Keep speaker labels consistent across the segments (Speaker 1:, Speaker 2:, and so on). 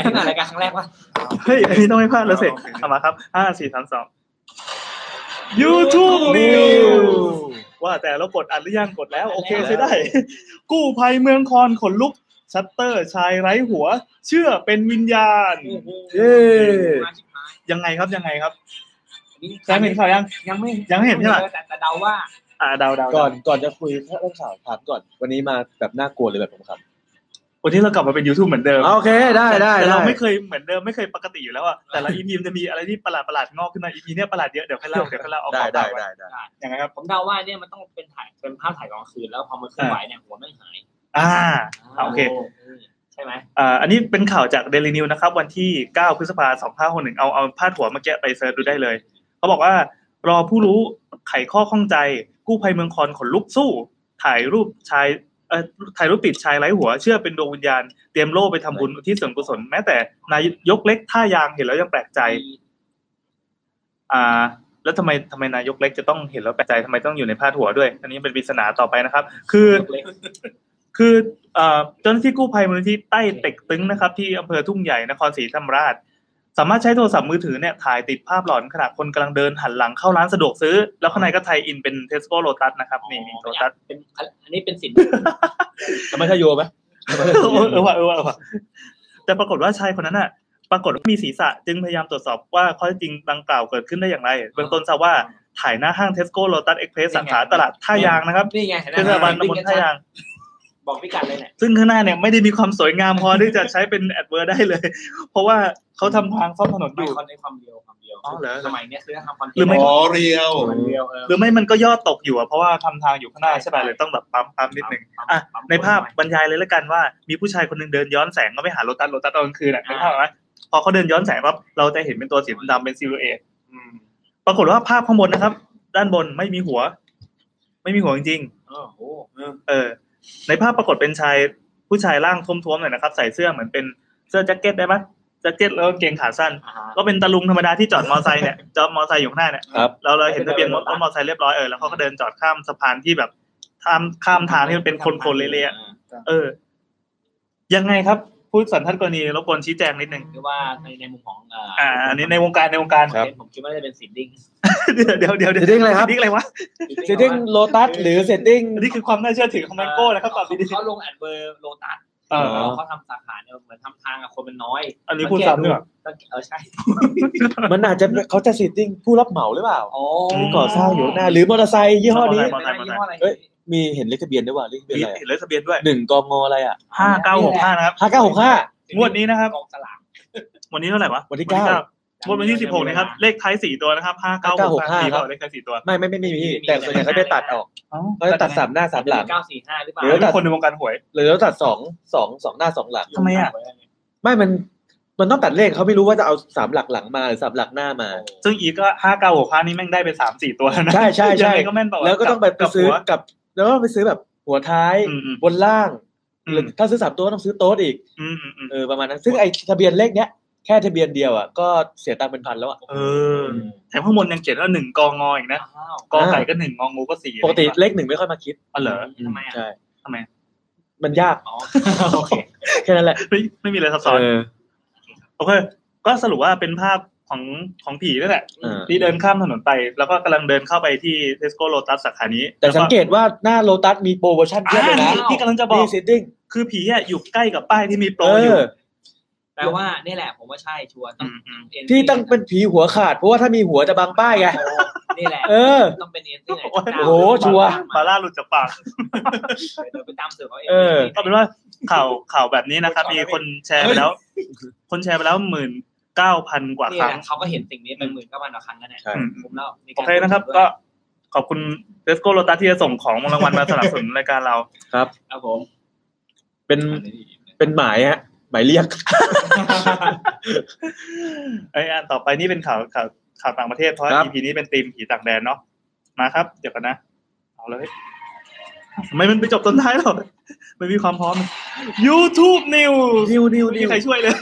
Speaker 1: ทำงานรายการครั้งแรกวะ
Speaker 2: เฮ้ย อันนี้ต้องไม่พลาดแล้วสิเอามาครับห้าสี่สามสอง YouTube News ว่าแต่เรากดอัดหรือยังกดแล้ว โอเคใช้ได้ กู้ภัยเมืองคอนขนลุก ชัตเตอร์ชายไร้หัว เชื่อเป็นวิญญาณ
Speaker 1: โอ้โห
Speaker 2: เย้
Speaker 1: มาชิบหาย
Speaker 2: ยังไงครับยังไงครับ
Speaker 1: อันนี้
Speaker 2: แซมเห็นข่าวยัง
Speaker 1: ยังไม่
Speaker 2: ยังไม่เห็นใช่ไหม
Speaker 1: แต่แต่เดาว่า
Speaker 2: อ่าเดาวดาว
Speaker 3: ก่อนก่อนจะคุยเรื่องข่าวถามก่อน วันนี้มาแบบน่ากลัวหรือแบบผมครับ
Speaker 2: วันนี้เรากลับมาเป็น YouTube เหมือนเดิม
Speaker 3: โอเคได้ได้
Speaker 2: แต่
Speaker 3: ด้
Speaker 2: เราไม่เคยเหมือนเดิมไม่เคยปกติอยู่แล้วอะแต่ ละอีพีจะมีอะไรที่ประหลาดประหลาดๆงอกขึ้นมาอีพีเนี้ยประหลาดเยอะเดี๋ยวค่อยเล่าเดี๋ยวค่อยเล่าเอา
Speaker 3: ได้
Speaker 2: ข่าว
Speaker 3: ได้
Speaker 2: ปากว้
Speaker 3: ได้ได้
Speaker 2: อย่างไงครับ
Speaker 1: ผมเดาว่าเนี่ยมันต้องเป็นถ่ายเป็นภาพถ่ายกลางคืนแล้วพอมันเคลื่อนไหวเนี่ยหัวไม่หาย
Speaker 2: อ่า โอเค
Speaker 1: ใช่ไหม
Speaker 2: อ่าอันนี้เป็นข่าวจากเดลินิวนะครับ วันที่ 9 พฤษภาคม2561เอาเอาพาดหัวเมื่อกี้ไปเซิร์ชดูได้เลย เขาบอกว่า รอผู้รู้ไขข้อข้องใจ กู้ภัยเมืองคอนขนลุกสู้ ถ่ายรูปชายเอ่อถ่ายรูปติดชายไร้หัว เชื่อเป็นดวงวิญญาณ เตรียมโล่ไปทำบุญอุที่ส่วนกุศลแม้แต่นายยกเล็กท่ายางเห็นแล้วยังแปลกใจ อ่า แล้วทำไมทำไมนายกเล็กจะต้องเห็นแล้วแปลกใจทำไมต้องอยู่ในพาดหัวด้วย อันนี้เป็นปริศนาต่อไปนะครับ คือ
Speaker 1: เล็ก
Speaker 2: คือเอ่อเจ้าหน้าที่กู้ภัยมูลนิธิใต้เต็กตึงนะครับ ที่อำเภอทุ่งใหญ่นครศรีธรรมราช สามารถใช้โทรศัพท์มือถือเนี่ยถ่ายติดภาพหลอนขณะคนกำลังเดินหันหลังเข้าร้านสะดวกซื้อ แล้วข้างในก็ไทยอินเป็นเทสโก้โ t ตัสนะครับ นี่นี่โ o ตัส
Speaker 1: เป็นอันนี้เป็นสิน
Speaker 3: แล้วมันขยโยไหม
Speaker 2: เออว่ะเออว่ะเออว่ะแต่ปรากฏว่าชายคนนั้นอ่ะ ปรากฏว่ามีศีรษะจึงพยายามตรวจสอบว่าข้อเท็จจริงดังกล่าวเกิดขึ้นได้อย่างไรเบื้องต้นทราบว่าถ่ายหน้าห้างเทสโก้โ t ตัสเอ็กเพรสสาขาตลาดท่ายางนะครับ
Speaker 1: นี่ไงเห็นไหม
Speaker 2: เทศบาลตำบลท่ายาง
Speaker 1: บอกพี่กัดเลยเนี่ย
Speaker 2: ซึ่งข้างหน้าเนี่ยไม่ได้มีความสวยงามพอที่จะใช้เป็นแอดเวอร์ได้เลย เพราะว่าเขาทำทางซ่อมถนนอ
Speaker 1: ดู
Speaker 2: ยู่
Speaker 1: คอนในความเดียวความเดียว
Speaker 2: อ๋อเหรอ
Speaker 1: สมัยเนี้ยคือทำคอนเทนต์
Speaker 2: หรือไม่
Speaker 4: อ๋อเรียว
Speaker 1: ความเดียวเออ
Speaker 2: หรือไม่มันก็ย่อตกอยู่อะเพราะว่าทำทางอยู่ข้างหน้าใช่ป่ะเลยต้องแบบปั๊มปั๊มนิดหนึ่ง อ่ะ ในภาพบรรยายเลยละกันว่ามีผู้ชายคนหนึงเดินย้อนแสงก็ไปหาโลตัสโลตัสตอนกลางคืนอะนึกภาพไหมพอเขาเดินย้อนแสงปั๊บเราจะเห็นเป็นตัวสีดำๆเป็นซิลูเอตปรากฏว่าภาพข้างบนนะครับ ด้านบนไม่มีหัว ไม่มีหัวจริงๆ
Speaker 1: โอ้โห
Speaker 2: เออในภาพปรากฏเป็นชายผู้ชายร่างท้วมๆหน่อยนะครับ ใส่เสื้อเหมือนเป็นเสื้อแจ็คเก็ตได้ไหมแจ็คเก็ตแล้วกางเกงขาสั้น
Speaker 1: อ่าฮะ
Speaker 2: ก็เป็นตะลุงธรรมดาที่จอดมอไซค์เนี่ย จอดมอไซค์อยู่ข้างหน้าเนี่ย
Speaker 3: ครับ
Speaker 2: เราเราเห็นทะเบียนรถรถมอไซค์เรียบร้อยเออแล้วเขาก็เดินจอดข้ามสะพานที่แบบข้ามข้ามทางที่มันเป็นโคนๆเละๆอะเออ ยังไงครับผู้สันทัดกรณีรบกวนชี้แจงนิดนึง
Speaker 1: หรือว่าในในมุมของเ
Speaker 2: อ่า อันนี้ในวงการในวงการ
Speaker 1: ครับผมคิดว่าน่าจะเป็นสินดิ้ง
Speaker 2: เดี๋ยวเดี๋ยวเดี๋ยว
Speaker 3: เซตติ้งอะไรครับ
Speaker 2: นี่อะไรวะ
Speaker 3: เซตติ้งโลตัสหรือเซต ติ้ง
Speaker 2: อันนี้คือความน่าเชื่อถือของแมงโก้นะครับตอบดี
Speaker 1: เขาลงแอดเบอร์โลตัส
Speaker 2: ๆเออ
Speaker 3: อ
Speaker 1: เขาทำสาขาเนี่ยเหมือนทำทางกับคนมันน้อย
Speaker 2: อันนี้พูดซ้ำด้วยเหรอ
Speaker 1: เออใช่
Speaker 3: มันอาจจะเขาจะเซตติ้งผู้รับเหมาหรือเปล่า
Speaker 1: โอ้
Speaker 3: ที่ก่อสร้างอยู่ข้างหน้าหรือมอเตอร์ไซค์ยี่ห้อนี้
Speaker 1: ไม่ได้ยี่ห้ออะไร
Speaker 3: เอ้ย มีเห็นเลขทะเบียนด้วยว่าเลขทะเบียนอะไร
Speaker 2: เห็นเลยทะเบียนด้วย
Speaker 3: หนึ่งกงอะไรอ่ะ
Speaker 2: ห้าเก้าหกห้านะครับ
Speaker 3: ห้าเก้าหกห้า
Speaker 2: งวดนี้นะครับ
Speaker 1: กองสลาก
Speaker 2: วันนี้เท่าไหร่วะ
Speaker 3: วันที่เก้า
Speaker 2: งวดวันที่สิบหกนะครับ เลขท้ายสี่ตัวนะครับห้าเก้าหกห้าีเลขท้ายสี่ตัว
Speaker 3: ไม่ไม่ไม่ไม่มีแต่ส่วนใหญ่เขาจะตัดออกเขาจะตัดสามหน้าสามหลัง
Speaker 1: เก้าสี่ห้าหรือเปล่า
Speaker 3: เดี๋
Speaker 2: เดี๋ย
Speaker 3: ยว วตัด
Speaker 2: คนในวงการหวย
Speaker 3: หรือเราตัดสองสองสองหน้าสองหลัง
Speaker 2: ทำไมอ่ะ
Speaker 3: ไม่มันมันต้องตัดเลขเขาไม่รู้ว่าจะเอาสามหลักหลังมาหรือสามหลักหน้ามา
Speaker 2: ซึ่งอีกก็ห้าเก้าหกห้านี่แม่งได้ไปสามสี่ตัวแล้วนะ
Speaker 3: ใช่ใช่ใช่
Speaker 2: ยังไงก็แม่นเปล่าวะ
Speaker 3: แล้วก็ต้องไปไป
Speaker 2: กับ
Speaker 3: ซื้อ
Speaker 2: หัว
Speaker 3: กับ แล้วก็ไปซื้อแบบหัวท้าย
Speaker 2: อืมอืม
Speaker 3: บนล่าง
Speaker 2: อื
Speaker 3: หรือ
Speaker 2: ม
Speaker 3: ถ้าซื้อสามตัวก็ต้องซื้อโต๊ดอีก
Speaker 2: อืมอืมอืม
Speaker 3: เออประมาณนั้น ซึ่งไอทะเบียนเลขเนี้ยแค่ทะเบียนเดียวอ่ะก็เสียตังค์เป็นพันแล้วอ่ะ
Speaker 2: เออแถมข้างบนยังเขียนว่าหนึ่งกองออีกนะ
Speaker 1: อ้าว
Speaker 2: กอไก่ก็หนึ่งงองูก็สี่
Speaker 3: ปกติเลขหนึ่งไม่ค่อยมาคิด
Speaker 2: อ๋อเหรอ
Speaker 1: ทำไมอ่ะ
Speaker 3: ใช่
Speaker 2: ทำไม
Speaker 3: มันยาก
Speaker 1: อ๋อ
Speaker 2: โอเค
Speaker 3: แค่นั้นแหละ
Speaker 2: ไม่ไม่มีอะไรซับซ้อน
Speaker 3: เออ
Speaker 2: โอเคก็สรุปว่าเป็นภาพของของผีนั่นแหละ
Speaker 3: เออ
Speaker 2: ที่เดินข้ามถนนไป แล้วก็กำลังเดินเข้าไปที่เทสโก้โ t ตัสสาขานี้
Speaker 3: แต่สังเกตว่าหน้าโลตัสมีโปรโมชั่นเย
Speaker 2: แล้
Speaker 3: อะ
Speaker 2: ว
Speaker 3: เล
Speaker 2: ก็
Speaker 3: ย
Speaker 2: อ่า
Speaker 3: นะ
Speaker 2: ที่ที่กำลังจะบอ
Speaker 3: นี่
Speaker 2: ก
Speaker 3: เซตติ้ง
Speaker 2: คือผีอะอยู่ใกล้กับป้ายที่มีโปร
Speaker 3: เอ
Speaker 2: อยู่
Speaker 3: อ
Speaker 1: แปลว่านี่แหละ ผมว่าใช่ชัวร์ต้อง
Speaker 2: มอืม
Speaker 1: เอ็น
Speaker 3: ที่ตั้งเป็นผีหัวขาด เพราะว่าถ้ามีหัวจะบังป้ายไง
Speaker 1: นี่แหละ
Speaker 3: เออ
Speaker 1: ต้องเป็นเอ็นที่ไหน
Speaker 2: โอ้
Speaker 1: ต
Speaker 2: โห
Speaker 1: าม
Speaker 3: ชัวร์
Speaker 2: มาล่าหลุดจากปาก
Speaker 1: เดี๋ยวไปตามสืบเอาเอง
Speaker 3: เออ
Speaker 2: ก็เป็นว่าข่าวข่าวแบบนี้นะครับ มีคนแชร์ไปแล้ว คนแชร์ไปแล้วหมื่นเก้าพันกว่า
Speaker 1: นี่
Speaker 2: ค
Speaker 1: แห
Speaker 2: รั้ง
Speaker 1: ละเขาก็เห็นสิ่งนี้เป็นหมื่นเก้าพันกว่าครั้งแล้วเนี่ย
Speaker 3: ใช่
Speaker 2: อืม
Speaker 1: ผมเล่า
Speaker 2: โอก
Speaker 1: มีา
Speaker 2: เคนะครับ ก็ขอบคุณเทสโก้โ t ตัสที่จะส่งของรางวัลมาสนับสนุนรายการ เรา
Speaker 1: ครับผม
Speaker 3: เป็นเป็นหมายฮะหมายเรีย ก
Speaker 2: ไอยอันต่อไปนี่เป็นข่าวข่าวข่าวต่างประเทศเพราะ
Speaker 3: ครับ
Speaker 2: EP นี้เป็นธีมผีต่างแดนเนาะมาครับ เดี๋ยวกันนะ เอาเลยทำไมมันไปจบตอนท้ายหร อมันมีความพร้อม YouTube News
Speaker 3: นิวนิว
Speaker 2: ไม่
Speaker 3: นิ
Speaker 2: มี
Speaker 3: ว
Speaker 2: ใครช่วยเลย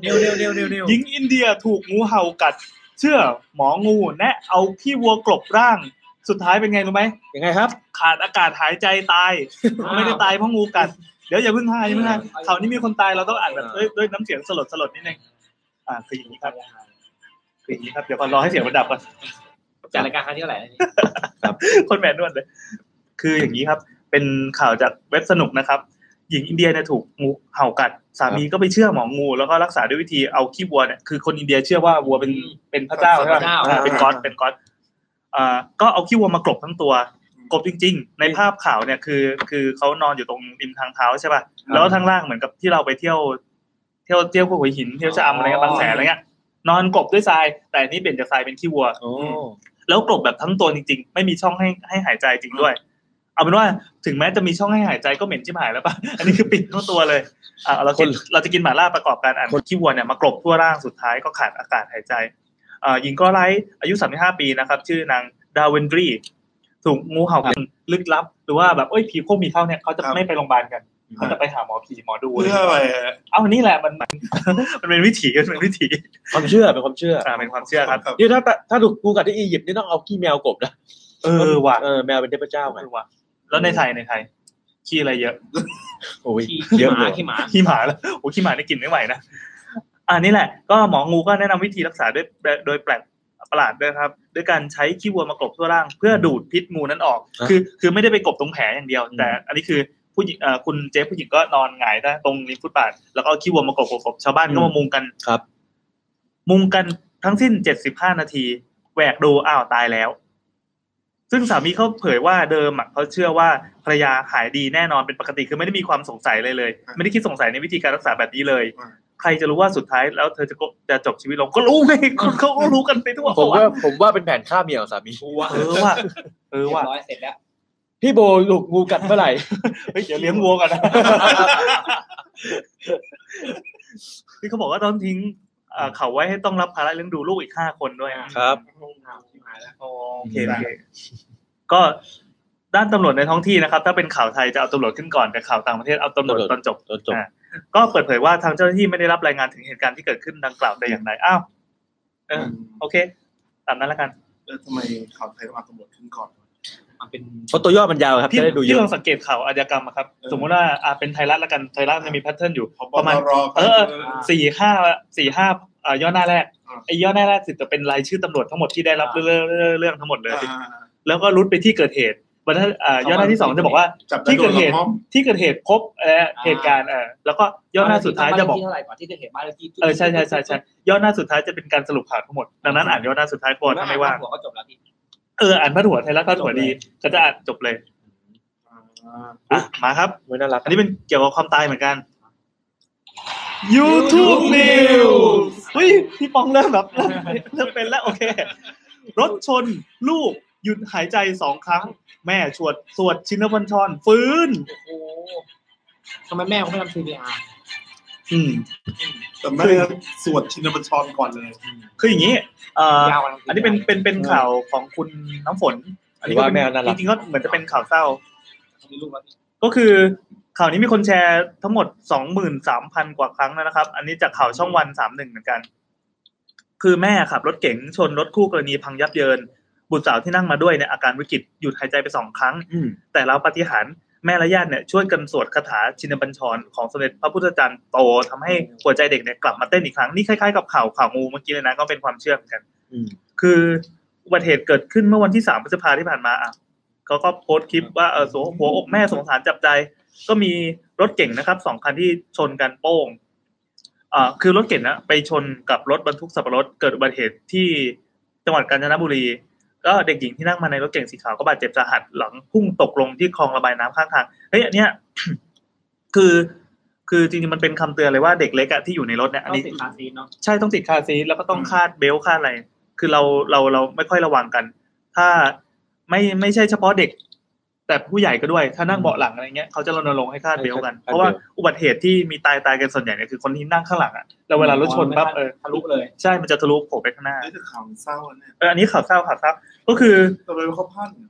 Speaker 1: เร็วเร็วเร็วเร็วเร็ว
Speaker 2: หญิงอินเดียถูกงูเห่ากัด เชื่อหมองูแนะเอาขี้วัวกลบร่าง สุดท้ายเป็นไงรู้ไหม
Speaker 3: ยังไงครับ
Speaker 2: ขาดอากาศหายใจตาย ไม่ได้ตายเพราะงูกัด เดี๋ยวอย่าเพิ่งหายอย่าเพิ่งหาย
Speaker 1: เอา
Speaker 2: ข่าวนี้มีคนตายเราต้องอ่านแบบด้วยด้วยน้ำเสียงสลดสลดนิดนึงอ่าคืออย่างนี้ครับคืออย่างนี้ครับเดี๋ยวก่อนรอให้เสียงมันดับก่อน
Speaker 1: จากรายการครั้งที่เท่าไหร่นะนี่
Speaker 2: คนแมนนวดเลย คืออย่างนี้ครับ เป็นข่าวจากเว็บสนุกนะครับ หญิงอินเดียเนี่ยถูกงูเห่ากัด สามีก็ไปเชื่อหมองู แล้วก็รักษาด้วยวิธีเอาขี้วัวเนี่ย คือคนอินเดียเชื่อว่าวัวเป็นเป็นพระเจ้าใช่ไหม
Speaker 1: เจ้า
Speaker 3: อ่า
Speaker 2: เป็นก๊อดเป็นก๊อดอ่า ก็เอาขี้วัวมากรบทั้งตัว กบจริง ๆ ในภาพข่าวเนี่ยคือ คือเขานอนอยู่ตรงริมทางเท้าใช่ป่ะ แล้วทางล่างเหมือนกับที่เราไปเที่ยว เที่ยวเที่ยวพวกหัวหิน เที่ยวชะอำอะไรเงี้ยบางแสนอะไรเงี้ย นอนกบด้วยทราย แต่อันนี่เปลี่ยนจากทรายเป็นขี้วัว
Speaker 3: โอ้
Speaker 2: แล้วกลบแบบทั้งตัวจริงๆ ไม่มีช่องให้ให้หายใจจริงด้วย เอาเป็นว่าถึงแม้จะมีช่องให้หายใจก็เหม็นชิบหายแล้วป่ะ อันนี้คือปิดทั้งตัวเลยอ่ะเรากินเราจะกินหมาล่าประกอบการอ่านคนขี้วัวเนี่ยมากลบทั่วร่างสุดท้ายก็ขาดอากาศหายใจเอ่อหญิงก็ไร้อายุ 35 ปีนะครับ ชื่อนางดาเวนดรีถูกงูเห่าเป็นลึกลับ หรือว่าแบบเอ้ยผีโคงผีเข้าเนี่ยเขาจะ
Speaker 4: ครับ
Speaker 2: ไม่ไปโรงพยาบาลกันเขาจะไปหาหมอผีหมอดู
Speaker 4: เพื่ออะไรฮะ
Speaker 2: เอานี่แหละมันมัน มันเป็นวิถีมันเป็นวิถี
Speaker 3: ความเชื่อเป็นความเชื่อ
Speaker 2: อ่าเป็นความเชื่อครับ
Speaker 3: นี่ถ้าถ้าถูกกูกัดที่อียิปต์นี่ต้องเอาขี้แมวกบนะ
Speaker 2: เออว่ะ
Speaker 3: เออแมวเป็นเทพเจ้าไง
Speaker 2: เออว่ะแล้วในไทยในไทยขี้อะไรเยอะ
Speaker 3: โอ้ย
Speaker 1: ขี้
Speaker 3: เยอะ
Speaker 1: ห
Speaker 3: เล
Speaker 1: มาย ขี้หมา
Speaker 2: ขี้หมาแล้วโอ้ขี้หมาได้กลินไม่ไหวนะอันนี้แหละ ก็หมองูก็แนะนำวิธีรักษาด้วยโดยแปลกประหลาดด้วยครับ ด้วยการใช้ขี้วัวมากลบทั่วร่าง เพื่อดูดพิษงูนั้นออก
Speaker 3: ะ
Speaker 2: คือคือไม่ได้ไปกลบตรงแผลอย่างเดียว แต่ อันนี้คือผู้หญิงเอ่อคุณเจ๊ผู้หญิงก็นอนหงายได้ตรงริมฟุตบาทแล้วก็เอาขี้วัวมากลบกลบกลบชาวบ้านก็มามุงกัน
Speaker 3: ครับ
Speaker 2: มุงกันทั้งสิ้นเจ็ดสิบห้านาทีแหวกดูอ้าวตายแล้ว ซึ่งสามีเขาเผยว่าเดิมอะเขาเชื่อว่าภรรยาหายดีแน่นอนเป็นปกติคือไม่ได้มีความสงสัยเลยเลย ไม่ได้คิดสงสัยในวิธีการรักษาแบบนี้เลย ใครจะรู้ว่าสุดท้ายแล้วเธอจะก็จะจบชีวิตลงก็รู้ไงคนเขาก็รู้กันไปทั่ว
Speaker 3: ผมว่าผมว่าเป็นแผนฆ่าเมียของสามี
Speaker 2: เออว่าเออ
Speaker 1: เรีย
Speaker 2: ว่า
Speaker 1: บร้อยเสร็จแล้ว
Speaker 3: พี่โบถูกงูกัดเมื่อไหร่
Speaker 2: เฮ้ยเดี๋ยวเลี้ยงวัวกัน นะที่เขาบอกว่าต้องทิ้งเอ่อเขาไว้ให้ต้องรับภาระเลี้ยงดูลูกอีกห้าคนด้วย
Speaker 3: ครับ
Speaker 2: โอเคโอเคก็ด้านตำรวจในท้องที่นะครับ ถ้าเป็นข่าวไทยจะเอาตำรวจขึ้นก่อนแต่ข่าวต่างประเทศเอาตำรวจตอนจบ
Speaker 3: จนจบ
Speaker 2: อ่ะ ก็เปิดเผยว่าทางเจ้าหน้าที่ไม่ได้รับรายงานถึงเหตุการณ์ที่เกิดขึ้นดังกล่าวแต่อย่างใดอ้าวเออโอเคตามนั้นละกัน
Speaker 4: เออทำไมข่าวไทยต้องเอาตำรวจขึ้นก่อน
Speaker 1: มันเป็น
Speaker 3: เพราะตัวย่อมันยาวครับ
Speaker 2: พี่
Speaker 3: จะได้ดูเย
Speaker 2: พี่ลอ
Speaker 3: อะ
Speaker 2: งสังเกตข่าวอาชญากรรมอะครับ
Speaker 4: เออ
Speaker 2: สมมุติว่าอ่ะเป็นไทยรัฐละกันไทยรัฐจะมีแพทเทิร์นอยู่
Speaker 4: พบ
Speaker 2: ประมาณ
Speaker 4: รอ
Speaker 2: เออสี่ห้าสี่ห้าอ่ะย่อหน้าแรกไอ้ย่อหน้าแรกสิจะเป็นรายชื่อตำรวจทั้งหมดที่ได้รับเรื่องเรื่องเรื่องทั้งหมดเลย
Speaker 4: อ่า
Speaker 2: แล้วก็รุดไปที่เกิดเหตุบรรทัดอ่ะย่อหน้าที่สองจะบอกว่า
Speaker 4: จับไ
Speaker 2: ที่เกิดเหตุ
Speaker 4: โนละม้อม
Speaker 2: ที่เกิดเหตุพบและเหตุการณ์เออแล้วก็ย่อหน้าสุดท้ายจะบอก
Speaker 1: บ้นเลขที่เท่าไหร่ก่อนที่เกิดเหตุบ้านเลขที่
Speaker 2: เออใช่ใช่ใช่ใช่ย่อหน้าสุดท้ายจะเป็นการสรุปข่าวทั้งหมดดังนั้นอ่านย่อหน้าสุดท้ายก่อนถ้าไม่ว่าง
Speaker 1: หัวก็จบแล้วพี่
Speaker 2: เอออ่านพาดหัวไทยรัฐพาดหัวดีก็จะอ่านจบเลย
Speaker 4: อ่า
Speaker 2: อ่ะมาครับ
Speaker 3: ไม่น่ารัก
Speaker 2: อันนี้เป็นเกี่ยวกับความตายเหมือนกัน YouTube News เฮ้ยพี่ปองเริ่มแบบ เริ่มเริ่มเป็นแล้วโอเค รถชนลูกหยุดหายใจสองครั้ง แม่ชวดสวดชินบัญชรฟื้น
Speaker 1: โอ้โหทำไมแม่เขาไม่ทำ CPR
Speaker 2: อืม
Speaker 4: แต่ไม่ได้สวดชินบัญชรก่อนเลย
Speaker 2: คืออย่างนี้เอ่อ
Speaker 1: ยาวกว่า
Speaker 2: อันนี้เป็นเป็นเป็นข่าวของคุณน้ำฝน อันนี้ก็เป็น
Speaker 3: ว่าแมวน่ารัก
Speaker 2: จริงๆก็เหมือนจะเป็นข่าวเศร้า
Speaker 1: มีรูปแล้วนี่
Speaker 2: ก็คือข่าวนี้มีคนแชร์ทั้งหมดสองหมื่นสามพันกว่าครั้งแล้วนะครับ อันนี้จากข่าวช่องวันสามหนึ่งเหมือนกัน คือแม่ขับรถเก๋งชนรถคู่กรณีพังยับเยิน บุตรสาวที่นั่งมาด้วยเนี่ยอาการวิกฤตหยุดหายใจไปสองครั้ง
Speaker 3: อืม
Speaker 2: แต่แล้วปาฏิหารย์แม่และญาติเนี่ยช่วยกันสวดคาถาชินบัญชรของสมเด็จพระพุทธจารย์โตทำให้หัวใจเด็กเนี่ยกลับมาเต้นอีกครั้งนี่คล้ายๆกับข่าวข่าวงูเมื่อกี้เลยนะก็เป็นความเชื่อเหมือนกัน
Speaker 3: อืม
Speaker 2: คืออุบัติเหตุเกิดขึ้นเมื่อวันที่สามพฤษภาที่ผ่านมาอ่ะเขาก็โพสต์คลิปว่าเออหัวหัวอกแม่สงสารจับใจ ก็มีรถเก่งนะครับสองคันที่ชนกันโป้งอ่าคือรถเก่งนะไปชนกับรถบรรทุกสับปะรดเกิดอุบัติเหตุที่จังหวัดกาญจนบุรี ก็เด็กหญิงที่นั่งมาในรถเก่งสีขาวก็บาดเจ็บสาหัสหลังพุ่งตกลงที่คลองระบายน้ำข้างทางเฮ้ยอันเนี้ย คือ คือจริงๆมันเป็นคำเตือนเลยว่าเด็กเล็กอะที่อยู่ในรถเนี่ยอัน
Speaker 1: ต้อง
Speaker 2: นี้
Speaker 1: ติดตามซีนเนาะ
Speaker 2: ใช่ต้องติดคาร์ซีทแล้วก็ต้อง
Speaker 4: อืม
Speaker 2: คาดเบลต์คาดอะไร คือเราเราเราไม่ค่อยระวังกัน ถ้าไม่ไม่ใช่เฉพาะเด็ก แต่ผู้ใหญ่ก็ด้วย ถ้านั่งเบาะหลังอะไรเงี้ยเขาจะรณรงค์ให้คาดเบลต์กัน
Speaker 3: ให้คาด
Speaker 2: เพราะว่า
Speaker 3: เบลต์
Speaker 2: อุบัติเหตุที่มีตายตายกันส่วนใหญ่เนี่ยคือคนที่นั่งข้างหลังอะแล้วเวลารถชนปั๊บเออ
Speaker 1: ทะลุเลย
Speaker 2: ใช่มันจะทะลุโผล่ไปข้างหน้า
Speaker 4: นี่คือข่าวเศร้าอะเนี่ย
Speaker 2: เอออันนี้ข่าวเศร้าข่าวเศร้าก็คือ
Speaker 4: ทำไมเขาพลาดเนี่ย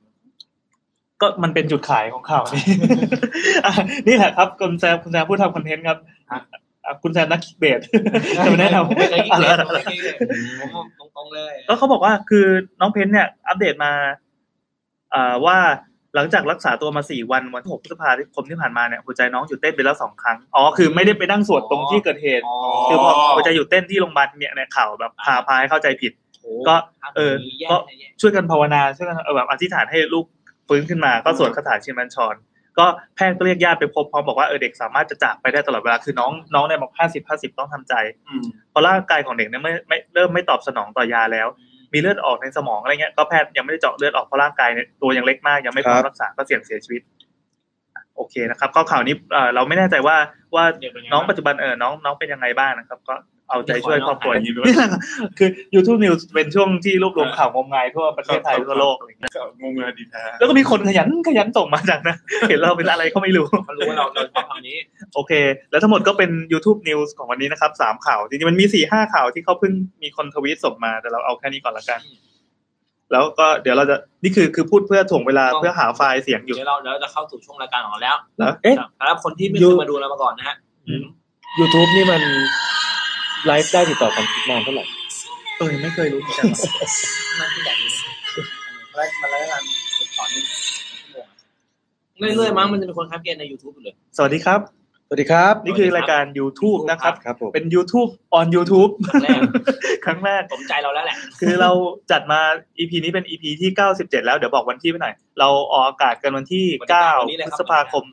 Speaker 2: ก็มันเป็นจุดขายของข่ าวนี้ อ่ะนี่แหละครับคุณแซมคุณแซมผู้ทำคอนเทนต์ครับอ่ะคุณแซมนักคิกเบส จะมาแนะนำ
Speaker 1: ไม่เคยคิด
Speaker 2: อะไร
Speaker 1: เลย
Speaker 2: นะ
Speaker 1: ไม่เคยคิดเลยผมตรงๆเลย
Speaker 2: ก็เขาบอกว่าคือน้องเพนเนี่ย อัปเดตมาอ่าว่า หลังจากรักษาตัวมาสี่วันวันที่หกพฤษภาคมที่ผ่านมาเนี่ยหัวใจน้องหยุดเต้นไปแล้วสองครั้งอ๋อคือไม่ได้ไปนั่งสวดตรงที่เกิดเหตุ
Speaker 1: อ๋อ
Speaker 2: คือพอหัวใจหยุดเต้นที่โรงพยาบาลเนี่ยในข่าวแบบพาพาให้เข้าใจผิด ก็เออก็ ช่วยกันภาวนาช่วยกันเอ่อแบบอธิษฐานให้ลูกฟื้นขึ้นมาก็สวดคาถาชินบัญชร ก็แพทย์ก็เรียกญาติไปพบพร้อมบอกว่าเออเด็กสามารถจะจากไปได้ตลอดเวลาคือน้องน้องเนี่ยบอกห้าสิบห้าสิบต้องทำใจ
Speaker 4: อืม
Speaker 2: เพราะร่างกายของเด็กเนี่ยไม่ไม่เริ่มไม่ตอบสนองต่อยาแล้ว มีเลือดออกในสมองอะไรเงี้ยก็แพทย์ยังไม่ได้เจาะเลือดออกเพราะร่างกายเนี่ยตัวยังเล็กมากยังไม่พร้อ
Speaker 3: ครั
Speaker 2: ม
Speaker 3: บ
Speaker 2: รักษาก็เสี่ยงเสียชีวิตอ่ะโอเคนะครับ ก็ข่าวนี้เอ่อเราไม่แน่ใจว่าว่า น้องปัจจุบันเออน้องน้องเป็นยังไงบ้างนะครับ ก็เอาใจช่วยครอบครัวอย่างนี้ด้วยนะครับคือ YouTube News เป็นช่วงที่รวบรวมข่าวงมงายทั่วประเทศไทยทั่วโลกอะไรอย่างเงี้ย
Speaker 4: ก็งงเลยดีแท้
Speaker 2: แล้วก็มีคนขยันขยันส่งมาจากนะ เห็นเราเป็นอะไรก็ไม่รู้
Speaker 1: เขารู้ว่าเราเราชอบทำนี้
Speaker 2: โอเค แล้วทั้งหมดก็เป็น YouTube News ของวันนี้นะครับสามข่าวจริงๆมันมีสี่ห้าข่าวที่เขาเพิ่งมีคนทวีตส่งมาแต่เราเอาแค่นี้ก่อนละกัน แล้วก็เดี๋ยวเราจะนี่คือคือพูดเพื่อถ่วงเวลา
Speaker 1: ต้อง
Speaker 2: เพื่อหาไฟล์เสียงอยู่
Speaker 1: เดี๋ยวเราเดี๋ยวเราจะเข้าสู่ช่วงรายการของเราแล้ว
Speaker 2: แล้ว
Speaker 3: เอ๊ะ
Speaker 1: สำหรับคนที่ไม่
Speaker 3: อยู่
Speaker 1: เคยมาดูเรามาก่อนนะฮะ
Speaker 3: YouTube นี่มันไลฟ์ได้ติดต่อกันนานเท่าไหร่
Speaker 2: เออไม่เคยรู้เหมือนกันว่ะ
Speaker 1: มันที่ไหนมันไล่มันไล่กันต่อเนื่องเรื่อยๆมั้งมันจะเป็นคนคัดเกณฑ์ใน YouTube อยู่เลย
Speaker 2: สวัสดีครับ
Speaker 3: สวัสดีครับ
Speaker 2: นี่คือรายการ YouTube นะครับ
Speaker 3: ครับผม
Speaker 2: เป็น YouTube on YouTube
Speaker 1: ครั้งแรก
Speaker 2: ค
Speaker 1: ส
Speaker 2: รั้งแรก
Speaker 1: มใจเราแล้วแหละ
Speaker 2: คือเราจัดมา EP นี้เป็น EP ที่ 97 แล้วเดี๋ยวบอกวันที่ไปหน่อย เราออกอากาศกันวันที่
Speaker 1: วันที่เก้าวันนี้
Speaker 2: 9
Speaker 1: เลยค
Speaker 2: พ
Speaker 1: รับ
Speaker 2: ฤษภาคม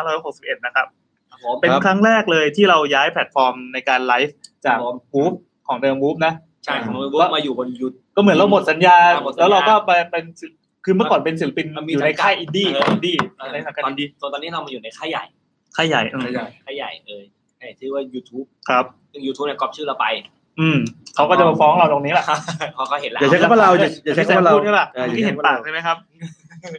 Speaker 2: 2561 นะครับ
Speaker 1: ครับผม
Speaker 2: เป็น
Speaker 3: ครับ
Speaker 2: ครั้งแรกเลยที่เราย้ายแพลตฟอร์มในการไลฟ์จาก
Speaker 1: ผม
Speaker 2: วูฟของเดิมวูฟนะ
Speaker 1: ใช่ของบุ๊กมาอยู่บนยู
Speaker 2: ก็เหมือนเราหมดสัญญา
Speaker 1: เราหมดสัญญา
Speaker 2: แล้วเราก็ไปเป็นศิลป์คือเมื่อก่อนเป็นศิลปิน
Speaker 1: มันมี
Speaker 2: อยู่ในค่ายอินดี้
Speaker 1: เออ
Speaker 2: อินดี้ในสังกัด
Speaker 1: ตอน
Speaker 2: อินดี้
Speaker 1: ตอนนี้เรามาอยู่ในค่ายใหญ่
Speaker 2: ค่ายใหญ่อืม
Speaker 4: ไม่ใหญ่
Speaker 1: ค่ายใหญ่เอ่ยค่ายชื่อว่า YouTube
Speaker 2: ครับ
Speaker 1: ซึ่ง YouTube เนี่ยก๊อปชื่อเราไป
Speaker 2: อืมเขาก็จะมาฟ้องเราตรงนี้แหละ
Speaker 1: เพราะเขาเห็นแล้ว
Speaker 3: อย่าใช้คำว่าเราอย่าอย่าใช้คำว่าเรา
Speaker 2: พูดใช่ป่ะ
Speaker 3: อออย่
Speaker 2: ที่
Speaker 3: ใช้
Speaker 2: เห็น
Speaker 3: คำว่
Speaker 2: ปากใช่ไหม ครับ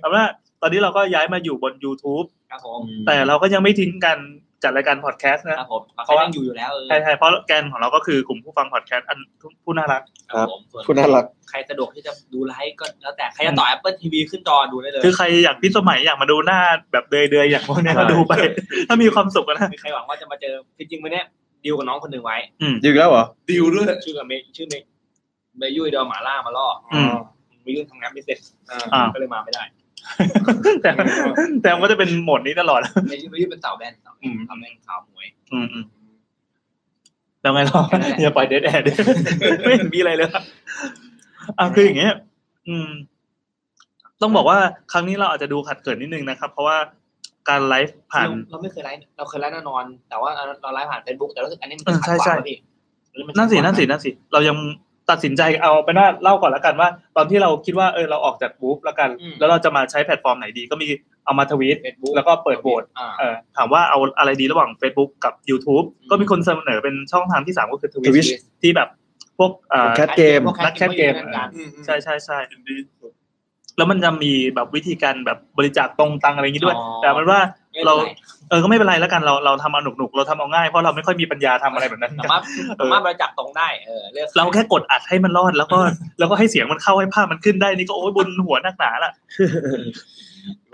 Speaker 2: เอาละตอนนี้เราก็ย้ายมาอยู่บน YouTube
Speaker 1: ครับผม
Speaker 2: แต่เราก็ยังไม่ทิ้งกันจัดรายการพอดแคสต์
Speaker 1: ค
Speaker 2: นะ
Speaker 1: รับผม
Speaker 2: เพราะ
Speaker 1: เขา
Speaker 2: ว่า
Speaker 1: ยังอยู่อยู่แล้วเออ
Speaker 2: ใช่ๆเพราะแกนของเราก็คือกลุ่มผู้ฟังพอดแคสต์อันผู้น่ารัก
Speaker 1: ครับผมส่วน
Speaker 3: คุณน่ารัก
Speaker 1: ใครสะดวกที่จะดูไลฟ์ก็แล้วแต่ใครจะต่อ Apple TV ขึ้นจอดูได้เลย
Speaker 2: คือใครอยากพิสมัยอยากมาดูหน้าแบบเดยๆ อย่างพวกเนี้ย
Speaker 3: ใช่
Speaker 2: ก็ดูไป ถ้ามีความสุขนะ
Speaker 1: มีใครหวังว่าจะมาเจอจริงๆวันเนี้ยดีลกับน้องคนหนึ่งไว้
Speaker 3: ยืดแล้วเหรอ
Speaker 4: ดิวด้วย
Speaker 1: ชื่อกับเมย์ชื่อเมย์เมย์ยุ้ยเดอาหมาล่ามาล่อ
Speaker 2: อืม
Speaker 1: มีเรื่องทำงานไม่เสร็จ
Speaker 4: อ่า
Speaker 2: อ่า
Speaker 1: ก็เลยมา ไม่ได้
Speaker 2: แต่แต่มันก็จะเป็นโหมดนี้ตลอด
Speaker 1: เมย์ยุ้ยเมย์ยุ้ยเป็นสาวแบนสาวแบ
Speaker 2: อืม
Speaker 1: นสาวแบนขาวหมวย
Speaker 2: อืมๆแล้วไงต่อ อย่าปล่อยเดดแอ ดไม่เห็นมีอะไรเลยอ่ะคืออย่างเงี้ย อืม ต้องบอกว่าครั้งนี้เราอาจจะดูขัดเขินนิดนึงนะครับ เพราะว่าการไลฟ์ผ่าน
Speaker 1: เราไม่เคยไลฟ์เราเคยไลฟ์แน่นอน แต่ว่าเราไลฟ์ผ่านเฟซบุ๊กแต่รู้สึกอันนี้มัน
Speaker 2: เออ
Speaker 1: จะขัดขวาง
Speaker 2: ใช่ใช่
Speaker 1: นะพี่อัมัจะ
Speaker 2: นั่นสิ
Speaker 1: ขัดขวาง
Speaker 2: นั่นสินั่นสิ เรายังตัดสินใจเอาไปนว่าเล่าก่อนละกันว่า ตอนที่เราคิดว่าเออเราออกจากบูฟละกัน แล้วเราจะมาใช้แพลตฟอร์มไหนดี ก็มีเอามาทวีต
Speaker 1: เฟซบุ๊ก
Speaker 2: แล้วก็เปิดโหวต
Speaker 1: อ่า
Speaker 2: เออถามว่าเอาอะไรดีระหว่าง Facebook กับ YouTube
Speaker 1: อืม
Speaker 2: ก็มีคนเสนอเป็นช่องทางที่สามก็คือทวิต
Speaker 3: Twitch
Speaker 2: ที่แบบพวกเอ่อ
Speaker 3: แคทเกม
Speaker 1: พว
Speaker 2: นักแคทเกม
Speaker 1: พวนัน
Speaker 4: อืมอืม
Speaker 2: ใช่ใช่ใช่
Speaker 4: ยินดีสุด
Speaker 2: แล้วมันจะมีแบบวิธีการแบบบริจาคตรงตังอะไรอย่างนี้ด้วย แต่มันว่า
Speaker 1: ไม่ป็นไ
Speaker 2: เราเออก็ไม่เป็นไรละกันเราเราทำเอาหนุกหนุกๆเราทำเอาง่ายเพราะเราไม่ค่อยมีปัญญาทำอะไรแบบนั้น
Speaker 1: สามารถสามารถบริจาคตรงได้เออเลือก
Speaker 2: เราแค่กดอัดให้มันรอดแล้วก็ แล้วก็ให้เสียงมันเข้าให้ภาพมันขึ้นได้นี่ก็โอ้ยบนหัวนักหนาละ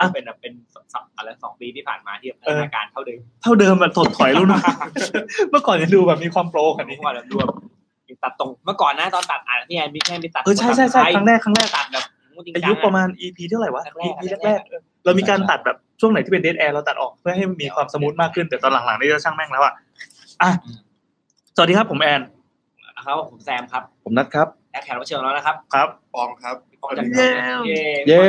Speaker 1: มันเป็นแบบเป็นสัปดาห์ละสองปีที่ผ่านมาที่พัฒนาการเท่าเดิม
Speaker 2: เท่าเดิมแบบถดถอยแล้วนะ เมื่อก่อนจะดูแบบมีความโปรกว่า
Speaker 1: เมื่
Speaker 2: นี้
Speaker 1: อก่อนเราดูแบบตัดตรงเมื่อก่อนนะตอนตัดอ่านพี่แอนมิกให้มีตัด
Speaker 2: เออใช่ใช่ใช่ครั้งแรกครั้งแรก
Speaker 1: ตัดแบบจริง
Speaker 2: อา
Speaker 1: จัง
Speaker 2: ยุประมาณ EP เท่าไหร่วะ
Speaker 1: แรก
Speaker 2: EP
Speaker 1: ๆ
Speaker 2: แร
Speaker 1: แร
Speaker 2: ก
Speaker 1: ก
Speaker 2: ๆเออเรามีการตัดแบบช่วงไหนที่เป็นเดทแอร์เราตัดออกเพื่อให้มันมีความสมูทมากขึ้นแต่ตอนหลังๆนี่จะช่างแม่งแล้วอะอ่ะสวัสดีครับผมแอน
Speaker 1: นะครับผมแซมครับ
Speaker 3: ผมนัดครับ
Speaker 1: และแขกรับเชิญของเรานะครับ
Speaker 2: ครับ
Speaker 4: ปองครับ
Speaker 1: ปองจาก
Speaker 2: เย้
Speaker 3: เย้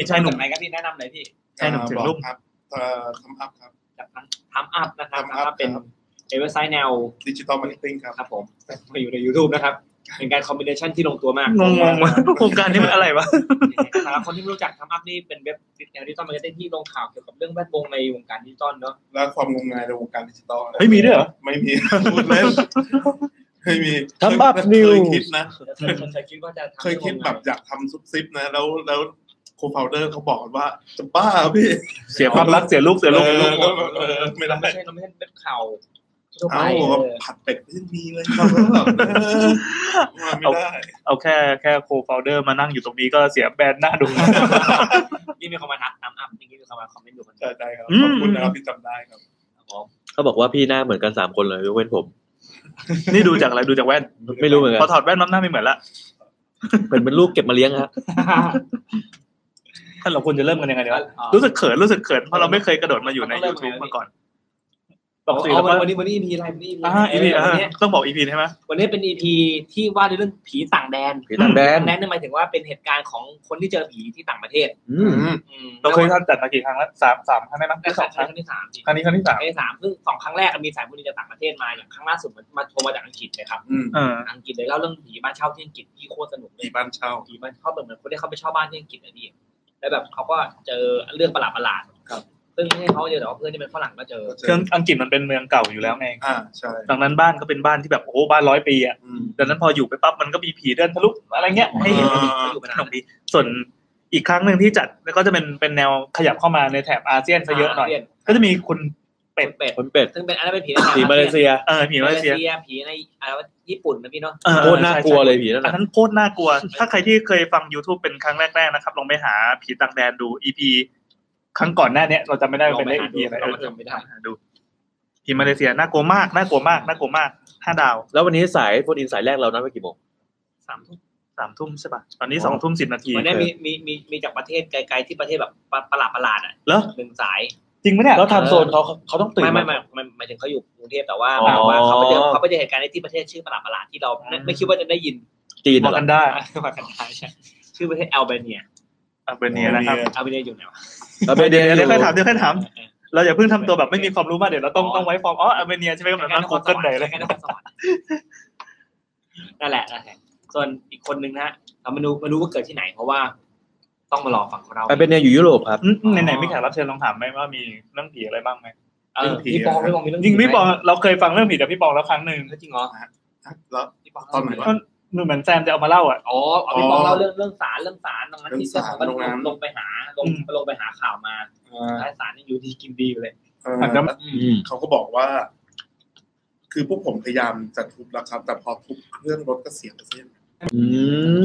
Speaker 2: มีชายหนุ่ม
Speaker 1: ไหนครับพี่แนะนำหน่อยพี่
Speaker 2: ใช่หนุ่มถึงรุ่ง
Speaker 4: อ่าบอกครับเอ่อทำอัพครับ
Speaker 1: จากทำอัพนะครับ
Speaker 4: Thumb Up
Speaker 1: ทำเป็น
Speaker 4: ครับ
Speaker 1: เว็บไซต์แนว
Speaker 4: ดิจิตอลมาร์เก็ตติ้งครับ
Speaker 1: ครับผมมาอยู่ใน YouTube นะครับ เป็นการคอมบิเนชันที่ลงตัวมาก
Speaker 2: งงๆวะโครงการนี้มันอะไรวะ
Speaker 1: สำหรับคนที่ไม่รู้จักทำอัพนี่เป็นเว็บแนวดิจิตอลมาร์เก็ตติ้งที่ลงข่าวเกี่ยวกับเรื่องแวดวงในวงการดิจิตอลเนาะ
Speaker 4: แล้วความงมงายในวงการดิจิตอล
Speaker 2: เฮ้ยมีด้วยเหรอ
Speaker 4: ไม่มี พูดเล่น ไม่มี
Speaker 3: ทำ Up
Speaker 4: เคย
Speaker 3: News
Speaker 4: คิดนะ
Speaker 1: เคยเคยคิดว่าจะทำ
Speaker 4: เคยคิดแบบอยากทำซุปซิปนะ แล้วแล้วโคฟาวเดอร์เขาบอกว่าจะบ้าพี่
Speaker 2: เสียความรักเสียลูกเสียลูก
Speaker 4: เอ
Speaker 2: เสียลู
Speaker 4: อก เออ ไม่ได้
Speaker 1: เราไม่ใช่เราไม่ใช่เป็นข่าวทั่วไป
Speaker 4: เอา
Speaker 1: เออ
Speaker 4: ผัดเป็ดไม่มีเลยครับแล้วแบบเออมาไม่ได้
Speaker 2: เอาแค่แค่โคฟลเดอร์มานั่งอยู่ตรงนี้ก็เสียแบรนด์หน้าดู
Speaker 1: นี่มีคนมาทักทำอัพนี่มีคนมาคอมเมนต์อยู่คนเดียว
Speaker 4: ใช่ได้ครับ
Speaker 2: อืม
Speaker 4: ขอบคุณนะครับที่จำได้ครับ
Speaker 1: ครับผม
Speaker 3: เขาบอกว่าพี่หน้าเหมือนกันสามคนเลยยกเว้นผม
Speaker 2: นี่ดูจากอะไรดูจากแว่น
Speaker 3: ไม่รู้เหมือน กัน
Speaker 2: พอถอดแว่นมับหน้าไม่เหมือนละ
Speaker 3: เป็นเป็นลูกเก็บมาเลี้ยงฮะ
Speaker 2: ท่านเราควรจะเริ่มกันยังไงดีวะ
Speaker 1: อ่ารู้
Speaker 2: รู้สึกเขินรู้สึกเขินเพราะเราไม่เคยกระโดดมาอยู่ใน
Speaker 1: เราต้องเริ่ม
Speaker 2: YouTube
Speaker 1: ยังไง
Speaker 2: มาก่อนป
Speaker 1: เอา
Speaker 2: กติ
Speaker 1: เอา
Speaker 2: เราก็
Speaker 1: วันนี้วันนี้ EP อะไรวันนี้ EP
Speaker 2: อ่าอีพี
Speaker 1: เออวันนี้
Speaker 2: ต้องบอกอีพีใช่ไหม
Speaker 1: วันนี้เป็น EP ที่ว่าด้วยเรื่องผีต่างแดน
Speaker 3: ผีต่างแดน
Speaker 1: ต่างแดนนั่นหมายถึงว่าเป็นเหตุการณ์ของคนที่เจอผีที่ต่างประเทศ
Speaker 3: อื
Speaker 4: อื
Speaker 3: ม
Speaker 4: ม
Speaker 1: อืม
Speaker 2: เราเคยทำจัดมากี่ครั้งแล้วสามสามครั้งได้มั้ง
Speaker 1: แล้ว
Speaker 2: ส
Speaker 1: ก็ค
Speaker 2: องครั้ง
Speaker 1: รั้งที่สามดิ
Speaker 2: ครั้งนี้ครั้งที่
Speaker 1: ค
Speaker 2: สา
Speaker 1: รั้ง
Speaker 2: ม
Speaker 1: ที่สามเพิ่งสองครั้งแรกมีสายบุรีจากต่างประเทศมาอย่างครั้งล่าสุดมันมาโทรมาจากอังกฤษเลยครับ
Speaker 4: อืม
Speaker 2: เออ
Speaker 1: อังกฤษเลยเล่าเรื่องผีบ้านเช่าที่อังกฤษที่โคตรสนุกเลย
Speaker 4: ผีบ้านเช่า
Speaker 1: ผีมันเข้าเหมือนคนที่เขาไปเช่าบ้านที่อังกฤษอะพี่แล้วแบบเขาก็เจอเรื่องประหลาดประหลาดๆ
Speaker 4: ครับ
Speaker 1: ซึ่งไม่ใช่เขาเจอแต่ว่าเพื่อนที่เป็นฝรั่งก็เจอ
Speaker 4: ก็เจ
Speaker 2: เครื่องอังกฤษมันเป็นเมืองเก่าอยู่แล้วไง
Speaker 4: อ่าใช่
Speaker 2: ดังนั้นบ้านก็เป็นบ้านที่แบบโอ้โหบ้านร้อยปีอ่ะ
Speaker 4: อืม
Speaker 2: ดังนั้นพออยู่ไปปั๊บมันก็มีผีเดินทะลุอะไรเงี้ยให้เห็น
Speaker 4: อ่า
Speaker 1: อยู่มานาน
Speaker 2: สนุกดีส่วนอีกครั้งหนึ่งที่จัดก็จะเป็นเป็นแนวขยับเข้ามาในแถบอาเซียนซะเยอะหน่อย
Speaker 1: รี
Speaker 2: ก็จะมีคุณเป็ด
Speaker 1: เป็ด
Speaker 3: คนเป็ด
Speaker 1: ซึ่งเป็นอันนั้นเป็นผีในต่าง
Speaker 3: ผีมาเลเซีย
Speaker 2: เออผี
Speaker 1: ผี
Speaker 2: มา
Speaker 1: มา
Speaker 2: เล
Speaker 1: เล
Speaker 2: เซีย
Speaker 1: เซียผีในอะไรวะญี่ปุ่นนะพี่เนาะ
Speaker 2: เออ
Speaker 3: โคตรน่ากลัวเลยผีนั่น
Speaker 2: อัน
Speaker 3: น่ะ
Speaker 2: นั้นโคตรน่ากลัว ถ้าใครที่เคยฟัง YouTube เป็นครั้งแรกๆนะครับลองไปหาผีต่างแดนดู EP ครั้งก่อนหน้าเนี้ยเราจำไม่ได้ว่าเป็นเลข EP อะไร
Speaker 1: เอ
Speaker 2: เออ
Speaker 1: อจำไม่ได้
Speaker 2: หาดูทีมมาเลเซียน่ากลัวมากน่ากลัวมากน่ากลัวมากห้าดาว
Speaker 3: แล้ววันนี้สายโฟนอินสายแรกเรานัดไว้กี่โมง
Speaker 1: สามทุ่ม
Speaker 2: สามทุ่มใช่ปะตอนนี้
Speaker 3: อ๋อ
Speaker 2: สองทุ่มสิบนาที
Speaker 1: วันนี้มีมีมีมีจากประเทศไกลๆที่ประเทศแบบประหลาดประหลาดๆอ่ะ
Speaker 2: เหรอ
Speaker 1: หนึ่งสาย
Speaker 2: จริงไหมเนี่ย
Speaker 3: แล้วไทำโซนเขาเขาต้องตื่น
Speaker 1: ไม่ไม่ไม่ไม่หมายถึงเขาอยู่กรุงเทพแต่ว่า
Speaker 3: อ๋อ
Speaker 1: แบบว่าเขาไปเจอเขาไปเจอเหตุการณ์ในที่ประเทศชื่อประหลาดประหลาดๆที่เราไม่ไม่คิดว่าจะได้ยิน
Speaker 3: จีน
Speaker 2: บอก
Speaker 3: เหรอ
Speaker 2: กันได้
Speaker 1: มากันได้ใช่ชื่อประเทศแอลเบเนีย
Speaker 2: อ่ะเป็นเนี่ยนะครับ
Speaker 1: แอลเบเนียอยู่ไหนวะ
Speaker 3: แล้วไปเด
Speaker 2: เดี๋ยวเดี๋ยวค่อยถาม
Speaker 3: น
Speaker 2: เดี๋ยวค่อยถามเราอย่าเพิ่งทำตัวแบบไม่มีความรู้มากเดี๋ยวเราต้องต้องไว้ฟอร์มอ๋ออาร์เมเนียใช่ไหมกำลังนั่งกูเกิลไหนเลย
Speaker 1: ใกล้ๆนครสวรรค์นั่นแหละนั่นแหละส่วนอีกคนนึงนะฮะเราไม่รู้ไม่รู้ว่าเกิดที่ไหน เพราะว่า ต้องมารอฟังของเรา
Speaker 3: ไปเป็นเนี่ยอยู่ยุโรปครับ
Speaker 2: อืมไหนไหนมีแขกรับเชิญลองถามไหมว่ามีเรื่องผีอะไรบ้างไหม
Speaker 1: เออ
Speaker 4: ผี
Speaker 1: พี่ปองพี่ปองมีเรื่อง
Speaker 2: จริงพี่ปอง
Speaker 1: ไหม
Speaker 2: เราเคยฟังเรื่องผีจากพี่ปองแล้วครั้งหนึ่ง
Speaker 1: เออจริงเหรอ
Speaker 4: แล้ว
Speaker 1: พี่ปอง
Speaker 4: ตอนไหนวะ
Speaker 2: หนูเหมือนแซมจะเอามาเล่าอ่ะ
Speaker 1: อ๋อเอาพี่ปองเล่าเรื่องเรื่องสารเรื่องสารตรงนั้นที่
Speaker 4: เรื่องศาล
Speaker 1: เจ้ขอ
Speaker 4: โรงแรม
Speaker 1: ลงไปหาลง
Speaker 2: อืม
Speaker 1: ลงไปหาข่าวมา
Speaker 4: อ่า
Speaker 1: สารยังอยู่ดีกินดีอยู่เลย
Speaker 4: เอ่อ
Speaker 2: อาจจะ
Speaker 3: อืม
Speaker 4: เขาก็บอกว่า คือพวกผมพยายามจะทุบแล้วครับ แต่พอทุบเครื่องรถก็เสียงเส้น
Speaker 3: อื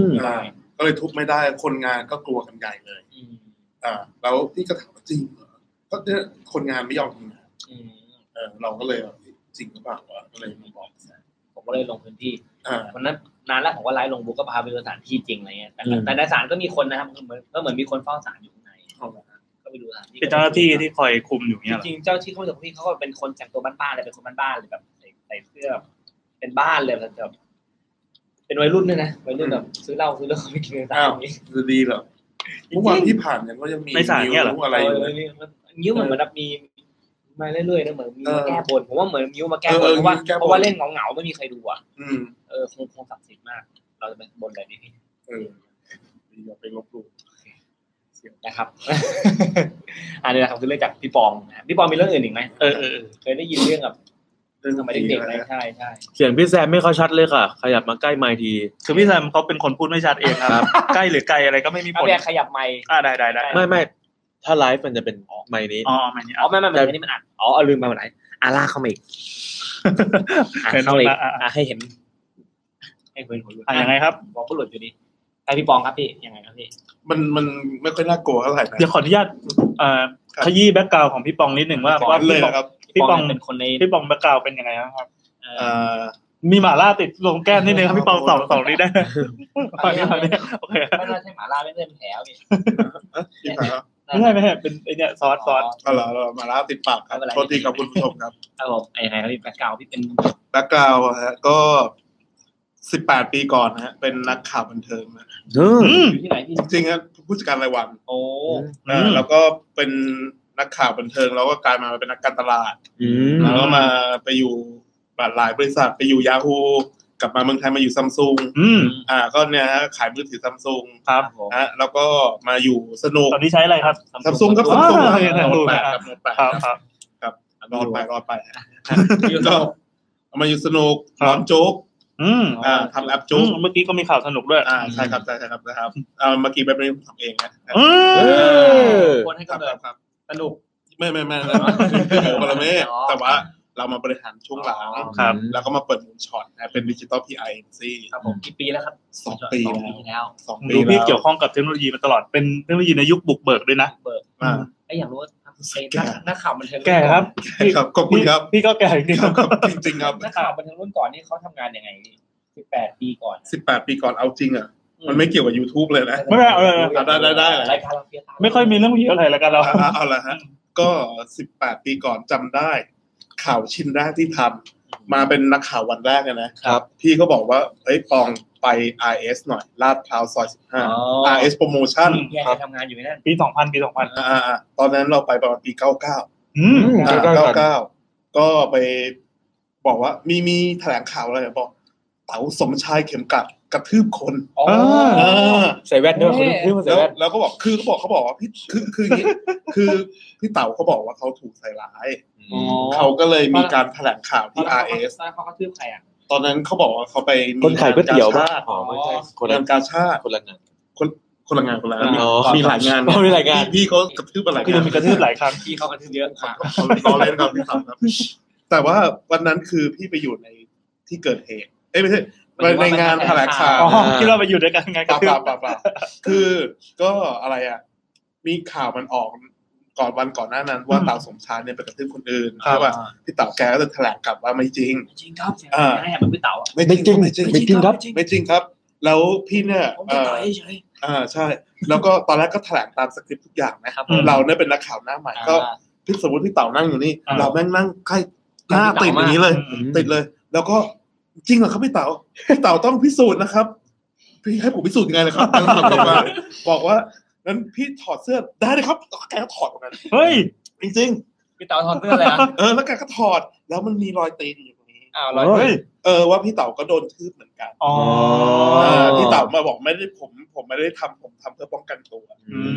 Speaker 3: ม
Speaker 4: อ่าก็เลยทุบไม่ได้คนงานก็กลัวกันใหญ่เลย
Speaker 1: อืม
Speaker 4: อ่า แล้วพี่ก็ถามว่าจริงเหรอก็เนี่ยคนงานไม่ยอมทำงาน
Speaker 1: อืม
Speaker 4: เออเราก็เลยแบบจริงหรือเปล่าวะก็เลยมาบอกแซม
Speaker 1: ผมก็เลยลงพื้นที่
Speaker 4: อ่า
Speaker 1: วันนั้นนานแล้วผมก็ไลฟ์ลงบุ๊กก็พาไปดูสถานที่จริงอะไรเงี้ยแต่
Speaker 3: อืม
Speaker 1: แต่ในศาลก็มีคนนะครับก็เหมือนก็เหมือนมีคนเฝ้าศาลอยู่ข้างใน
Speaker 4: เอาละ
Speaker 1: ก็ไปดูสถานที่
Speaker 2: เป็นเจ้าหน้าที่ที่คอยคุมอยู่เนี่ยเหรอ
Speaker 1: จริงๆเจ้าที่เขาจะพี่เขาก็เป็นคนจากตัวบ้านๆเลยเป็นคนบ้านๆเลยแบบใส่ใส่เสื้อแบบเป็นบ้านเลยแบบแบบเป็นวัยรุ่นด้วยนะวัยรุ่นแบบซื้อเหล้าซื้อเหล้าไม่กินในศาล
Speaker 4: อ้าว
Speaker 1: นี้
Speaker 4: จะดีเหรอเมื่อวานที่ผ่านเนี่ยก็ยังมี
Speaker 2: ในศาลเนี่ยเหรอ
Speaker 4: วอะไรอยู่เลย
Speaker 1: นิ้วเหมือนแบบมีมาเรื่อยๆนะเหมือนมี
Speaker 4: เออ
Speaker 1: มาแก้บนผมว่าเหมือนนิ้วมาแก้บ
Speaker 4: เอน
Speaker 1: เพ
Speaker 4: อ
Speaker 1: ราะว่า
Speaker 4: นิ้วแก้บน
Speaker 1: เพราะว่าเล่นเหงาๆไม่มีใครดูอ่ะ
Speaker 4: อืม
Speaker 1: เออคงคงศักดิ์สิทธิ์มาก เราจะไปบนอะไรดีพี่
Speaker 4: เออดีอย่าไปลบหลู่
Speaker 1: นะครับ อันนี้นะครับคือเรื่องจากพี่ปองนะครับพี่ปองมีเรื่องอื่นอีกไหม
Speaker 2: เออเออเออ
Speaker 1: เคยได้ยินเรื่องแบบ
Speaker 4: เรื่อง
Speaker 1: สมัยเด็กๆไหม
Speaker 4: นะ
Speaker 1: ใช่ใช่
Speaker 3: เสียงพี่แซมไม่ค่อยชัดเลยค่ะ ขยับมาใกล้ไมค์ที
Speaker 2: คือพี่แซมเขาเป็นคนพูดไม่ชัดเองครับ ใกล้หรือไกลอะไรก็ไม่มีผ
Speaker 1: เอา
Speaker 2: ล
Speaker 1: แยกขยับไมค์
Speaker 2: อ่าได้ได้ได้
Speaker 3: ไม่ไม่ถ้าไลฟ์มันจะเป็นไมค์นี้
Speaker 2: อ๋อไม่เนี่ย
Speaker 1: อ๋อไม่ไม่ไม่อันนี้มันอัดอ๋อเอาลืมไปวันไหนอาล่าเข้ามาอีกอ่ะ
Speaker 2: เห็น
Speaker 1: เข้ามาอีก
Speaker 2: แล้วอ่ะอ่ะ
Speaker 1: อ่ะให้เห็น ให้เห็นหัวหลุด
Speaker 2: อ่ะยังไงครับ
Speaker 1: บอกก็หลุดอยู่ดีใครพี่ปองครับพี่ยังไงครับพี่
Speaker 4: มันมันไม่ค่อยน่ากลัวเท่าไหร่นะ
Speaker 2: เดี๋ยวขออนุญาตเอ่อ
Speaker 4: ครับ
Speaker 2: ขยี้แบ็กกราวของพี่ปองนิดหนึ่งว่าว่า
Speaker 4: เล
Speaker 2: พี่ปอง
Speaker 4: ยนะครับ
Speaker 2: พี่ปอง
Speaker 1: เนี่ยเป็นคนใน
Speaker 2: พี่ปองแบ็กกราวเป็นยังไงบ้างครับ
Speaker 1: เอ่
Speaker 4: เอ่
Speaker 1: อ
Speaker 4: อ
Speaker 2: มีหมาล่าติดลงแก้มนิดนึงครับพี่ปองสองสองนี้ได้ฝั่งนี้ฝั่งนี้โอเค
Speaker 1: ไม่น่าใช่หมาล่าไม่ได้เป็นแผลพี่
Speaker 4: ที่ผ่านมา
Speaker 2: ไม่ใช่ไม่ใช่เป็นไอเนี่ยซอสซอส
Speaker 4: เอาล่ะเรามาแล้วติดปากครับโทษทีครับคุณผู้ชมครับ
Speaker 1: ครับผมไอ้ยังไงครับพี่แบ็คกราวด์พี่เป็น
Speaker 4: แบ็กกราวด์ฮะก็สิบแปดปีก่อนนะฮะ เป็นนักข่าวบันเทิงนะ
Speaker 3: อืม
Speaker 2: อืม
Speaker 1: อยู่ที่ไหนพี่
Speaker 4: จริงๆฮะผู้จัดการรายวัน
Speaker 1: โอ้
Speaker 4: นะแล้วก็เป็นนักข่าวบันเทิง แล้วก็กลายมาเป็นนักการตลาด
Speaker 3: อืม
Speaker 4: แล้วก็มาไปอยู่หลายบริษัทไปอยู่ยา o ูกลับมาเมืองไทยมาอยู่ซัมซุง
Speaker 2: อืม
Speaker 4: อ่า ก็เนี่ยฮะขายมือถือซัมซุง
Speaker 2: ครับ
Speaker 4: ฮะแล้วก็มาอยู่สนุก
Speaker 2: ตอนนี้ใช้อะไรครับ
Speaker 4: ซัมซุงครับซัมซุง
Speaker 2: ว้าว
Speaker 4: รอดแปดครับรอดแปด
Speaker 2: ค
Speaker 4: ค
Speaker 2: รั
Speaker 4: รั
Speaker 2: บบ ครับ
Speaker 4: รอดไปรอดไปฮะก็เอามาอยู่สนุก
Speaker 2: ครับ
Speaker 4: ร้อนโจ๊ก
Speaker 2: อืม
Speaker 4: อ่าทำแอป
Speaker 2: จุ
Speaker 4: โจ๊ก
Speaker 2: เมื่อกี้ก็มีข่าวสนุกด้วย
Speaker 4: อ่าใช่ครับใช่ใช่ครับนะครับเอาเมื่อกี้ไปเป็นผมทำเองนะ
Speaker 2: อื
Speaker 3: เอ
Speaker 2: ม
Speaker 3: อ
Speaker 1: คนให้
Speaker 4: ครับ
Speaker 1: กำเนิ
Speaker 4: ครั
Speaker 1: ด
Speaker 4: บครับ
Speaker 1: สนุก
Speaker 4: ไม่ไม่ไม่แล้วนะคืออยู่ปรเมศแต่ว่าเรามาบริหารช่วงหลัง
Speaker 1: อ๋อ
Speaker 2: ครับ
Speaker 4: แล้วก็มาเปิดมูลช็อตนะเป็นดิจิตอลพีไอซี
Speaker 1: ครับผมกี่ปีแล้วครับ
Speaker 4: สองปี
Speaker 1: สอง
Speaker 4: แล้
Speaker 1: ปี
Speaker 4: ว
Speaker 1: แล้ว
Speaker 4: สองปี
Speaker 2: ดูพี่
Speaker 4: แล้ว
Speaker 2: เกี่ยวข้องกับเทคโนโลยีมาตลอดเป็นเทคโนโลยีในยุคบุกเบิกด้วยนะ
Speaker 1: เบิร์ก
Speaker 4: อ่า
Speaker 1: ไอยอยากรู้ว่าทำเป็น
Speaker 4: แก่
Speaker 1: นักนักข่าวบันเทิง
Speaker 2: แก่ครับพี่
Speaker 4: ครับขอบคุณครับ
Speaker 2: พี่ก็แก่จริง
Speaker 4: ค
Speaker 2: ๆค
Speaker 4: รั
Speaker 2: รั
Speaker 4: บบ ครับจริงๆครับ
Speaker 1: นักข่าวบันเทิงรุ่นก่อนนี่เขาทำงานยังไงสิบแปดปีก่อน
Speaker 4: สิบแปดปีก่อนเอาจริงอ่ะ มันไม่เกี่ยวกับ YouTube เลยนะ
Speaker 2: ไม่เป็นไรเอาเลยเอาเลย
Speaker 4: ได้ได้ได้ได้
Speaker 1: รายการเราเฟียสตา
Speaker 2: ไม่ค่อยมีเรื่องผีอะไรแล้วกันเรา
Speaker 4: อ่ะเอาละฮะ ก็ 18 ปีก่อนจำได้ ข่าวชิ้นแรกที่ทำมาเป็นนักข่าววันแรกเลยนะ
Speaker 3: ครับ
Speaker 4: พี่ก็บอกว่าเอ้ยปองไป RS หน่อย ลาดพร้าวซอย
Speaker 3: อ๋อ
Speaker 4: 15 RS Promotion
Speaker 2: อืม
Speaker 1: เนี่ยทำงานอยู่ในนั่น
Speaker 2: ปีสองพันปีสองพัน
Speaker 4: อ่าอ่าตอนนั้นเราไปประมาณปี 99อ่า
Speaker 2: อืม
Speaker 3: เก้าเก้า
Speaker 4: 99 ก็ไปบอกว่ามีมีแถลงข่าวอะไรบอก เต๋าสมชายเข็มกลัดกระทืบคน
Speaker 1: อ๋อ
Speaker 2: เอ
Speaker 4: า
Speaker 3: ใส่แว่นด้วย
Speaker 1: เท่
Speaker 3: คนที่ขึ้นมาใส่
Speaker 4: แล้ว
Speaker 3: แว่น
Speaker 4: แล้วก็บอกคือเขาบอกเขาบอกว่าพี่คือคืออย่างงี้ คือพี่เต๋าเขาบอกว่าเขาถูกใส่ร้าย
Speaker 1: อ๋อ
Speaker 4: เขาก็เลยมีการแถลงข่าวที่ RS
Speaker 1: ตอนนั้นเขากระทืบใครอ่ะ
Speaker 4: ตอนนั้นเขาบอกว่าเขาไปมี
Speaker 3: คนขายก๋วยเตี๋ยวบ้า
Speaker 4: ชาติ
Speaker 3: อ๋อไม่ใช่คนละ
Speaker 4: งานกาชาติ
Speaker 3: คนละงาน
Speaker 4: คนละงานคนละงาน
Speaker 3: อ๋อ
Speaker 4: มีหลายงาน
Speaker 3: อ๋อมีหลายงาน
Speaker 4: พี่พี่เขากระทืบอะไร
Speaker 2: ก็ยังมีกระทืบหลายครั้ง
Speaker 1: พี่เขากระทืบเยอะ
Speaker 4: อ่ะรอเล่นครับพี่เต๋าครับ แต่ว่าวันนั้นคือพี่ไปอยู่ในที่เกิดเหตุ เอ้ยไม่ใช่ไปในงานแถลงข่าว
Speaker 2: อ๋อคิดว่าไปอยู่ด้วยกันไงก
Speaker 4: ป
Speaker 2: ระ
Speaker 4: ล่า
Speaker 2: ทืบ
Speaker 4: เปล่าเปล่าเปล่าคือก็อะไรอ่ะ มีข่าวมันออกก่อนวันก่อนหน้านั้น ว่าเต่าสมชายเนี่ยไปกระทืบคนอื่นใช่ป่ะพี่เต่าแกก็จะแถลงกลับว่าไม่จริง
Speaker 1: จริงครับเสียงง่ายแบบพี่เต๋าอะ
Speaker 3: ไม่จริงไม่จริงครับ
Speaker 4: ไม่จริงครับ แล้วพี่เนี่ย
Speaker 1: ผม
Speaker 4: เอ
Speaker 1: จะ
Speaker 4: อ
Speaker 1: ต่อยเฉย
Speaker 4: อ่าใช่ แล้วก็ตอนแรกก็แถลงตามสคริปต์ทุกอย่างนะครับ
Speaker 1: ผม
Speaker 4: เราเนี่ยเป็นนักข่าวหน้าใหม่ก็พี่สมมติพี่เต่านั่งอยู่นี่ เราแม่งนั่งใกล้หน้าติดอย่างนี้เลย
Speaker 2: อืม
Speaker 4: ติดเลย แล้วก็จริงเหรอครับพี่เต๋าพี่เต๋าต้องพิสูจน์นะครับ พี่ให้ผมพิสูจน์ยังไงเลยครับ แล้วผมบอกว่าบอกว่านั้นพี่ถอดเสื้อได้เลยครับแล้วแกก็ถอดออกมา
Speaker 2: เฮ้ย
Speaker 4: จริง
Speaker 1: พี่เต๋าถอดเสื้อเลยอ่ะ
Speaker 4: ๆเออแล้วแกก็ถอดแล้วมันมีรอยตีนอยู่ตรงนี้
Speaker 1: อ้าวลอย
Speaker 2: เฮ้ย
Speaker 4: เออว่าพี่เต๋าก็โดนทืบเหมือนกัน
Speaker 2: อ๋อ
Speaker 4: เออ
Speaker 2: ที่
Speaker 4: พี่
Speaker 2: ตับ
Speaker 4: เต๋ามาบอกไม่ได้ผม ผมไม่ได้ทำผมทำเพื่อป้องกันตัว
Speaker 2: อืม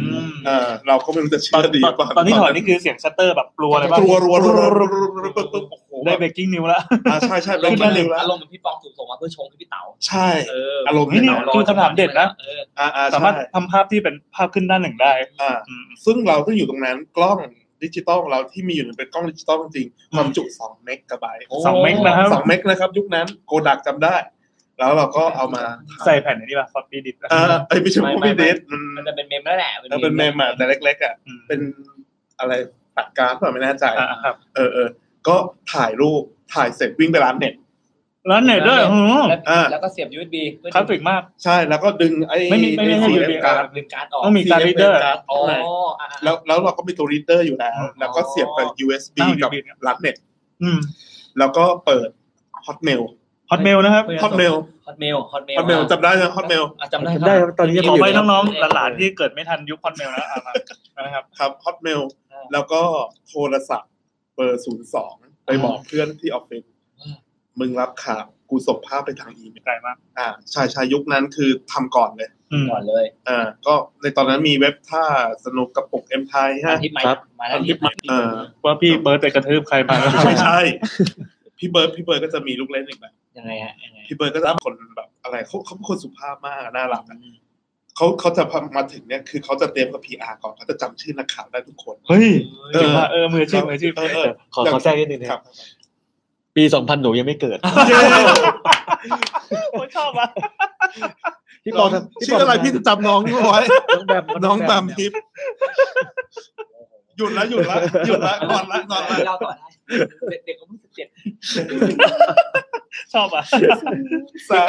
Speaker 4: เออเราก็ไม่รู้จะ
Speaker 2: ตอน
Speaker 4: เชื่อดี
Speaker 2: ตอน
Speaker 4: กว่า
Speaker 2: ตอนที่ถอดนี่คือเสียงชัตเตอร์แบบกลัวเลยป่ะ
Speaker 4: รัวรัวรัวรัวรัวรัวรัวรัวโอ้โหแบ
Speaker 2: ได้
Speaker 4: บ
Speaker 2: เบรกกิ้งนิวแล้ว
Speaker 4: อ่าใช่ใช่แล้ว
Speaker 1: อาร
Speaker 4: เร็วแล้ว
Speaker 1: มณ์เหมือนพี่ปองถูกส่งมาเพื่อชงพี่เต๋า
Speaker 4: ใช่
Speaker 1: เออ
Speaker 4: อารมณ์
Speaker 2: นี่นี่
Speaker 4: เนาะ
Speaker 2: คือคำถามเด็ดนะ
Speaker 1: เออ
Speaker 4: อ่าอ่าใช่
Speaker 2: สามารถทำภาพที่เป็นภาพขึ้นด้านหนึ่งได้
Speaker 4: อ่า
Speaker 2: อืม
Speaker 4: ซึ่งเราต้องอยู่ตรงนั้นกล้องดิจิตอลของเราที่มีอยู่เนี่ยเป็นกล้องดิจิตอลจริงๆความจุสองเมกะไบต์
Speaker 2: สองเมกนะครับ
Speaker 4: สองเมกนะครับ ยุคนั้นโกดักจำได้ แล้วเราก็เอามา
Speaker 2: ใส่แผ่นอันนี้ป่ะฟอปปี้ดิส
Speaker 4: เออไอยไม่ใช่พวกพี่เดทมัน
Speaker 1: มันจะเป็นเมมแล้วแหละ
Speaker 4: เออเป็นเมมอะแต่เล็กๆอ่ะเป็นอะไรปากกาเปล่าไม่แน่ใจ
Speaker 2: ครับ
Speaker 4: เออเออก็ถ่ายรูปถ่ายเสร็จวิ่งไปร้านเน็ต
Speaker 2: แล้วเน็ตด้วยหืม
Speaker 1: แล้ว
Speaker 4: อ่า
Speaker 1: แล้วก็เสียบ USB เพื่อ
Speaker 2: คลาสสิกมาก
Speaker 4: ใช่แล้วก็ดึงไอ้
Speaker 2: ไม่มีไม่มีให้
Speaker 4: ซี
Speaker 2: อยู่
Speaker 4: เอ็
Speaker 2: ดี
Speaker 4: มการ์ด
Speaker 1: ดึงการ์ดออก
Speaker 2: ต้องมีการ์ดรีดเดอร์
Speaker 4: การ์ด
Speaker 1: อ๋อ
Speaker 4: ข้างใน
Speaker 1: อ่ะอ่ะ
Speaker 4: แล้วแล้วเราก็มีตัวรีดเดอร์อยู่แล้ว
Speaker 2: อ๋อ
Speaker 4: แล้วก็เสียบกับ USB
Speaker 2: ตั้ง
Speaker 4: กับ
Speaker 2: USB เนี่ย
Speaker 4: ร้านเน็ต
Speaker 2: อืม
Speaker 4: แล้วก็เปิด Hotmail
Speaker 2: ฮอตเมลนะครับ
Speaker 1: ไม่
Speaker 4: Hotmail
Speaker 1: Hotmail Hotmail
Speaker 4: Hotmail จำได้ไหม Hotmail
Speaker 1: อ่ะจำได้ครั
Speaker 3: ได้ครับตอนนี้ยัง
Speaker 2: ขอ
Speaker 3: มียู่
Speaker 2: ไว้น้องๆ หลานๆที่เกิดไม่ทันยุคฮอตเมลนะอ่ะมานะครับ
Speaker 4: ครับ Hotmail
Speaker 1: อ่า
Speaker 4: แล้วก็โทรศัพท์เบอร์ศูนย์สองไปบอกเพื่อนที่ออฟฟิศ
Speaker 1: อ่า
Speaker 4: มึงรับข่าวกูส่งภาพไปทางอีเมล
Speaker 2: ไกลมาก
Speaker 4: อ่าชายชายยุคนั้นคือทำก่อนเลย
Speaker 2: อืม
Speaker 1: ก่อนเลย
Speaker 4: อ่าก็ในตอนนั้นมีเว็บท่าสนุกกระปุกเอ็มไทยฮะ
Speaker 1: อาทิตย์ใหม่
Speaker 3: ครับ
Speaker 1: มาแล้ว
Speaker 4: ทิปมันเออ
Speaker 2: ว่าพี่เบิร์ดไปกระทืบใครมาแล้ว
Speaker 4: ไม่ใช่ พี่เบิร์ดพี่เบิร์ดก็จะมีลูกเล่นอีกแบบ
Speaker 1: ยังไงฮะยังไง
Speaker 4: พี่เบิร์ดก็จะเป็นคนแบบอะไรเขาเขาเป็นคนสุภาพมากอะน่ารักอะเขาเขาจะมาถึงเนี่ยคือเขาจะเตรียมกับพีอาร์ก่อนเขาจะจำชื่อนักข่าวได้ทุกคน
Speaker 2: เฮ้ย
Speaker 4: ออ
Speaker 2: เก่งว่ากเออมืออาชีพมืออาชีพ
Speaker 4: เออเออ
Speaker 3: ขอขอแทรกนิดนึงนะครับ ปี 2000 หนูยังไม่เกิด
Speaker 2: ผมชอบอ่ะ
Speaker 3: พี่ปองทำ
Speaker 4: ชื่ออะไรพี่จะจำน้องไว้
Speaker 3: น้องแบม
Speaker 4: น้องแบมทิพย์หยุดละหยุดละหยุดละนอนละนอนละ
Speaker 1: เราต่อได้เด็กๆเขาเพิ่งสิบเจ็ด
Speaker 2: ชอบอ่ะ
Speaker 4: สาด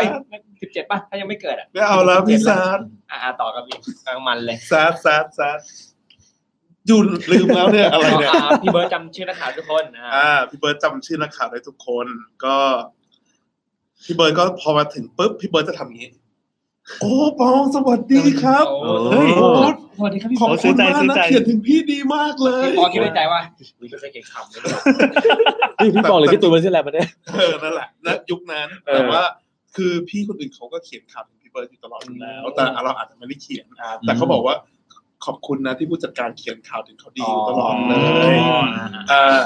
Speaker 1: สิบเจ็ดป่ะถ้ายังไม่เกิดอ่ะ
Speaker 4: ไม่เอาแล้วพี่สาด
Speaker 1: อ่ะอ่ะต่อกับอีกกลางมันเลย
Speaker 4: สาดสาดสาดหยุดลืมแล้วเนี่ยอะไรเนี่ย
Speaker 1: อ่ะพี่เบิร์ดจำชื่อนักข่าวทุกคนอ่ะ
Speaker 4: อ่าพี่เบิร์ดจำชื่อนักข่าวได้ทุกคน ก็พี่เบิร์ดก็พอมาถึงปุ๊บพี่เบิร์ดจะทำอย่างนี้ โอ้ปองสวัสดีครับ
Speaker 1: โอ้
Speaker 4: เฮ้ยโอ้
Speaker 1: สวัสดีครับพี่
Speaker 4: ขอบคุณมากนะเขียนถึงพี่ดีมากเลย
Speaker 1: พี่ปอคิดในใจว่าวิจะเก่งขำเลยเนี่ย
Speaker 3: พี่พี่ปองหรือพี่ตูนมันชื่ออะไรมาเนี่ย
Speaker 4: เออนั่นแหละณยุคนั้น
Speaker 3: เออ
Speaker 4: แต่ว่า คือพี่คนอื่นเขาก็เขียนข่าวถึงพี่เบิร์ดอยู่ตลอดอยู่แล้ว แต่เราอาจจะไม่ได้เขียนอ่ะแต่เขาบอกว่า ขอบคุณนะที่ผู้จัดการเขียนข่าวถึงเขาดีอยู่ตลอดเลย
Speaker 1: อ๋อ
Speaker 4: อ่า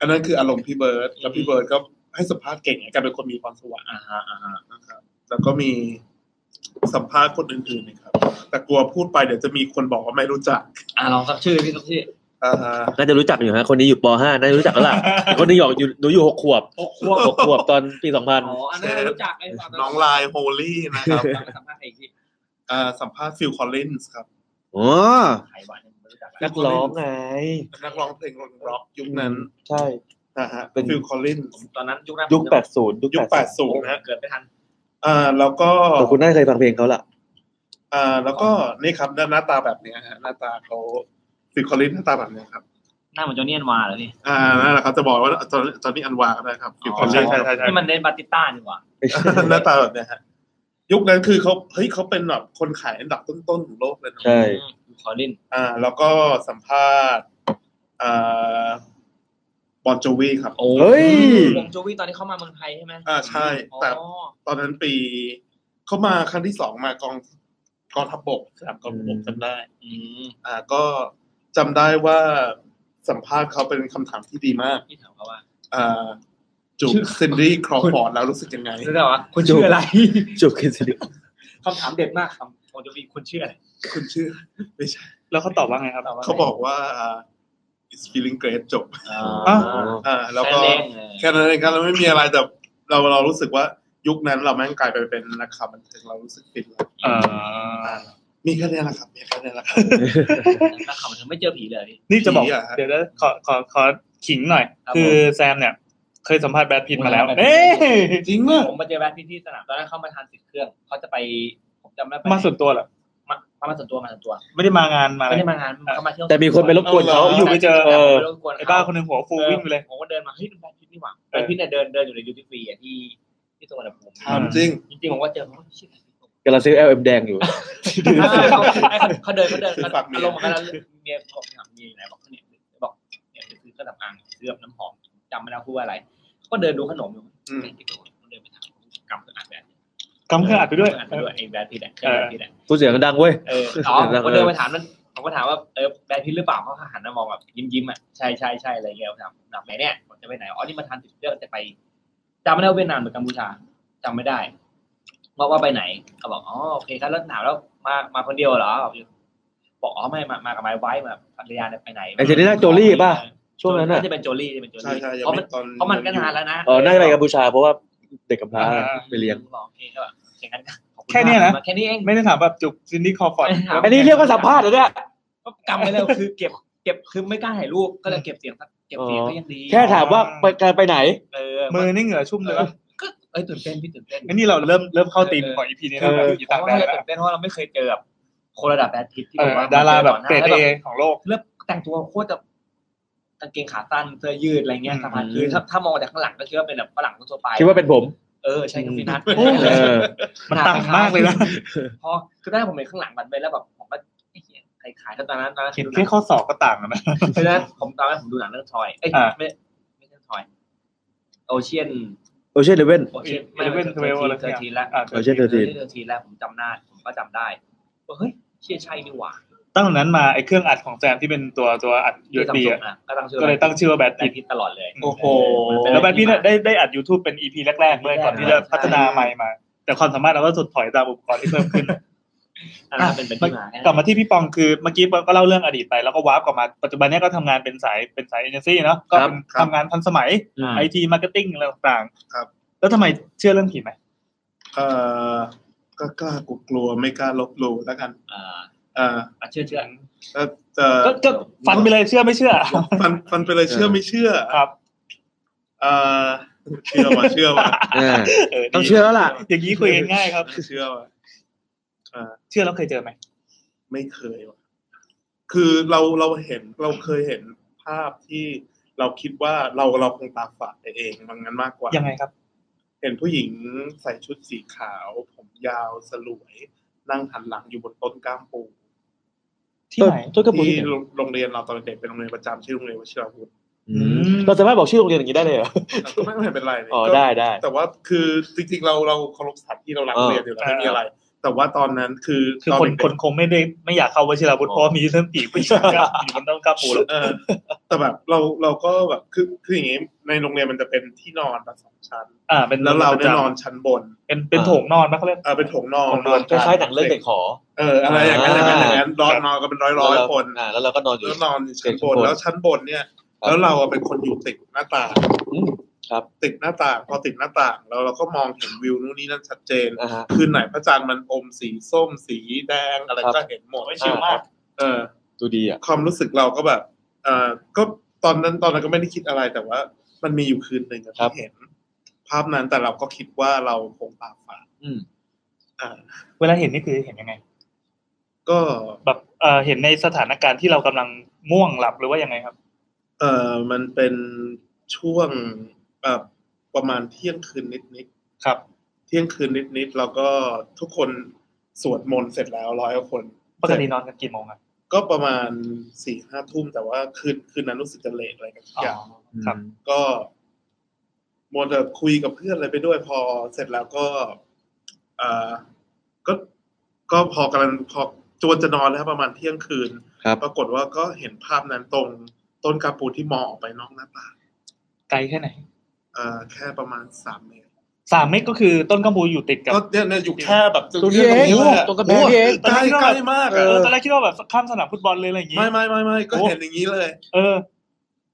Speaker 4: อันนั้นคืออารมณ์พี่เบิร์ดแล้วพี่เบิร์ดก็ให้สัมภาษณ์เก่งไงแกเป็นคนมีพรสวรรค์
Speaker 1: อ่ะอ่ะอ่ะอ่ะ
Speaker 4: นะครับแล้วก็มีสัมภาษณ์คนอื่นๆนะครับ แต่กลัวพูดไปเดี๋ยวจะมีคนบอกว่าไม่รู้จัก
Speaker 1: อ่ะลองสักชื่อพี่สักชื่อ
Speaker 4: อ่า
Speaker 3: ่าจะรู้จักอยู่ฮะ คนนี้อยู่ป .5 น่าจะรู้จักแล้วล่ะ คนนี้อยู่อยู่หนูอยู่หกขวบ
Speaker 1: หกขวบ
Speaker 3: หกขวบตอนปี
Speaker 1: อ๋อ
Speaker 3: 2000
Speaker 1: อันนั้นเรารู้จักไอ้ต
Speaker 4: น้องลายโฮลี่ นะครับ
Speaker 1: ตอนสัมภาษณ์ใครอีกที่
Speaker 4: อ่าสัมภาษณ์ฟิลคอลลินส์ครับ
Speaker 3: อ๋อ
Speaker 1: ใครวะเนี่ยไม่รู้จักแล้ว
Speaker 3: นักร้องไง
Speaker 4: นักร้องเพลงร็อกยุคนั้น
Speaker 3: ใช่
Speaker 4: นะฮะ
Speaker 3: เป็
Speaker 4: เป็น
Speaker 3: น
Speaker 4: ฟิลคอลลิน
Speaker 1: ตอนนั้นยุคนั้น
Speaker 3: ยุค 80 ยุค
Speaker 4: ยุค
Speaker 3: 80
Speaker 4: 80 นะฮะ
Speaker 1: เกิดไม่ทัน
Speaker 4: อ่าแล้วก็
Speaker 3: แต่คุณน่าจะเคยฟังเพลงเขาล่ะ
Speaker 4: อ่าแล้วก็นี่ครับหน้าหน้าตาแบบเนี้ยฮะหน้าตาเขาฟิลคอลลินหน้าตาแบบเนี้ยครับ
Speaker 1: หน้าเหมือนโจเนียนวาเลยพี่
Speaker 4: อ่านั่นแหละครับจะบอกว่าจอนจอนนี่อันวาก็ได้ครับฟิลคอลลิ
Speaker 2: ใช่
Speaker 4: น
Speaker 2: ใช่ใช่ใช่
Speaker 1: นี่มันเดนบาติต้าดีกว่า
Speaker 4: หน้าตาแบบเนี้ยฮะยุคนั้นคือเขาเฮ้ยเขาเป็นแบบคนขายอันดับต้นๆของโลกเลยนะ
Speaker 3: ใช่
Speaker 1: อืมคอลิน
Speaker 4: อ่าแล้วก็สัมภาษณ์อ่าบอลโจวีครับ
Speaker 1: โอ้
Speaker 3: เฮ้ย
Speaker 1: วงโจวีตอนที่เขามาเมืองไทยใช่ไหม
Speaker 4: อ่าใช่แต่
Speaker 1: อ๋อ
Speaker 4: ตอนนั้นปีเขามาครั้งที่สองมากองกองทัพบกครับกองทัพบกจำได้
Speaker 1: อืม
Speaker 4: อ่าก็จำได้ว่าสัมภาษณ์เขาเป็นคำถามที่ดีมาก
Speaker 1: พี่ถามเขาว่า
Speaker 4: อ่าจูบซินดี้ครอฟอร์ดแล้วรู้สึกยังไง
Speaker 1: รู้จักวะคุณชื่ออะไร
Speaker 3: จบกินสิริ
Speaker 1: คำถามเด็ดมากคำของโจวีคุณชื่ออะไร
Speaker 4: คุณชื่อไม่ใช่
Speaker 2: แล้วเขาตอบว่าไงครับ
Speaker 1: ตว่ะไร
Speaker 4: เขาบอกว่าอ่า is feeling great จบ
Speaker 1: อ๋อ
Speaker 4: อ่า แล้วก็
Speaker 1: ค่นั้นเอง
Speaker 4: แค่นั้นเองครับเราไม่มีอะไรแต่เราเรารู้สึกว่ายุคนั้นเราแม่งกลายไปเป็นนักข่าวบันเทิงเรารู้สึกฟินแล้ว
Speaker 2: เอ่อ
Speaker 4: มีแค่นี้แหละครับ มีแค่นี้แหละครับ
Speaker 1: นักข่าวมันถึงไม่เจอผีเลยพี่
Speaker 2: นี่จะบอก
Speaker 4: ผีอะฮะ
Speaker 2: เดี๋ยวนะขอขอขอขิงหน่อย
Speaker 1: ครับ
Speaker 2: คือแซมเนี่ย เคยสัมภาษณ์แบทพิทมาแล้ว
Speaker 1: โอ้ย
Speaker 2: เอ้ย
Speaker 4: จริงเหรอ
Speaker 1: ผมมาเจอแบทพี่ที่สนามตอนนั้นเขามาทานสิทธิ์เครื่องเขาจะไปผมจำได้ไป
Speaker 2: มาส่วนตัวเหรอ
Speaker 1: มามาส่วนตัวมาส่วนตัว
Speaker 2: ไม่ได้มางานมาอะไร
Speaker 1: ไม่ได้มางานเขามาเที่ยว
Speaker 3: แต่มีคนไปรบกวนเขา
Speaker 2: เอาเหรอ
Speaker 3: อยู่ไปเจอเออ
Speaker 1: รบกวนเข
Speaker 2: ไอ้บ้าคนหนึ่งหัวฟูวิ่งไปเลย
Speaker 1: ผมก็เดินมาเฮ้ยแบทพี่นี่หว่าแบทพี่เนี่ยเดินเดินอยู่ในยูทิฟรีอ่ะที่ที่สวนภูมิ
Speaker 4: ถามจริง
Speaker 1: จริงๆผมก็เจอเขาชื่ออะไร
Speaker 3: กำลังซื้อ LM แดงอยู่
Speaker 1: เขาเขาเดินเขาเดิน
Speaker 4: คือฝากเมีย
Speaker 1: อารมณ์เหมือนกันแล้วเมียบอกถามเมียอยู่ไหนบอกเนี่ยบอกเนี่ยไปซื้อเครื่องสำอางเสื้อน้ำหอมจำไม่ได้พูดว่าอะไร ก็เดินดูขนมอยู่
Speaker 4: อืม
Speaker 1: เดินไปถามกำเครื่องอัดแบต
Speaker 2: กำเครื่องอัดไปด้วย
Speaker 1: อัดไปด้วยไอ้แบตพี่แหละเครื่องแบตพี่แหละ
Speaker 3: ตัวเสียงดังเว้ย
Speaker 1: เอออ๋อผมก็เดินไปถามนั่นผมก็ถามว่าเออแบตพี่หรือเปล่าเขาก็หันมามองแบบยิ้มยิ้มๆอ่ะใช่ใช่ใช่อะไรเงี้ยผมถามหนักไหนเนี่ยผมจะไปไหนอ๋อนี่มาทานติดเรื่องจะไปจำไม่ได้ว่าเวียดนามหรือกัมพูชาจำไม่ได้ว่าว่าไปไหนเขาบอกอ๋อโอเคครับแล้วถามแล้วมามาคนเดียวเหรอบอกอ๋อไม่มามากับไม้ไว้มาภรรยาเนี่ยไปไหน
Speaker 3: ไอ้เจนี่น่าโจลี่ป่ะ ช่วงนั้น
Speaker 1: น่า
Speaker 3: น่ะ
Speaker 1: จะเป็นโจลี่จะเป็นโจ
Speaker 4: ใช่
Speaker 1: ลี่
Speaker 4: ใช่ยัง
Speaker 1: เพราะ
Speaker 4: ไม่
Speaker 1: มัน
Speaker 4: ตอน
Speaker 1: เพราะมันก็นานแล้วนะ
Speaker 3: เออน่าจะไปกัมพูชาเพราะว่าเด็กกำพร้า
Speaker 2: อ่า
Speaker 3: ไปเลี้ยง
Speaker 1: บอกโอเคก็แบบอย่างนั้นก็ขอบณ
Speaker 2: แค่เนี้ยนะ
Speaker 1: มากแค่นี้เอง
Speaker 2: ไม่ได้ถามแบบจุบซินดี้คอฟอร์ด
Speaker 1: ไม่ได้ถาม
Speaker 3: อันนี้เรียกว่าสัมภาษณ์เหรอเนี่ย
Speaker 1: ก็จำไปเลย คือเก็บเก็บคือไม่กล้าถ่ายรูปก็เลยเก็บเสียงสักเก็บเสียงก็ยังดี
Speaker 3: แค่ถามว่าไปการไปไหน
Speaker 1: เออ
Speaker 2: มื
Speaker 1: มื
Speaker 2: อ
Speaker 1: อ
Speaker 2: นี่เหงื่อชุ่มเลยว่า
Speaker 1: ก็เอ้ยตื่นเต้นพี่ตื่นเต้น
Speaker 2: นี่เราเริ่มเริ่มเข้าตีมของอีพีนี้แล้วแบบอี
Speaker 1: เพ
Speaker 2: ต่าง
Speaker 1: ราะ
Speaker 2: แด
Speaker 1: ว่าน เราตื่นเต้นเพราะ
Speaker 2: แล้ว
Speaker 1: เราไม่เคยเจอแบบคนระดับแบดพิตที่
Speaker 2: เอ
Speaker 1: แบ
Speaker 2: อบ
Speaker 1: ว่า
Speaker 2: ดาราแบบ
Speaker 1: ม
Speaker 2: เกรด
Speaker 1: จอ
Speaker 2: เอ
Speaker 1: ก่อนหน้าแล้ว
Speaker 2: ของโลก
Speaker 1: เลือกแต่งตัวโคตรจะกางเกงขาสั้นเสื้อยืดอะไรเงี้ย
Speaker 2: อืม
Speaker 1: สะพานคือถ้าถ้ามองจากข้างหลังก็คิดว่าเป็นแบบฝรั่งทั่วไป
Speaker 3: คิดว่าเป็นผม
Speaker 1: เออใช่กับพี่นัท
Speaker 3: เออ
Speaker 2: มันต่างมากเลยนะ
Speaker 1: เพราะคือตอนแรกผมเห็นข้างหลังมันไปแล้วแบบผมก็ไอ้เหี้ยใครขายก็ตอนนั้นตอนนั้น
Speaker 2: เห็นแค่ข้อสอบก็ต่างกันนะ
Speaker 1: เพราะฉะนั้นผมตอนแรกผมดูหนังเรื่องทอย เอ้ย
Speaker 2: อ่า
Speaker 1: ไม่ไม่ใช่ทอย โอเชียน
Speaker 3: โอเชียนเลเว่น
Speaker 1: โอเชียน
Speaker 2: เอเวนเทเวลอะไร
Speaker 1: เทอร์ทีแล้ว
Speaker 2: อ่ะ
Speaker 3: Ocean
Speaker 1: เทอ
Speaker 3: Thirteen
Speaker 1: ร์ทีแล้วผมจำหน้าผมก็จำได้ว่าเฮ้ยเชี่ยใช่นี่หว่า
Speaker 2: ตั้งแต่นั้นมาไอ้เครื่องอัดของแซมที่เป็นตัวตัวอัด
Speaker 1: ที่
Speaker 2: USB
Speaker 1: ซัมซุ
Speaker 2: อ่ะ
Speaker 1: งอ่ะก็ตั้งชื่อ
Speaker 2: ก็เลยตั้งชื่อว่าแบท
Speaker 1: แบ
Speaker 2: พิ
Speaker 1: ท
Speaker 2: ท
Speaker 1: พิทตลอดเลย
Speaker 4: โอ้โห
Speaker 2: แล้วแบทพิทเนี่ยได้ได้อัด YouTube เป็น EP แรกๆเลยก่อนที่จะพัฒนาใหม่มา แต่ความสามารถเราก็สุดถอยตามอุปกรณ์ที่เพิ่มขึ้น
Speaker 1: อันนั้นเป็นเป็นที่มาแค่นั้น
Speaker 2: กลับมาที่พี่ปองคือเมื่อกี้ก็เล่าเรื่องอดีตไปแล้วก็วาร์ปกลับมาปัจจุบันเนี้ก็ทำงานเป็นสายเป็นสายเอเจนซี่เนาะก็เป็น
Speaker 4: ครับ
Speaker 2: ทำงานทันสมัย
Speaker 1: อ่า
Speaker 2: ไอทีมาร์เก็ตติ้งอะไรต่างๆ
Speaker 4: ครับ
Speaker 2: แล้วทำไมเชื่อเรื่องผีไหม
Speaker 4: เอ่อก็กล้ากลัวกลัวไม่กล้าลบหลู่แล้วกัน
Speaker 1: อ่า
Speaker 4: เอ่อ
Speaker 1: อ่ะเชื่อเชื่อ
Speaker 4: ก็เอ่อ
Speaker 2: ก็ก็ฟันไปเลยเชื่อไม่เชื่อ
Speaker 4: ฟันฟันไปเลยเชื่อไม่เชื่อ
Speaker 2: ครับ
Speaker 4: เอ่อเชื่อมาเชื่อ มา
Speaker 3: อ่า
Speaker 2: ดี
Speaker 3: ต้องเชื่อแล้วล่ะ
Speaker 2: อย่างนี้คุยกันง่ายครับ
Speaker 4: เชื่อมาเอ่อ
Speaker 2: เชื่อแล้วเคยเจอไหม
Speaker 4: ไม่เคยว่ะคือเราเราเห็นเราเคยเห็นภาพที่เราคิดว่าเราเราคงตาฝาดไปเองมันงั้นมากกว่า
Speaker 2: ยังไงครับ
Speaker 4: เห็นผู้หญิงใส่ชุดสีขาว ผมยาวสลวย นั่งหันหลังอยู่บนต้นกล้ามปู
Speaker 2: ที่ไหน
Speaker 3: ต้นกระปุก
Speaker 4: ที่
Speaker 3: ที่ไหน
Speaker 4: โรงโรงเรียนเราตอนเด็กเป็นโรงเรียนประจำชื่อโรงเรียนวชิราวุธ
Speaker 3: อืมเราสามารถบอกชื่อโรงเรียนอย่างนี้ได้เลยเหรอ
Speaker 4: แต่ก็ไม่ไม่เป็นไรเลย
Speaker 3: อ๋อ
Speaker 4: ก็
Speaker 3: ได้ได้
Speaker 4: แต่ว่าคือจริงๆเราเราเคารพสถานที่เรารัก
Speaker 3: เออ
Speaker 4: เรียนอยู่แล้ว
Speaker 2: เออ
Speaker 4: ไม่มีอะไร แต่ว่าตอนนั้นคือ
Speaker 2: คือ
Speaker 4: ตอ
Speaker 2: คน
Speaker 4: เด็กๆ
Speaker 2: คนคงไม่ได้ไม่อยากเข้าวชิราวุธเพราะว่ามีเรื่องผีผู้หญิงกับอยู่บนต้นกล้าปูหรอก
Speaker 4: เออแต่แบบเราเราก็แบบคือคืออย่างงี้ในโรงเรียนมันจะเป็นที่นอนแบบสองชั้น
Speaker 2: อ่า เป็น
Speaker 4: แล้วเราได้นอนชั้นบน
Speaker 2: เป็นเป็นโถงนอนปะเขาเรียก
Speaker 4: เออเป็นโถงนอน
Speaker 2: โถงนอน
Speaker 3: คล้ายๆหนังเรื่องเด็กขอ
Speaker 4: เอออะไรอย่างนั้นอย่างนั้นอย่างนั้นนอน
Speaker 2: ครับ
Speaker 4: นอนกันเป็นร้อยร้อย
Speaker 3: แล้วเา
Speaker 4: คน
Speaker 3: อ่าแล้วเราก็นอนอยู่
Speaker 4: แล้วนอนชั้นบน
Speaker 3: เด็กชั้นบน
Speaker 4: แล้วชั้นบนเนี่ย แล้วเราอะเป็นคนอยู่ติดหน้าต่าง
Speaker 3: อืมครับ
Speaker 4: ติดหน้าต่างพอติดหน้าต่างแล้วเราก็มองเห็นวิวนู่นนี่นั่นชัดเจน
Speaker 3: อ่าฮะ
Speaker 4: คืนไหนพระจันทร์มันอมสีส้มสีแดงอะไร
Speaker 3: ครับ
Speaker 4: ก็เห็นหมด
Speaker 2: ไม่ชิลมาก
Speaker 4: เออ
Speaker 3: ดูดีอ่ะ
Speaker 4: ความรู้สึกเราก็แบบเออก็ตอนนั้นตอนนั้นก็ไม่ได้คิดอะไรแต่ว่า มันมีอยู่คืนหนึ่งอะ
Speaker 3: ครับ
Speaker 4: ที่เห็น ภาพนั้นแต่เราก็คิดว่าเราคงตาฝาด
Speaker 3: อืม
Speaker 4: อ่า
Speaker 2: เวลาเห็นนี่คือเห็นยังไง
Speaker 4: ก็
Speaker 2: แบบเอ่อเห็นในสถานการณ์ที่เรากำลังง่วงหลับหรือว่ายังไงครับ
Speaker 4: เออมันเป็นช่วงเอ่อประมาณเที่ยงคืนนิด
Speaker 2: ครับ
Speaker 4: ๆเที่ยงคืนนิดๆแล้วก็ทุกคนสวดมนต์เสร็จแล้วร้อยกว่าคน
Speaker 2: ปกตินอนกันกี่โมงครับ
Speaker 4: ก็ประมาณสี่ห้าทุ่มแต่ว่าคืนคืนนั้นรู้สึกจะเลทอะไรกันทุกอย่าง
Speaker 2: ครับ
Speaker 4: ก็มัวแต่คุยกับเพื่อนอะไรไปด้วยพอเสร็จแล้วก็เอ่อก็ก็พอกำลังพอจวนจะนอนแล้วครับประมาณเที่ยงคืน
Speaker 3: ครับ
Speaker 4: ปรากฏว่าก็เห็นภาพนั้นตรงต้นกาปูที่มองออกไปนอกหน้าต่าง
Speaker 2: ไกลแค่ไหน
Speaker 4: เอ่อแค่ประมาณสามเมตร
Speaker 2: สามเมตรก็คือต้นกัมพูอยู่ติดกับ
Speaker 4: ก็เนี่ยเนี่ยอยู่แค่แบบ
Speaker 3: ตรงนี้เอง
Speaker 4: แหละ
Speaker 3: ตรงกำแพงนี่เอง
Speaker 4: โอ้ใกล้ใกล้มาก
Speaker 2: เอ
Speaker 4: อะ
Speaker 2: อตอนแรกคิดว่าแบบข้ามสนามฟุตบอลเลยอะไรอย่างงี้
Speaker 4: ไม่ไม่ไม่ไม่ก็
Speaker 2: โอ้
Speaker 4: เห็นอย่างนี้เลย
Speaker 2: เออ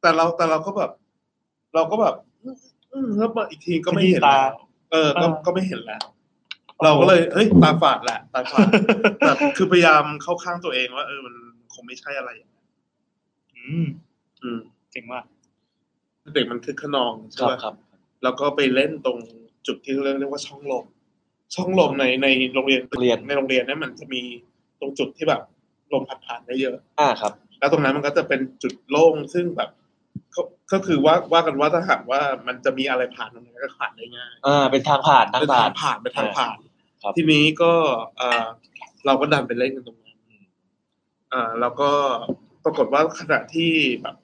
Speaker 4: แต่เราแต่เราก็แบบ เราก็แบบอืมแล้วมาอีกทีก็ไม่เห็น
Speaker 2: ขยี้ตา
Speaker 4: แล้วเออ
Speaker 2: เอ
Speaker 4: ก็
Speaker 2: อ
Speaker 4: ก็ไม่เห็นแล้ว เราก็เลยเฮ้ยตาฝาดแหละตาฝาดแต่คือพยายามเข้าข้างตัวเองว่าเออมันคงไม่ใช่อะไร
Speaker 2: อืม
Speaker 4: อืม
Speaker 2: เจ๋งมาก
Speaker 4: เด็กมันคือขนองใช่
Speaker 3: ครับ
Speaker 4: ปะ
Speaker 3: ครับ
Speaker 4: แล้วก็ไปเล่นตรงจุดที่เรียกเรียกว่าช่องลม ช่องลมในในโรงเรียน
Speaker 3: เรียน
Speaker 4: ในโรงเรียนเนี่ยมันจะมีตรงจุดที่แบบลมพัดผ่านได้เยอะ
Speaker 3: อ่าครับ
Speaker 4: แล้วตรงนั้นมันก็จะเป็นจุดโล่งซึ่งแบบ ก็ก็คือว่าว่ากันว่าถ้าหากว่ามันจะมีอะไรผ่านตรงนั้นก็ผ่านได้ง่าย
Speaker 3: อ่า เป็นทางผ่านทาง
Speaker 4: เป็น
Speaker 3: ผ่า
Speaker 4: ทาน งผ่านเป็นทางผ่าน
Speaker 3: ครับ
Speaker 4: ทีนี้ก็เออเราก็ดันไปเล่นกันตรงนั้นอ่าแล้วก็ปรากฏว่าขณะที่แบบ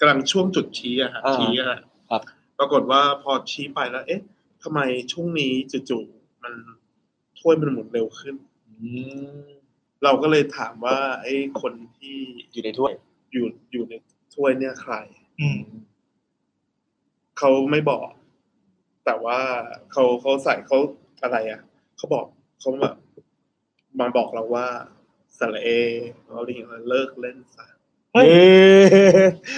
Speaker 4: กำลังช่วงจุดชี้อะฮะ
Speaker 3: อ่า
Speaker 4: ชี้อะฮะ
Speaker 3: ครับ
Speaker 4: ปรากฏว่าพอชี้ไปแล้ว เอ๊ะทำไมช่วงนี้จู่ๆมันถ้วยมันหมุนเร็วขึ้น
Speaker 3: อืม
Speaker 4: เราก็เลยถามว่าไอ้คนที่
Speaker 3: อยู่ในถ้วย
Speaker 4: อยู่อยู่ในถ้วยเนี่ยใคร
Speaker 2: อืม
Speaker 4: เขาไม่บอก แต่ว่าเขาเขาใส่เขาอะไรอ่ะเขาบอกเขามามาบอกเราว่าสระเอเราเรียกว่าเลิกเล่นซะ
Speaker 2: เฮ้ย
Speaker 3: เย้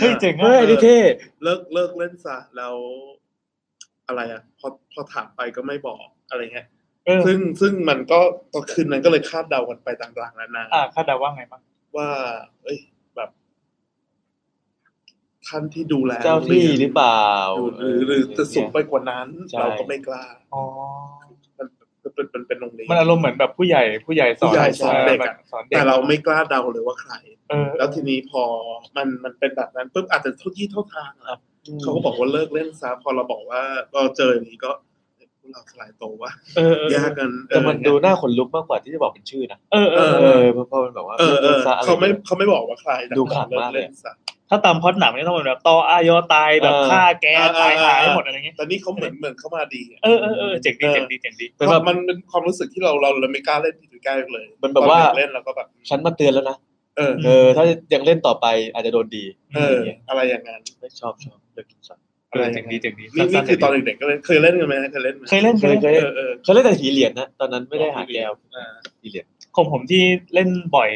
Speaker 2: เฮ้ยเจ๋ง
Speaker 3: เฮ้
Speaker 2: มาย ก
Speaker 3: ดิเท่
Speaker 4: เลิกเลิกเล่นซะแล้วอะไรอ่ะพอพอถามไปก็ไม่บอกอะไรเงี้ย
Speaker 2: เออ
Speaker 4: ซึ่งซึ่งมันก็ตอนคืนนั้นก็เลยคาดเดากันไปต่างๆนานา
Speaker 2: อ่าคาดเดาว่าไงบ้าง
Speaker 4: ว่า เอ้ยแบบ ท่านที่ดูแล
Speaker 3: เจ้าที่หรือเปล่า
Speaker 4: หรือหรือจะสูงไปกว่านั้น
Speaker 3: ใช่
Speaker 4: เราก็ไม่กล้า
Speaker 2: อ๋อ
Speaker 4: มันมันเป็นมันเป็นโรงเรียน
Speaker 2: มันอารมณ์เหมือนแบบผู้ใหญ่ผู้ใหญ่สอน
Speaker 4: ผู้ใหญ่สอนเด็กอะ
Speaker 2: แบบสอนเด็ก
Speaker 4: แต่เราไม่กล้าเดาเลยว่าใคร
Speaker 2: เออ
Speaker 4: แล้วทีนี้พอมันมันเป็นแบบนั้นปุ๊บอาจจะเท่าที่เท่าทางอะเขาก็บอกว่าเลิกเล่นซะพอเราบอกว่าเราเจออย่างนี้ก็พวกเราสลายโตวว่า
Speaker 2: เออเออย
Speaker 4: ากกันเอ
Speaker 3: แต่
Speaker 4: อ
Speaker 3: มันดูน่าขนลุกมากกว่าที่จะบอกเป็นชื่อนะ
Speaker 2: เออเอ
Speaker 3: เอ
Speaker 2: อ
Speaker 3: อ
Speaker 2: เออ
Speaker 3: เออเพราะเพราะมันแบบว่า
Speaker 4: เออเออ
Speaker 3: ซะะร
Speaker 4: เขาไม่เขาไม่บอกว่าใครแต่
Speaker 3: ดู
Speaker 4: เขา
Speaker 3: ขลั
Speaker 4: บอง กเลิ
Speaker 3: มาก
Speaker 4: ก
Speaker 3: เลย
Speaker 4: เล่นซะ
Speaker 2: ถ้าตามพอดหนังนี่ต้องเป็นแบบต่ออายอตายแบบ
Speaker 3: เออ
Speaker 2: ฆ่าแกตาย
Speaker 4: เออเออ
Speaker 2: หายหมดอะไรเงี้ย
Speaker 4: แต่นี่เขาเหมือนเหมือนเขามาดี
Speaker 2: เออเออเออเจ๋งดีเจ๋งดีเจ๋งดี
Speaker 3: เป็นแบบ
Speaker 4: มันเป็นความรู้สึกที่เราเราเราไม่กล้าเล่นผิดหรือแกล้าเลย
Speaker 3: มันแบบว่า
Speaker 4: ตอเด็กเล่นเราก็แบบ
Speaker 3: ฉันมาเตือนแล้วนะ
Speaker 4: เออ
Speaker 3: เออ ถ้ายังเล่นต่อไปอาจจะโดนดี
Speaker 4: เออ อะไรอย่างนั้น
Speaker 3: ไม่ชอบชอบเลิกกินสัตว์
Speaker 2: เออเจ๋งดีเจ๋งดี
Speaker 4: นี่
Speaker 2: สั้
Speaker 4: นี่
Speaker 2: ๆ
Speaker 4: คือตอน
Speaker 2: เจ๋งดี
Speaker 4: เด็กๆก็เล่นเคยเล่นกันไหมเคยเล่นไหม
Speaker 2: เคยเล่นเคยเล่น
Speaker 3: เคย
Speaker 4: เออเออ
Speaker 3: เขาเล่นแต่หีเหรียญนะ ตอนนั้นไม่ได้หาแก้ว
Speaker 4: อ่า
Speaker 3: หีเหรียญ
Speaker 2: ของผมที่เล่นบ่อย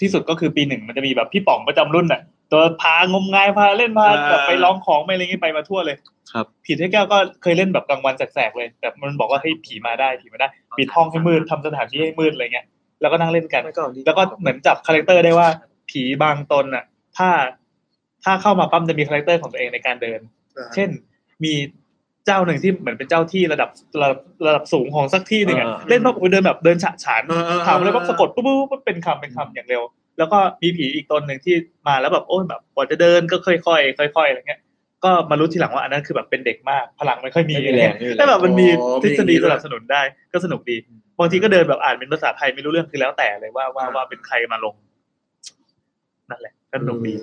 Speaker 2: ที่สุดก็คือปีหนึ่งมันจะมีแบบพี่ป๋องประจำรุ่นน่ะ ตัวพางมงายพาเล่นพา
Speaker 4: อ่า
Speaker 2: แบบไปร้องของไปอะไรเงี้ยไปมาทั่วเลย
Speaker 3: ครับ
Speaker 2: ผีถ้วยแก้วก็เคยเล่นแบบกลางวันแสกๆเลย แต่มันบอกว่าเฮ้ยผีมาได้ผีมาได้ปิดห้องให้มืดทำสถานที่ให้มืดอะไรเงี้ยแล้วก็นั่งเล่นกัน
Speaker 3: ไม่ก็เอาดี
Speaker 2: แล้วก็เหมือนจับคาแรคเตอร์ได้ว่าผีบางตนน่ะ ถ้าถ้าเข้ามาปั๊มจะมีคาแรคเตอร์ของตัวเองในการเดิน
Speaker 4: อ่า
Speaker 2: เช่น มีเจ้าหนึ่งที่เหมือนเป็นเจ้าที่ระดับระดับระดับสูงของสักที่หนึ่งอะ
Speaker 3: อ่า
Speaker 2: เล่นว่าเดินแบบเดินฉะฉาน
Speaker 4: อ่าอ่าอ่า
Speaker 2: ถามอะไรปั๊บสะกดปุ๊บปุ๊บปุ๊บเป็นคำเป็นคำอย่างเร็ว แล้วก็มีผีอีกตนหนึ่งที่มาแล้วแบบโอ้ยแบบกว่าจะเดินก็ค่อยๆค่อยๆอะไรเงี้ย ก็มารู้ทีหลังว่าอันนั้นคือแบบเป็นเด็กมากพลังไม่ค่อยมี
Speaker 3: ไม่มี
Speaker 2: อะไร
Speaker 3: แรง
Speaker 2: เงี้ย
Speaker 3: ไม่มีแรง
Speaker 2: แต่แบบมันมี
Speaker 4: อ๋อ
Speaker 2: ทฤษ
Speaker 4: มี
Speaker 2: ฎี
Speaker 4: อย่างนี้
Speaker 2: ส
Speaker 4: ด้วย
Speaker 2: นับสนุนได้ก็สนุกดี บางทีก็เดินแบบอ่านเป็นภาษาไทยไม่รู้เรื่องคือแล้วแต่เลยว่าว่าว่าเป็นใครมาลง นั่นแหละก็สนุกดี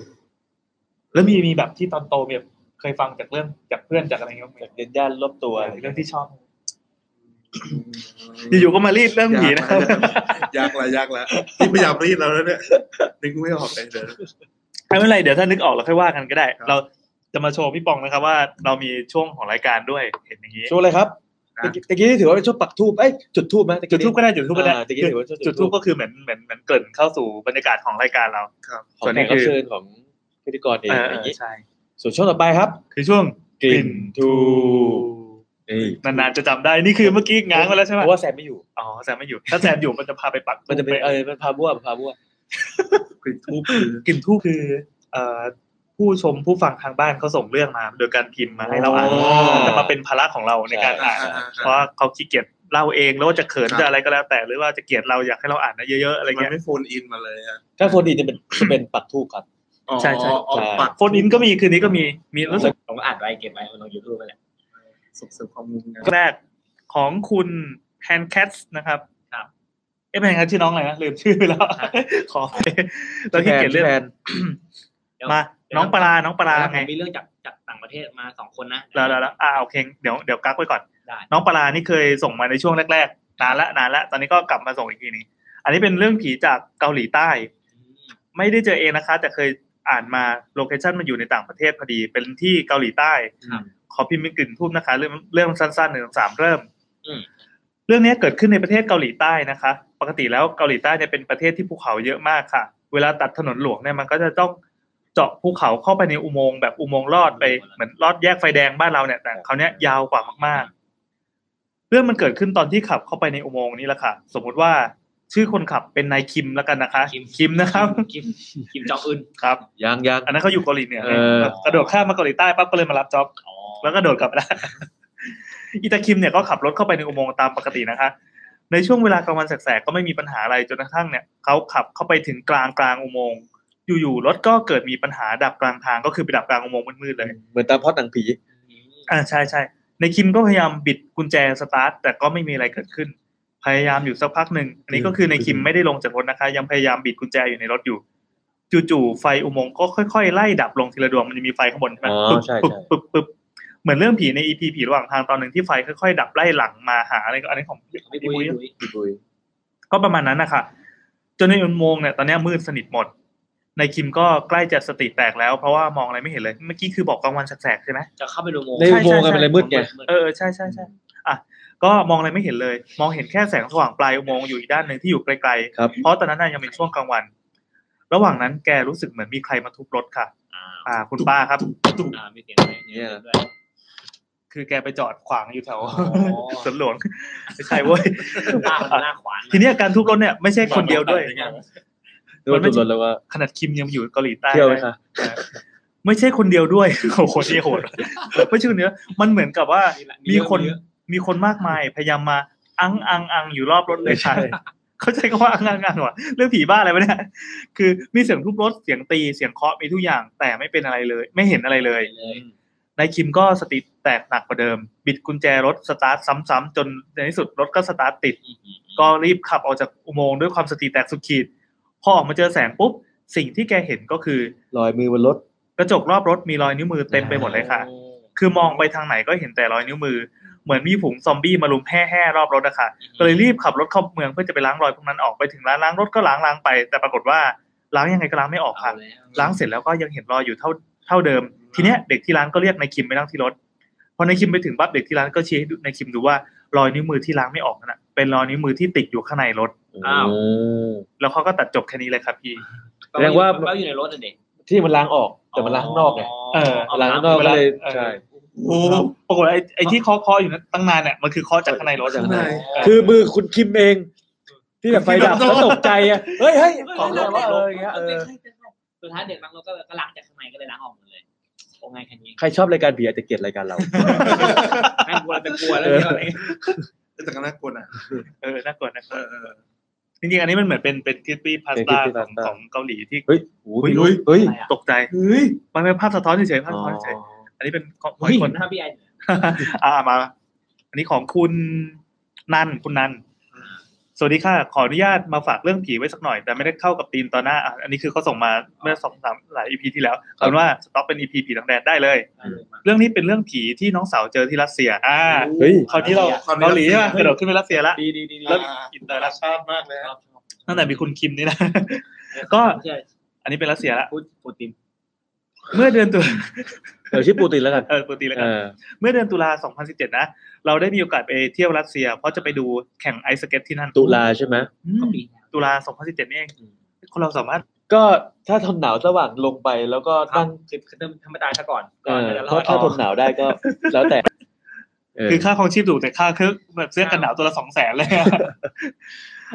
Speaker 2: แล้วมีมีแบบที่ตอนโตมีแบบเคยฟังจากเรื่องจากเพื่อนจากอะไรเงี้ยบ้างไหม
Speaker 3: จากเด่นย่านรอบตัวอะไร
Speaker 2: เรื่องที่ชอบ
Speaker 4: อืม
Speaker 2: อยู่ๆก็มารีดเรื่องผีนะ
Speaker 4: ยากละยากละนี่พยายามรีดแล้วนะเนี่ยนึกไม่ออกเลยเดี๋ยว
Speaker 2: ไม่เป็นไรเดี๋ยวถ้านึกออกเราค่อยว่ากันก็ได้
Speaker 4: ครับ
Speaker 2: เราจะมาโชว์พี่ปองนะครับว่า เรามีช่วงของรายการด้วยเห็นอย่างนี้
Speaker 3: ช่วงอะไรครับ
Speaker 4: นะ
Speaker 3: ตะกี้ตะกี้ที่ถือว่าเป็นช่วงปักทูบเอ้ยจุดทูบไหมตะ
Speaker 2: จุ
Speaker 3: กี้
Speaker 2: ดทูบก็ได้จุดทูบก็ได้
Speaker 3: อ่าตะกี้ถือว่าช่วง
Speaker 2: จุดทูบก็คือเหมือนเหมือนเหมือนเกรินเข้าสู่บรรยากาศของรายการเรา
Speaker 4: ครับ
Speaker 3: ขอ
Speaker 2: ส่วน
Speaker 3: งแข
Speaker 2: นี้
Speaker 3: กรับ
Speaker 2: คือ
Speaker 3: เชิญของพิธีกรเอง
Speaker 2: เออ
Speaker 3: อะไรอย่างนี้
Speaker 2: ใช่
Speaker 3: ส่วนช่วงต่อไปครับ
Speaker 2: คือช่วง
Speaker 3: กลิ่นทู นี่
Speaker 2: นานๆจะจำได้นี่คือเมื่อกี้ง้างไปแล้วใช่ไหม
Speaker 3: เพราะว่าแซมไม่อยู่
Speaker 2: อ๋อแซมไม่อยู่ ถ้าแซมอยู่มันจะพาไปปัก
Speaker 3: มันจะเป็น
Speaker 2: ธูป
Speaker 3: เออมันพาบัวมันพาบัว
Speaker 4: กลิ่นทูบคือก
Speaker 2: ลิ่นทูบคือเอ่อผู้ชมผู้ฟังทางบ้านเขาส่งเรื่องมา โดยการพิมพ์มาให้เราอ่าน
Speaker 3: อ๋อ
Speaker 2: แต่มาเป็นภาระของเราในการอ่าน
Speaker 4: อ่าๆๆ
Speaker 2: เพราะว่าเขาขี้เกียจ เราเองแล้วว่าจะเขิน
Speaker 4: ครับ
Speaker 2: จะอะไรก็แล้ว แต่หรือว่าจะเกลียดเราอยากให้เราอ่านเยอะๆอะไร
Speaker 4: มัน
Speaker 2: เงี้ย
Speaker 4: ไม่โฟนอินมาเลยอะ
Speaker 3: ถ้าโฟนอินจะเป็นจะเป็นปักทูบครับ
Speaker 4: อ๋อ
Speaker 2: ใช่ใช่
Speaker 4: อ๋อ
Speaker 3: ใช่
Speaker 4: ปัก
Speaker 2: โฟนอินก็มีคืนนี้ก็มีมี
Speaker 1: รู้
Speaker 2: รู้
Speaker 1: สึ
Speaker 2: สึ
Speaker 1: ก
Speaker 2: ก
Speaker 1: ผมอ่านไว้เก็บไว้ลงยูทูบไปแหละ
Speaker 4: ส่งเสริมความรู้นะ
Speaker 2: แรกของคุณแพนแคทนะครับ
Speaker 1: ครับ
Speaker 2: เอ๊ะแพนแคทชื่อน้องอะไรนะลืมชื่อไปแล้วขอไปตอนที่เกียดเรื่อง
Speaker 3: แฟน
Speaker 2: มาน้องปลาน้องปลา
Speaker 1: แล้วผ
Speaker 2: ไง
Speaker 1: มมีเรื่องจากจากต่างประเทศมาสองคนนะ
Speaker 2: แล้วแล้วแล้วอ่าโอเคเดี๋ยวเดี๋ยวกักไว้ก่อน
Speaker 1: ได้
Speaker 2: น้องปลานี่เคยส่งมาในช่วงแรกๆนานละนานละตอนนี้ก็กลับมาส่งอีกทีหนึงอันนี้เป็นเรื่องผีจากเกาหลีใต้
Speaker 1: อืม
Speaker 2: ไม่ได้เจอเองนะคะ แต่เคยอ่านมาโลเคชันมันอยู่ในต่างประเทศพอดี เป็นที่เกาหลีใต้
Speaker 1: ครับ
Speaker 2: ขอพิมพ์เป็นกลิ่นทูบนะคะ เรื่องเรื่องสั้นๆหนึ่งสามเริ่ม
Speaker 1: อืม
Speaker 2: เรื่องนี้เกิดขึ้นในประเทศเกาหลีใต้นะคะ ปกติแล้วเกาหลีใต้เนี่ยเป็นประเทศที่ภูเขาเยอะมากค่ะ เวลาตัดถนนหลวงเนี่ยมันก็จะต้องเจาะภูเขาเข้าไปในอุโมงค์แบบอุโมงค์ลอดไปเหมือนลอดแยกไฟแดงบ้านเราเนี่ยแต่คราวเนี้ยยาวกว่ามากๆ เรื่องมันเกิดขึ้นตอนที่ขับเข้าไปในอุโมงค์นี่แหละค่ะ สมมุติว่าชื่อคนขับเป็นนายคิมแล้วกันนะคะ
Speaker 1: คิม
Speaker 2: มนะครับ
Speaker 1: คิมคิมจองอึน
Speaker 2: ครับ
Speaker 3: ยังยัง
Speaker 2: อันนั้นเขาอยู่เกาหลีเหนือ
Speaker 3: เออ
Speaker 2: กระโดดข้ามมาเกาหลีใต้ปั๊บก็เลยมารับจ็อบ
Speaker 1: อ๋อ
Speaker 2: แล้ว ก็โดดกลับได้ อิตาคิมเนี่ยก็ขับรถเข้าไปในอุโมงค์ตามปกตินะคะ ในช่วงเวลากลางวันแสกๆก็ไม่มีปัญหาอะไรจนกระทั่งเนี่ยเขาขับเข้าไปถึงกลางกลางอุโมงค์อยู่ๆรถก็เกิดมีปัญหาดับกลางทางก็คือไปดับกลางอุโมงค์มืดๆเลย
Speaker 3: เหมือนตามพล็อดหนังผี
Speaker 1: อืม
Speaker 2: อ่าใช่ใช่ในคิมก็พยายามบิดกุญแจสตาร์ทแต่ก็ไม่มีอะไรเกิดขึ้น พยายามอยู่สักพักหนึ่งอันนี้ก็คือในคิมไม่ได้ลงจากรถนะคะ ยังพยายามบิดกุญแจอยู่ในรถอยู่ จู่ๆไฟอุโมงค์ก็ค่อยๆไล่ดับลงทีละดวงมันจะมีไฟข้างบนใช่ไหม
Speaker 3: อ๋อ
Speaker 2: ปึ๊บ
Speaker 3: ใช่
Speaker 2: ปึ๊บ
Speaker 3: ใช่
Speaker 2: ปึ๊บปึ๊บเหมือนเรื่องผีในอีพีผีระหว่างทางตอนหนึ่งที่ไฟค่อยๆดับไล่หลังมาหาอะไรก็อันนี้ของพี่
Speaker 1: ไม่
Speaker 2: ปุ้
Speaker 1: บุย
Speaker 2: ย
Speaker 1: บุย
Speaker 3: พี่ปุ้ย
Speaker 2: ก็ประมาณนั้นนะคะจนในอุโมงค์เนี่ยตอนนี้มืดสนิทหมด ในคิมก็ใกล้จะสติแตกแล้วเพราะว่ามองอะไรไม่เห็นเลยเมื่อกี้คือบอกกลางวันแสกๆใช่ไหม
Speaker 1: จะเข้าไปดูโมง
Speaker 3: ในอุโมงค์อะมันเลยมืดไง
Speaker 2: เออเออใช่ใช่ใช่อ่ะก็มองอะไรไม่เห็นเลย มองเห็นแค่แสงสว่างปลายอุโมงค์อยู่อีกด้านหนึ่งที่อยู่ไกล
Speaker 3: ครับ
Speaker 2: ๆ เพราะตอนนั้นนะยังเป็นช่วงกลางวัน ระหว่างนั้นแกรู้สึกเหมือนมีใครมาทุบรถค่ะ
Speaker 1: อ่า
Speaker 2: อ่า คุณป้าครับ
Speaker 1: อ่ามีเสียงอะไร
Speaker 3: เนี่ย
Speaker 1: ด้วย
Speaker 2: คือแกไปจอดขวางอยู่แถว
Speaker 1: อ
Speaker 2: สวนหลวงไม่ใช่เว้ย
Speaker 1: ป้าคนหน้าขวาน
Speaker 2: ทีเนี้ยการทุบรถเนี่ยไม่ใช่คนเดียวด้วย
Speaker 3: ดูจุดรถแล้วว่า
Speaker 2: ขนาดคิมยังอยู่เกาหลีใต้
Speaker 3: เที่ยวไหม
Speaker 2: นะ
Speaker 3: คะ
Speaker 2: ไม่ใช่คนเดียวด้วย โอ้โหนี่โหดไม่ใช่คนเดียวมันเหมือนกับว่า มีคนมีคนมากมายพยายามมาอังอังอังอยู่รอบรถเลยค่ะเข้าใจคำว่าอังอังอังวะเรื่องผีบ้าอะไรวะเนี่ยคือมีเสียงทุบรถเสียงตีเสียงเคาะมีทุกอย่าง แต่ไม่เป็นอะไรเลย ไม่เห็นอะไรเลย
Speaker 1: เลย
Speaker 2: นายคิมก็สติแตกหนักกว่าเดิม บิดกุญแจรถสตาร์ทซ้ำๆจนในที่สุดรถก็สตาร์ทติด
Speaker 1: อืมอืมอืม
Speaker 2: ก็รีบขับออกจากอุโมงค์ด้วยความสติแตกสุดขีดพอออกมาเจอแสงปุ๊บสิ่งที่แกเห็นก็คือ
Speaker 3: ลอยมือบนรถ
Speaker 2: กระจกรอบรถมีรอยนิ้วมือเต็มไปหมดเลยค่ะ
Speaker 1: โอ้
Speaker 2: คือมองไปทางไหนก็เห็นแต่รอยนิ้วมือ เหมือนมีฝูงซอมบี้มาลุมแห่ๆรอบรถอะค่ะ ก็เลยรีบขับรถเข้าเมืองเพื่อจะไปล้างรอยพวกนั้นออกไปถึงร้านล้างรถก็ล้างล้างๆไป แต่ปรากฏว่าล้างยังไงก็ล้างไม่ออก
Speaker 1: เอา
Speaker 2: ค่ะ
Speaker 1: แล้ว
Speaker 2: ล้างเสร็จแล้วก็ยังเห็นรอยอยู่เท่าเท่าเดิม ทีเนี้ยเด็กที่ร้านก็เรียกนายคิมไปนั่งที่รถ พอนายคิมไปถึงปั๊บเด็กที่ร้านก็ชี้ให้ดูนายคิมดูว่ารอยนิ้วมือที่ล้างไม่ออกนั่นน่ะเป็นรอยนิ้วมือที่ติดอยู่ข้างในรถ
Speaker 1: อ้าว
Speaker 2: แล้วเขาก็ตัดจบแค่นี้เลยครับพี่
Speaker 3: แสดงว่า
Speaker 1: แปลอยู่ในรถน่ะเด็ก
Speaker 3: ที่มันล้างออกแต่มันล้างข้างนอกไง
Speaker 2: เออ
Speaker 3: ล้างข้างนอก
Speaker 2: เว
Speaker 3: ก็
Speaker 2: ลา
Speaker 3: เลย
Speaker 2: เออ
Speaker 3: ใช่
Speaker 4: โอ้
Speaker 2: ปรากฏไอ้ไอ้ที่เคาะเคาะอยู่นั้นตั้งนานเนี่ยมันคือเคาะจากข้างในรถ
Speaker 3: จากข้างใน
Speaker 1: เ
Speaker 3: คือมือคุณคิมเอง ที่แบบไฟดับ
Speaker 4: คุณคิม
Speaker 3: แล้วตกใจอ่ะเฮ้ยเฮ้ยของ
Speaker 1: เอ
Speaker 3: เรา
Speaker 1: อ
Speaker 3: ว่า
Speaker 1: เอ
Speaker 3: เอ
Speaker 1: อ
Speaker 3: ออย่างเงี้ยเออ
Speaker 1: สุดท้ายเด็กบางเราก็ก็ล้างจากข้างในก็เลยล้างออกหมดเลยโอ้ง่ายแค่นี้
Speaker 3: ใครชอบรายการผีอาจจะเกลียดรายการเรา
Speaker 1: แม่งกลัวจะกลัวแล้วเนี่ยอะไร
Speaker 4: แต่ก็น่ากลัวนะ
Speaker 2: เออน่ากลัวนะ
Speaker 4: เออเออ
Speaker 2: จริงๆอันนี้มันเหมือนเป็นเป็นคิปปี้พาส
Speaker 3: เป็น
Speaker 2: ต้า
Speaker 3: crispy
Speaker 2: ของ
Speaker 3: pasta
Speaker 2: ของเกาหลีที่
Speaker 3: เฮ้ย
Speaker 4: เฮ้
Speaker 3: เฮ้
Speaker 4: ย
Speaker 3: ยเฮ้ย
Speaker 1: อะไรอะ
Speaker 2: ตกใจ
Speaker 4: เฮ้ย
Speaker 2: มันเป็นภาพสะท้อนเฉยๆภาพ
Speaker 3: อ๋
Speaker 2: สะ
Speaker 3: อ
Speaker 2: ท้อนเฉยๆอันนี้เป็นของ
Speaker 1: เฮ้ย
Speaker 2: ค
Speaker 1: คน นหน้าพี่ไอ้เนี่ย
Speaker 2: อ่ามา อันนี้ของคุณนันคุณนันสวัสดีค่ะ ขออนุญาตมาฝากเรื่องผีไว้สักหน่อย แต่ไม่ได้เข้ากับธีมตอนหน้าอ่ะอันนี้คือเขาส่งมาเมื่อสองสามหลายอีพีที่แล้วเอาเป็นว่าสต็อกเป็นอีพีผีหลังแดดได้เลย เรื่องนี้เป็นเรื่องผีที่น้องสาวเจอที่รัสเซีย อ่า
Speaker 3: เฮ้ย
Speaker 2: คราวที่เรา
Speaker 4: คราวนี้
Speaker 2: เกาหลีใช่ไหม
Speaker 4: รัสเซีย
Speaker 2: กระโดดขึ้นไปรัสเซียละ
Speaker 1: ดีดีดีดี
Speaker 2: แล้ว
Speaker 4: อินเตอร์ชอบมากเลย
Speaker 1: ช
Speaker 4: ฮะ
Speaker 1: อบชอบ
Speaker 2: ตั้งแต่มีคุณคิมนี่นะ ก็
Speaker 1: ไม่ใช่
Speaker 2: อันนี้เป็นรัสเซียละ
Speaker 1: พูดปูติน
Speaker 2: เมื่อเดือนตุลา
Speaker 3: เดี๋ยวชื่อปูตินแล้วกัน
Speaker 2: เออปกติแล้วกั
Speaker 3: เอน อ
Speaker 2: เมื่อเดือนตุลา 2017 นะ เราได้มีโอกาสไปเที่ยวรัสเซีย เพราะจะไปดูแข่งไอสเก็ตที่นั่น
Speaker 3: ตุลาใช่ไหม
Speaker 2: อืม
Speaker 1: ก็ปีแล้ว
Speaker 2: ตุลา 2017นี่เองคนเราสามารถ
Speaker 3: ก็ถ้าทนหนาวสว่างลงไปแล้วก็
Speaker 1: ตั้
Speaker 3: ตั้
Speaker 1: ง
Speaker 3: ง
Speaker 1: คือคือเริ่มทำให้ตายซะก่อนก่
Speaker 3: เอ
Speaker 1: อน
Speaker 3: อ
Speaker 1: จะร
Speaker 3: เพ
Speaker 1: อ
Speaker 3: ราะ
Speaker 1: ด
Speaker 3: ถ้าทนหนาวได้ก็แล้วแต่ เออ
Speaker 2: คือค่าครองชีพถูกแต่ค่าเครื่องแบบเสื้อกันหนาวตัวละสองแสนเลย อะ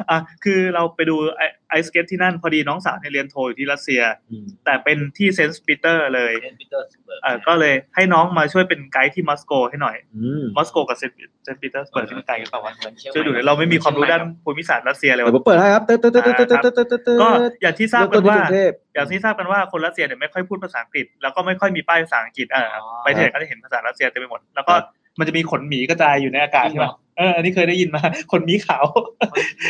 Speaker 2: อ่ะคือเราไปดูไอไอสเก็ตที่นั่นพอดีน้องสาวเนี่ยเรียนโทอยู่ที่รัสเซีย
Speaker 3: อืม
Speaker 2: แต่เป็นที่เซนต์ปีเตอร์เลย
Speaker 1: เซนต์ปีเตอร์สเบิร์ก
Speaker 2: เอ่อก็เลยให้น้องมาช่วยเป็นไกด์ที่มอสโกให้หน่อย
Speaker 3: อืม
Speaker 2: มอสโกกับเซนต์เซนต์ปีเตอร์สเบิร์กที่เป็นไกด์กันเปล่าวะ
Speaker 1: เหมือนเชียงใหม่
Speaker 2: ช่วยดูหน่อยเราไม่มีความรู้ด้านภูมิศาสตร์รัสเซียเลย
Speaker 3: เดี๋ยวผ
Speaker 2: ว่ะ
Speaker 3: มเปิดให้ครับเติร์ดเติร์ดเติร์ดเติร์ดเติร์ดเติร์ดเติร์ดเติร์ด
Speaker 2: ก็อย่างที่ทราบ
Speaker 3: เริ่ม
Speaker 2: กั
Speaker 3: ต้
Speaker 2: น
Speaker 3: นที่
Speaker 2: ว่า
Speaker 3: กรุงเทพ
Speaker 2: อย่างที่ทราบกันว่าคนรัสเซียเนี่ยไม่ค่อยพูดภาษาอังกฤษแล้วก็ไม่ค่อยมีป้ายภาษาอังกฤษอ่า
Speaker 1: อ๋อ
Speaker 2: ไปที่ไหนก็จะเห็นภาษารัสเซียเต็มไปหมด แล้วก็
Speaker 3: ครับ
Speaker 2: มันจะมีขนหมีกระจายอยู่ในอากาศ
Speaker 1: จริง
Speaker 2: ใช่
Speaker 1: เหรอ
Speaker 2: ไหมเอออันนี้เคยได้ยินมา ขนหมีขาว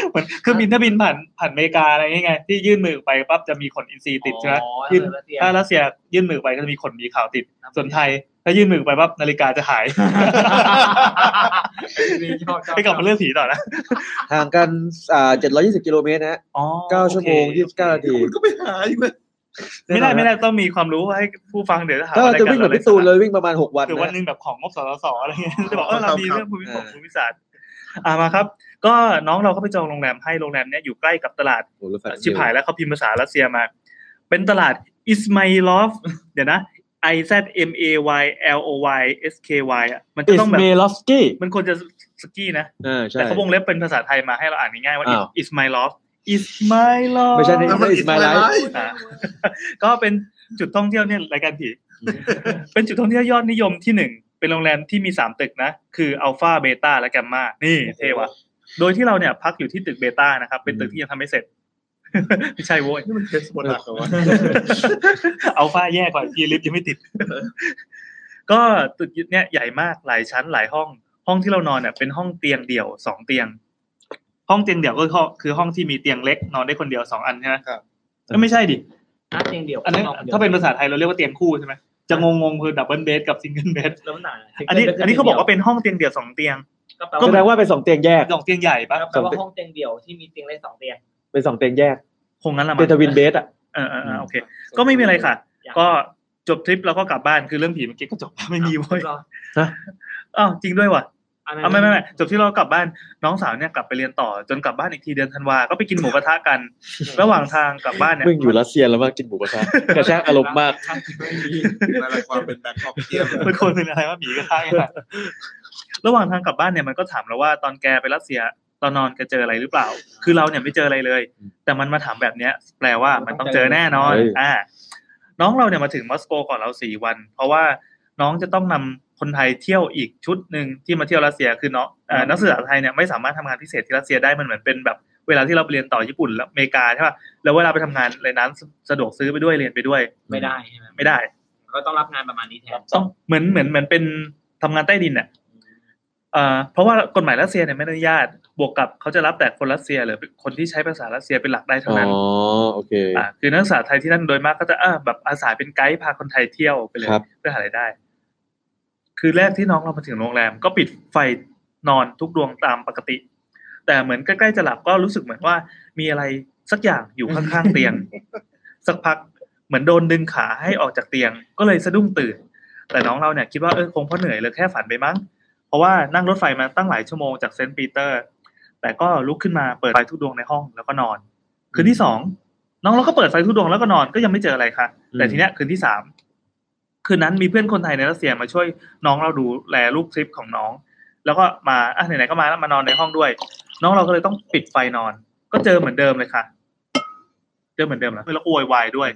Speaker 2: เหมือนเครื่องบินถ้าบินผ่านผ่านอเมริกาอะไรอย่างเงี้ยไงที่ยื่นมือไปปั๊บจะมีขนอินทรีติดใช่ไหม
Speaker 1: อ๋อ
Speaker 2: ยื่น
Speaker 1: เออรัสเซีย
Speaker 2: ถ้ารัสเซียยื่นมือไปก็จะมีขนหมีขาวติด ส่วนไทยถ้ายื่นมือไปปั๊บนาฬิกาจะหาย
Speaker 1: ชอบชอบ
Speaker 2: ไปกลับมาเรื่องผีต่อนะ
Speaker 3: ห่างกันอ่า720กิโลเมตรนะฮะ
Speaker 2: อ๋อ
Speaker 3: เก้าชั่วโมง
Speaker 2: อเค
Speaker 3: ยี่สิบเก้านาที
Speaker 4: คุณก็ไปหาอีกเลย
Speaker 2: ไม่ได้ไม่ได้ต้องมีความรู้ให้ผู้ฟังเดี๋ยวจะหา
Speaker 3: ก็
Speaker 2: ว่า
Speaker 3: จะ
Speaker 2: รายาร
Speaker 3: วิ่งแบบ
Speaker 2: ไร้
Speaker 3: พี่ตูน
Speaker 2: สาระ
Speaker 3: เลยวิ่งประมาณหกวัน
Speaker 2: หรือวัน
Speaker 3: นะ
Speaker 2: หนึ่งแบบของงบสสสอะไรเงี้ย จะ บอกเออเรามีเรื่องภูมิศาสตร์
Speaker 3: เออ
Speaker 2: ภูมิศาสตร์อ่ามาครับ ก็น้องเราก็ไปจองโรงแรมให้โรงแรมเนี้ยอยู่ใกล้กับตลาด
Speaker 3: โอ้โหรถไฟ
Speaker 2: ชิบหายแล้วเขาพิมพ์ภาษารัสเซียมา เป็นตลาดอิสม i ลอฟเดี๋ยวนะ I Z M A Y L O Y S K Y อ่ะมันจะ
Speaker 3: อิ
Speaker 2: ต้อ
Speaker 3: ส
Speaker 2: งแบบ
Speaker 3: เมลอฟสกี้
Speaker 2: มันควรจะสกี้นะ
Speaker 3: อ่าใช่
Speaker 2: แต่เขาวงเล็บเป็นภาษาไทยมาให้เราอ่านง่ายๆว่า
Speaker 3: อ้าว
Speaker 2: อิสม i ลอฟอิสม i ลอฟ
Speaker 3: ไม่ใช่นี่
Speaker 4: แล้วมันอิสมาไลฟ์
Speaker 2: อ่ะก็เป็นจุดท่องเที่ยวเนี่ยรายการผี
Speaker 3: อืม
Speaker 2: เป็นจุดท่องเที่ยวยอดนิยมที่หนึ่ง เป็นโรงแรมที่มีสามตึกนะ คืออัลฟาเบต้าและแกมมา นี่เท่วะโดยที่เราเนี่ยพักอยู่ที่ตึกเบต้านะครับ เป็นตึกที่ยังทำไม่เสร็จ ไม่ใช่โว้ย
Speaker 4: นี่มันเทสบนหนักเหรอวะ
Speaker 2: อัลฟาแย่กว่าพีลิฟต์ยังไม่ ติด ก็ตึกเนี่ยใหญ่มากหลายชั้นหลายห้อง ห้องที่เรานอนเนี่ยเป็นห้องเตียงเดี่ยวสองเตียง ห้องเตียงเดี่ยวก็คือห้องที่มีเตียงเล็กนอนได้คนเดียวสองอันใช่ไหมก็ไม่ใช่ดิ
Speaker 1: นัดเพียงเดียว
Speaker 2: อันนั้นถ้าเป็นภาษาไทยเราเรียกว่าเตียงคู่ใช่ไหมจะงงงๆคือดับเบิลเบดกับซิงเกิลเบด
Speaker 1: แล้วมันหนา
Speaker 2: อันนี้อันนี้เขาบอกว่าเป็นห้องเตียงเดี่ยวสองเตียง
Speaker 1: ก็แปล
Speaker 3: แสดง
Speaker 1: ว่า
Speaker 3: ว่าเป็นสองเตียงแยก
Speaker 2: สองเตียงใหญ่ปะ
Speaker 1: แปลว่าห้องเตียงเดียวที่มีเตียงเล็กสองเตียง
Speaker 3: เป็นสองเตียงแยก
Speaker 2: คงงั้นละมั้
Speaker 3: เป็น
Speaker 2: ง
Speaker 3: ทวินเบสอ่ะ
Speaker 2: เออเออเออโอเค ก็ไม่มีอะไรค่ะ ก็จบทริปแล้วก็กลับบ้านคือเรื่องผีเมื่อกี้ก็จบ ไม่มีเว้ย
Speaker 3: ฮะ
Speaker 2: อ้าวจริงด้วยว่ะ
Speaker 1: อันนั้น
Speaker 2: อ้าวไม่ไม่ไม่จบที่เรากลับบ้านน้องสาวเนี่ยกลับไปเรียนต่อจนกลับบ้านอีกทีเดือนธันวาก็ไปกินหมูกระทะกัน ระหว่างทางกลับบ้านเนี่ย
Speaker 3: มึงอยู่รัสเซียแล้วมากินหมูกระทะกระชากอารมณ์มาก
Speaker 1: ไม่มี
Speaker 4: นั่นแหละความเป็นแบ็คออฟเทียมอะ
Speaker 2: เป็นคนเป็นอะไรว่าหมีกระทะไงล่ะ ระหว่างทางกลับบ้านเนี่ยมันก็ถามเราว่าตอนแกไปรัสเซียตอนนอนแกเจออะไรหรือเปล่า คือเราเนี่ยไม่เจออะไรเลย แต่มันมาถามแบบเนี้ย แปลว่ามันต้องเจอแน่นอน
Speaker 3: เฮ้ย
Speaker 2: อ่า น้องเราเนี่ยมาถึงมอสโกก่อนเราสี่วัน เพราะว่าน้องจะต้องนำคนไทยเที่ยวอีกชุดหนึ่งที่มาเที่ยวรัสเซียคือเนาะเอ่อนักศึกษาไทยเนี่ยไม่สามารถทำงานพิเศษที่รัสเซียได้มันเหมือนเป็นแบบ เวลาที่เราไปเรียนต่อญี่ปุ่นแล้วอเมริกาใช่ป่ะแล้วเวลาไปทำงานอะไรนั้นสะดวกซื้อไปด้วยเรียนไปด้วย
Speaker 1: ไม่ได้ใช่ไหม
Speaker 2: ไม่ได้
Speaker 1: ก็ต้องรับงานประมาณนี้แทน
Speaker 2: ต้องเหมือนเหมือนเหมือนเป็นทำงานใต้ดินอ่ะเอ่อเพราะว่ากฎหมายรัสเซียเนี่ยไม่อนุญาต บวกกับเขาจะรับแต่คนรัสเซียหรือคนที่ใช้ภาษารัสเซียเป็นหลักได้เท่า
Speaker 3: อ๋อ
Speaker 2: นั้น
Speaker 3: โอเค
Speaker 2: อ่ะคือนักศึกษาไทยที่นั่นโดยมากก็จะอ่ะแบบอาสาเป็นไกด์พาคนไทยเที่ยวไปเลย
Speaker 3: ครับ
Speaker 2: เพื่อหารายได้ คือแรกที่น้องเรามาถึงโรงแรม ก็ปิดไฟนอนทุกดวงตามปกติ แต่เหมือนใกล้ๆจะหลับก็รู้สึกเหมือนว่ามีอะไรสักอย่างอยู่ข้างๆเตียง สักพักเหมือนโดนดึงขาให้ออกจากเตียง ก็เลยสะดุ้งตื่น แต่น้องเราเนี่ยคิดว่าเออคงเพราะเหนื่อยเลยแค่ฝันไปมั้ง เพราะว่านั่งรถไฟมาตั้งหลายชั่วโมงจากเซนต์ปีเตอร์ แต่ก็ลุกขึ้นมาเปิดไฟทุกดวงในห้องแล้วก็นอน คืนที่สองน้องเราก็เปิดไฟทุกดวงแล้วก็นอนก็ยังไม่เจออะไรค่ะ
Speaker 3: อืม
Speaker 2: แต่ทีเนี้ยคืนที่สามคืนนั้นมีเพื่อนคนไทยในรัสเซียมาช่วยน้องเราดูแลลูกทริปของน้อง แล้วก็มาอ่ะไหนๆก็มาแล้วมานอนในห้องด้วย น้องเราก็เลยต้องปิดไฟนอน ก็เจอเหมือนเดิมเลยค่ะ เจอเหมือนเดิมแล้วแล้วก็โวยวายด้วย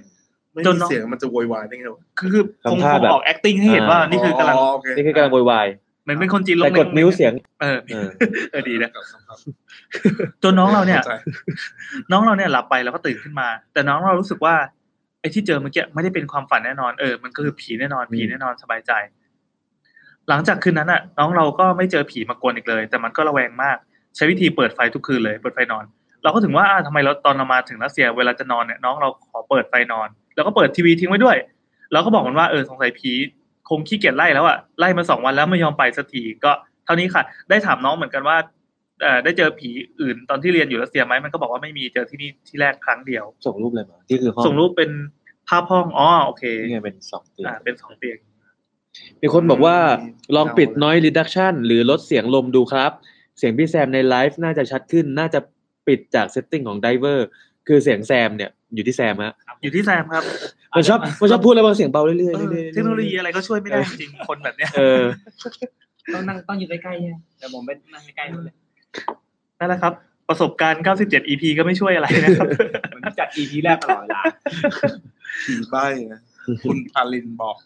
Speaker 4: ไม่
Speaker 2: จน
Speaker 4: มี
Speaker 2: เนอะ
Speaker 4: เสียงมันจะโวยวายได้ไงวะ
Speaker 2: คือคือคง
Speaker 3: ทำ
Speaker 2: ค
Speaker 3: ท่าง แบบ
Speaker 2: ออก acting ให้เห็นว่านี่คือกำลัง
Speaker 4: โอเค
Speaker 3: นี่คือกำลังโวยวาย
Speaker 2: เหมือนเป็นคนจีนลง
Speaker 3: แต่กด
Speaker 2: ใน
Speaker 3: นิ้วเสียง
Speaker 2: เออ
Speaker 3: เออ
Speaker 2: เออดีนะ
Speaker 4: ครับครับ
Speaker 2: จนน้องเราเนี่ย น้องเราเนี่ยหลับไปแล้วก็ตื่นขึ้นมา แต่น้องเรารู้สึกว่าไอ้ที่เจอเมื่อกี้ไม่ได้เป็นความฝันแน่นอนเออมันก็คือผีแน่นอนผีแน่นอนสบายใจ หลังจากคืนนั้นอ่ะ น้องเราก็ไม่เจอผีมากวนอีกเลย แต่มันก็ระแวงมาก ใช้วิธีเปิดไฟทุกคืนเลย เปิดไฟนอน เราก็ถึงว่าอ่าทำไมเราตอนเรามาถึงรัสเซียเวลาจะนอนเนี่ยน้องเราขอเปิดไฟนอน แล้วก็เปิดทีวีทิ้งไว้ด้วย เราก็บอกมันว่าเออสงสัยผีคงขี้เกียจไล่แล้วอ่ะไล่มาสองวันแล้วไม่ยอมไปสักทีก็เท่านี้ค่ะ ได้ถามน้องเหมือนกันว่า เอ่อได้เจอผีอื่นตอนที่เรียนอยู่รัสเซียไหมมันก็บอกว่าไม่มีเจอที่นี่ที่แรกครั้งเดียว
Speaker 3: ส่งรูปเลยมานี่คือห้อง
Speaker 2: ส่งรูปเป็นภาพห้องอ๋อโอเค
Speaker 3: นี่ไงเป็นสองเตียง
Speaker 2: อ่าเป็นสองเตียง
Speaker 3: มีคนบอกว่า
Speaker 4: อืม
Speaker 3: ลองปิด noise reduction หรือลดเสียงลมดูครับ เสียงพี่แซมในไลฟ์น่าจะชัดขึ้นน่าจะปิดจากเซตติ้งของไดเวอร์คือเสียงแซมเนี่ยอยู่ที่แซมฮะ
Speaker 2: อยู่ที่แซมครับ
Speaker 3: มันชอบมันชอบพูดอะไรบางเสียงเบาเรื่อยๆ
Speaker 2: เออ
Speaker 3: เรื่อยๆ
Speaker 2: เทคโนโลยีอะไรก็ช่วยไม่ได้จริงๆคนแบบเนี้ย
Speaker 3: เออ
Speaker 1: ต้องนั่งต้องอยู่ใกล้ๆใช่ไหมแต่ผมไปนั่งใกล้ๆนู่น เลย
Speaker 2: นั่นแหละครับ ประสบการณ์ 97 EP ก็ไม่ช่วยอะไรนะครับ
Speaker 1: เหมือนจัด EP แรกตลอดเวลา
Speaker 4: ผีใบ้นะคุณพาลินบอก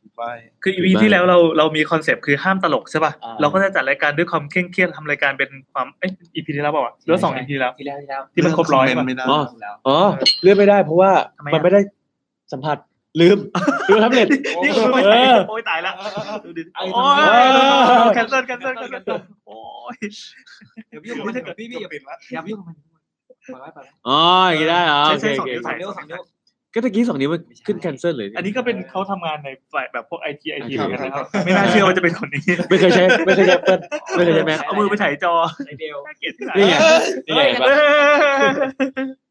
Speaker 4: ผีใบ้
Speaker 2: คือ EP ที่แล้วเราเรามีคอนเซปต์คือห้ามตลกใช่ป่ะ
Speaker 1: อ่า
Speaker 2: เราก็จะจัดรายการด้วยความเคร่งเครียดทำรายการเป็นความเอ้ย EP ที่แล้วเปล่าวะหรือว่าสอง EP แล้ว
Speaker 1: ที่แล้วที่แล้ว
Speaker 2: ที่มันครบร้อย
Speaker 4: เง
Speaker 2: ป่ะ
Speaker 4: คมเมนต์ไม่ได้
Speaker 3: อ๋อ
Speaker 1: ถูกแล้ว
Speaker 3: อ๋อเลื่อนไม่ได้เพราะว่า
Speaker 2: ทำไมอะ
Speaker 3: มันไม่ได้สัมผัสลืมลืมแท็บเล็ต
Speaker 2: นี่คือไม่
Speaker 3: เอ
Speaker 2: ตาย
Speaker 3: อ
Speaker 2: โอ้ยตายละดูดิ
Speaker 1: เอา
Speaker 2: โอ้
Speaker 1: อีก
Speaker 3: ทำไม
Speaker 2: ย
Speaker 3: อะ
Speaker 2: แคนเซิลแคนเซิลแคนเซิลโอ้ย
Speaker 1: เดี๋ยวพี่ผมจะเกิดพี่พี่อย่า
Speaker 4: ปิดละ
Speaker 1: อย่าไปยุ่งกับมันปล่อยไว้ปล่อยไว้
Speaker 3: อ๋ออย่างนี้ได้เหรอโอ
Speaker 2: ใช่
Speaker 3: เค
Speaker 2: ใช่
Speaker 3: โอ
Speaker 2: สอง
Speaker 3: เค
Speaker 1: สอนิ้
Speaker 2: นิ้วสอง งนิ้
Speaker 1: วสองนิ้
Speaker 2: ว
Speaker 1: ว
Speaker 3: ก็ตะกี้สองนิ้วมันขึ้นแคนเซิลเลย
Speaker 2: อันนี้ก็เป็นเขาทำงานในฝ่ายแบบพวกไอทีไอทีเหมือนกันนะครับไม่น่าเชื่อว่าจะเป็นคนนี้
Speaker 3: ไม่เคยใช้ไม่เคยใช้เปิลไม่เคยใช้แม็ก
Speaker 2: เอามือไปถ่ายจอ
Speaker 1: ไอเดล
Speaker 2: น่าเกลียดที่ไหน
Speaker 3: นี่ไงนี่ไง
Speaker 1: เอ้ย
Speaker 3: เห็นปะ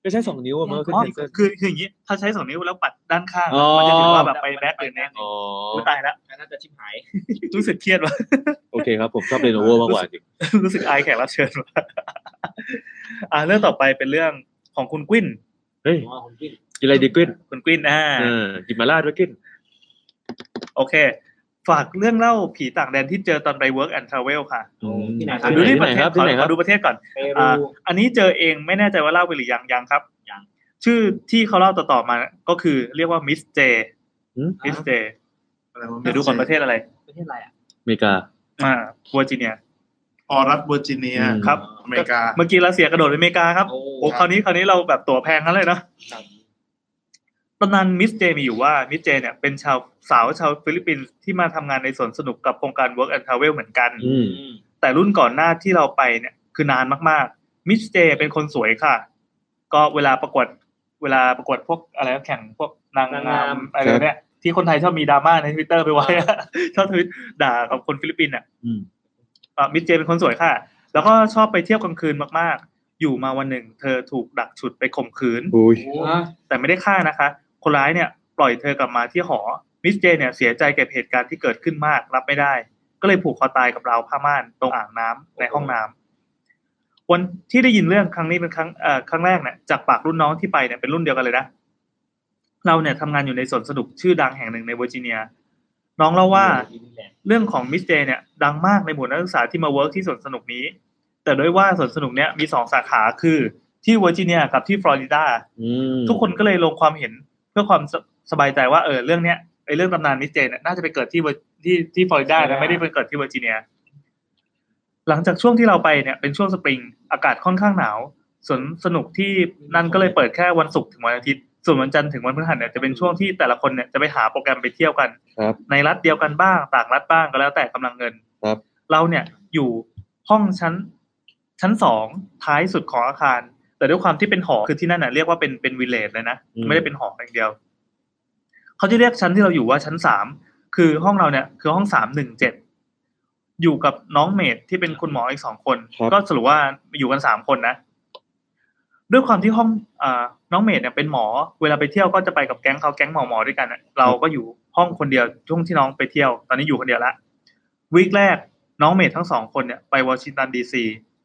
Speaker 3: ก็ใช้สองนิ้วอะมันก็ขึ้น
Speaker 2: อ๋อ
Speaker 3: แคนเซิล
Speaker 2: คือคืออย่างนี้ถ้าใช้สองนิ้วแล้วปัดด้านข้าง
Speaker 3: อ๋อ
Speaker 2: มันจะถือว่าแบบไปแบ็คหรือแน็ก
Speaker 3: อ๋อ
Speaker 2: กูตายละ
Speaker 1: น่าจะชิบหาย
Speaker 2: รู้สึกเครียดว่ะ
Speaker 3: โอเคครับผมชอบเรโน โวมากกว่าจริง
Speaker 2: รู้สึกอายแขกรับเชิญว่ะอ่าเรื่องต่อไปเป็นเรื่องของคุณกวิ้น
Speaker 3: เฮ้ย
Speaker 1: ผมว่าคนกิน
Speaker 3: กินอะไรดีกวิน
Speaker 2: คุณกวิ้นอ่า
Speaker 3: เออกินมาล่าด้วยกิน
Speaker 2: โอเค ฝากเรื่องเล่าผีต่างแดนที่เจอตอนไป work and travel ค่ะ
Speaker 3: อืมดูที่ไหนครับ
Speaker 2: ข
Speaker 3: ที่
Speaker 2: อ
Speaker 3: ไหนค
Speaker 2: ข
Speaker 3: รั
Speaker 2: อบ ดูประเทศก่อน
Speaker 1: เปรู
Speaker 2: อ่า อันนี้เจอเองไม่แน่ใจว่าเล่าไปหรือยังยังครับ
Speaker 1: ยัง
Speaker 2: ชื่อที่เขาเล่าต่อๆมาก็คือเรียกว่ามิสเจมิสเจ
Speaker 4: อะไรวะ
Speaker 2: เดี๋ยวดูก่อนประเทศอะไร
Speaker 1: ประเทศอะไรอ่ะ
Speaker 3: อเมริกา
Speaker 2: อ่าวัวจีเนีย
Speaker 4: ออรัสเวอร์จิเนีย
Speaker 3: อืม
Speaker 2: ครับ
Speaker 4: อเมริกา
Speaker 2: เมื่อกี้รัสเซียกระโดดไปอเมริกาครับ
Speaker 1: โอ้
Speaker 2: โอ้คราวนี้คราวนี้เราแบบตั๋วแพงกันเลยเนาะ
Speaker 1: ครับ
Speaker 2: ตำนานมิสเจมีอยู่ว่ามิสเจเนี่ยเป็นชาวสาวชาวฟิลิปปินส์ที่มาทำงานในสวนสนุกกับโครงการ Work and Travel เหมือนกัน
Speaker 3: อืม
Speaker 1: อืม
Speaker 2: แต่รุ่นก่อนหน้าที่เราไปเนี่ยคือนานมากๆ มิสเจเป็นคนสวยค่ะ ก็เวลาประกวดเวลาประกวดพวกอะไรนะแข่งพวกนางงามอะไร
Speaker 3: ครับ
Speaker 2: เนี่ยที่คนไทยชอบมีดราม่าในทวิตเตอร์ไปไว้ ชอบทวิตด่ากับคนฟิลิปปินส์อ่ะ
Speaker 3: อืม
Speaker 2: อ่ะมิสเจเป็นคนสวยค่ะ แล้วก็ชอบไปเที่ยวกลางคืนมากๆ อยู่มาวันหนึ่ง เธอถูกดักฉุดไปข่มขืน
Speaker 3: อุ้ย
Speaker 1: อ่ะ
Speaker 2: แต่ไม่ได้ฆ่านะคะ คนร้ายเนี่ยปล่อยเธอกลับมาที่หอ มิสเจเนี่ยเสียใจกับเหตุการณ์ที่เกิดขึ้นมาก รับไม่ได้ ก็เลยผูกคอตายกับราวผ้าม่านตรงอ่างน้ำในห้องน้ำวันที่ได้ยินเรื่องครั้งนี้เป็นครั้งเอ่อครั้งแรกเนี่ยจากปากรุ่นน้องที่ไปเนี่ยเป็นรุ่นเดียวกันเลยนะ เราเนี่ยทำงานอยู่ในสวนสนุกชื่อดังแห่งหนึ่งในเวอร์จิเนีย น้องเล่าว่า เรื่องของมิสเจเนี่ยดังมากในหมู่นักศึกษาที่มาเวิร์กที่สวนสนุกนี้ แต่ด้วยว่าสวนสนุกเนี่ยมีสองสาขาคือที่เวอร์จิเนียกับที่ฟลอริดา
Speaker 3: อืม
Speaker 2: ทุกคนก็เลยลงความเห็นเพื่อความสสบายใจว่าเออเรื่องเนี้ยไอเรื่องตำนานมิสเจเนี่ยน่าจะไปเกิดที่เวอร์ที่ที่ฟลอริดานะไม่ได้ไปเกิดที่เวอร์จิเนีย หลังจากช่วงที่เราไปเนี่ยเป็นช่วงสปริงอากาศค่อนข้างหนาวสวนสนุกที่นั่นก็เลยเปิดแค่วันศุกร์ถึงวันอาทิตย์ ส่วนวันจันทร์ถึงวันพฤหัสเนี่ยจะเป็นช่วงที่แต่ละคนเนี่ยจะไปหาโปรแกรมไปเที่ยวกัน
Speaker 3: ครับ
Speaker 2: ในรัฐเดียวกันบ้าง ต่างรัฐบ้างก็แล้วแต่กำลังเงิน
Speaker 3: ครับ
Speaker 2: เราเนี่ยอยู่ห้องชั้น ชั้นสองท้ายสุดของอาคาร แต่ด้วยความที่เป็นหอคือที่นั่นน่ะเรียกว่าเป็นเป็นวิลเลจเลยนะ
Speaker 3: อืม
Speaker 2: ไม่ได้เป็นหออย่างเดียวเขาจะเรียกชั้นที่เราอยู่ว่าชั้นสามคือห้องเราเนี่ย คือห้องสามหนึ่งเจ็ดอยู่กับน้องเมดที่เป็นคุณหมออีกสองคน
Speaker 3: ครับ
Speaker 2: ก็สรุปว่าอยู่กันสามคนนะ ด้วยความที่ห้องอาน้องเมดเนี่ยเป็นหมอ เวลาไปเที่ยวก็จะไปกับแก๊งเขาแก๊งหมอหมอๆด้วยกันอะเราก็อยู่ห้องคนเดียวช่วงที่น้องไปเที่ยว ตอนนี้อยู่คนเดียวละวีคแรกน้องเมดทั้งสองคนเนี่ยไปวอชิงตันดีซี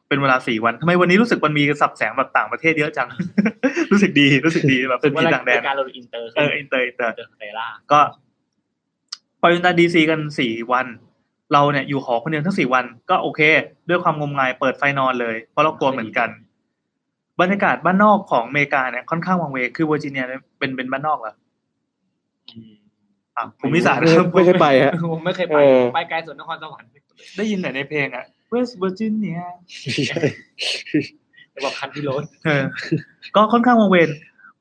Speaker 2: เป็นเวลาสี่วันทำไมวันนี้รู้สึกมันมีสับแสงแบบต่างประเทศเยอะจัง รู้สึกดีรู้สึกดีแบบเป็น
Speaker 1: เว
Speaker 2: ผี
Speaker 1: ลา
Speaker 2: ต่างแดน
Speaker 1: การเราอินเตอร์
Speaker 2: เอออินเตอร์อินเตอร์
Speaker 1: เจอเซล่า
Speaker 2: ก็ไปวินตาดีซีกันสี่วัน เราเนี่ยอยู่หอคนเดียวทั้งสี่วัน ก็โอเค ด้วยความงมงายเปิดไฟนอนเลย เพราะเรากลัวเหมือนกัน บรรยากาศบ้านนอกของอเมริกาเนี่ยค่อนข้างวังเวงคือเวอร์จิเนียเนี่ยเป็นเป็นบ้านนอกเหรออ่ะภูมิศาสตร์นะครับ
Speaker 3: ไม่เคยไปฮะ
Speaker 1: ผมไม่เคยไป
Speaker 3: เออ
Speaker 1: ไปไกลสุดนครสวรรค์
Speaker 2: ได้ยินแต่ในเพลงอะ West Virginia
Speaker 1: แต่ว่าพันกิโล
Speaker 2: เออก็ค่อนข้างวังเวง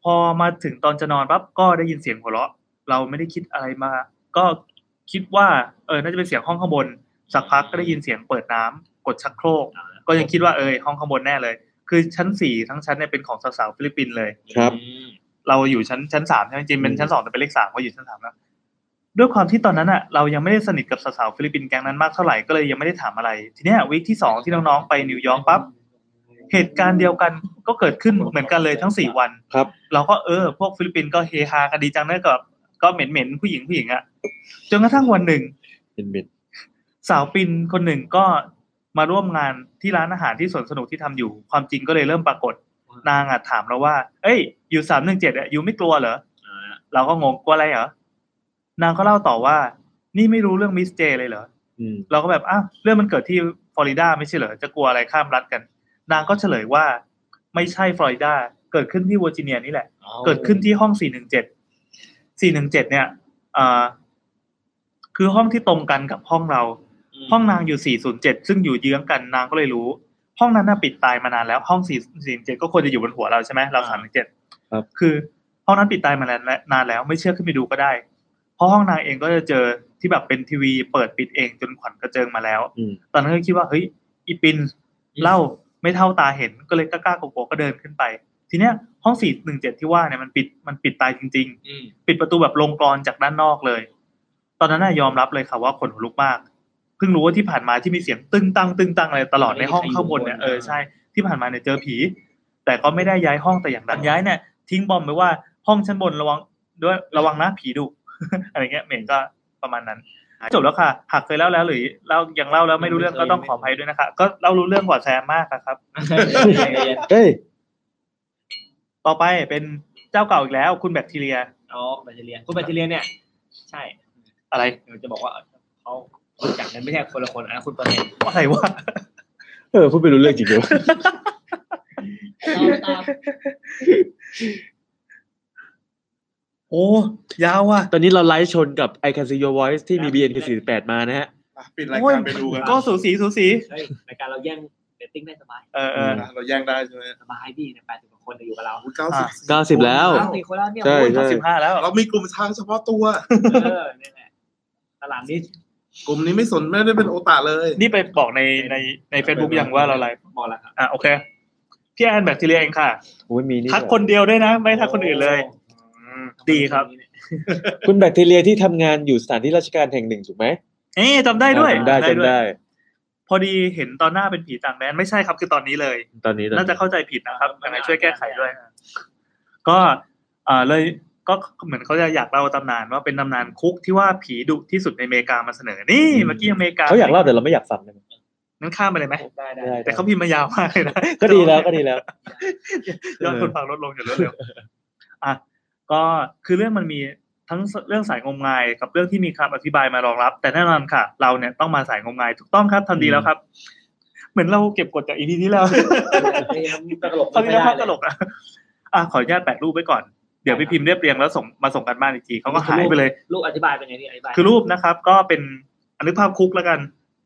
Speaker 2: พอมาถึงตอนจะนอนปั๊บก็ได้ยินเสียงหัวเราะ เราไม่ได้คิดอะไรมา ก็คิดว่า เออน่าจะเป็นเสียงห้องข้างบน สักพักก็ได้ยินเสียงเปิดน้ำกดชักโครก ก็ยังคิดว่าเออห้องข้างบนแน่เลย คือชั้นสี่ทั้งชั้นเนี่ยเป็นของสาวๆฟิลิปปินส์เลย
Speaker 3: ครับ
Speaker 1: อืม
Speaker 2: เราอยู่ชั้นชั้นสามใช่ไหมจริงๆเป็นชั้นสองแต่เป็นเลขสามก็อยู่ชั้นสามแล้วด้วยความที่ตอนนั้นอ่ะเรายังไม่ได้สนิทกับสาวๆฟิลิปปินส์แก๊งนั้นมากเท่าไหร่ก็เลยยังไม่ได้ถามอะไร ทีเนี้ยวีคที่สองที่น้องๆไปนิวยอร์กปั๊บเหตุการณ์เดียวกันก็เกิดขึ้นเหมือนกันเลยทั้งสี่วัน
Speaker 3: ครับ
Speaker 2: เราก็เออ พวกฟิลิปปินส์ก็เฮฮากันดีจังเนอะกับ ก็เหม็นๆผู้หญิงผู้หญิงอ่ะจนกระทั่งวันหนึ่ง
Speaker 3: เป็นเบ็ด
Speaker 2: สาวปินคนหนึ่งก็มาร่วมงานที่ร้านอาหารที่สวนสนุกที่ทำอยู่ ความจริงก็เลยเริ่มปรากฏ นางอะถามเราว่า เอ้ย อยู่สามหนึ่งเจ็ดอะอยู่ไม่กลัวเหรอ
Speaker 1: อ่า
Speaker 2: เราก็งงกลัวอะไรเหรอ นางก็เล่าต่อว่า นี่ไม่รู้เรื่องมิสเจเลยเหรอ
Speaker 3: อืม
Speaker 2: เราก็แบบอ้าวเรื่องมันเกิดที่ฟลอริดาไม่ใช่เหรอจะกลัวอะไรข้ามรัฐกัน นางก็เฉลยว่า ไม่ใช่ฟลอริดาเกิดขึ้นที่เวอร์จิเนียนี่แหละ
Speaker 1: อ๋อ
Speaker 2: เกิดขึ้นที่ห้อง 417 417 เนี่ยเอ่อคือห้องที่ตรงกันกับห้องเรา
Speaker 1: ม
Speaker 2: ห้องนางอยู่ 407 ซึ่งอยู่เยื้องกันนางก็เลยรู้ ห้องนั้นน่ะปิดตายมานานแล้ว ห้อง 4 4 7 ก็ควรจะอยู่บนหัวเราใช่ไหมเรา 317
Speaker 3: ครับ
Speaker 2: คือ ห้องนั้นปิดตายมานานแล้วนานแล้ว ไม่เชื่อขึ้นไปดูก็ได้ เพราะห้องนางเองก็จะเจอที่แบบเป็นทีวีเปิดปิดเองจนขวัญกระเจิงมาแล้ว
Speaker 3: อืม
Speaker 2: ตอนนั้นก็คิดว่าเฮ้ยอีปินเล่าไม่เท่าตาเห็นก็เลยกล้าๆกลัวๆก็เดินขึ้นไป ทีเนี้ยห้อง 417 ที่ว่าเนี่ยมันปิดมันปิดตายจริง ๆ
Speaker 1: อืม
Speaker 2: ปิดประตูแบบลงกรอนจากด้านนอกเลย ตอนนั้นน่ะยอมรับเลยค่ะว่าขนหัวลุกมาก เพิ่งรู้ว่าที่ผ่านมาที่มีเสียงตึ้งตั้งตึ้งตั้งอะไรตลอดในห้องข้างบนเนี่ยเออใช่ที่ผ่านมาเนี่ยเจอผี แต่ก็ไม่ได้ย้ายห้องแต่อย่างใดย้ายเนี่ยทิ้งบอมไว้ว่าห้องชั้นบนระวังด้วยระวังนะผีดุ อะไรเงี้ยเหม่งก็ประมาณนั้น จบแล้วค่ะ หากเคยเล่าแล้วหรือเล่ายังเล่าแล้วไม่รู้เรื่องก็ต้องขออภัยด้วยนะคะ ก็เล่ารู้เรื่องกว่าแซมมากอะครับ
Speaker 1: ใจเย็น
Speaker 3: เอ้ย
Speaker 2: ต่อไปเป็นเจ้าเก่าอีกแล้ว คุณแบคทีเรีย
Speaker 1: ๆอ๋อแบตเตอเรียคุณแบตเตอเรียเนี่ย ใช่
Speaker 2: อะไร
Speaker 1: เดี๋ยวจะบอกว่าเขารู้จากนั้นไม่ใช่คนละคนอันนั้นคุณเปอร์เซ็นต์
Speaker 2: อะไรวะ
Speaker 3: เออพูดไปรู้เรื่องจริงด้วย
Speaker 2: โอ้ยาวอ่ะ
Speaker 3: ตอนนี้เราไลฟ์ชนกับ I Can See Your Voice ที่มี BNK48 มานะฮะ
Speaker 4: อ่ะปิดรายการไปดูกัน
Speaker 2: ก็สูสีสูสี
Speaker 1: เฮ้ยรายการเราแย่งเรตติ้งได้สบาย
Speaker 2: เออเออ
Speaker 4: นะเราแย่งได้ใช่ไหม
Speaker 1: สบายพี่เนี่ยแปดสิบกว่าคนจะอยู่กับเรา
Speaker 4: เก้า
Speaker 2: อ่ะ
Speaker 4: สิบ
Speaker 3: 90 แล้ว
Speaker 1: สามสิบคนแล้วเนี่ย
Speaker 3: ใช่
Speaker 1: โอ้ย
Speaker 2: สามสิบห้าแล้ว
Speaker 4: เรามีกลุ่มทางเฉพาะตัว
Speaker 1: เออเนี่ยแหละตลาดนี้
Speaker 4: กลุ่มนี้ไม่สนไม่ได้เป็นโอตาเลย
Speaker 2: นี่ไปบอกในในใน Facebook ยังว่าเราไลฟ์
Speaker 1: บอกแล้วครับ
Speaker 2: อ่ะโอเค พี่แอนแบคทีเรียเองค่ะ
Speaker 3: โอ้ยมีนี่
Speaker 2: ทักคนเดียวด้วยนะ ไม่ทักคนอื่นเลย ดีครับ
Speaker 3: คุณแบคทีเรียที่ทำงานอยู่สถานที่ราชการแห่งหนึ่งถูกไหม
Speaker 2: เอ๊ะจำได้ด้วย
Speaker 3: จำได้
Speaker 2: ว
Speaker 3: จำ
Speaker 2: ย
Speaker 3: ได้
Speaker 2: พอดีเห็นตอนหน้าเป็นผีต่างแดนไม่ใช่ครับคือตอนนี้เลย
Speaker 3: ตอนนี้ตอน
Speaker 2: น่าจะ
Speaker 3: นี้
Speaker 2: เข้าใจผิดนะครับยังไงช่วยแก้ไขด้วย ก็เอ่อเลยก็เหมือนเขาจะอยากเล่าตำนานว่าเป็นตำนานคุกที่ว่าผีดุที่สุดในอเมริกามาเสนอนี่เมื่อกี้อเมริกา
Speaker 3: เขาอยากเล่าแต่เราไม่อยากฟังนะ
Speaker 2: นั้นข้ามไปเลยไหม
Speaker 1: ได้ได้
Speaker 3: ได้
Speaker 2: แต่เขาพิมพ์มายาวมากเลยนะ
Speaker 3: ก็ดีแล้วก็ดี แล้ว
Speaker 2: ยอดคนฟังลดลงอย่างรวดเร็ว อ่ะ ก็คือเรื่องมันมีทั้งเรื่องสายงมงายกับเรื่องที่มีคำอธิบายมารองรับ แต่แน่นอนค่ะ เราเนี่ยต้องมาสายงมงายถูกต้องครับทำดีแล้วครับ เหมือนเราเก็บกดจากอีพีที่แล้ว
Speaker 1: เฮ้ยครับมีตลก
Speaker 2: ตอนนี้แล้วภาพตลก
Speaker 1: ไม่ได้เย
Speaker 2: อ่ะอ่ะขออนุญาตแปะรูปไว้ก่อน เดี๋ยวไปพิมพ์เรียบเรียงแล้วส่งมาส่งกันบ้านอีกทีเขาก็หายไปเลย
Speaker 1: รูปอธิบายเป็นไงนี่อธิบาย
Speaker 2: คือรูปนะครับ ก็เป็นอนุภาพคุกแล้วกัน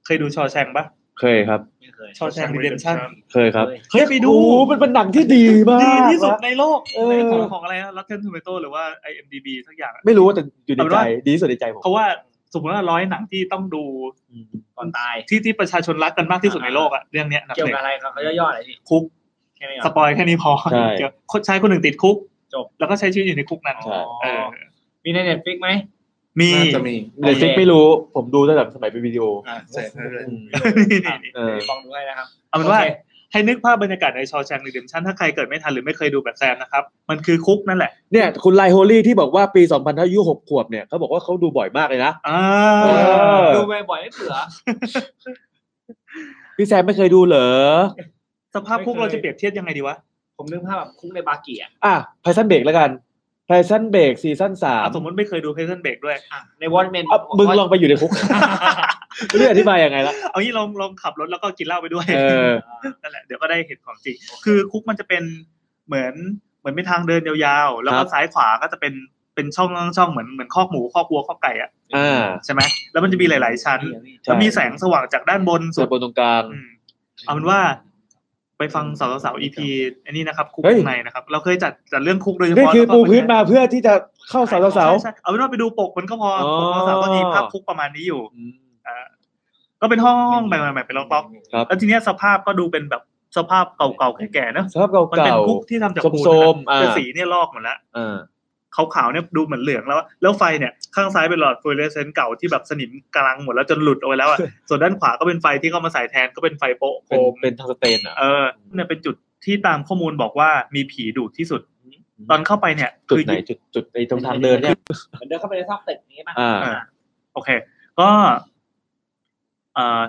Speaker 2: เคยดูชอแชงปะ
Speaker 3: เคยครับ
Speaker 1: ไม่เคย
Speaker 2: ชอแชงรีเดมชั่น
Speaker 3: เคยครับ
Speaker 1: เฮ้ย
Speaker 2: เฮ้ยไปดู
Speaker 3: โอ้โหมันเป็นหนังที่ดีมาก
Speaker 2: ดีที่สุด
Speaker 3: นะ
Speaker 2: ในโลก
Speaker 3: เออ
Speaker 2: ในของของอะไรนะ Rotten Tomato หรือว่า IMDb สักอย่างอะ
Speaker 3: ไม่รู้ว่าแต่อยู่ใน
Speaker 2: เอาเป็น
Speaker 3: ใจ
Speaker 2: ว่า
Speaker 3: ดีที่สุดในใจผม
Speaker 2: เพราะว่าสมมติว่าร้อยหนังที่ต้องดู
Speaker 3: อืม
Speaker 1: ก่อนตาย
Speaker 2: ที่ที่ประชาชนรักกันมากที่สุดในโลกอะเรื่องเนี้ยอันดับ
Speaker 1: เกี่ยว
Speaker 2: ห
Speaker 1: กั
Speaker 2: นึ่ง
Speaker 1: บอะไรครับเขาย่อๆหน่อะไรพี่
Speaker 2: คุก
Speaker 1: แค่นี้
Speaker 2: ส
Speaker 1: ก่อน
Speaker 2: ปอยแค่นี้พอ
Speaker 3: ใช่
Speaker 2: เกี่ยวคนชายคนหนึ่งติดคุก
Speaker 1: จบ
Speaker 2: แล้วก็ใช้ชีวิตอยู่ในคุกนั้น
Speaker 3: ใช่
Speaker 2: เออ
Speaker 1: มีในเน็ตฟิกไหม
Speaker 2: มี
Speaker 4: น่าจะมี
Speaker 3: เน็ตฟิกไม่รู้ผมดูตั้งแต่สมัยเป็นวิดีโอ
Speaker 4: อ่ะเสร็จแล้วเลย
Speaker 3: อืม
Speaker 2: นี่นี่นี่
Speaker 3: เออ
Speaker 1: ลองดูให้นะครับ
Speaker 2: เอาเป็นว่า
Speaker 1: โอเค
Speaker 2: ให้นึกภาพบรรยากาศในชอแชงรีเดมชันถ้าใครเกิดไม่ทันหรือไม่เคยดูแบบแซมนะครับ มันคือคุกนั่นแหละ
Speaker 3: เนี่ยคุณไลโฮลี่ที่บอกว่าปี 2000อายุ6ขวบเนี่ยเขาบอกว่าเขาดูบ่อยมากเลยนะ
Speaker 2: อ่า
Speaker 3: เออ
Speaker 1: ดูไปบ่อยไม่เผื่อ
Speaker 3: พี่แซมไม่เคยดูเหรอ
Speaker 2: สภาพคุกเราจะเปรียบเทียบยังไงดีวะ
Speaker 1: ผมนึกภาพแบบคุ้งในบาเกีย
Speaker 3: อ่ะไพซันเบรกแล้วกันไพซันเบรกซีซั่นสาม
Speaker 2: อ่ะสมมติไม่เคยดูเพล s เบรกด้วย
Speaker 1: อ่ะในวอตเมน
Speaker 3: อ่ะมึง ลองไปอยู่ในคุก ไม่รู้อธิบายยังไงละ
Speaker 2: เอางี้ลองลองขับรถแล้วก็กินเหล้าไปด้วย
Speaker 3: เออ
Speaker 2: นั่นแหละเดี๋ยวก็ได้เห็นของจริง คือคุกมันจะเป็นเหมือนเหมือนเป็นทางเดินยาวๆ แล้ว
Speaker 3: ครั
Speaker 2: ก็
Speaker 3: บ
Speaker 2: ซ้ายขวาก็จะเป็นเป็นช่องช่องๆเหมือนเหมือนคอกหมูคอกวัวคอกไก่อะ
Speaker 3: อ่า
Speaker 2: ใช่ไหมแล้วมันจะมีหลาย ๆ ชั้น
Speaker 3: ใช่
Speaker 2: แล้วมีแสงสว่างจากด้านบน
Speaker 3: ส่
Speaker 2: สุ
Speaker 3: วน
Speaker 2: ด
Speaker 3: บนตรงกลาง
Speaker 2: อืมเอาเป็นว่า ไปฟังสาวสาวอีพีอันนี้นะครับ คุก
Speaker 3: เฮ้ย
Speaker 2: ข้างในนะครับ เราเคยจัดจัดเรื่องคุกโดยเฉ
Speaker 3: นี่
Speaker 2: พาะ
Speaker 3: คือ
Speaker 2: แล้วก็
Speaker 3: ปูพื้นมาเพื่อที่จะเข้าสาวสาว
Speaker 2: ใช่ใช่เอาเป็นว่าไปดูปกมันก็พอ
Speaker 3: อ๋อ
Speaker 2: ปกสาวๆก็มีภาพคุกประมาณนี้อยู่
Speaker 3: อืม
Speaker 2: อ่าก็เป็นห้องๆแบบแบบเป็นล็อก
Speaker 3: ครับ
Speaker 2: ๆแล้วทีเนี้ยสภาพก็ดูเป็นแบบสภาพเก่าๆแก่ๆเนอะ
Speaker 3: สภาพ
Speaker 2: มันเป็น
Speaker 3: เก่า
Speaker 2: คุกที่ทำจากปูน
Speaker 3: ส้
Speaker 2: นะ
Speaker 3: มๆอ่า
Speaker 2: แต่สีเนี่ยลอกหมดแล้ว
Speaker 3: ๆอ่า
Speaker 2: ขาวๆเนี่ยดูเหมือนเหลืองแล้ว แล้วไฟเนี่ยข้างซ้ายเป็นหลอดฟลูออเรสเซนต์เก่าที่แบบสนิมกลางหมดแล้วจนหลุดเอาไว้ แล้วอ่ะ ส่วนด้านขวาก็เป็นไฟที่เขามาใส่แทนก็เป็นไฟโปะโค
Speaker 3: เป็น
Speaker 2: ม
Speaker 3: เป็นทางสเตนอ่ะ
Speaker 2: เออเนี่ยเป็นจุดที่ตามข้อมูลบอกว่ามีผีดุที่สุด
Speaker 3: อืม
Speaker 2: ตอนเข้าไปเนี่ย
Speaker 3: จุด
Speaker 2: คือ
Speaker 3: ไหนจุดจุดไอ้ตรงทางเดินเนี่ย
Speaker 1: มันเดินเข้าไปในซอกตึกนี้ป่ะ
Speaker 3: อ่า
Speaker 2: อ่าโอเค ก็เออ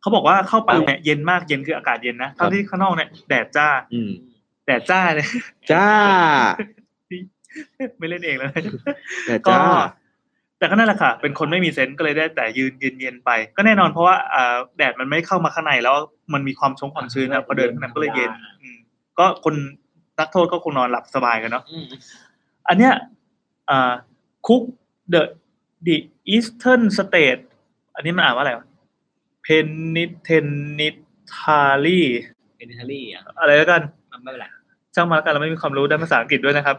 Speaker 2: เขาบอกว่าเข้าไปเนี่ยเย็นมากเย็นคืออากาศเย็นนะเท่าที่ข้างนอกเนี่ยแดดจ้า
Speaker 3: อืม
Speaker 2: แดดจ้าเลย
Speaker 3: จ้า
Speaker 2: ไม่เล่นเองแล้ว
Speaker 3: แต่
Speaker 2: ก็
Speaker 3: จ้า
Speaker 2: แต่ก็นั่นแหละค่ะ เป็นคนไม่มีเซนส์ก็เลยได้แต่ยืนยืนเย็นไป ก็แน่นอนเพราะว่าอ่าแดดมันไม่เข้ามาข้างในแล้วมันมีความชงความชื้นนะพอเดินข้างในมันก็เลยเย็นอืมก็คนนักโทษก็คงนอนหลับสบายกันเนาะ
Speaker 1: อืม
Speaker 2: อันเนี้ยคุกเดอะดิอีสเทิร์นสเตทอันนี้มันอ่านว่าอะไรวะเพนนิเทนนิทารี
Speaker 1: เป็นอิตาลีอ่ะ
Speaker 2: อะไรแล้วกัน
Speaker 1: มันไม่เป็นไร
Speaker 2: ช่างมาแล้วกันเราไม่มีความรู้ด้านภาษาอังกฤษด้วยนะครับ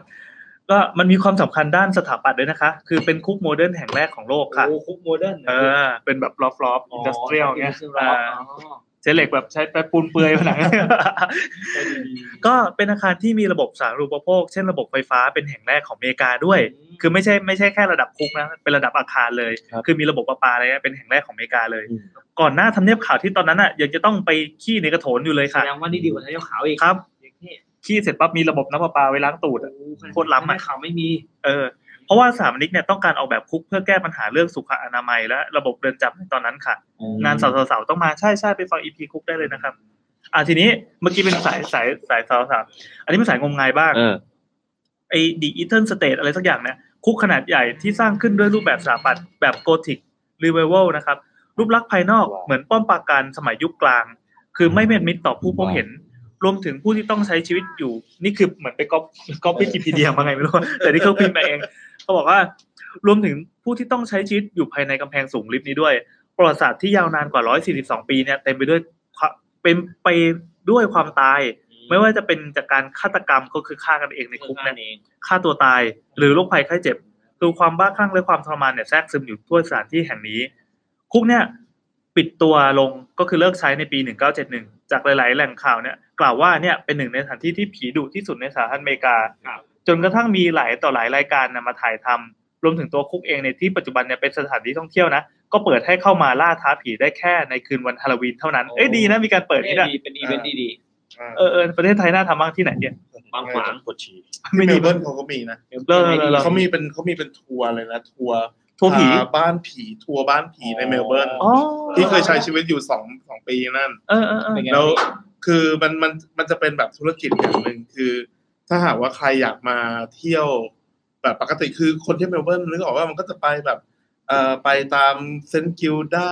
Speaker 2: ก็มันมีความสำคัญด้านสถาปัตย์ด้วยนะคะ คือเป็นคุกโมเดิร์นแห่งแรกของโลกค่ะ
Speaker 1: โอ้คุกโมเดิร์น
Speaker 2: เออ เป็นแบบลอฟลอฟอินดัสเทรียลเงี้ยอ่า
Speaker 1: อ
Speaker 2: ใช้เหล็กแบบใช้แปะปูนเปลือยผนัง ก็เป็นอาคารที่มีระบบสาธารณูปโภค เช่นระบบไฟฟ้าเป็นแห่งแรกของอเมริกาด้วย คือไม่ใช่ไม่ใช่แค่ระดับคุกนะ เป็นระดับอาคารเลย
Speaker 3: ครับ
Speaker 2: อมีระบบประปาอะไรเงี้ยเป็นแห่งแรกของอเมริกาเลย
Speaker 3: อืม
Speaker 2: ก่อนหน้าทำเนียบข่าวที่ตอนนั้นอ่ะยังจะต้องไปขี้ในกระโถนอยู่เลย
Speaker 1: แส
Speaker 2: ค่ะ
Speaker 1: ดงว่านี่ดีกว่าทะเลขาวอีก
Speaker 2: ครับ
Speaker 1: เด็กเท่
Speaker 2: ขี้เสร็จปั๊บมีระบบน้ำประปาไว้ล้างตูดอะ โคตรล้ำ
Speaker 1: ทะ
Speaker 2: อะ
Speaker 1: เลขาวไม่มี
Speaker 2: เออเพราะว่าสถามนิกเนี่ยต้องการออกแบบคุกเพื่อแก้ปัญหาเรื่องสุขอนามัยและระบบเรือนจำในตอนนั้นค่ะ งานสาวๆต้องมาใช่ใช่ไปฟังอีพีคุกได้เลยนะครับ อ่าทีนี้เมื่อกี้เป็นสายสายสายสาวสาวอันนี้เป็นสายงมงายบ้าง
Speaker 3: เออ
Speaker 2: ไอ้ดีอีเทิร์นสเตทอะไรสักอย่างเนี่ยคุกขนาดใหญ่ที่สร้างขึ้นด้วยรูปแบบสถาปัตย์แบบโกธิกรีเวลนะครับ รูปลักษณ์ภายนอก
Speaker 3: ว้าว
Speaker 2: เหมือนป้อมปราการสมัยยุคกลาง คือไม่เป็นมิตรต่อผู้พบเห็น รวมถึงผู้ที่ต้องใช้ชีวิตอยู่ นี่คือเหมือนไปก๊ อปก๊อปวิกิพีเดียมาไงไม่รู้ แต่นี่เขาพิมพ์มาเองเขาบอกว่า รวมถึงผู้ที่ต้องใช้ชีวิตอยู่ภายในกำแพงสูงลิฟต์นี้ด้วย ประวัติศาสตร์ที่ยาวนานกว่า 142 ปีเนี่ยเต็มไปด้วยความเป็นไปด้วยความตาย ไม่ว่าจะเป็นจากการฆาตกรรมก็คือฆ่ากันเองในคุกนั่น
Speaker 1: เอง
Speaker 2: ฆ่าตัวตายหรือโรคภัยไข้เจ็บคือความบ้าคลั่งและความทรมานเนี่ยแทรกซึมอยู่ทั่วสถานที่แห่งนี้ คุกเนี่ยปิดตัวลงก็คือเลิกใช้ในปี 1971 จากหลาย ๆ แหล่งข่าวเนี่ยกล่าวว่าเนี่ยเป็นหนึ่งในสถานที่ที่ผีดุที่สุดในสหรัฐอเมริกา จนกระทั่งมีหลายต่อหลายรายการนำมาถ่ายทำรวมถึงตัวคุกเองในยที่ปัจจุบันเนี่ยเป็นสถานที่ท่องเที่ยวนะ ก็เปิดให้เข้ามาล่าท้าผีได้แค่ในคืนวันฮาโลวีนเท่านั้นเอ้ยดีนะมีการเปิด
Speaker 1: เอ้
Speaker 2: นี่
Speaker 1: ย
Speaker 2: นะ
Speaker 1: ดีเป็นอีเวนต์ที่ดี
Speaker 4: อ่า
Speaker 2: เออเออประเทศไทยน่าทำบ้างที่ไหนเนี่ย
Speaker 1: บางขวาง
Speaker 4: ปวดฉี่
Speaker 2: ไม่
Speaker 4: เม
Speaker 2: มี
Speaker 4: ลเบิร์นเขาก็มีนะ
Speaker 1: เดี๋ยว
Speaker 2: เออ
Speaker 1: ไม่ดี
Speaker 2: เออ
Speaker 4: เขามีเป็นเขามีเป็นทัวร์เลยนะทัวร์
Speaker 2: ทัวร์ผี
Speaker 4: พาบ้านผีทัวร์บ้านผีในเมลเบิร์น
Speaker 2: อ๋อ
Speaker 4: ที่เคยใช้ชีวิตอยู่สองสองปีนั่น
Speaker 2: เออเออเออ
Speaker 1: เป็นไง
Speaker 4: แล้วคือมันมันมันจะเป็นแบบธุรกิจอย่างหนึ่งคือ ถ้าหากว่าใครอยากมาเที่ยวแบบปกติคือคนที่เมลเบิร์นนึกออกว่ามันก็จะไปแบบเอ่อไปตามเซนต์กิลดา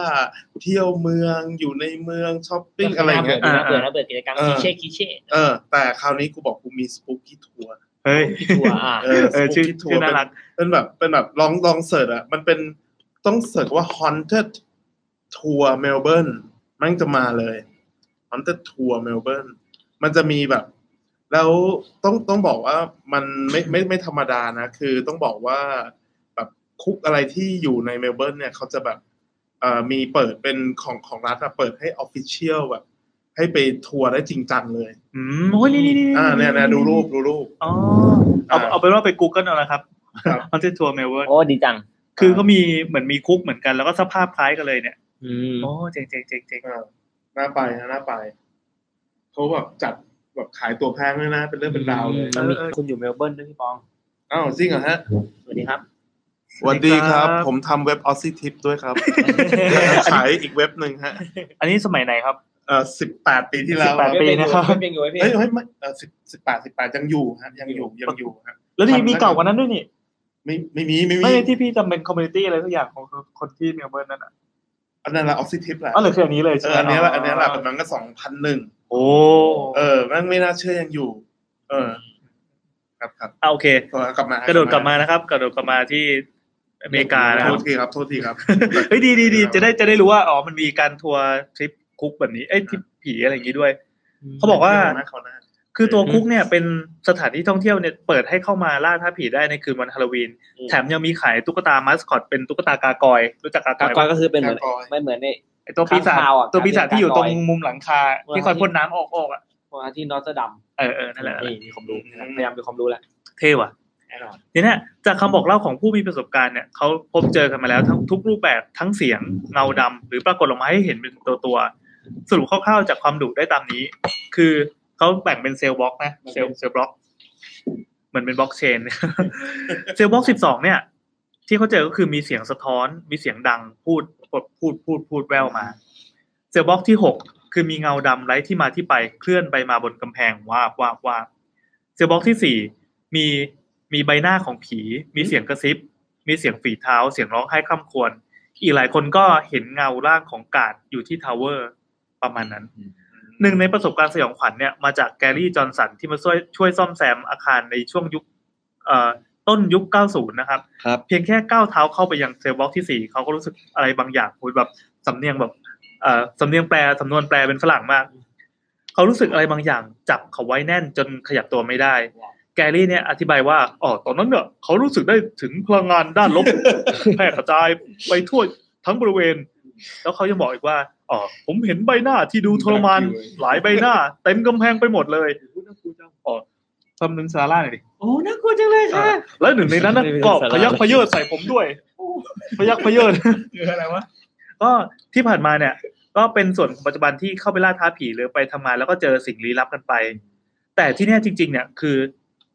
Speaker 4: เที่ยวเมืองอยู่ในเมืองช้อปปิ้งอะไรอย่างเงี้ย
Speaker 1: น่าเบื่อ
Speaker 2: อ่า
Speaker 1: น่าเบื่อกิจกรรม
Speaker 4: เอ
Speaker 1: คิ
Speaker 4: อ
Speaker 1: เช่คิเช่
Speaker 4: เออ แต่คราวนี้กูบอกกูมีสปูกี้ทัวร์
Speaker 2: เฮ้ย
Speaker 1: ทัวร์อ่ะ
Speaker 4: เออ
Speaker 2: เออชื่อ
Speaker 4: ทัว
Speaker 2: ชื่อ
Speaker 4: ร์
Speaker 2: น่ารัก
Speaker 4: เป็นแบบเป็นแบบลองลองเสิร์ชอะมันเป็นต้องเสิร์ชว่า haunted ทัวร์เมลเบิร์นมันจะมาเลย haunted ทัวร์เมลเบิร์นมันจะมีแบบ แล้วต้องต้องบอกว่ามันไม่ไม่ไม่ธรรมดานะ คือต้องบอกว่าแบบคุกอะไรที่อยู่ในเมลเบิร์นเนี่ยเขาจะแบบเอ่อมีเปิดเป็นของของรัฐอะเปิดให้ออฟฟิเชียลแบบ ให้ไปทัวร์ได้จริงจังเลย
Speaker 2: อืมโอ้ยนี่นี่นี่
Speaker 4: อ่าเนี่ยเนี่ยดูรูปดูรูป
Speaker 2: อ๋อเอา
Speaker 4: อ่า
Speaker 2: เอาเป็นว่าไป Google เอานะครับ
Speaker 4: ครับ
Speaker 2: เขาจะทัวร์เมลเวิร์
Speaker 1: โอ้ดีจัง
Speaker 2: คือก็มีเหมือนมีคุกเหมือนกันแล้วก็สภาพคล้ายกันเลยเนี่ย
Speaker 3: อืม
Speaker 2: โอ้เจ๋งเจ๋งเจ๋งเจ๋ง
Speaker 4: อ่าน่าไปนะน่าไปเขาแบบจัดแบบขายตัวแพงด้วยนะ เป็นเรื่องเป็นราวเลย
Speaker 1: มันมีคนอยู่เมลเบิร์นด้วยพี่ปอง
Speaker 4: อ้าวจริงเหรอฮะ
Speaker 1: สวัสดีครับ
Speaker 4: สวัสดีครับ ผมทำเว็บออซี่ทิปด้วยครับ ขายอีกเว็บหนึ่งฮะ
Speaker 2: อันนี้สมัยไหนครับ
Speaker 4: เอ่อสิบแปดปีที่แล้ว
Speaker 2: 18 ปีนะครับ
Speaker 1: เว็บยังอยู่ไหมพี่
Speaker 4: เฮ้ยเฮ้ยไม่เอ่อสิบสิบแปดสิบแปดยังอยู่ฮะยังอยู่ยังอยู่ฮะ
Speaker 2: แล้วนี่
Speaker 4: ทำ
Speaker 2: มีเก่ากว่านั้นด้วยนี่
Speaker 4: ไม่ไม่มีไม่
Speaker 2: ไม่
Speaker 4: มี
Speaker 2: ที่พี่จำเป็นคอมมูนิตี้อะไรสักอย่างของของคนที่เมลเบิร์นนั่นอ่ะ
Speaker 4: อันนั้นละออซี่ทิปแหละ
Speaker 2: อ๋อเหรือคืออันนี้เลยใช่
Speaker 4: เอ
Speaker 2: ไหม
Speaker 4: ออันเนี้ยละอันเนี้ยละ
Speaker 2: อ๋
Speaker 4: ประ
Speaker 2: อ
Speaker 4: มาณก็สองพันหนึ่ง
Speaker 2: โอ้
Speaker 4: เออแม่งไม่น่าเชื่อยังอยู่ เออ ครับครับ
Speaker 2: เอาโอเค
Speaker 4: กลับมาก ก
Speaker 2: ระโดดกลับมานะครับ กระโดดกลับมาที่อเมริกานะค
Speaker 4: โท
Speaker 2: รับ
Speaker 4: ษทีครับโทษทีครับ
Speaker 2: เฮ้ยดีดีดีจะได้จะได้รู้ว่าอ๋อมันมีการทัวร์ทริปคุกแบบนี้เอ้ยทริปผีอะไรอย่างนี้ด้วย เขาบอกว่า คือตัวคุกเนี่ยเป็นสถานที่ท่องเที่ยวเนี่ยเปิดให้เข้ามาล่าท้าผีได้ในคืนวันฮาโลวีน แถมยังมีขายตุ๊กตามาสคอตเป็นตุ๊กตากากอย รู้จักกาก
Speaker 1: กา
Speaker 2: อ
Speaker 1: ก
Speaker 2: ย
Speaker 1: อ
Speaker 2: ปะ
Speaker 1: ยก็คือเป็นเหมือน
Speaker 4: กากอย
Speaker 1: ไม่เหมือนใน
Speaker 2: ไอตัวปีศาจ
Speaker 1: ค้างคาวอ่ะ
Speaker 2: ตัวปีศาจที่อยู่ตรง
Speaker 1: กากอย
Speaker 2: มุมหลังคา ที่คอยพ่นน้ำออกออกๆอ่ะ
Speaker 1: พวกที่นอตเตอร์ดัม
Speaker 2: เออเออนั่นแหละ
Speaker 1: นี่มีความรู้นะครับพยายามมีความรู้แล้ว
Speaker 2: เท่ว่ะ
Speaker 1: แน่นอน
Speaker 2: ทีเนี้ยจากคำบอกเล่าของผู้มีประสบการณ์เนี่ยเขาพบเจอกันมาแล้วทั้งทุกรูปแบบทั้งเสียงเงาดำหรือปรากฏออกมาให้เห็นเป็นตัวตัวๆสรุปคร่าวๆจากความดุได้ตามนี้ คือเขาแบ่งเป็นเซลล์บล็อกนะเซลล์เซลล์บล็อกเหมือนเป็นบล็อกเชน เซลล์บล็อกสิบสองเนี่ย ที่เขาเจอก็คือมีเสียงสะท้อน มีเสียงดังพูดพูดพูดพูดพูดแว่วมา เซลล์บล็อกที่หกคือมีเงาดำไร้ที่มาที่ไปเคลื่อนไปมาบนกำแพงวาบวาบวาบเซลล์บล็อกที่สี่มีมีใบหน้าของผี มีเสียงกระซิบ มีเสียงฝีเท้าเสียงร้องไห้คร่ำครวญอีกหลายคนก็เห็นเงาร่างของกาดอยู่ที่ทาวเวอร์ประมาณนั้น
Speaker 3: อืม
Speaker 2: หนึ่งในประสบการณ์สยองขวัญเนี่ยมาจากแกรี่จอห์นสันที่มาช่วยช่วยซ่อมแซมอาคารในช่วงยุคเอ่อต้นยุค 90 นะครับ
Speaker 3: ครับ
Speaker 2: เพียงแค่ก้าวเท้าเข้าไปยังเซลล์บล็อกที่สี่เขาก็รู้สึกอะไรบางอย่างโอ้ยแบบสำเนียงแบบเอ่อสำเนียงแปลสำนวนแปลเป็นฝรั่งมาก เขารู้สึกอะไรบางอย่าง จับเขาไว้แน่นจนขยับตัวไม่ได้ แกรี่เนี่ยอธิบายว่าอ๋อตอนนั้นเนี่ยเขารู้สึกได้ถึงพลังงานด้านลบ แพร่กระจายไปทั่วทั้งบริเวณ แล้วเขายังบอกอีกว่าอ๋อผมเห็นใบหน้าที่ดูทรมานหลายใบหน้าเต็มกำแพงไปหมดเลยอ๋อทำหนึ่งซาร่าหน่อยดิ
Speaker 1: โอ้น่ากลัวจังเลยค่ะ
Speaker 2: แล้วหนึ่งในนั้นนะ
Speaker 3: ไม่มี
Speaker 2: ก็
Speaker 3: สาระ
Speaker 2: พยักพะเยิดใส่ผมด้วยพยักพะเยิด
Speaker 1: คืออะไรวะ
Speaker 2: ก็ที่ผ่านมาเนี่ย ก็เป็นส่วนของปัจจุบันที่เข้าไปล่าท้าผีหรือไปทำงานแล้วก็เจอสิ่งลี้ลับกันไป แต่ที่เนี่ยจริง ๆ เนี่ยคือ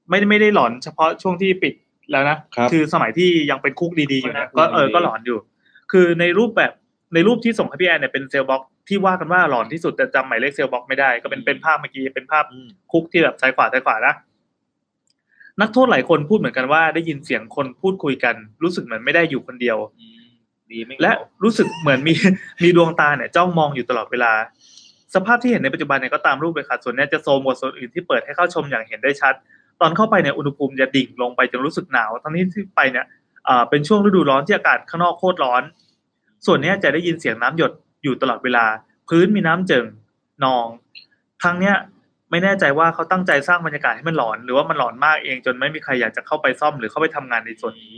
Speaker 2: ไม่ได้ไม่ได้หลอนเฉพาะช่วงที่ปิดแล้วนะครับ อสมัยที่ยังเป็นคุกดีๆอยู่นะ
Speaker 1: ก็
Speaker 2: ก็
Speaker 1: น่ากลัว
Speaker 2: เออ
Speaker 1: ดี
Speaker 2: ก็หลอนอยู่ คือในรูปแบบในรูปที่ส่งให้พี่แอนเนี่ยเป็นเซลล์บล็อกที่ว่ากันว่าหลอนที่สุดแต่จำหมายเลขเซลล์บล็อกไม่ได้ก็เป็นเป็นภาพเมื่อกี้เป็นภาพ คุกที่แบบซ้ายขวาซ้ายขวานะนักโทษหลายคนพูดเหมือนกันว่าได้ยินเสียงคนพูดคุยกัน รู้สึกเหมือนไม่ได้อยู่คนเดียว
Speaker 1: ดีไม่
Speaker 2: และรู้สึกเหมือนมี มีดวงตาเนี่ยจ้องมองอยู่ตลอดเวลา สภาพที่เห็นในปัจจุบันเนี่ยก็ตามรูปเลยค่ะส่วนเนี้ยจะโซมกว่าส่วนอื่นที่เปิดให้เข้าชมอย่างเห็นได้ชัด ตอนเข้าไปเนี่ยอุณหภูมิจะดิ่งลงไปจนรู้สึกหนาวทั้งที่ที่ไปเนี่ยอ่าเป็นช่วงฤดูร้อนที่อากาศข้างนอกโคตรร้อน ส่วนเนี้ยจะได้ยินเสียงน้ำหยดอยู่ตลอดเวลา พื้นมีน้ำเจิงนอง ครั้งเนี้ยไม่แน่ใจว่าเขาตั้งใจสร้างบรรยากาศให้มันหลอน หรือว่ามันหลอนมากเองจนไม่มีใครอยากจะเข้าไปซ่อมหรือเข้าไปทำงานในส่วนนี้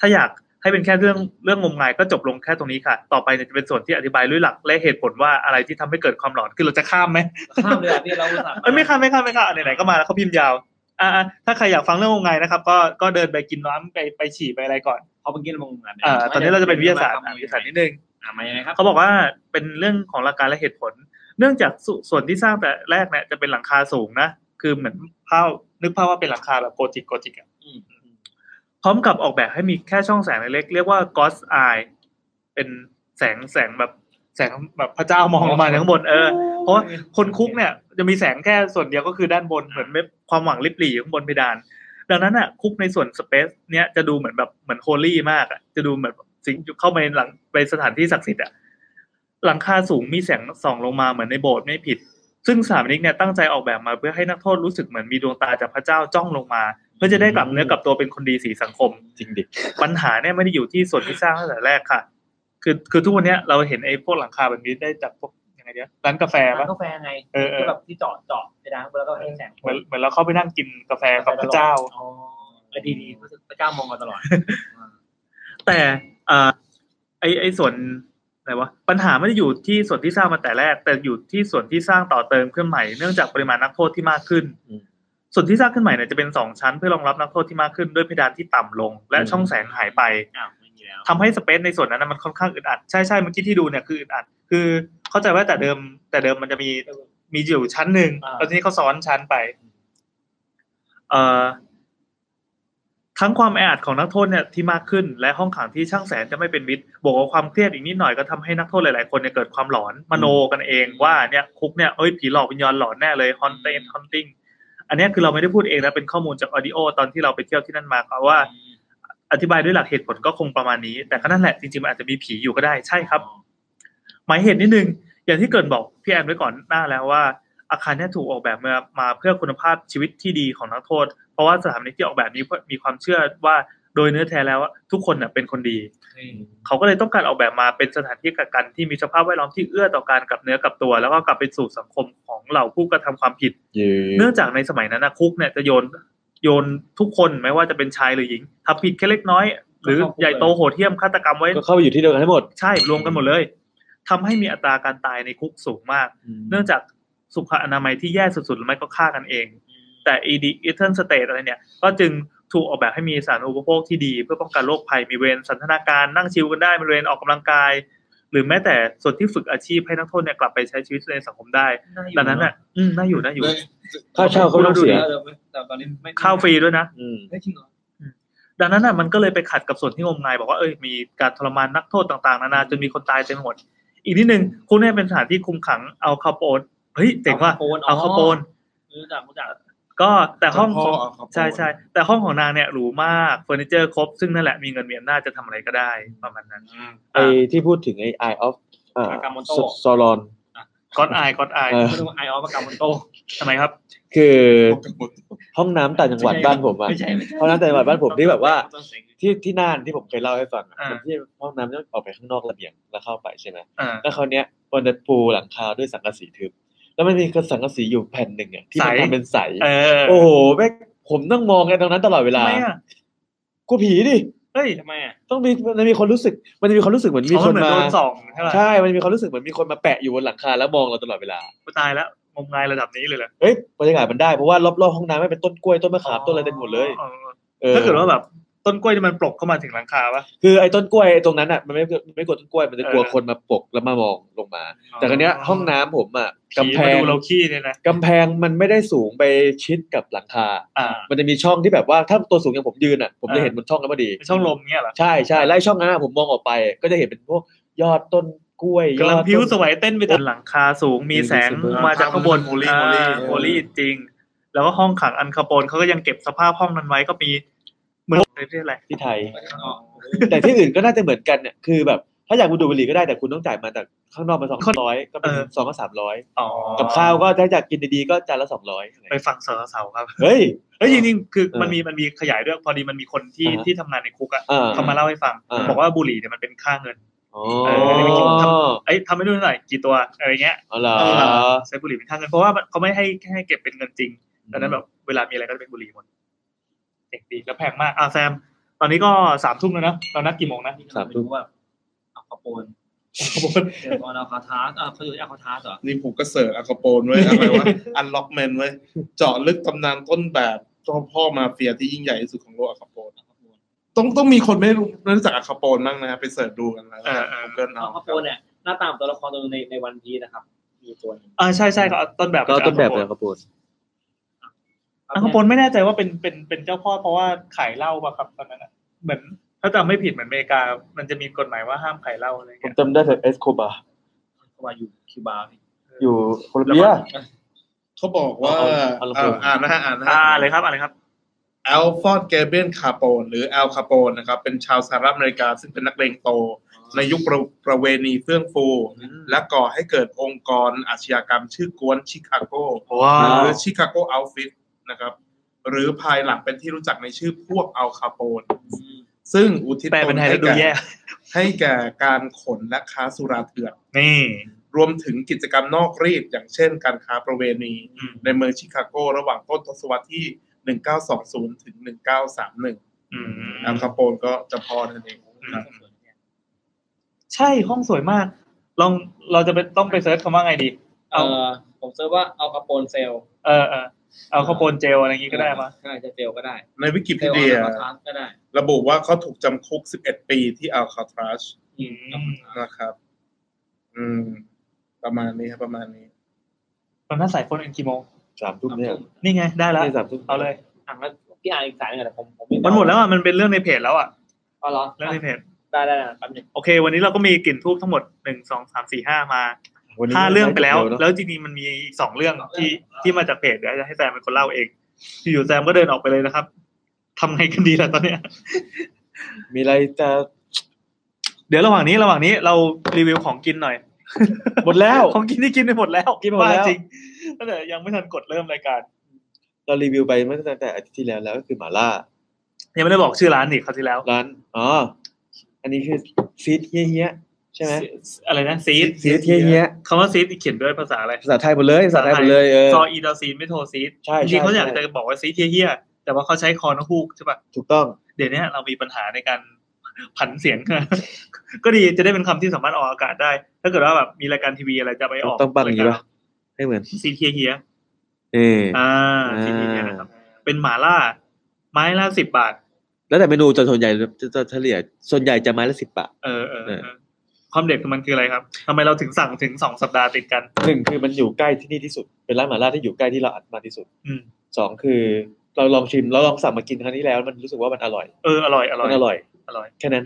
Speaker 2: ถ้าอยากให้เป็นแค่เรื่องเรื่องงมงายก็จบลงแค่ตรงนี้ค่ะ ต่อไปเนี่ยจะเป็นส่วนที่อธิบายด้วยหลักและเหตุผลว่าอะไรที่ทำให้เกิดความหลอนคือเราจะข้ามไหม
Speaker 1: ข้ามเลยอ่ะพี่เราอุตส่าห์
Speaker 2: เอ้ยไม่ข้ามไม่ข้ามไม่ข้ามอ่ะไหนๆก็มาแล้วเขาพิมพ์ยาวอ่าถ้าใครอยากฟังเรื่องงมงายนะครับก็ก็เดินไปกินน้ำไปไปฉี่ไปอะไรก่อน
Speaker 1: เพราะเมื่อกี้เรามองงาน
Speaker 2: อ่าตอนนี้เราจะเป็นวิทยาศาสตร์อ่ะวิทยาศาสตร์นิดนึง
Speaker 1: อ่ะมายังไงครับ
Speaker 2: เขาบอกว่าเป็นเรื่องของหลักการและเหตุผล เนื่องจากสส่วนที่สร้างแต่แรกเนี่ยจะเป็นหลังคาสูงนะ คือเหมือนภาพนึกภาพว่าเป็นหลังคาแบบโกธิกโกธิกอะ
Speaker 1: อืม
Speaker 2: พร้อมกับออกแบบให้มีแค่ช่องแสงเล็กๆเรียกว่า God's Eye เป็นแสงแสงแบบแสงแบบพระเจ้ามองลงมาจากข้างบนเออ เพราะว่าคนคุกเนี่ยจะมีแสงแค่ส่วนเดียวก็คือด้านบนเหมือนไม่ความหวังลิบหลี่อยู่ข้างบนเพดาน ดังนั้นอ่ะคุกในส่วนสเปซเนี้ยจะดูเหมือนแบบเหมือนโฮลี่มากอ่ะจะดูเหมือนสิ่งเข้าไปหลังไปสถานที่ศักดิ์สิทธิ์อ่ะหลังคาสูงมีแสงส่องลงมาเหมือนในโบสถ์ไม่ผิด ซึ่งสถามนิกเนี่ยตั้งใจออกแบบมาเพื่อให้นักโทษรู้สึกเหมือนมีดวงตาจากพระเจ้าจ้องลงมา เพื่อจะได้กลับเนื้อกลับตัวเป็นคนดีสีสังคม
Speaker 3: จริงดิ
Speaker 2: ปัญหาเนี่ยไม่ได้อยู่ที่ส่วนที่สร้างตั้งแต่แรกค่ะ คือคือทุกวันเนี้ยเราเห็นไอ้พวกหลังคาแบบนี้ได้จากพวกยังไงเนี้ยร้านกาแฟปะ
Speaker 1: ร้านกาแฟไง
Speaker 2: เออเออ
Speaker 1: ที่แบบที่เจาะเจาะไปนะแล้วก็ให้แสง
Speaker 2: เหมือนเหมือนเราเข้าไปนั่งกินกาแฟกับพระเจ้า
Speaker 1: อ๋อเออดีดีรู้สึกพระเจ้ามองเราตลอด
Speaker 2: แต่เอ่อไอไอส่วนอะไรวะปัญหาไม่ได้อยู่ที่ส่วนที่สร้างมาแต่แรก แต่อยู่ที่ส่วนที่สร้างต่อเติมขึ้นใหม่เนื่องจากปริมาณนักโทษที่มากขึ้น
Speaker 3: อืม
Speaker 2: ส่วนที่สร้างขึ้นใหม่เนี่ยจะเป็นสองชั้นเพื่อรองรับนักโทษที่มากขึ้นด้วยเพดานที่ต่ำลง และ
Speaker 3: อืม
Speaker 2: ช่องแสงหายไป
Speaker 1: อ้าวไม่มีแล้ว
Speaker 2: ทำให้สเปซในส่วนนั้นนะมันค่อนข้างอึดอัดใช่ใช่เมื่อกี้ที่ดูเนี่ยคืออึดอัดคือเข้าใจว่าแต่เดิม แต่เดิมมันจะมีมีอยู่ชั้นหนึ่ง
Speaker 1: อ่า
Speaker 2: แล้วทีนี้เขาซ้อนชั้นไป เอ่อทั้งความแออัดของนักโทษเนี่ยที่มากขึ้น และห้องขังที่ช่างแสนจะไม่เป็นมิตรบวกกับความเครียดอีกนิดหน่อยก็ทำให้นักโทษหลาย ๆ คนเนี่ยเกิดความหลอนมโนกันเองว่าเนี่ยคุกเนี่ยเอ้ยผีหลอกวิญญาณหลอนแน่เลยฮอนเตนฮอนติงอันเนี้ยคือเราไม่ได้พูดเองนะเป็นข้อมูลจากออดิโอตอนที่เราไปเที่ยวที่นั่นมาครับว่า อธิบายด้วยหลักเหตุผลก็คงประมาณนี้ แต่ก็นั่นแหละจริงๆมันอาจจะมีผีอยู่ก็ได้ใช่ครับ หมายเหตุนิดนึง อย่างที่เกรินบอกพี่แอนไว้ก่อนหน้าแล้วว่า อาคารเนี่ยถูกออกแบบมามาเพื่อคุณภาพชีวิตที่ดีของนักโทษ เพราะว่าสถานที่ที่ออกแบบนี้มีความเชื่อว่าโดยเนื้อแท้แล้วอะทุกคนเน่ยเป็นคนดี เขาก็เลยต้องการออกแบบมาเป็นสถานที่กักกันที่มีสภาพแวดล้อมที่เอื้อต่อการกลับเนื้อกลับตัว แล้วก็กลับไปสู่สังคมของเหล่าผู้กระทำความผิด
Speaker 3: เยื
Speaker 2: เนื่องจากในสมัยนั้นนะคุกเนี่ยจะโยนโยนทุกคนไม่ว่าจะเป็นชายหรือหญิงทำผิดแค่เล็กน้อย หรือใหญ่โตโหดเหี้ยมฆาตกรรมไว้
Speaker 3: ก็เข้าไปอยู่ที่เดียวกันทั้งหมด
Speaker 2: ใช่รวมกันหมดเลยทำให้มีอัตราการตายในคุกสูงมาก เนื่องจากสุขอนามัยที่แย่สุดๆหรือไม่ก็ฆ่ากันเอง แต่ ED e t e r n State อะไรเนี่ย ก็จึงถูกออกแบบให้มีสารอุปโภคที่ดี เพื่อป้องกันโรคภัยมีเวรสันทนาการนั่งชิลกันได้มีเวรออกกำลังกาย หรือแม้แต่ส่วนที่ฝึกอาชีพให้นักโทษเนี่ยกลับไปใช้ชีวิตในสังคมได้ดังนั้นน่ะอืมน่าอยู่น่าอยู่
Speaker 3: ค่าเช่าเขาต้องเสีย
Speaker 1: แต่ตอนนี้ไม่
Speaker 2: ข้าวฟรีด้วยนะ
Speaker 3: อืม
Speaker 1: เฮ้ยจริงเหรอ
Speaker 2: ดังนั้นน่ะมันก็เลยไปขัดกับส่วนที่งมงายบอกว่าเอ้ยมีการทรมานนักโทษต่างๆนานาจนมีคนตายเต็มไปหมด อีกนิดนึงคุณเนี่ยเป็นสถานที่คุมขังเอาคาโปนเฮ้ยเจ๋งว่ะ
Speaker 1: เอาคาโปนอ๋อ
Speaker 2: เอาคาโปน
Speaker 1: รู้จักรู้จัก
Speaker 2: ก็แต่ห้อง
Speaker 4: พ่
Speaker 2: ข
Speaker 4: อ
Speaker 2: อง
Speaker 4: เอาเขาไป
Speaker 2: ใช่ใช่แต่ห้องของนางเนี่ยหรูมากเฟอร์นิเจอร์ครบ ซึ่งนั่นแหละมีเงินมีอำนาจจะทำอะไรก็ได้ประมาณนั้น
Speaker 4: อืม
Speaker 3: ไอที่พูดถึงไอไอออฟ
Speaker 1: อากาโมโต้
Speaker 3: ซอรอน
Speaker 2: ก็อดอายก็อดอาย
Speaker 3: เออ
Speaker 1: ไม่ต้องไอออฟประกามันโต
Speaker 2: ทำไมครับ
Speaker 3: คือ
Speaker 4: พบกับหมด
Speaker 3: ห้องน้ำต่างจังหวัดบ้านผมอะ
Speaker 1: ไม่ใช่ไม่ใช่
Speaker 3: ห้องน้ำต่างจังหวัดบ้านผมที่แบบว่า
Speaker 1: ต้องเสียง
Speaker 3: ที่ที่น่านที่ผมเคยเล่าให้ฟังอะ
Speaker 2: อ่ามั
Speaker 3: นที่ห้องน้ำต้องออกไปข้างนอกระเบียงแล้วเข้าไปใช่ไหม
Speaker 2: อ่า
Speaker 3: แล้วคราวเนี้ยมันจะปูหลังคาด้วยสังกะสีทึบแล้วมันมีกระสังกะสีอยู่แผ่นหนึ่งอ่ะที่มัน
Speaker 2: ใส
Speaker 3: ทำเป็นใส
Speaker 2: เออ
Speaker 3: โอ้โหแม่งผมนั่งมองไอ้ตรงนั้นตลอดเวลา
Speaker 2: ทำไมอ่ะ
Speaker 3: กลัวผีดิ
Speaker 2: เฮ้ย
Speaker 1: ทำไมอ่ะ
Speaker 3: ต้องมีมันมีคนรู้สึก มันจะมีความรู้สึกเหมือนมี
Speaker 2: อ๋อ
Speaker 3: ค
Speaker 2: มัน
Speaker 3: น
Speaker 2: เหมือน
Speaker 3: มา
Speaker 2: โดนสองใช่ป่ะ
Speaker 3: ใช่ มันมีความรู้สึกเหมือนมีคนมาแปะอยู่บนหลังคาแล้วมองเราตลอดเวลา
Speaker 2: กูตายแล้วงมงายระดับนี้เลยเหรอ
Speaker 3: เฮ้ยบรรยากาศมันได้เพราะว่ารอบๆห้องน้ำไม่เป็นต้นกล้วยต้นมะขามต้นอะไรเต็มหมดเลย
Speaker 2: อ๋อ
Speaker 3: ออ
Speaker 2: ถ้าเกิดว่าแบบต้นกล้วยที่มันปลกเข้ามาถึงหลังคาปะ
Speaker 3: คือไอ้ต้นกล้วยไอ้ตรงนั้นอ่ะมันไม่มันไม่กลัวต้นกล้วยมันจะกลัว
Speaker 2: เออ
Speaker 3: คนมาปกแล้วมามองลงมา แต่ครั้เนี้ยห้องน้ำผมอ่ะกำ
Speaker 2: ผี
Speaker 3: แพ
Speaker 2: มาง ดูเราขี้เนี่ยนะ
Speaker 3: กำแพงมันไม่ได้สูงไปชิดกับหลังคา
Speaker 2: อ่า
Speaker 3: มันจะมีช่องที่แบบว่าถ้าตัวสูงอย่างผมยืนอ่ะ ผมจะ
Speaker 2: อ่า
Speaker 3: เห็นบนช่องนั้นพอดี
Speaker 2: เป็นช่องลมเงี้ยเหรอ
Speaker 3: ใช่ใช่ไล่ช่องนั้นอะผมมองออกไป ก็จะเห็นเป็นพวกยอดต้นกล้วยย
Speaker 2: กำลั
Speaker 3: อง ด
Speaker 2: พิ้วส
Speaker 3: ต้น
Speaker 2: วยเต้นไปตามหลังคาสูงมีแสง
Speaker 3: มีแสง
Speaker 2: มาจากข้างบน
Speaker 4: โมลี่โมลี่
Speaker 2: อ่าโมลี่จริง แล้วก็ห้องขังอันคาโปนเขาก็ยังเก็บสภาพห้องนั้นไว้ก็มีเหมือนเรียกอะไร
Speaker 3: ที่ไทย
Speaker 1: ไปข้างนอก
Speaker 3: แต่ที่อื่นก็น่าจะเหมือนกันเนี่ยคือแบบถ้าอยากมาดูดบุหรี่ก็ได้แต่คุณต้องจ่ายมาจากข้างนอกมาสองร้อยก็เป็นสองก็สามร้อย
Speaker 2: อ๋อ
Speaker 3: กับข้าวก็ถ้าอยากกินดีๆก็จานละสองร้อย
Speaker 2: ไปฟังเสาร์เสาร์ครับ
Speaker 3: เฮ้ย
Speaker 2: เฮ้ยจริงๆคือ
Speaker 3: เออ
Speaker 2: มันมีมันมีขยายด้วยพอดีมันมีคนที่
Speaker 3: อ่าฮะ
Speaker 2: ที่ทำงานในคุกอ่ะ
Speaker 3: อ่า
Speaker 2: เขามาเล่าให้ฟัง
Speaker 3: อ่า
Speaker 2: บอกว่าบุหรี่เนี่ยมันเป็นค่าเงิน
Speaker 3: อ๋อ
Speaker 2: เออไม่กินทำ เอ้ยทำไม่ด้วยหน่อยกี่ตัวอะไรเงี้ย
Speaker 3: เอาเหรอ
Speaker 2: ใช้บุหรี่เป็นค่าเงินเพราะว่ามันเขาไม่ให้ให้เก็บเป็นเงินจริงดังนั้นแบบเวลามีอะไรก็จะเป็นบุหรี่หมดเจ๋งดีแล้วแพงมากอ่ะแซม ตอนนี้ก็สามทุ่มแล้วนะเรานัดกี่โมงนะ
Speaker 3: สามทุ่ม
Speaker 1: ว่าเอาข้าวโพดเดี๋ยวก่อนเอาคาทาสอ่ะเขาอยู่ที่เอาคาทาสเหรอ
Speaker 4: นี่ผมก็เสิร์ชอาคาโปนไว้ยอะไร วะอันล็อกแมนไว้ยเจาะลึกตำนานต้นแบบเจ้าพ่อมาเฟียที่ยิ่งใหญ่ที่สุดของโลกอาคาโปนต้องต้องมีคนไม่รู้ไม่รู้จักอาคาโปนบ้างนะฮะไปเสิร์ชดูกันนะ
Speaker 2: เออเออ
Speaker 4: ผมเกิลเอา
Speaker 1: เอาข้าวโพดเนี่ยหน้าตาของตัวละครตัวหนึ่งในในวันพีนะครับ มีตัวหนึง
Speaker 2: อ่าใช่ใช่ก็เอาต้นแบบ
Speaker 3: ก็ต้นแบบเลย
Speaker 2: อัง
Speaker 3: ครับปูน
Speaker 2: อังคโปนไม่แน่ใจว่าเป็นเป็นเป็นเจ้าพ่อเพราะว่าขายเหล้าป่ะครับตอนนั้นอ่ะเหมือนถ้าจำไม่ผิดเหมือนอเมริกา มันจะมีกฎหมายว่าห้ามขายเหล้าอะไร
Speaker 3: ผม
Speaker 2: เงี้ย
Speaker 3: จำได้แต่เอสโคบา
Speaker 1: เขาว่าอยู่คิวบาพี่
Speaker 3: อยู่โคลอมเบีย
Speaker 4: เขาบอกว่า
Speaker 3: เอาเอาเอา
Speaker 4: อ่าอ่านนะฮะอ่านนะฮะ
Speaker 2: อ่าอะไรครับอะไรครับ
Speaker 4: อัลฟอร์ดเกเบรียนคาโปนหรืออัลคาโปนนะครับ เป็นชาวสหรัฐอเมริกา ซึ่งเป็นนักเลงโต ในยุคประประเวณีเฟื่องฟู และก่อให้เกิดองค์กรอาชญากรรมชื่อกวนชิคาโก
Speaker 2: ว้า
Speaker 4: ห
Speaker 2: ว
Speaker 4: รือชิคาโกอัลฟิตนะครับ หรือภายหลังเป็นที่รู้จักในชื่อพวกอัลคาโปน ซึ่งอุทิศ
Speaker 2: แปล
Speaker 4: ต
Speaker 2: เป็น
Speaker 4: น
Speaker 2: ไทย
Speaker 4: ให้
Speaker 2: แล้วดู
Speaker 4: แก่
Speaker 2: แย่
Speaker 4: ให้แก่การขนและค้าสุราเถื่อน
Speaker 2: นี่
Speaker 4: รวมถึงกิจกรรมนอกรีดอย่างเช่นการค้าประเวณี
Speaker 2: อืม
Speaker 4: ในเมืองชิคาโกระหว่างต้นทศวรรษที่ 1920 ถึง 1931
Speaker 2: อืม
Speaker 4: อัลคาโปนก็จะพอนั่นเองครับ
Speaker 2: ใช่ห้องสวยมาก ลองเราจะไปต้องไปเซิร์ชคำว่าไงดี
Speaker 1: เออผมเซิร์ชว่าเอากระโปนเซลล
Speaker 2: เออเออเอาข้าวโพดเจลอะไรอย่างงี้ก็ได้มา
Speaker 1: ใช่จะเซลลก็ได้
Speaker 4: ในวิกิ
Speaker 1: เซ
Speaker 4: พี
Speaker 1: ลล์
Speaker 4: เดีย
Speaker 1: เอาคาทาสก็ได้
Speaker 4: ระบุว่าเขาถูกจำคุก 11 ปีที่อัลคาทราช
Speaker 2: อืม
Speaker 4: นะครับ อืม ประมาณนี้ครับประมาณนี้
Speaker 2: ตอนนั้นสายโฟนเอ็นกี่โมง
Speaker 3: สามทุ่มเนี่ย
Speaker 2: นี่ไงได้แล้ว
Speaker 3: นี่สามทุ่ม
Speaker 2: เอาเลย
Speaker 1: อ่ะงั้นพี่อ่านอีกสายหนึงก่อนนะผมผม
Speaker 2: มันหมดแล้วอ่ะมันเป็นเรื่องในเพจแล้วอ่ะ
Speaker 1: เอาเหรอ
Speaker 2: เรื่องในเพจ
Speaker 1: ได้ได้ได้แป๊บหนึง
Speaker 2: โอเค วันนี้เราก็มีกลิ่นทูบทั้งหมดหนึ่งสองสามสี่ห้ามา
Speaker 3: วันนี้
Speaker 2: ห้าเรื่องไปแล้ว
Speaker 3: เนอะ
Speaker 2: แล้วจริงๆมันมีอีกสองเรื่องที่ที่มาจากเพจเดี๋ยวจะให้แซมเป็นคนเล่าเองอยู่ๆแซมก็เดินออกไปเลยนะครับทำไงกันดีล่ะตอนเนี้ย
Speaker 3: มีอะไรจะ
Speaker 2: เดี๋ยวระหว่างนี้ระหว่างนี้เรารีวิวของกินหน่อย
Speaker 3: หมดแล้ว
Speaker 2: ของกินที่กินไปหมดแล้ว
Speaker 3: กินหมดแล้ว
Speaker 2: บ้าจริงตั้งแต่ยังไม่ทันกดเริ่มรายการ
Speaker 3: เรารีวิวไปเมื่อตั้งแต่อาทิตย์ที่แล้วแล้วก็คือหมาล่า
Speaker 2: ยังไม่ได้บอกชื่อร้านอีกคราวที่แล้ว
Speaker 3: ร้านอ๋ออันนี้คือซีดเฮี้ยๆใช่ไหม
Speaker 2: อะไรนะซีด
Speaker 3: ซีดเฮี้ย
Speaker 2: คำว่าซีดเขียนด้วยภาษาอะไร
Speaker 3: ๆภาษาไทยหมดเลยภาษาไทยหมดเลยเออ
Speaker 2: ซออีดอซีนไม่โทรซีด
Speaker 3: ใช่
Speaker 2: จริงๆ
Speaker 3: ใช่
Speaker 2: เขาอยาก
Speaker 3: ใช่
Speaker 2: จะบอกว่าซีดเฮี้ยๆแต่ว่าเขาใช้คอนฮูกใช่ป่ะ
Speaker 3: ถูกต้อง
Speaker 2: เดี๋ยวนี้เรามีปัญหาในการ ผันเสียง ก็ดีจะได้เป็นคำที่สามารถออกอากาศได้ ถ้าเกิดว่าแบบมีรายการทีวีอะไรจะไปอ
Speaker 3: ถู
Speaker 2: อก
Speaker 3: กต้องปังอย่างนี้ป่ะไม่เหมือน
Speaker 2: ซีเฮีย
Speaker 3: เออ
Speaker 2: ๆอ่า
Speaker 3: อ่า
Speaker 2: ซีเฮียๆนะครับ เป็นหมาล่า ไม้ละสิบบาท
Speaker 3: แล้วแต่เมนูจะส่วนใหญ่จะจะเฉลี่ยส่วนใหญ่จะไม้ละสิบบาท
Speaker 2: เออเออ
Speaker 3: เออ
Speaker 2: เออความเด็ดของมันคืออะไรครับทำไมเราถึงสั่งถึงสองสัปดาห์ติดกัน
Speaker 3: หนึ่งคือมันอยู่ใกล้ที่นี่ที่สุด เป็นร้านหมาล่าที่อยู่ใกล้ที่เราอัดมาที่สุด
Speaker 2: อืม
Speaker 3: สองคือ เราลองชิมเราลองสั่งมากินครั้งที่แล้ว มันรู้สึกว่ามันอร่อย
Speaker 2: เอออร่อยอร่อย
Speaker 3: มันอร่อย
Speaker 2: อร่อย
Speaker 3: แค่นั้น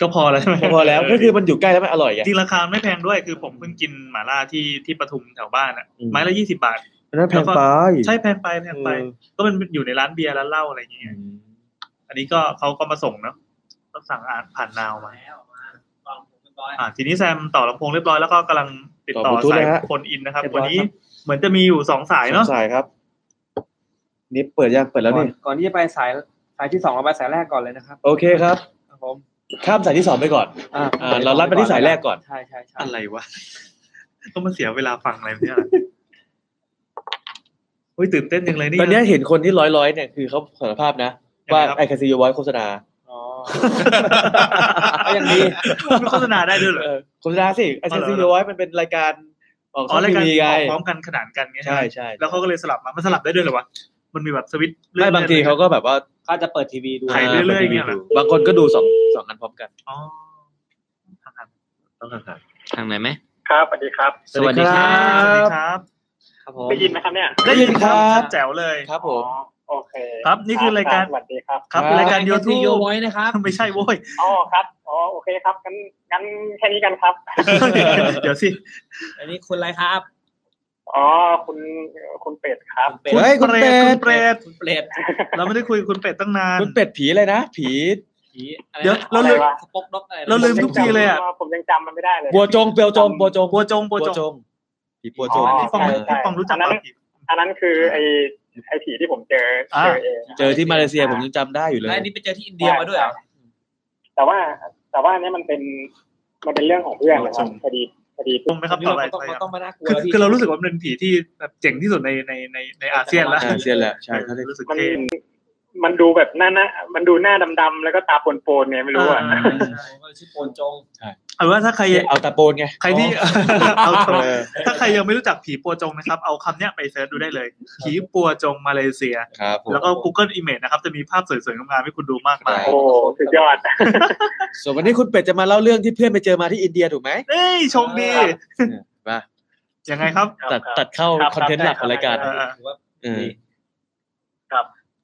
Speaker 2: ก็พอแล้วใช่ไหม
Speaker 3: แค่พอ แล้ว
Speaker 2: เ
Speaker 3: ก็คือมันอยู่ใกล้แล้วมันอร่อยไง
Speaker 2: จริงราคาไม่แพงด้วยคือผมเพิ่งกินหม่าล่าที่ที่ปทุมแถวบ้านอ่ะ
Speaker 3: อืม
Speaker 2: ไม้ละยี่สิบาท
Speaker 3: อันนั้นแพงไป
Speaker 2: ใช่แพงไปแพงไป
Speaker 3: เออ
Speaker 2: ก็มันอยู่ในร้านเบียร์ร้านเหล้าอะไรอย่างเงี้ย อันนี้ก็เขาก็มาส่งเนาะก็สั่งอ่านผ่านนาวมา
Speaker 1: แล้วมาลองผมกันก่อน
Speaker 2: อ่าทีนี้แซมต่อลำโพงเรียบร้อยแล้วก็กำลังติดต่อ
Speaker 3: ต่อบลูทูธ
Speaker 2: สาย
Speaker 3: เลยฮะ
Speaker 2: คนอินนะครับ
Speaker 3: เรียบร้
Speaker 2: วั
Speaker 3: อน ย
Speaker 2: นี้
Speaker 3: ครับ
Speaker 2: เหมือนจะมีอยู่สองสายเนาะ
Speaker 3: สงสายครับ นี่เปิดยังเปิดแล้ว
Speaker 1: ก่อน
Speaker 3: นี่
Speaker 1: ก่อนที่จะไปสายสายที่สองเราไปสายแรกก่อนเลยนะครับ
Speaker 3: โอเคครับ
Speaker 1: ครับผม
Speaker 3: ข้ามสายที่สองไปก่อน
Speaker 1: อ่า
Speaker 3: อ่าเราลัดไปที่สายแรกก่อน
Speaker 1: ใช่ใช่ใช่
Speaker 2: อะไรวะ ก็มาเสียเวลาฟังอะไรเนี่ยเฮ้ยตื่นเต้นจังเลยนี่
Speaker 3: ตอนเนี้ยเห็นคนที่ร้อยร้อยๆเนี่ยคือเขาสารภาพนะ
Speaker 2: ยังไง
Speaker 3: ว่า
Speaker 2: ครับ
Speaker 3: ไอคาซิโยบอยโฆษณา
Speaker 1: อ๋อ ก็ยังดี
Speaker 2: มันโฆษณาได้ด้วยเหรอ
Speaker 3: เออโฆษณาสิไอคาซิโยบอยมันเป็นรายการออก
Speaker 2: อ๋
Speaker 3: ช่
Speaker 2: อ
Speaker 3: อง
Speaker 2: ราย
Speaker 3: ที
Speaker 2: การอ
Speaker 3: วีไง
Speaker 2: อกพร้อมกันขนานกันไง
Speaker 3: ใช่ใช่
Speaker 2: แล้วเขาก็เลยสลับมา มันสลับได้ด้วยเหรอวะ มันมีแบบสวิตช์เลื่อ
Speaker 3: ไม่
Speaker 2: น
Speaker 3: บางทีเขาก็แบบว่า
Speaker 1: ก็จะเปิดทีวีดู
Speaker 2: ถ่ายเรื่อยๆอย่างเงี้ยเหรอบ
Speaker 3: างคนก็ดูสองสองอันพร้อมกัน
Speaker 2: อ๋อ
Speaker 3: ต้องห่าง
Speaker 5: ทางไหนไหม
Speaker 6: ครับสวัสดีครับ
Speaker 3: สวัสดีครั
Speaker 2: สวัสดีครับ
Speaker 5: ครับผม
Speaker 6: ได้ยินไหมครับเนี่ย
Speaker 3: ได้ยินครับ
Speaker 2: แจ๋วเลย
Speaker 3: ๆครับผม
Speaker 6: อ๋อโอเค
Speaker 2: ครับนี่คือรายการ
Speaker 6: สวัสดีครับ
Speaker 2: ครับ
Speaker 3: ครับ
Speaker 2: รายการ
Speaker 5: ยูทูบ
Speaker 2: YouTube
Speaker 5: โยไว้นะครับ
Speaker 2: ไม่ใช่โว้ย
Speaker 6: อ๋อครับอ๋อโอเคครับงั้นงั้นแค่นี้กันครับ
Speaker 2: เดี๋ยวสิ
Speaker 5: อันนี้คุณอะไรครับ
Speaker 6: อ๋อคุณคุณเป็ดครับ
Speaker 3: เฮ้ยคุณเป็ด
Speaker 2: คุณเปรต
Speaker 5: คุณเปรต
Speaker 2: เราไม่ได้คุยกับคุณเป็ดตั้งนาน
Speaker 3: คุณเป็ดผีอะไรนะ ผี
Speaker 5: ผีอะไรนะ
Speaker 2: เดี๋ยวเราลืม
Speaker 6: อะไรวะ
Speaker 5: สป็อกด็อกอะไรนะ
Speaker 2: เราลืมทุกทีเลยอะ
Speaker 6: ผมยังจำมันไม่ได้เลย
Speaker 3: บัวจงเปียวจงบัวจง
Speaker 2: บัวจงบัวจง
Speaker 3: ผีบัว
Speaker 2: อ๋
Speaker 3: จ
Speaker 2: อง ที่ฟอง
Speaker 6: ใช่ใช่
Speaker 2: ที่ฟองรู้จัก
Speaker 6: อันนั้น
Speaker 2: ป่ะ
Speaker 6: อันนั้นคือไอไอผีที่ผมเจอ
Speaker 2: อ่า
Speaker 6: เจอเอง
Speaker 3: เจอที่มาเลเซียผมยังจำได้อยู่เล
Speaker 5: แล้ว
Speaker 3: ย
Speaker 5: อันนี้ไปเจอที่อินเดียมาด้วยเหรอ
Speaker 6: แต่ว่าแต่ว่าอันเนี้ยมันเป็นมันเป็นเรื่องของเพื่อนนะครับพอดีพอดี
Speaker 2: ตรงไหมครับต่อไป
Speaker 1: มันต้อง
Speaker 2: ไป
Speaker 1: มันต้อ
Speaker 2: ครั
Speaker 1: บ งมาน่ากลัวแล้ว
Speaker 2: คือ
Speaker 1: พี่
Speaker 2: คือเรารู้สึกว่ามันเป็นผีที่แบบเจ๋งที่สุดในในในในอาเซียนแล้ว
Speaker 3: ใช่เซียนแหละใช่เขาเรียก
Speaker 2: รู้สึก
Speaker 6: มัน
Speaker 2: เท่
Speaker 6: มันดูแบบหน้าหน้ามันดูหน้าดำๆแล้วก็ตาโปนๆไงไม่รู้อ่ะ
Speaker 2: เออ
Speaker 1: ชื่อโปนจง
Speaker 2: เอาเป็นว่าถ้าใคร
Speaker 3: เอาตะโปนไง
Speaker 2: ใครที่ เอาตรง
Speaker 3: เออ
Speaker 2: ถ้าใครยังไม่รู้จักผีปัวจงนะครับ เอาคำเนี้ยไปเซิร์ชดูได้เลย ผีปัวจงมาเลเซีย
Speaker 3: ครับผม
Speaker 2: แล้วก็ Google Image นะครับ จะมีภาพสวยๆงามๆให้คุณดูมากมาย
Speaker 3: ใช่
Speaker 6: โอ้สุดยอด
Speaker 3: ส่วนวันนี้คุณเป็ดจะมาเล่าเรื่องที่เพื่อนไปเจอมาที่อินเดียถูกไหม
Speaker 2: เอ้ย ชมดี
Speaker 3: มา
Speaker 2: ยังไงครับ
Speaker 6: ครับ
Speaker 3: ตัด
Speaker 6: ครับ
Speaker 3: ตัดเข้า
Speaker 6: ครับ
Speaker 3: คอนเทนต์ห
Speaker 6: ค
Speaker 3: ลักข
Speaker 6: รับ
Speaker 3: องรายการ
Speaker 2: เออ
Speaker 3: เออ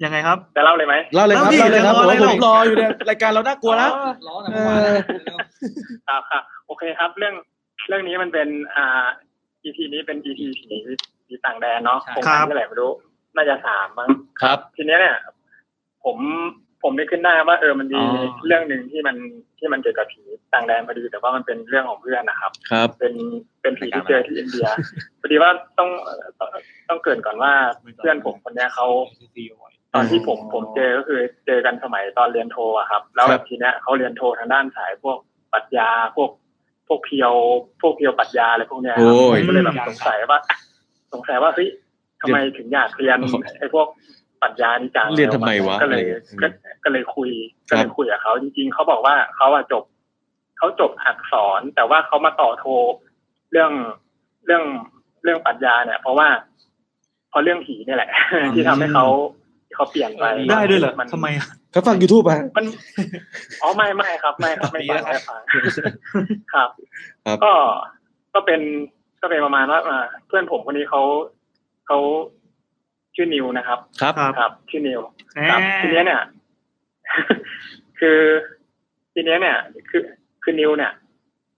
Speaker 2: ยังไงครับ
Speaker 6: จะเล่าเลยไหม
Speaker 3: เล่าเลยครับ
Speaker 2: เล่า
Speaker 3: เล่า
Speaker 2: ดิ
Speaker 3: เลยครับ
Speaker 2: จะรออะไร
Speaker 3: ผม
Speaker 2: เรา
Speaker 3: รออยู่เนี่ยรายการเราน่ากลัวแล้ว
Speaker 5: ล้อหนังหวานนะครับ
Speaker 6: ครับครับโอเคครับ เรื่องเรื่องนี้มันเป็นอ่า EP นี้เป็น EP ผีผีต่างแดนเนาะ
Speaker 5: ใช่
Speaker 6: ผม
Speaker 2: ครับ
Speaker 6: จำไม่ได้ไม่รู้ น่าจะสามมั้ง
Speaker 3: ครับ
Speaker 6: ทีเนี้ยเนี่ย ผมผมได้ขึ้นได้ว่าเออมันมี
Speaker 3: อ๋อ
Speaker 6: เรื่องหนึ่งที่มันที่มันเกี่ยวกับผีต่างแดนพอดีแต่ว่ามันเป็นเรื่องของเพื่อนนะครับ
Speaker 3: ครับ
Speaker 6: เป็นเป็นผีที่เจอที่อินเดียพอดีว่าต้องต้องต้องเกรินก่อนว่าเพื่อนผมคนเนี้ยเขา ตอนที่ผมผมเจอก็คือเจอกันสมัยตอนเรียนโทอะครับ แล้ว
Speaker 3: ค
Speaker 6: แบ
Speaker 3: รับบ
Speaker 6: ทีเนี้ยเขาเรียนโททางด้านสายพวกปรัชญาพวก พวกเพียว พวกเพียวปรัชญาอะไรพวกเนี้ยครั
Speaker 3: โอ้ย
Speaker 6: ผมก็เลยแบบสงสัยว่า สงสัยว่าเฮ้ยทำไมถึงอยากเรียนไอ้พวกปรัชญานี่จัง
Speaker 3: เรียนทำไมวะ
Speaker 6: ก็เลย
Speaker 3: อะไรอย่างเงี้ย
Speaker 6: ก็ก็เลยคุย
Speaker 3: ครั
Speaker 6: ก็
Speaker 3: บ
Speaker 6: เลยคุยกับเขาจริง ๆเขาบอกว่าเขาอะจบเขาจบอักษร แต่ว่าเขามาต่อโทเรื่องเรื่องเรื่องปรัชญาเนี่ย เพราะว่าเพราะเรื่องผีเนี่ยแหละ ที่ทำให้เขา เขาเปลี่ยนไป
Speaker 2: ได้ด้วยเหรอ
Speaker 6: มัน
Speaker 2: ทำไมอะ
Speaker 3: เขาฟัง YouTube ป่ะ
Speaker 6: มันอ๋อไม่ไม่ครับ ไม่ครับไม่ฟังไม่ฟังครับ
Speaker 3: ครับ
Speaker 6: ก็ก็เป็นก็เป็นประมาณว่าอ่าเพื่อนผมคนนี้เขาเขาชื่อนิวนะครับ
Speaker 3: ครับ
Speaker 2: ครับ
Speaker 6: ครับชื่อนิว
Speaker 2: แหม
Speaker 6: ครับทีเนี้ยเนี่ย คือทีเนี้ยเนี่ย คือคือนิวเนี่ย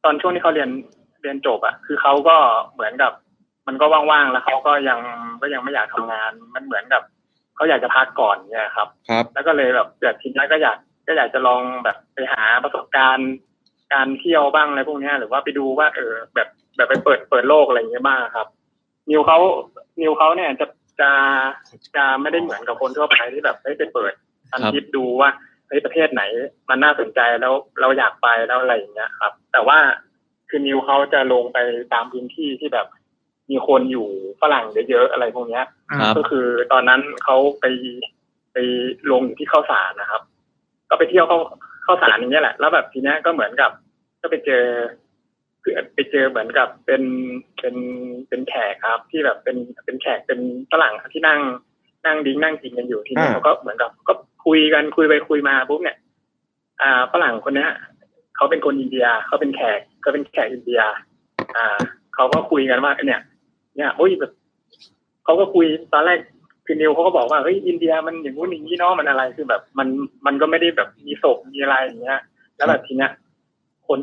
Speaker 6: ตอนช่วงที่เขาเรียนเรียนจบอะคือเขาก็เหมือนกับ มันก็ว่างๆแล้วเขาก็ยังก็ยังไม่อยากทำงาน มันเหมือนกับเขาอยากจะพักก่อนเนี่ยครับ
Speaker 3: ครับ
Speaker 6: แล้วก็เลยแบบแบบทีนี้ก็อยากก็อยากจะลองแบบไปหาประสบการณ์ การเที่ยวบ้างอะไรพวกเนี้ยหรือว่าไปดูว่า เออ แบบแบบไปเปิดเปิดโลกอะไรอย่างเงี้ยบ้างครับ นิวเขานิวเขาเนี่ยจะจะจะไม่ได้เหมือนกับคนทั่วไปที่แบบได้ยไปเปิดอัน
Speaker 3: ครับ
Speaker 6: คิดดูว่าเฮ้ยประเทศไหน มันน่าสนใจแล้วเราอยากไปแล้วอะไรอย่างเงี้ยครับ แต่ว่าคือนิวเขาจะลงไปตามพื้นที่ที่แบบมีคนอยู่ฝรั่งเยอะๆอะไรพวกเนี้ย
Speaker 3: ครับ
Speaker 6: ก็คือตอนนั้นเขาไปไปลงอยู่ที่ข้าวสารนะครับ ก็ไปเที่ยวเข้าข้าวสารอย่างเงี้ยแหละ แล้วแบบทีเนี้ยก็เหมือนกับ ก็ไปเจอคือไปเจอเหมือนกับเป็นเป็นเป็นแขกครับ ที่แบบเป็นเป็นแขกเป็นฝรั่งที่นั่งนั่งดิ้งนั่งกินกันอยู่ที่นี่
Speaker 3: อ่า
Speaker 6: เขาก็เหมือนกับ ก็คุยกันคุยไปคุยมาปุ๊บเนี่ย อ่าฝรั่งคนเนี้ยเขาเป็นคนอินเดียเขาเป็นแขกก็เป็นแขกอินเดีย อ่าเขาก็คุยกันว่าเนี่ย เนี่ยโอ้ยแบบเขาก็คุยตอนแรกคือนิวเขาก็บอกว่าเฮ้ยอินเดียมันอย่างงู้นอย่างนี้เนาะมันอะไรคือแบบ มันมันก็ไม่ได้แบบมีศพมีอะไรอย่างเงี้ย แล้วแบบทีเนี้ยคน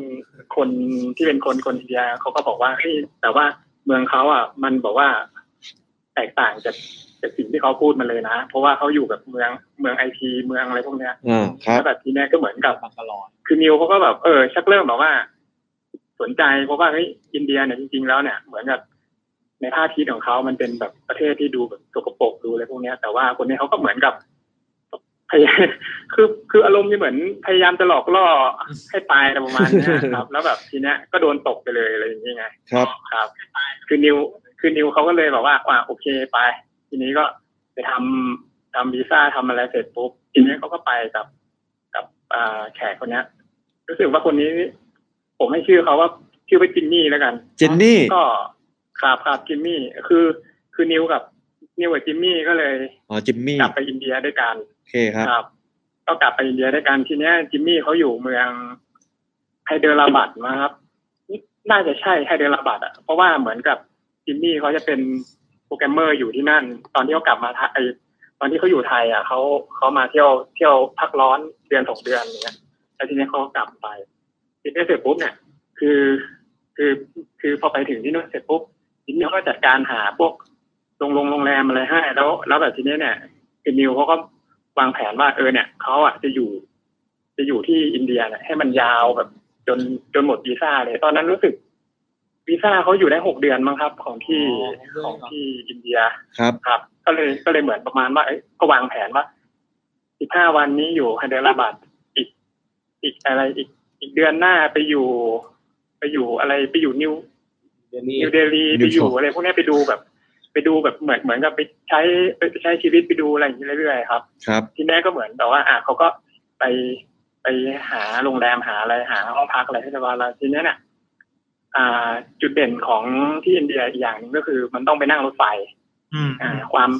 Speaker 6: คนที่เป็นคนคนอินเดียเขาก็บอกว่าเฮ้ยแต่ว่าเมืองเขาอ่ะ มันบอกว่า แตกต่างจากจากสิ่งที่เขาพูดมาเลยนะ เพราะว่าเขาอยู่แบบเมืองเมืองไอทีเมืองอะไรพวกเนี้ย
Speaker 3: อ่าครั
Speaker 6: แล้
Speaker 3: บ
Speaker 6: วแบบทีเนี้ยก็เหมือนกับ
Speaker 5: บังกะลอ
Speaker 6: คือนิวเขาก็แบบเออชักเริ่มแบบว่า สนใจเพราะว่าเฮ้ยอินเดียเนี่ยจริงๆแล้วเนี่ย เหมือนกับในภาพคิดของเขามันเป็นแบบประเทศที่ดูแบบสกปรกดูอะไรพวกเนี้ย แต่ว่าคนนี้เขาก็เหมือนกับ พยายามคือคืออารมณ์นี่เหมือนพยายามจะหลอกล่อให้ตายอะไรประมาณเนี้ยครับ แล้วแบบทีเนี้ยก็โดนตกไปเลยอะไรอย่างเงี้ยไง
Speaker 3: ครับ
Speaker 6: ครับ คือนิว คือนิวเขาก็เลยแบบว่าว่าโอเคไป ทีนี้ก็ไปทำทำวีซ่าทำอะไรเสร็จปุ๊บ ทีนี้เขาก็ไปกับกับอ่าแขกคนเนี้ยรู้สึกว่าคนนี้ ผมให้ชื่อเขาว่าชื่อว่าจินนี่แล้วกัน
Speaker 3: เจนนี่
Speaker 6: ก็ครับครับจิมมี่ คือ คือนิวกับนิวกับจิมมี่ก็เลย
Speaker 3: อ๋อ จิมมี่
Speaker 6: กลับไปอินเดียด้วยกัน
Speaker 3: โอเคครับ
Speaker 6: ครับก็กลับไปอินเดียด้วยกันทีเนี้ยจิมมี่เขาอยู่เมืองไฮเดราบัดนะครับน่าจะใช่ไฮเดราบัดอ่ะเพราะว่าเหมือนกับจิมมี่เขาจะเป็นโปรแกรมเมอร์อยู่ที่นั่น ตอนที่เขากลับมาไทยตอนที่เขาอยู่ไทย อ่ะเขาเขามาเที่ยวเที่ยวพักร้อนเดือนสองเดือนอย่างเงี้ยแล้วทีเนี้ยเขาก็กลับไปทีเนี้ยเสร็จปุ๊บเนี่ย คือคือคือพอไปถึงที่นู่นเสร็จปุ๊บทีนี้เขาก็จัดการหาพวกโรงโรงโรงแรมอะไรให้แล้ว แล้วแบบทีนี้เนี่ยคือนิวเขาก็วางแผนว่าเออเนี่ยเขาอ่ะจะอยู่ จะอยู่ที่อินเดียเนี่ยให้มันยาวแบบ จนจนหมดวีซ่าเลย ตอนนั้นรู้สึกวีซ่าเขาอยู่ได้หกเดือนมั้งครับ ของที่ของที่อินเดีย
Speaker 3: ครับ
Speaker 6: ครับก็เลยก็เลยเหมือนประมาณว่าเอ้ยก็วางแผนว่าอีกห้าวันนี้อยู่ฮันเดราบัดอีก อีกอะไรอีกอีกเดือนหน้าไปอยู่ ไปอยู่อะไรไปอยู่นิว
Speaker 1: เดือนนี้
Speaker 6: นิวเดลีไป
Speaker 3: New
Speaker 6: อยู่
Speaker 3: York
Speaker 6: อะไรพวกเนี้ยไปดูแบบ ไปดูแบบเหมือนเหมือนกับไปใช้ไปใช้ชีวิตไปดูอะไรอย่างนี้เรื่อยๆครับ
Speaker 3: ครับ
Speaker 6: ทีแรกก็เหมือนแต่ว่า อ่ะเขาก็ไปไปหาโรงแรมหาอะไรหาห้องพักอะไรให้สบายแล้วทีเนี้ยเนี่ยอ่า จุดเด่นของที่อินเดียอีกอย่างหนึงก็คือ มันต้องไปนั่งรถไฟ
Speaker 2: อืม
Speaker 6: อ่าความ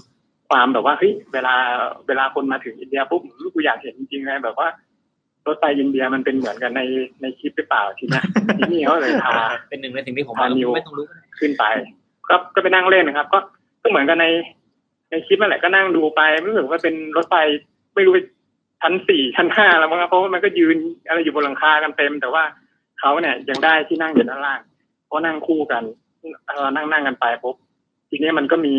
Speaker 6: ความแบบว่าเฮ้ยเวลาเวลาคนมาถึงอินเดียปุ๊บอืมกูอยากเห็นจริงๆนะแบบว่ารถไฟอินเดียมันเป็นเหมือนกันในในคลิปหรือเปล่าที เนี้ย ทีนี้เขาเลยพา
Speaker 1: เป็นหนึ่งในสิ่งที่ผมไม่
Speaker 6: อ่านิว
Speaker 1: รู้ไม่ต้องรู้ก็ได้
Speaker 6: ขึ้นไปก็ก็ไปนั่งเล่นนะครับ ก็ก็เหมือนกันในในคลิปนั่นแหละก็นั่งดูไปรู้สึกว่าเป็นรถไฟไม่รู้ชั้นสี่ชั้นห้าแล้วมั้งครับเพราะว่ามันก็ยืนอะไรอยู่บนหลังคากันเต็ม แต่ว่าเขาเนี่ยยังได้ที่นั่งอยู่ด้านล่างเพราะนั่งคู่กันเรานั่งนั่งกันไปปุ๊บทีนี้มันก็มี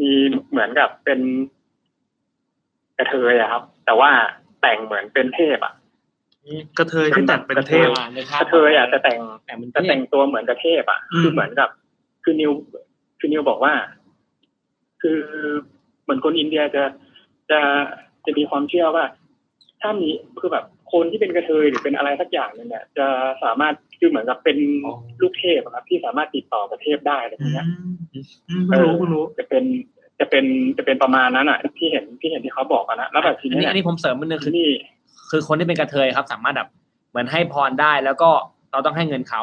Speaker 6: มีเหมือนกับเป็นกระเทยอะครับ แต่ว่าแต่งเหมือนเป็นเทพอะ
Speaker 2: กระเทยที่แต่งเป็นเทพ
Speaker 1: อ่าในภาพ
Speaker 6: กระเทยอะแต่แต่ง
Speaker 1: แต่มัน
Speaker 6: จะแต่งตัวเหมือนกับเทพอ่ะ
Speaker 2: อืม
Speaker 6: คือเหมือนกับ คือนิว คือนิวบอกว่า คือเหมือนคนอินเดียจะ จะ จะมีความเชื่อว่า ถ้ามี คือแบบ คนที่เป็นกระเทยหรือเป็นอะไรสักอย่างหนึ่งเนี่ย จะสามารถ คือเหมือนกับเป็นลูกเทพอะครับ ที่สามารถติดต่อกับเทพได้อะไรอ
Speaker 2: อื
Speaker 6: ย่างเงี้ย
Speaker 2: มอืมเพิ่งรู้เพิ่งรู้
Speaker 6: จะเป็น จะเป็น จะเป็นประมาณนั้นอ่ะ ที่เห็น ที่เห็นที่เขาบอกอะนะ แล้วแบบที
Speaker 1: อันนี้
Speaker 6: นี้เนี่
Speaker 1: อั
Speaker 6: ย
Speaker 1: นนี้ผมเสริมนิดนึงคือ
Speaker 6: ที่นี่
Speaker 1: คือคนที่เป็นกระเทยครับ สามารถแบบเหมือนให้พรได้แล้วก็เราต้องให้เงินเขา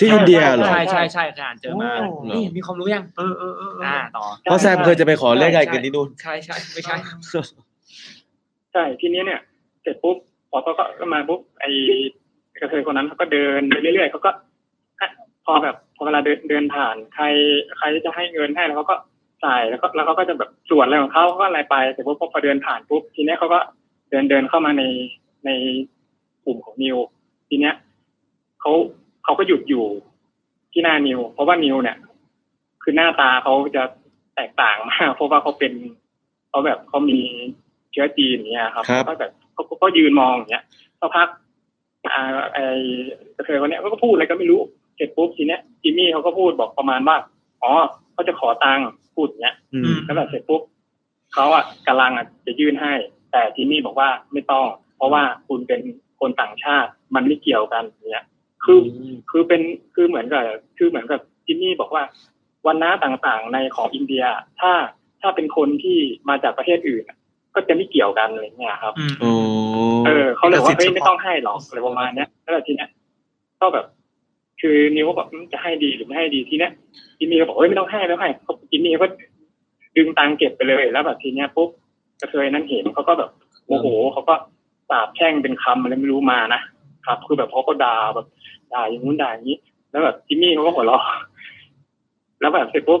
Speaker 3: ที่อินเดียเหรอ
Speaker 1: ใช่ใช่ใช่เคยอ่านเจอมา
Speaker 2: โอ้
Speaker 1: นี่มีความรู้ยัง
Speaker 2: เออเออเออเออ
Speaker 1: อ่าต่อ
Speaker 3: เพราะแซมเคยจะไปขอเลขอะไรกันที่นู่น
Speaker 1: ใช่ใช่ไม่ใช่
Speaker 6: ใช่ทีนี้เนี่ย เสร็จปุ๊บพอเขาก็ก็มาปุ๊บไอ้กระเทยคนนั้นเขาก็เดินไปเรื่อยๆเขาก็อ่ะพอแบบพอเวลาเดินเดินผ่าน ใครใครจะให้เงินให้แล้วเขาก็จ่ายแล้วก็แล้วเขาก็จะแบบสวดอะไรของเขาเขาก็อะไรไปเสร็จปุ๊บพอพอเดินผ่านปุ๊บทีเนี้ยเขาก็เดินเดินเข้ามาในในกลุ่มของนิว ทีเนี้ยเขาเขาก็หยุดอยู่ที่หน้านิว เพราะว่านิวเนี่ย คือหน้าตาเขาจะแตกต่างมากเพ ราะว่าเขาเป็นเขาแบบเขามีเชื้อจีนอย่างเนี่ยครับ
Speaker 3: ครับ
Speaker 6: ก็แบบเขาก็ก็ยืนมองอย่างเงี้ยสักพักอ่าไอ้กระเทยคนเนี้ยเขาก็พูดอะไรก็ไม่รู้เสร็จปุ๊บทีเนี้ยจิมมี่เขาก็พูดบอกประมาณว่าอ๋อเขาจะขอตังค์พูดอย่างเงี้ย
Speaker 3: อื
Speaker 2: อื
Speaker 3: ม
Speaker 2: ม
Speaker 6: แล้วแบบเสร็จปุ๊บเขาอ่ะกำลังอ่ะจะยื่นให้ แต่ทีนี่บอกว่าไม่ต้อง เพราะว่าคุณเป็นคนต่างชาติมันไม่เกี่ยวกันเนี่ยคืออคือเป็นคือเหมือนกับคือเหมือนกับจิมมี่บอกว่าวันน้าต่างๆในของอินเดีย ถ้าถ้าเป็นคนที่มาจากประเทศอื่นอ่ะก็จะไม่เกี่ยวกันอะไรเงี้ยครับ
Speaker 2: อืม
Speaker 3: อ๋อ
Speaker 6: เออเขาเลยว่าเฮ้ย
Speaker 2: เป็นสิทธิ์เฉพาะ
Speaker 6: ไม่ต้องให้หรอกอะไรประมาณเนี้ยแล้วแบบทีเนี้ยก็แบบ คือนิวก็แบบอืมจะให้ดีหรือไม่ให้ดีทีเนี้ยจิมมี่ก็บอกเฮ้ยไม่ต้องให้แล้วให้เขาจิมมี่ก็ดึงตังค์เก็บไปเลยแล้วแบบทีเนี้ยปุ๊บกระเทยนั้นเห็นเขาก็แบบโมโหเขาก็สาบแช่งเป็นคำอะไรไม่รู้มานะครับ คือแบบเขาก็ด่าแบบด่าอย่างงู้นด่าอย่างนี้ แล้วแบบจิมมี่เขาก็หัวเราะแล้วแบบเสร็จปุ๊บ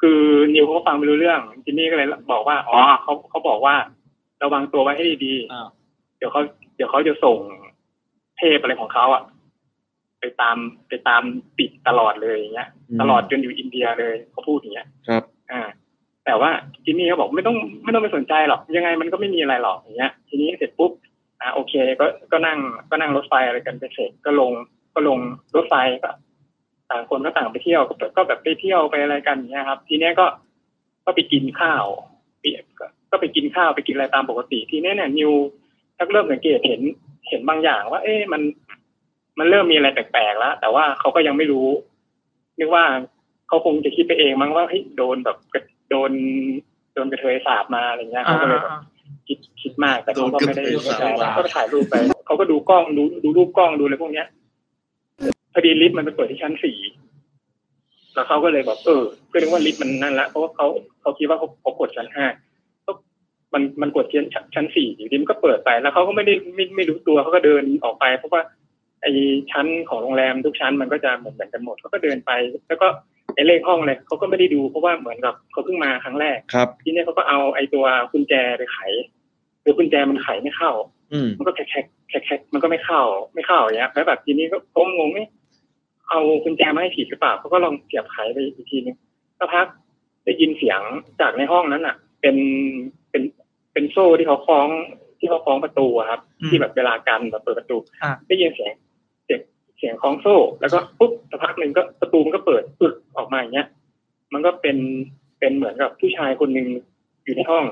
Speaker 6: คือนิวเขาก็ฟังไม่รู้เรื่องจิมมี่ก็เลยบอกว่าอ๋อเขาเขาบอกว่า ระวังตัวไว้ให้ดีๆ
Speaker 1: อ้าว
Speaker 6: เดี๋ยวเขาเดี๋ยวเขาจะส่งเทพอะไรของเขาอะไปตามไปตามติดตลอดเลยอย่างเงี้ย
Speaker 3: อืม
Speaker 6: ตลอดจนอยู่อินเดียเลยเขาพูดอย่างเงี้ย
Speaker 3: ครับ
Speaker 6: เอ อ่า แต่ว่าทีนี่เขาบอกไม่ต้องไม่ต้องไปสนใจหรอก ยังไงมันก็ไม่มีอะไรหรอกอย่างเงี้ย ทีนี้เสร็จปุ๊บอ่าโอเคก็ก็นั่งก็นั่งรถไฟอะไรกันไปเสร็จก็ลงก็ลงรถไฟก็ต่างคนก็ต่างไปเที่ยวก็ก็แบบไปเที่ยวไปอะไรกันอย่างเงี้ยครับ ทีเนี้ยก็ก็ไปกินข้าวไปก็ก็ไปกินข้าวไปกินอะไรตามปกติ ทีเนี้ยเนี่ยนิวชักเริ่มสังเกตเห็นเห็นบางอย่าง ว่า เอ๊ะมัน มันเริ่มมีอะไรแปลกๆแล้วแต่ว่าเขาก็ยังไม่รู้นึกว่าเขาคงจะคิดไปเองมั้งว่าเฮ้ยโดนแบบกระโดนโดนกระเทยสาบมาอะไรเงี้ยเขาก็เลยแบบ คิดคิดมากแต่เขาก็ไม่ได้
Speaker 4: โดนกระเทย
Speaker 6: สนใจ
Speaker 4: สาว
Speaker 6: ก็ถ่ายรูปไป เขาก็ดูกล้องดูดูรูปกล้องดูอะไรพวกเนี้ยพอดีลิฟต์มันไปเปิดที่ชั้นสี่แล้วเขาก็เลยแบบเออก็นึกว่าลิฟต์มันนั่นละเพราะว่าเขาเขาคิดว่าเขาเขากดชั้นห้าก็มันมันกดชั้นชั้นสี่อยู่ดีมันก็เปิดไป แล้วเขาก็ไม่ได้ไม่ไม่รู้ตัวเขาก็เดินออกไป เพราะว่าไอชั้นของโรงแรมทุกชั้นมันก็จะเหมือนกันหมดเขาก็เดินไป แล้วก็ไอเลขห้องเลยเขาก็ไม่ได้ดูเพราะว่าเหมือนกับเขาเพิ่งมาครั้งแรก
Speaker 3: ครับ
Speaker 6: ทีเนี้ยเขาก็เอาไอ้ตัวกุญแจไปไขหรือกุญแจมันไขไม่เข้า
Speaker 3: อืม
Speaker 6: มันก็แคกแคกแคกแคกมันก็ไม่เข้า ไม่เข้าอย่างเงี้ยแล้วแบบทีนี้ก็ก้มงงเอ๊ะเอากุญแจมาให้ผิดหรือเปล่าเขาก็ลองเสียบไขไปอีกทีนึงสักพักได้ยินเสียงจากในห้องนั้นอ่ะ เป็นเป็นเป็นโซ่ที่เขาคล้องที่เขาคล้องประตูอะครับ
Speaker 2: อืม
Speaker 6: ที่แบบเวลากันแบบเปิดประตู
Speaker 2: อ่ะ
Speaker 6: ได้ยินเสียงเสียงเสียงคล้องโซ่ แล้วก็ปุ๊บสักพักหนึ่งก็ประตูมันก็เปิดปึ๊กออกมาอย่างเงี้ย มันก็เป็นเป็นเหมือนกับผู้ชายคนหนึ่งอยู่ในห้อง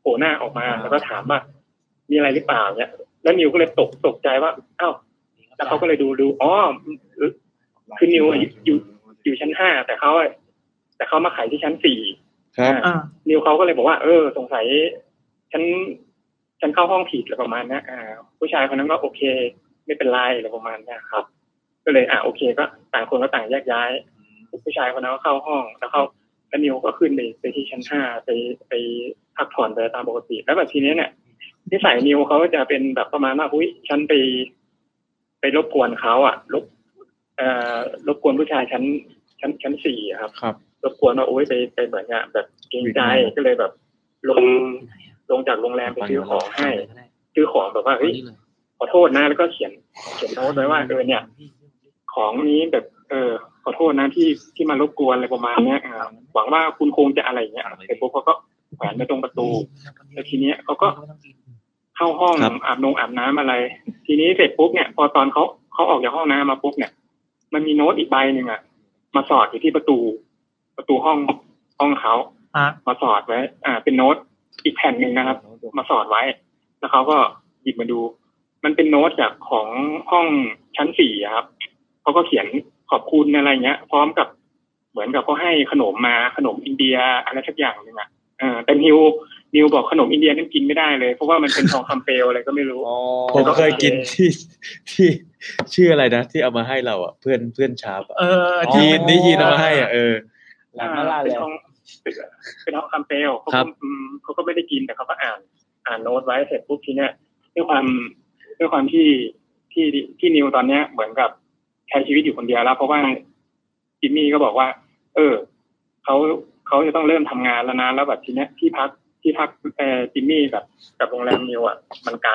Speaker 6: โผล่หน้าออกมาแล้วก็ถามว่ามีอะไรหรือเปล่าเนี่ยแล้วนิวก็เลยตกตกใจว่าอ้าวแล้วเขาก็เลยดูดูอ๋อ คือนิวอะอยู่อยู่อยู่ชั้นห้าแต่เขาอะแต่เขามาขายที่ชั้นสี่
Speaker 3: ครับ
Speaker 2: อ่า
Speaker 6: นิวเขาก็เลยบอกว่า เออ สงสัย ฉัน ฉันเข้าห้องผิดอะไรประมาณเนี้ยอ่า ผู้ชายคนนั้นก็โอเค ไม่เป็นไรอะไรประมาณเนี้ยครับ ก็เลย อ่าโอเค ก็ต่างคนก็ต่างแยกย้าย ผู้ชายคนนั้นก็เข้าห้อง แล้วเขาแล้วนิวก็ขึ้นไปไปที่ชั้นห้าไปไปพักผ่อนไปตามปกติ แล้วแบบทีเนี้ยเนี่ยนิสัยนิวเขาจะเป็นแบบประมาณว่าอุ้ยฉันไป ไปรบกวนเขาอ่ะรบเอ่อรบกวนผู้ชายชั้นชั้นชั้นสี่อะครับ
Speaker 3: ครับ
Speaker 6: รบกวนว่าโอ้ยไปไปเหมือนอ่ะแบบเกรงใจ
Speaker 3: อืม
Speaker 6: ก็เลยแบบ ลงลงจากโรงแรมไปซื้อของให้ซื้อของแบบว่าเฮ้ยขอโทษนะแล้วก็เขียนเขียนโน้ตไว้ว่าเออเนี่ย ของนี้แบบ เออ ขอโทษนะที่ที่มารบกวนอะไรประมาณเนี้ยอ่าหวังว่าคุณคงจะอะไรอย่างเงี้ยเสร็จปุ๊บเขาก็แขวนไว้ตรงประตูแล้วทีเนี้ยเขาก็เข้าห้อง
Speaker 3: ครับ
Speaker 6: อาบนงอาบน้ำอะไร ทีนี้เสร็จปุ๊บเนี่ย พอตอนเขาเขาออกจากห้องน้ำมาปุ๊บเนี่ย มันมีโน้ตอีกใบหนึ่งอะมาสอดอยู่ที่ประตู ประตูห้องห้องเขา
Speaker 2: อ่ะ
Speaker 6: มาสอดไว้ อ่า เป็นโน้ตอีกแผ่นหนึ่งนะครับ มาสอดไว้ แล้วเขาก็หยิบมาดู มันเป็นโน้ตจากของห้องชั้นสี่อะครับเขาก็เขียนขอบคุณอะไรเงี้ย พร้อมกับเหมือนกับเขาให้ขนมมาขนมอินเดียอะไรสักอย่างหนึ่งอ่ะเออแต่นิวนิวบอกขนมอินเดียนั้นกินไม่ได้เลยเพราะว่ามันเป็นทองคำเปลวอะไรก็ไม่รู้
Speaker 1: อ๋อ
Speaker 3: ผมเคยกินที่ ที่ชื่ออะไรนะ ที่เอามาให้เราอ่ะ เพื่อนเพื่อนชาร์ปอะ
Speaker 2: เออที่
Speaker 3: ยีนนี่ยีนเอามาให้อ่ะเออ
Speaker 5: หลังมาลาเลย
Speaker 6: เป็นห้อง เป็นห้องคำเปลเขา
Speaker 3: ครั
Speaker 6: ก็
Speaker 3: บ
Speaker 6: อืมเขาก็ไม่ได้กินแต่เขาก็อ่าน อ่านโน้ตไว้เสร็จปุ๊บทีเนี้ยด้วยความด้วยความที่ที่ที่นิวตอนเนี้ย เหมือนกับใช้ชีวิตอยู่คนเดียวแล้ว เพราะว่าจิมมี่ก็บอกว่า เออเขาเขาจะต้องเริ่มทำงานแล้วนะแล้วแบบทีเนี้ยที่พักที่พักเอ่อจิมมี่กับกับโรงแรมนิวอ่ะมันไกล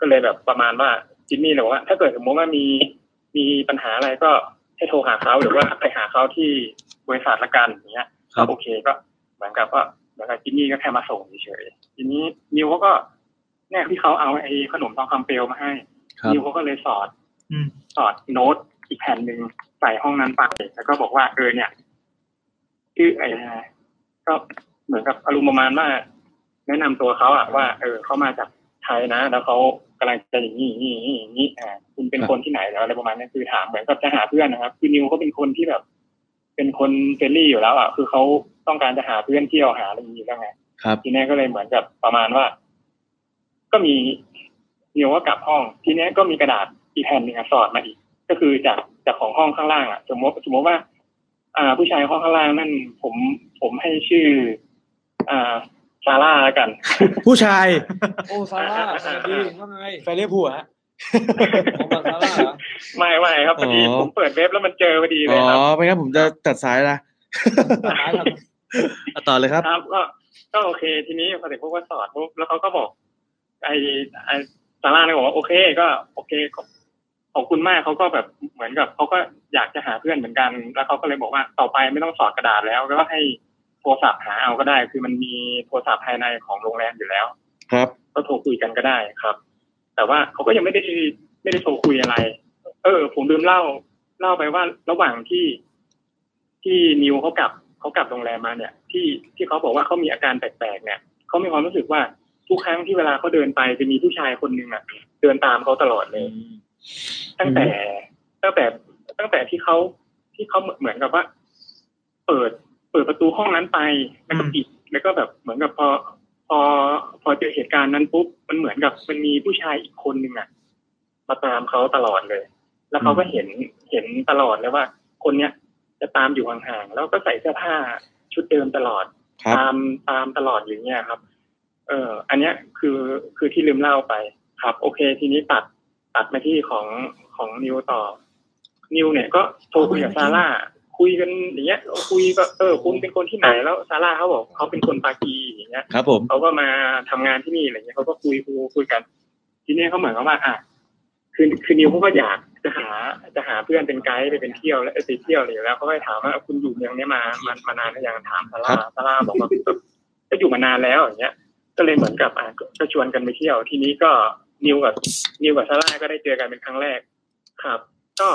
Speaker 6: ก็เลยแบบประมาณว่าจิมมี่เลยบอกว่า ถ้าเกิดสมมติว่ามีมีปัญหาอะไรก็ให้โทรหาเขาหรือว่าไปหาเขาที่บริษัทละกันอย่างเงี้ย
Speaker 3: ครับ
Speaker 6: ก็โอเคก็เหมือนกับว่าเหมือนกับจิมมี่ก็แค่มาส่งเฉยๆทีนี้นิวเขาก็เนี่ยที่เขาเอาไอ้ขนมทองคำเปลวมาให้
Speaker 3: ครับ
Speaker 6: นิวเขาก็เลยสอด
Speaker 2: อืม
Speaker 6: สอดโน้ตอีกแผ่นหนึ่งใส่ห้องนั้นไปแล้วก็บอกว่าเออเนี่ยชื่อไอ้ก็เหมือนกับอารมณ์ประมาณว่าแนะนำตัวเขาอะว่า เออเขามาจากไทยนะ แล้วเขากำลังจะอย่างนี้อย่างนี้อย่างนี้อย่างนี้อ่าคุณเป็นคนที่ไหนแล้วอะไรประมาณนี้คือถามเหมือนกับจะหาเพื่อนนะครับ คือนิวเขาเป็นคนที่แบบ เป็นคนเฟรนลี่อยู่แล้วอะคือเขาต้องการจะหาเพื่อนเที่ยวหาอะไรอย่างนี้แล้วไง
Speaker 3: ครับ
Speaker 6: ทีเนี้ยก็เลยเหมือนกับประมาณว่า ก็มีนิวก็กลับห้อง ทีเนี้ยก็มีกระดาษอีกแผ่นหนึ่งอะสอดมาอีก ก็คือจากจากของห้องข้างล่างอ่ะสมมติสมมติว่า อ่า ผู้ชายห้องข้างล่างนั่น ผมผมให้ชื่อ อ่าซาร่าแล้วกัน
Speaker 3: ผู้ชาย
Speaker 5: โอ้ซาร่าสวัสดีว่าไง
Speaker 3: แฟนเรียกผัวฮะ
Speaker 5: ผมบอกซาร่าเหรอ
Speaker 6: ไม่ไม่ครับพอดี
Speaker 3: อ๋อ
Speaker 6: ผมเปิดเว็บแล้วมันเจอพอดีเล
Speaker 3: อ๋
Speaker 6: ย
Speaker 3: อ
Speaker 6: ครับ
Speaker 3: ไม่งั้นผมจะตัดสายนะ
Speaker 5: ซาร่าครับ
Speaker 3: เอาต่อเลยครับ
Speaker 6: ครับก็ก็โอเค ทีนี้พอเด็กพวกก็สอนปุ๊บแล้วเขาก็บอก ไอไอซาร่าเลยบอกว่าโอเค ก็ โอเคขอบขอบคุณมากเขาก็แบบเหมือนกับเขาก็อยากจะหาเพื่อนเหมือนกัน แล้วเขาก็เลยบอกว่าต่อไปไม่ต้องสอดกระดาษแล้วก็ให้ โทรศัพท์หาเอาก็ได้ คือมันมีโทรศัพท์ภายในของโรงแรมอยู่แล้ว
Speaker 3: ครับ
Speaker 6: ก็โทรคุยกันก็ได้ครับ แต่ว่าเขาก็ยังไม่ได้ไม่ได้โทรคุยอะไร เออ ผมลืมเล่า เล่าไปว่าระหว่างที่ที่นิวเขากลับเขากลับโรงแรมมาเนี่ย ที่ที่เขาบอกว่าเขามีอาการแปลกๆเนี่ยเขามีความรู้สึกว่าทุกครั้งที่เวลาเขาเดินไปจะมีผู้ชายคนหนึ่งอ่ะเดินตามเขาตลอดเลย ตั้งแต่ตั้งแต่ตั้งแต่ที่เขาที่เขาเหมือนกับว่า เปิดเปิดประตูห้องนั้นไปแล้วก็ปิดแล้วก็แบบเหมือนกับพอ พอพอเจอเหตุการณ์นั้นปุ๊บมันเหมือนกับมันมีผู้ชายอีกคนหนึ่งอะมาตามเขาตลอดเลย แล้วเขาก็เห็นเห็นตลอดเลยว่า คนเนี้ยจะตามอยู่ห่างๆแล้วก็ใส่เสื้อผ้าชุดเดิมตลอด
Speaker 3: ครับ
Speaker 6: ตามตามตลอดอย่างเงี้ยครับ เออ อันเนี้ยคือคือที่ลืมเล่าไป ครับ โอเค ทีนี้ตัดตัดมาที่ของของนิวต่อ นิวเนี่ยก็โทรคุยกับซาร่าคุยกันอย่างเงี้ยคุยก็เออคุณเป็นคนที่ไหนแล้วซาร่าเขาบอกเขาเป็นคนปากีอย่างเงี้ย
Speaker 3: ครับผม
Speaker 6: เขาก็มาทำงานที่นี่อะไรเงี้ยเขาก็คุยคุยคุยกัน ทีเนี้ยเขาเหมือนกับว่า อ่ะคือคือนิวเขาก็อยากจะหาจะหาเพื่อนเป็นไกด์ไปเป็นเที่ยวแล้วไปเที่ยวอะไรอยู่แล้วเขาก็เลยถามว่าคุณอยู่เมืองเนี้ยมามามานานหรือยังถามซาร่าซาร่าบอกว่าก็ก็อยู่มานานแล้วอย่างเงี้ย ก็เลยเหมือนกับอ่ะก็ก็ชวนกันไปเที่ยว ทีนี้ก็นิวกับนิวกับซาร่าก็ได้เจอกันเป็นครั้งแรก ครับ ก็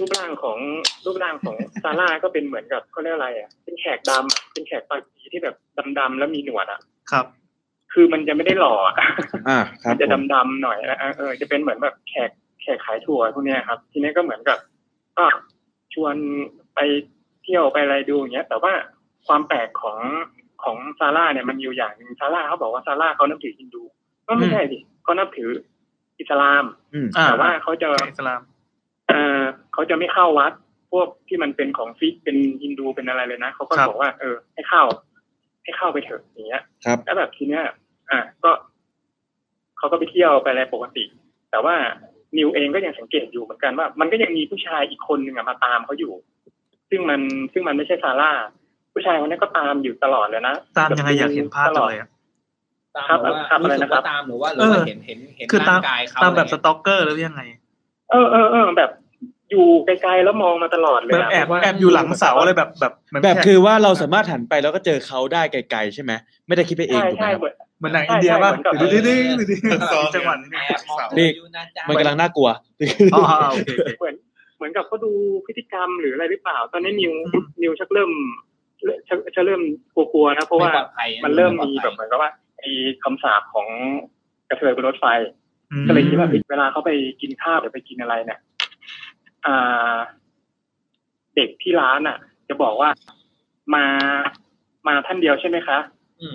Speaker 6: รูปร่างของรูปร่างของซาร่าก็เป็นเหมือนกับเขาเรียกอะไรอ่ะเป็นแขกดำอ่ะเป็นแขกปากีที่แบบดำๆแล้วมีหนวดอ่ะ
Speaker 2: ครับ
Speaker 6: คือมันจะไม่ได้หล่ออะ
Speaker 3: อ่าครับ
Speaker 6: มันจะ
Speaker 3: ผม
Speaker 6: ดำๆหน่อยนะเออ จะเป็นเหมือนแบบแขกแขกขายถั่วพวกเนี้ยครับ ทีนี้ก็เหมือนกับก็ชวนไปเที่ยวไปอะไรดูอย่างเงี้ย แต่ว่าความแปลกของของซาร่าเนี่ยมันอยู่อย่างหนึ่งซาร่าเขาบอกว่าซาร่าเขานับถือฮินดู ก็ไม่ใช่ดิเขานับถืออิสลาม
Speaker 3: อืม
Speaker 2: อ่า
Speaker 6: แต่ว่าเขาจะ
Speaker 2: อิสลาม
Speaker 6: เอ่อเขาจะไม่เข้าวัด พวกที่มันเป็นของฟิกเป็นฮินดูเป็นอะไรเลยนะเขาก็
Speaker 2: ครับ
Speaker 6: บอกว่า เออ ให้เข้า ให้เข้าไปเถอะอย่างเงี้ย
Speaker 3: ครับ
Speaker 6: แล้วแบบทีเนี้ย อ่ะก็เขาก็ไปเที่ยวไปอะไรปกติ แต่ว่านิวเองก็ยังสังเกตอยู่เหมือนกันว่า มันก็ยังมีผู้ชายอีกคนหนึ่งอะมาตามเขาอยู่ ซึ่งมันซึ่งมันไม่ใช่ซาร่า ผู้ชายคนนี้ก็ตามอยู่ตลอดเลยนะ
Speaker 2: ตามยังไงอยากเห็นภาพจังเลยอะ
Speaker 1: ตามหรือว่ารู้สึกว่าตามหรือว่าหรือว่าเห็นเห็นเห็น
Speaker 2: คือตา
Speaker 1: ร่าม งกายเขา
Speaker 2: ตามแบบ
Speaker 1: อะไร
Speaker 2: ส
Speaker 1: เงี้ย
Speaker 2: ต็อกเกอร์หรือยังไง
Speaker 6: เออเออเออแบบอยู่ไกลๆแล้วมองมาตลอดเล
Speaker 2: แบ
Speaker 6: ย
Speaker 2: บ
Speaker 6: อะ
Speaker 2: แอบแอบอยู่หลังเสาอะไรแบบแบบเหมืน
Speaker 3: แบบคือว่าเราสามารถหันไปแล้วก็เจอเขาได้ไกลๆใช่ไหมไม่ได้คิดไปเอง
Speaker 6: ใช่
Speaker 3: ถูกไหม
Speaker 6: ใช่
Speaker 3: ครับ
Speaker 6: เห
Speaker 2: เหมื
Speaker 6: มือน
Speaker 2: อนหนังอินเดียป่ะ
Speaker 6: ใช่ใช่
Speaker 2: ดื้อดื้อดื้อดื้อ
Speaker 4: ซับซ้อน
Speaker 2: จังหวะ
Speaker 1: แอบมอง
Speaker 3: นี่
Speaker 1: เธออยู่นะจ๊ะ
Speaker 3: มันกำลังน่ากลัว
Speaker 2: อ๋อโอเคโอเค
Speaker 6: เหมือนเหมือนกับเขาดูพฤติกรรมหรืออะไรหรือเปล่า ตอนนี้นิว
Speaker 2: อืม
Speaker 6: นิวชักเริ่มชักชักเริ่มกลัวๆนะเพราะว่า
Speaker 1: ไปลอดภัยะ
Speaker 6: มันเริ่ม
Speaker 1: ไปลอด
Speaker 6: มี
Speaker 1: ภัย
Speaker 6: แบบเหมือนกับว่าไอ้คำสาปของกระเทยบนรถไฟ
Speaker 2: อืม
Speaker 6: ก็เลยคิดว่าเฮ้ยเวลาเขาไปกินข้าวหรือไปกินอะไรเนี่ยอ่า เด็กที่ร้านอ่ะ จะบอกว่ามามาท่านเดียวใช่ไหมคะ
Speaker 1: อืม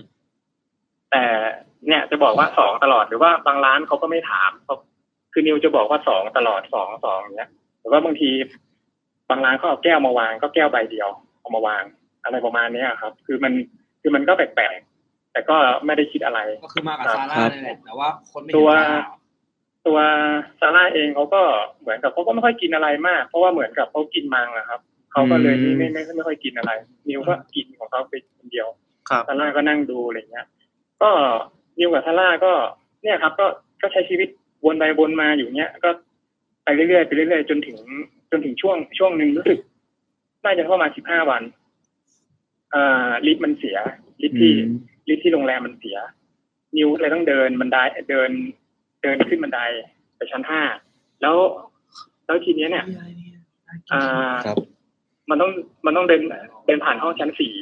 Speaker 6: แต่เนี่ยจะบอกว่าสองตลอดหรือว่าบางร้านเขาก็ไม่ถามเขาคือนิวจะบอกว่าสองตลอดสองสองอย่างเนี้ยหรือว่าบางทีบางร้านเขาเอาแก้วมาวาง ก็แก้วใบเดียวเอามาวาง อะไรประมาณเนี้ยครับ คือมันคือมันก็แปลกๆแต่ก็ไม่ได้คิดอะไร
Speaker 1: ก็คือมากับซาร่านั่นแหละแต่ว่าคนไม่
Speaker 6: ตั
Speaker 1: เห็น
Speaker 6: ว
Speaker 1: ซาร่า
Speaker 6: ตัวซาร่าเองเขาก็เหมือนกับเขาก็ไม่ค่อยกินอะไรมาก เพราะว่าเหมือนกับเขากินมังอะครับเขาก็เลยไม่ไม่ไม่ไม่ค่อยกินอะไร นิวก็กินของเขาไปคนเดียว
Speaker 2: ครับ
Speaker 6: ซาร่าก็นั่งดูอะไรเงี้ย ก็นิวกับซาร่าก็เนี่ยครับ ก็ก็ใช้ชีวิตวนไปวนมาอยู่เนี้ยก็ไปเรื่อยๆไปเรื่อยๆจนถึงจนถึงช่วงช่วงหนึ่งรู้สึกน่าจะประมาณสิบห้าวันอ่าลิฟต์มันเสียลิฟต์ที่ ลิฟต์ที่โรงแรมมันเสีย นิวก็เลยต้องเดินบันไดเดิน เดินขึ้นบันไดไปชั้นห้าแล้ว แล้วทีเนี้ยเนี่ยอ่า
Speaker 3: ครับ
Speaker 6: มันต้องมันต้องเดินเดินผ่านห้องชั้นสี่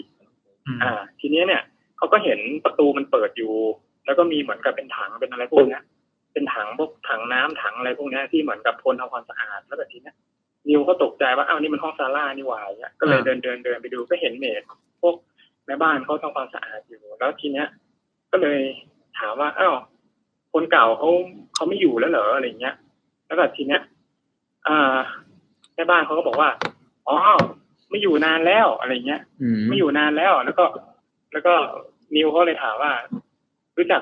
Speaker 2: อืม
Speaker 6: อ่า ทีเนี้ยเนี่ยเขาก็เห็นประตูมันเปิดอยู่ แล้วก็มีเหมือนกับเป็นถังเป็นอะไรพวกเนี้ยเป็นถังพวกถังน้ำถังอะไรพวกเนี้ยที่เหมือนกับคนทำความสะอาดแล้วแบบทีเนี้ยนิวก็ตกใจว่าอ้าวนี่มันห้องซาร่านี่หว่าอย่างเงี้ยก็เลยเดินเดินเดินไปดูก็เห็นเมดพวก แม่บ้านเขาทำความสะอาดอยู่ แล้วทีเนี้ย ก็เลยถามว่าอ้าวคนเก่าเขาเขาไม่อยู่แล้วเหรออะไรเงี้ย แล้วแบบทีเนี้ยอ่าแม่บ้านเขาก็บอกว่าอ๋อไม่อยู่นานแล้วอะไรเงี้ย
Speaker 3: อืม
Speaker 6: ไม่อยู่นานแล้ว แล้วก็ แล้วก็นิวเขาเลยถามว่า รู้จัก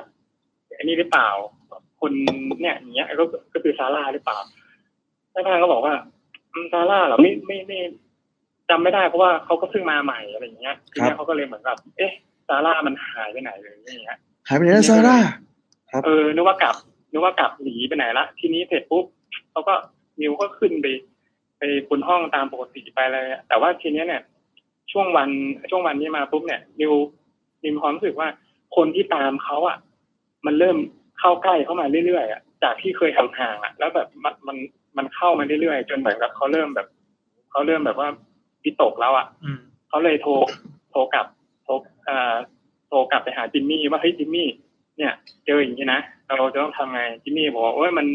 Speaker 6: อันนี้หรือเปล่า คนเนี่ยอย่างเงี้ยก็ก็คือซาร่าหรือเปล่าแม่บ้านก็บอกว่าอืมซาร่าเหรอไม่ไม่ไม่จำไม่ได้เพราะว่าเขาก็เพิ่งมาใหม่อะไรอย่างเงี้ยที
Speaker 3: ครับ
Speaker 6: เนี้ยเขาก็เลยเหมือนกับเอ๊ะซาร่ามันหายไปไหนเลยอย่างเงี้ย
Speaker 3: หายไปไหนแล้วซาร่า ครับ
Speaker 6: เออนึกว่ากลับนึกว่ากลับหนีไปไหนละทีนี้เสร็จปุ๊บเขาก็นิวก็ขึ้นไป ไปบนห้องตามปกติไปเลยอะแต่ว่าทีเนี้ยเนี่ย ช่วงวันช่วงวันนี้มาปุ๊บเนี่ยนิวนิวมีความรู้สึกว่าคนที่ตามเขาอ่ะ มันเริ่มเข้าใกล้เข้ามาเรื่อยๆอ่ะจากที่เคยห่างๆอ่ะ แล้วแบบมันมันมันเข้ามาเรื่อยๆจนเหมือนกับเขาเริ่มแบบเขาเริ่มแบบว่าวิตกแล้วอ่ะ
Speaker 2: อืม
Speaker 6: เขาเลยโทรโทรกลับโทรเอ่อโทรกลับไปหาจิมมี่ว่าเฮ้ยจิมมี่ เนี่ย เจออย่างนี้นะเราจะต้องทำไงจิมมี่บอกว่าเอ้ยมัน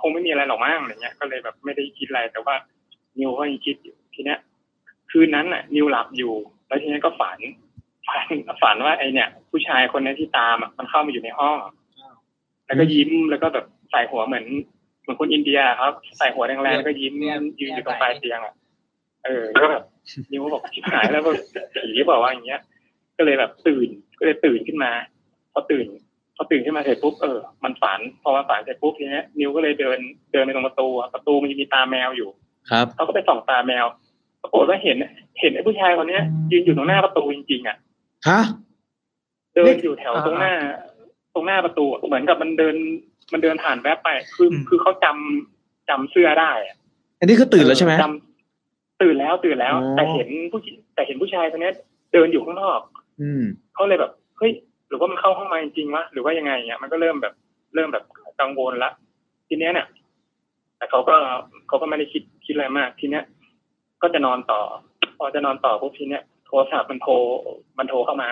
Speaker 6: คงไม่มีอะไรหรอกมั้งอะไรเงี้ยก็เลยแบบไม่ได้คิดอะไรแต่ว่านิวก็ยังคิดอยู่ทีเนี้ยคืนนั้นน่ะ นิวหลับอยู่ แล้วทีเนี้ยก็ฝันฝันฝันว่าไอเนี่ย ผู้ชายคนนี้ที่ตามอ่ะมันเข้ามาอยู่ในห้อง แล้วก็ยิ้มแล้วก็แบบใส่หัวเหมือนเหมือนคนอินเดียครับ ใส่หัวแรงๆแล้วก็ยิ้ม
Speaker 5: เนี่ย
Speaker 6: ยืนอยู่ตรงปลายเตียงอ่ะเออ แล้วก็แบบ นิวบอกชิบหายแล้วแบบผีหรือเปล่าวะอย่างเงี้ย ก็เลยแบบตื่นก็เลยตื่นขึ้นมาพอตื่นพอตื่นขึ้นมาเสร็จปุ๊บเออมันฝันพอมาฝันเสร็จปุ๊บทีเนี้ยนิวก็เลยเดินเดินไปตรงประตูอะประตูมันจะมีตาแมวอยู่
Speaker 3: ครับ
Speaker 6: เขาก็ไปส่องตาแมวปรากฏว่าเห็น เห็นไอ้ผู้ชายคนเนี้ย ยืนอยู่ตรงหน้าประตูจริงๆอ่ะ
Speaker 3: ฮะ
Speaker 6: เดินอยู่แถวตรงหน้า ตรงหน้าประตูอะเหมือนกับมันเดิน มันเดินผ่านแวบไป คือ
Speaker 2: อืม
Speaker 6: คือเขาจำจำเสื้อได้อะ
Speaker 3: อันนี้คือตื่นแล้วใช่ไหม
Speaker 6: จำตื่นแล้วตื่นแล้ว
Speaker 3: อ๋อ
Speaker 6: แต่เห็นผู้หญิงแต่เห็นผู้ชายคนเนี้ยเดินอยู่ข้างนอก
Speaker 3: อืม
Speaker 6: เขาเลยแบบเฮ้ยหรือว่ามันเข้าห้องมาจริงๆวะหรือว่ายังไงเนี่ยมันก็เริ่มแบบเริ่มแบบกังวลละทีเนี้ยเนี่ยแต่เขาก็เขาก็ไม่ได้คิดคิดอะไรมาก ทีเนี้ย ก็จะนอนต่อ พอจะนอนต่อปุ๊บทีเนี้ยโทรศัพท์มันโทรมันโทรเข้ามา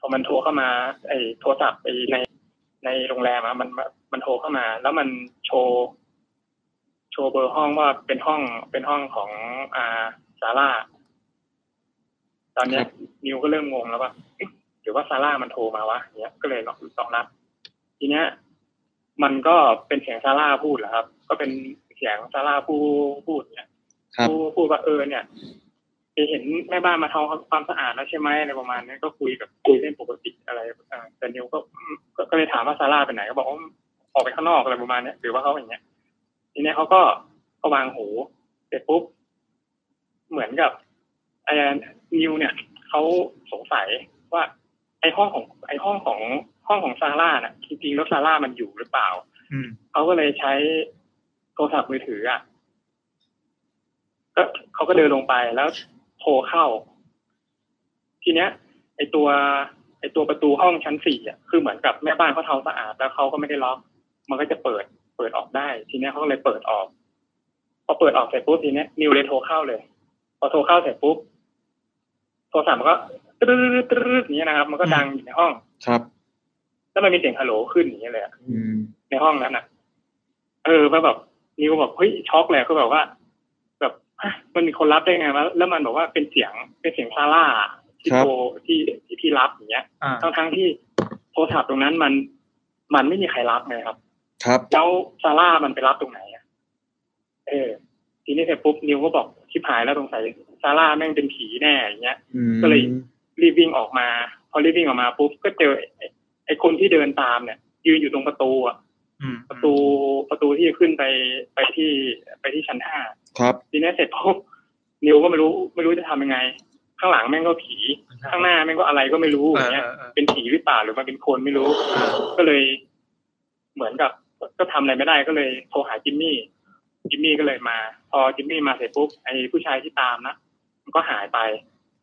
Speaker 6: พอมันโทรเข้ามา ไอ้โทรศัพท์ไอ้ในในโรงแรมอะมันมันโทรเข้ามา แล้วมันโชว์ โชว์เบอร์ห้องว่าเป็นห้องเป็นห้องของอ่าซาร่า ตอนเนี้ยนิวก็เริ่มงงแล้วว่าเอ๊ะหรือว่าซาร่ามันโทรมาวะเนี้ยก็เลยลองลองรับ ทีเนี้ย มันก็เป็นเสียงซาร่าพูดแหละครับ ก็เป็นเสียงซาร่าพูดพูดเนี่ย
Speaker 3: ครับ
Speaker 6: พูดพูดว่าเออเนี่ยไปเห็นแม่บ้านมาทำความสะอาดแล้วใช่ไหมอะไรประมาณนี้ก็คุยแบบคุยเล่นปกติอะไรอ่าแต่นิวก็อืมก็ก็เลยถามว่าซาร่าไปไหนก็บอกว่าออกไปข้างนอกอะไรประมาณเนี้ยหรือว่าเขาอย่างเงี้ย ทีเนี้ยเขาก็ก็วางหูเสร็จปุ๊บ เหมือนกับไอ้นิวเนี่ยเขาสงสัยว่า ไอ้ห้องของ ไอ้ห้องของห้องของซาร่าน่ะจริงๆแล้วซาร่ามันอยู่หรือเปล่า
Speaker 2: อืม
Speaker 6: เขาก็เลยใช้โทรศัพท์มือถืออ่ะก็เขาก็เดินลงไปแล้วโทรเข้า ทีเนี้ย ไอตัว ไอตัวประตูห้องชั้นสี่อ่ะคือเหมือนกับแม่บ้านเขาทำสะอาดแล้วเขาก็ไม่ได้ล็อก มันก็จะเปิด เปิดออกได้ ทีเนี้ยเขาก็เลยเปิดออก พอเปิดออกเสร็จปุ๊บทีเนี้ยนิวเลยโทรเข้าเลย พอโทรเข้าเสร็จปุ๊บโทรศัพท์มันก็ตรึ๊ดตรึ๊ดตรึ๊ดอย่างเนี้ยนะครับ มันก็ดังอยู่ในห้อง
Speaker 3: ครับ
Speaker 6: แล้วมันมีเสียงฮัลโหลขึ้นอย่างเงี้ยเลยอะ
Speaker 3: อืม
Speaker 6: ในห้องนั้นอ่ะ เออแล้วแบบนิวแบบเฮ้ยช็อกเลยก็แบบว่า แบบฮะมันมีคนรับได้ไงวะแล้วมันบอกว่าเป็นเสียงเป็นเสียงซาร่าที่
Speaker 3: ครับ
Speaker 6: โทรที่ที่ที่รับอย่างเงี้ย
Speaker 2: อ่า
Speaker 6: ทั้งทั้งๆที่โทรศัพท์ตรงนั้นมัน มันไม่มีใครรับไงครับ
Speaker 3: ครับ
Speaker 6: แล้วซาร่ามันไปรับตรงไหนอะเออ ทีนี้เสร็จปุ๊บนิวก็บอกชิบหายแล้วสงสัยซาร่าแม่งเป็นผีแน่อย่างเงี้ย
Speaker 3: อืม
Speaker 6: ก็เลย รีบวิ่งออกมา พอรีบวิ่งออกมาปุ๊บก็เจอไอ้ไอ้คนที่เดินตามเนี่ยยืนอยู่ตรงประตูอ่ะ
Speaker 2: อืม
Speaker 6: ประตูประตูที่จะขึ้นไปไปที่ไปที่ชั้นห้า
Speaker 3: ครับ
Speaker 6: ทีนี้เสร็จปุ๊บนิวก็ไม่รู้ไม่รู้จะทำยังไง ข้างหลังแม่งก็ผี ข้างหน้าแม่งก็อะไรก็ไม่รู้อย่างเงี้ย
Speaker 2: เออ
Speaker 6: เป็นผีหรือเปล่าหรือมันเป็นคนไม่รู้ ก็เลย เหมือนกับ ก็ทำอะไรไม่ได้ก็เลยโทรหาจิมมี่จิมมี่ก็เลยมา พอจิมมี่มาเสร็จปุ๊บไอ้ผู้ชายที่ตามนะมันก็หายไป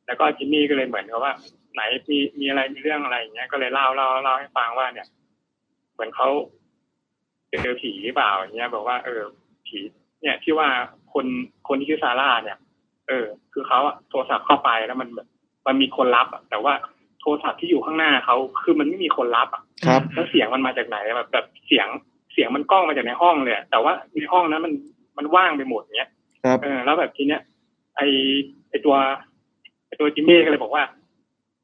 Speaker 6: แล้วก็จิมมี่ก็เลยเหมือนกับว่า ไหนมีมีอะไรมีเรื่องอะไรอย่างเงี้ยก็เลยเล่าเล่าเล่าให้ฟังว่าเนี่ย เหมือนเขาเจอผีหรือเปล่าอย่างเงี้ยบอกว่าเออ ผีเนี่ยที่ว่าคนคนที่ชื่อซาร่าเนี่ย เออ คือเขาอะโทรศัพท์เข้าไปแล้วมันแบบมันมีคนรับอะแต่ว่าโทรศัพท์ที่อยู่ข้างหน้าเขาคือมันไม่มีคนรับอะ
Speaker 3: ครับ
Speaker 6: แล้วเสียงมันมาจากไหนอะแบบแบบเสียงเสียงมันกล้องมาจากในห้องเลยอะแต่ว่าในห้องนั้นมันมันว่างไปหมดเนี้ย
Speaker 3: ครับ
Speaker 6: เออแล้วแบบทีเนี้ยไอไอตัวไอตัวจิมมี่ก็เลยบอกว่า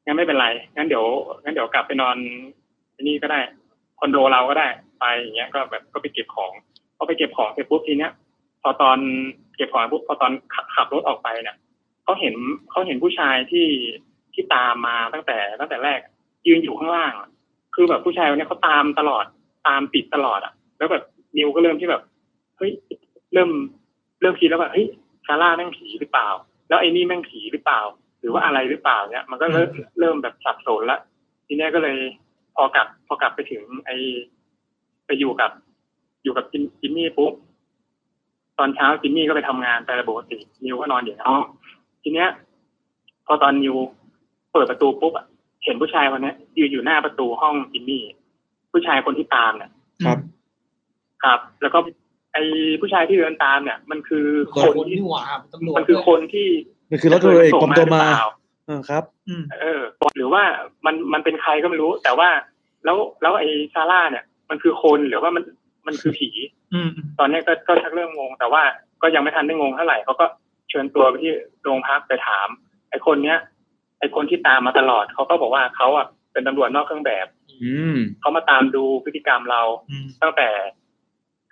Speaker 6: งั้นไม่เป็นไรงั้นเดี๋ยวงั้นเดี๋ยวกลับไปนอนไอ้นี่ก็ได้คอนโดเราก็ได้ไปอย่างเงี้ยก็แบบก็ไปเก็บของ พอไปเก็บของเสร็จปุ๊บทีเนี้ย พอตอนเก็บของปุ๊บพอตอนขับขับรถออกไปเนี่ยเขาเห็นเขาเห็นผู้ชายที่ที่ตามมาตั้งแต่ตั้งแต่แรกยืนอยู่ข้างล่างอะคือแบบผู้ชายคนเนี้ยเขาตามตลอดตามติดตลอดอ่ะ แล้วแบบนิวก็เริ่มที่แบบเฮ้ยเริ่มเริ่มคิดแล้วว่าเฮ้ยซาร่าแม่งผีหรือเปล่า แล้วไอ้นี่แม่งผีหรือเปล่า หรือว่าอะไรหรือเปล่าเนี่ยมันก็เริ่มเริ่มแบบสับสนละทีเนี้ยก็เลยพอกลับพอกลับไปถึงไอไปอยู่กับ อยู่กับจิมจิมมี่ปุ๊บ ตอนเช้าจิมมี่ก็ไปทำงานไปปกตินิวก็นอนอยู่ในห้องทีเนี้ย พ อตอนนิวเปิดประตูปุ๊บอะเห็นผู้ชายคนเนี้ยยืนอยู่หน้าประตูห้องจิมมี่ ผู้ชายคนที่ตามเนี่ย
Speaker 3: ครับ
Speaker 6: ครับ แล้วก็ไอผู้ชายที่เดินตามเนี่ย มันคือ
Speaker 5: ค
Speaker 6: คน น
Speaker 5: ที่
Speaker 6: ที่
Speaker 5: หวาตำรวจ
Speaker 6: มันคือคนที่
Speaker 3: มันคือรถตัวเอกปลอมตัวมา
Speaker 6: ส่งหรือเปล่
Speaker 3: เออครับ
Speaker 2: อืม
Speaker 6: เออ หรือว่ามันมันเป็นใครก็ไม่รู้ แต่ว่าแล้วแล้วไอซาร่าเนี่ย มันคือคนหรือว่ามันมันคือผี
Speaker 2: อืมอืม
Speaker 6: ตอนเนี้ยก็ก็ชักเริ่มงง แต่ว่าก็ยังไม่ทันได้งงเท่าไหร่เขาก็เชิญตัวไปที่โรงพักไปถาม ไอคนเนี้ย ไอคนที่ตามมาตลอดเขาก็บอกว่าเขาอ่ะเป็นตำรวจนอกเครื่องแบบ
Speaker 3: อืม
Speaker 6: เขามาตามดูพฤติกรรมเรา
Speaker 2: อืม
Speaker 6: ตั้งแต่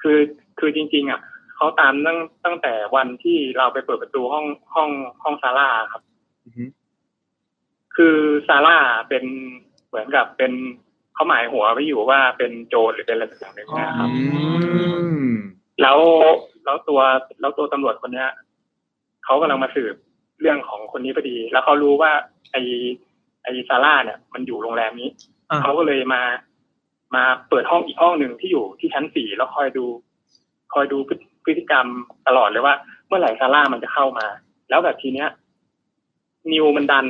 Speaker 6: คือคือจริง ๆ อ่ะเขาตามตั้งตั้งแต่วันที่เราไปเปิดประตูห้องห้องห้องซาร่าครับ
Speaker 3: อือฮึ
Speaker 6: คือซาร่าเป็นเหมือนกับเป็นเขาหมายหัวไว้อยู่ว่าเป็นโจรหรือเป็นอะไรสักอย่างหนึ่งนะครับ
Speaker 3: อืม
Speaker 6: แล้วแล้วตัวแล้วตัวตำรวจคนเนี้ยเขากำลังมาสืบเรื่องของคนนี้พอดี แล้วเขารู้ว่า ไอไอซาร่าเนี่ย มันอยู่โรงแรมนี้
Speaker 2: อ่า
Speaker 6: เขาก็เลยมามาเปิดห้องอีกห้องหนึ่งที่อยู่ที่ชั้นสี่แล้วคอยดู คอยดูพฤพฤติกรรมตลอดเลยว่า เมื่อไหร่ซาร่ามันจะเข้ามา แล้วแบบทีเนี้ย นิวมันดัน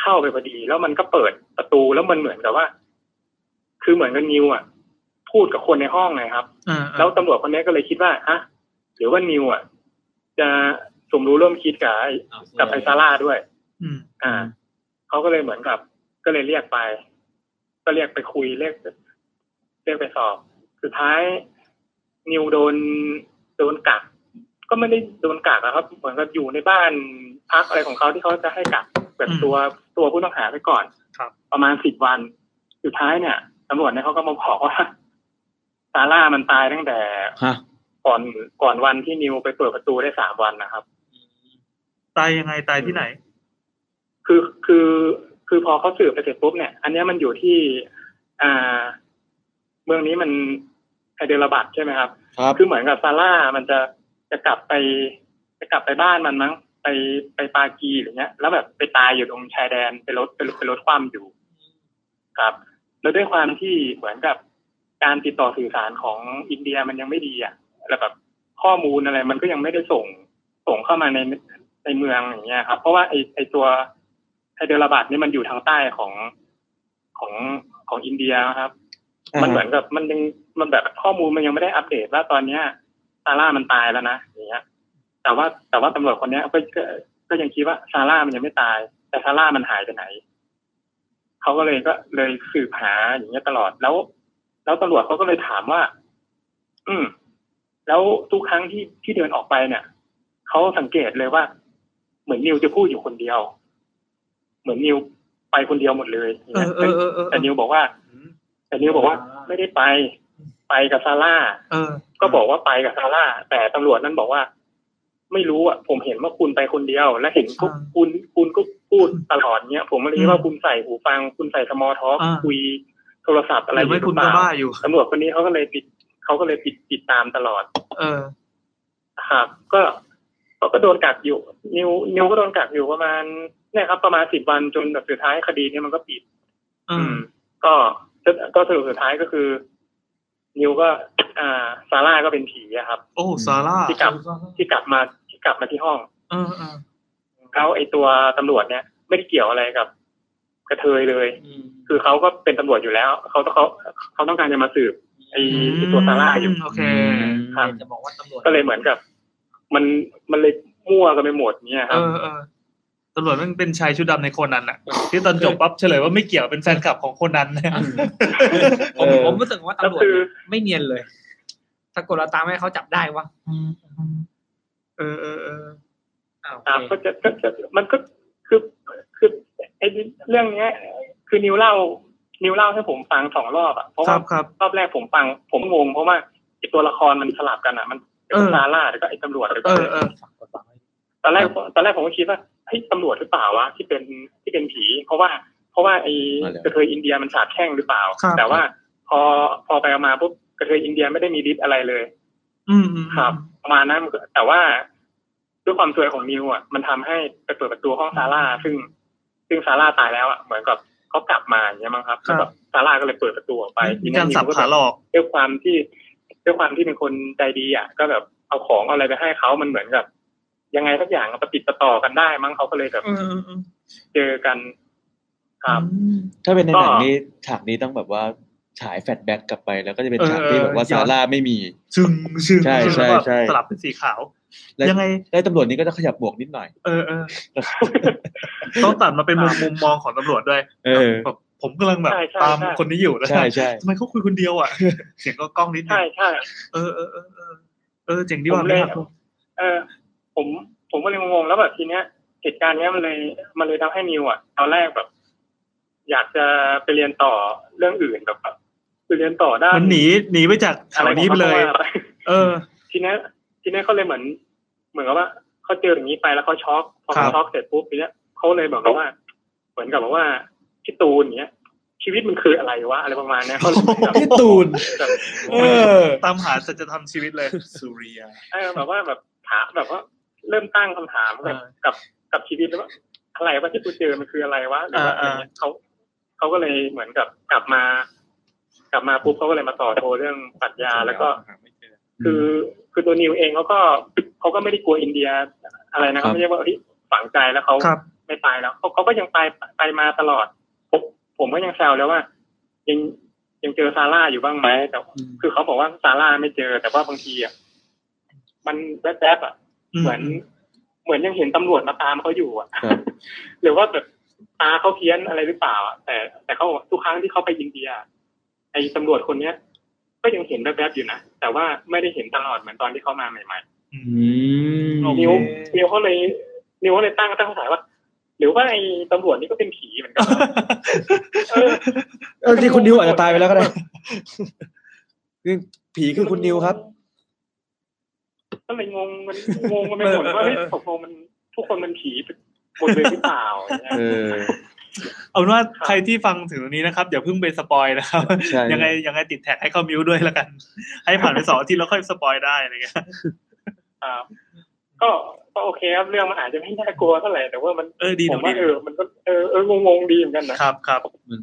Speaker 6: เข้าไปพอดี แล้วมันก็เปิดประตูแล้วมันเหมือนกับว่า คือเหมือนกับนิวอ่ะ พูดกับคนในห้องไงครับ
Speaker 2: อ่า
Speaker 6: แล้วตำรวจคนนี้ก็เลยคิดว่าฮะหรือว่านิวอ่ะจะสมรู้ร่วมคิดกับไอ้กับไอซาร่าด้วย
Speaker 2: อืม
Speaker 6: อ่าเขาก็เลยเหมือนกับ ก็เลยเรียกไป ก็เรียกไปคุยเรียกเรียกไปสอบ สุดท้ายนิวโดนโดนกัก ก็ไม่ได้โดนกักนะครับ เหมือนกับอยู่ในบ้านพักอะไรของเขาที่เขาจะให้กักแบบตัวตัวผู้ต้องหาไปก่อนประมาณสิบวัน สุดท้ายเนี่ยตำรวจเนี่ยเขาก็มาบอกว่า ซาร่ามันตายตั้งแต่
Speaker 3: ฮะ
Speaker 6: ก่อนก่อนวันที่นิวไปเปิดประตูได้สามวันนะครับ
Speaker 2: ตายยังไงตายที่ไหน
Speaker 6: คือคือคือพอเขาสืบไปเสร็จปุ๊บเนี่ย อันเนี้ยมันอยู่ที่อ่าเมืองนี้มันไฮเดรบัดใช่ไหมครับ
Speaker 3: ครับ
Speaker 6: คือเหมือนกับซาร่ามันจะจะกลับไปจะกลับไปบ้านมันมั้งไปไปปากีหรือเงี้ย แล้วแบบไปตายอยู่ตรงชายแดนไปรถไปรถไปรถคว่ำอยู่ ครับ แล้วด้วยความที่เหมือนกับการติดต่อสื่อสารของอินเดียมันยังไม่ดีอ่ะแล้วแบบข้อมูลอะไร มันก็ยังไม่ได้ส่งส่งเข้ามาในในเมืองอย่างเงี้ยครับ เพราะว่าไอไอตัวไฮเดรบาดนี่มันอยู่ทางใต้ของของของอินเดียครับ มันเหมือนกับมันยังมันแบบข้อมูลมันยังไม่ได้อัปเดตว่าตอนเนี้ยซาร่ามันตายแล้วนะอย่างเงี้ย แต่ว่าแต่ว่าตำรวจคนเนี้ยก็ก็ก็ยังคิดว่าซาร่ามันยังไม่ตาย แต่ซาร่ามันหายไปไหนเขาก็เลยก็เลยสืบหาอย่างเงี้ยตลอดแล้ว แล้วตำรวจเขาก็เลยถามว่า อืม แล้วทุกครั้งที่ที่เดินออกไปเนี่ยเขาสังเกตเลยว่า เหมือนนิวจะพูดอยู่คนเดียว เหมือนนิวไปคนเดียวหมดเลยอย่าง
Speaker 2: เอ
Speaker 6: เงี้
Speaker 2: อย เออเออเออ
Speaker 6: แต่นิวบอกว่าแต่นิวบอกว่า ไม่ได้ไปไปกับซาร่า
Speaker 2: เออ
Speaker 6: ก็บอกว่าไปกับซาร่า แต่ตำรวจนั้นบอกว่า ไม่รู้อ่ะ ผมเห็นว่าคุณไปคนเดียว และเห็นพวกคุณคุณก็พูดตลอดเนี้ย ผมไม่รู้ว่าคุณใส่หูฟัง คุณใส่สมอทอคุยโทรศัพท์อะไร
Speaker 2: หรือ
Speaker 6: อยู่
Speaker 2: ไม่
Speaker 6: ห
Speaker 2: คุณ
Speaker 6: รือเป
Speaker 2: ก็บ้า
Speaker 6: ล่า
Speaker 2: อยู่
Speaker 6: ตำรวจคนนี้เขาก็เลยติดเขาก็เลยติดติดตามตลอด
Speaker 2: เออ
Speaker 6: ครับ ก็เขาก็โดนกักอยู่ นิวนิวก็โดนกักอยู่ประมาณเนี่ยครับ ประมาณสิบวันจนแบบสุดท้ายคดีเนี้ยมันก็ปิด
Speaker 2: อืม
Speaker 6: ก็ก็สรุปสุดท้ายก็คือ นิวก็ อ่าซาร่าก็เป็นผีอะครับ
Speaker 2: โอ้ซาร่า
Speaker 6: ที่กลับที่กลับมาที่กลับมาที่ห้อง
Speaker 2: เออเออ
Speaker 6: แล้วไอตัวตำรวจเนี่ย ไม่ได้เกี่ยวอะไรกับ กระเทยเลย คือเขาก็เป็นตำรวจอยู่แล้วเขาต้องเขาเขาต้องการจะมาสืบ ไอไอ้ตัวซาร่าอยู่
Speaker 2: มโอเค
Speaker 6: ครับ
Speaker 5: จะบอกว่าตำรวจ
Speaker 6: ก็เลยเหมือนกับ มันมันเลยมั่วกันไปหมดเนี่ย
Speaker 2: เอ
Speaker 6: ครับ
Speaker 2: อเออตำรวจมันเป็นชายชุดดำในโคนนั้นน่ะ ที่ตอนจบปั๊บเฉลยว่าไม่เกี่ยวเป็นแฟนคลับของโคนนั้นนะ
Speaker 5: ผมผมรู้สึกว่า
Speaker 6: แล้
Speaker 5: ตำ
Speaker 6: ว
Speaker 5: รวจ
Speaker 6: คือ
Speaker 5: เนี่ยไม่เนียนเลยสะกดเราตามให้เขาจับได้วะ
Speaker 2: เออเออเออ
Speaker 5: อ้าว
Speaker 6: ครับ
Speaker 5: โอเค
Speaker 6: ก็จะก็จะมันก็คือคือไอเรื่องเนี้ย คือนิวเล่า นิวเล่าให้ผมฟังสองรอบอะเพราะ
Speaker 2: ครั
Speaker 6: ว่า
Speaker 2: บครับ
Speaker 6: รอบแรกผมฟังผมงงเพราะว่าไอตัวละครมันสลับกันอ่ะ มัน
Speaker 2: เออ
Speaker 6: ซาร่าแล้วก็ไอตำรวจแล้วก็
Speaker 2: เออเออ
Speaker 6: ตอนแรกตอนแรกผมก็คิดว่าเฮ้ยตำรวจหรือเปล่าวะที่เป็นที่เป็นผี เพราะว่า เพราะว่าไอกระเทยอินเดียมันสาบแช่งหรือเปล่า
Speaker 2: ครับ
Speaker 6: แต่ว่าพอพอไปเอามาปุ๊บกระเทยอินเดียไม่ได้มีฤทธิ์อะไรเลย
Speaker 2: อืมอืม
Speaker 6: ครับ ประมาณนั้นแต่ว่าด้วยความสวยของนิวอ่ะมันทำให้ไปเปิดประตูห้องซาร่าซึ่ง ซึ่งซาร่าตายแล้วอ่ะเหมือนกับเขากลับมาอย่างเงี้ยมั้งครับแล้วแบบซาร่าก็เลยเปิดประตูออกไปที
Speaker 2: มี
Speaker 6: นี้
Speaker 2: การ
Speaker 6: นิ
Speaker 2: สับ
Speaker 6: วก็
Speaker 2: ขา
Speaker 6: แบบ
Speaker 2: หลอก
Speaker 6: ด้วยความที่ด้วยความที่เป็นคนใจดีอ่ะ ก็แบบเอาของเอาอะไรไปให้เขามันเหมือนกับ ยังไงสักอย่างอะประติดประต่อกันได้ มั้งเขาก็เลยแบบ
Speaker 5: อืมอืมอืม
Speaker 6: เจอกันครับ
Speaker 3: ถ้าเป็นในหนัง
Speaker 6: ก็
Speaker 3: นี้ฉากนี้ต้องแบบว่าฉายแฟลชแบ็กกลับไป แล้วก็จะเป็น
Speaker 2: เออ
Speaker 3: ฉากที่แบบว่า
Speaker 2: เออ
Speaker 3: ซาร่าไม่มี
Speaker 2: ชึงชึง
Speaker 3: ใช่ใช่
Speaker 2: แล้วก็
Speaker 3: ใช่
Speaker 2: สลับเป็นสีขาว
Speaker 3: และ
Speaker 2: ยังไง
Speaker 3: และตำรวจนี้ก็จะขยับบวกนิดหน่อย
Speaker 2: เออเออต้องตัดมาเป็นมุมมุมมองของตำรวจด้วย
Speaker 3: เออ
Speaker 2: แบบผมกำลังแบบ
Speaker 6: ใช่ใช่
Speaker 2: ตาม
Speaker 6: ใช่
Speaker 2: คนนี้อยู่นะ
Speaker 3: ใช่ใช่
Speaker 2: ทำไมเขาคุยคนเดียวอ่ะ เสียงก็กล้องนิดนึ
Speaker 6: ใช่
Speaker 2: ง
Speaker 6: ใช่
Speaker 2: เออเออเออเออเออเจ๋งดี
Speaker 6: ผม
Speaker 2: ว่า
Speaker 6: เลย
Speaker 2: ไม่ครับ
Speaker 6: เออ ผมผมก็เลยงงๆแล้วแบบทีเนี้ยเหตุการณ์เนี้ยมันเลยมันเลยทำให้นิวอ่ะตอนแรกแบบ อยากจะไปเรียนต่อเรื่องอื่นแบบแบบไปเรียนต่อด้าน
Speaker 2: มันหนีหนีไปจากแถ
Speaker 6: อะไร
Speaker 2: ว
Speaker 6: ของ
Speaker 2: นี้ไปเลย
Speaker 6: ขาก็ว่า
Speaker 2: เออ
Speaker 6: ทีเนี้ยทีเนี้ยเขาเลยเหมือน เหมือนกับว่าเขาเจออย่างนี้ไปแล้วเขาช็อกพอ
Speaker 2: ครั
Speaker 6: เขา
Speaker 2: บ
Speaker 6: ช็อกเสร็จปุ๊บทีเนี้ยเขาเลยบอกกับว่า เหมือนกับว่าพี่ตูนเนี้ย ชีวิตมันคืออะไรวะอะไรประมาณเนี้ย เขาเลยแบบ
Speaker 3: พี่ตูน
Speaker 6: แบบ
Speaker 3: เออ
Speaker 2: ตามหาสัจธรรมชีวิตเลย สุริยา
Speaker 6: เออแบบว่าแบบถามแบบว่า เริ่มตั้งคำถามกับ
Speaker 2: อ่า
Speaker 6: กับกับชีวิตแล้วว่าอะไรวะที่กูเจอมันคืออะไรวะหรือว่าอะไร
Speaker 2: อ่า
Speaker 6: เงี้ยเขาเขาก็เลยเหมือนกับกลับมา กลับมาปุ๊บเขาก็เลยมาต่อโทรเรื่องปรัชญาแล้วก็ คือคือตัวนิวเองเขาก็เขาก็ไม่ได้กลัวอินเดียอะไรนะ
Speaker 3: ครั
Speaker 6: เขา
Speaker 3: บ
Speaker 6: ไม่ใช่ว่าเฮ้ยฝังใจแล้วเขา
Speaker 2: ครับ
Speaker 6: ไม่ไปแล้วเขาเขาก็ยังไปไปมาตลอดผมผมก็ยังแซวแล้วว่า ยังยังเจอซาร่าอยู่บ้างไหมแต่ว่า
Speaker 2: อืม
Speaker 6: คือเขาบอกว่าซาร่าไม่เจอ แต่ว่าบางทีอ่ะมันแวบๆอ่ะ เหมือน เหมือนยังเห็นตำรวจมาตามเขาอยู่อ่ะ
Speaker 3: ครับ
Speaker 6: หรือว่าแบบตาเขาเพี้ยนอะไรหรือเปล่าอะแต่ แต่เขาบอกว่าทุกครั้งที่เขาไปอินเดีย ไอ้ตำรวจคนเนี้ย ก็ยังเห็นแวบๆอยู่นะแต่ว่าไม่ได้เห็นตลอดเหมือนตอนที่เขามาใหม่
Speaker 3: อืม
Speaker 2: โอ
Speaker 6: ๆ
Speaker 2: เค
Speaker 6: นิวนิวเขาเลยนิวเขาเลยตั้งตั้งคำถามว่า หรือว่าไอ้ตำรวจนี่ก็เป็นผีเหมือนกันวะ เออ
Speaker 3: เออที่คุณนิวอาจจะตายไป แล้วก็ได้คือผีคือคุณนิวครับ
Speaker 6: ก็เลยงงมันงงมันไปหมดว่าเฮ้ยตกลงมันทุกคนมันผีหมดเลยหรือเปล่าอย่างเงี้ย
Speaker 3: เออ
Speaker 2: เอาเป็นว่าใครที่ฟังถึงตรงนี้นะครับอย่าเพิ่งไปสปอยนะครับ
Speaker 3: ใช่
Speaker 2: ยังไงยังไงติดแท็กให้เขามิวด้วยแล้วกัน ให้ผ่านไปสองอาทีแล้วค่อยสปอยได้อะไรเงี้ย
Speaker 6: ครับก็ก็โอเคครับเรื่องมันอาจจะไม่น่ากลัวเท่าไหร่แต่ว่ามัน
Speaker 2: เออดี
Speaker 6: ผ
Speaker 2: หนู
Speaker 6: มว่า
Speaker 2: ดี
Speaker 6: เออมันก็เออเอองงๆดีเหมือนกันนะ
Speaker 2: ครับครับ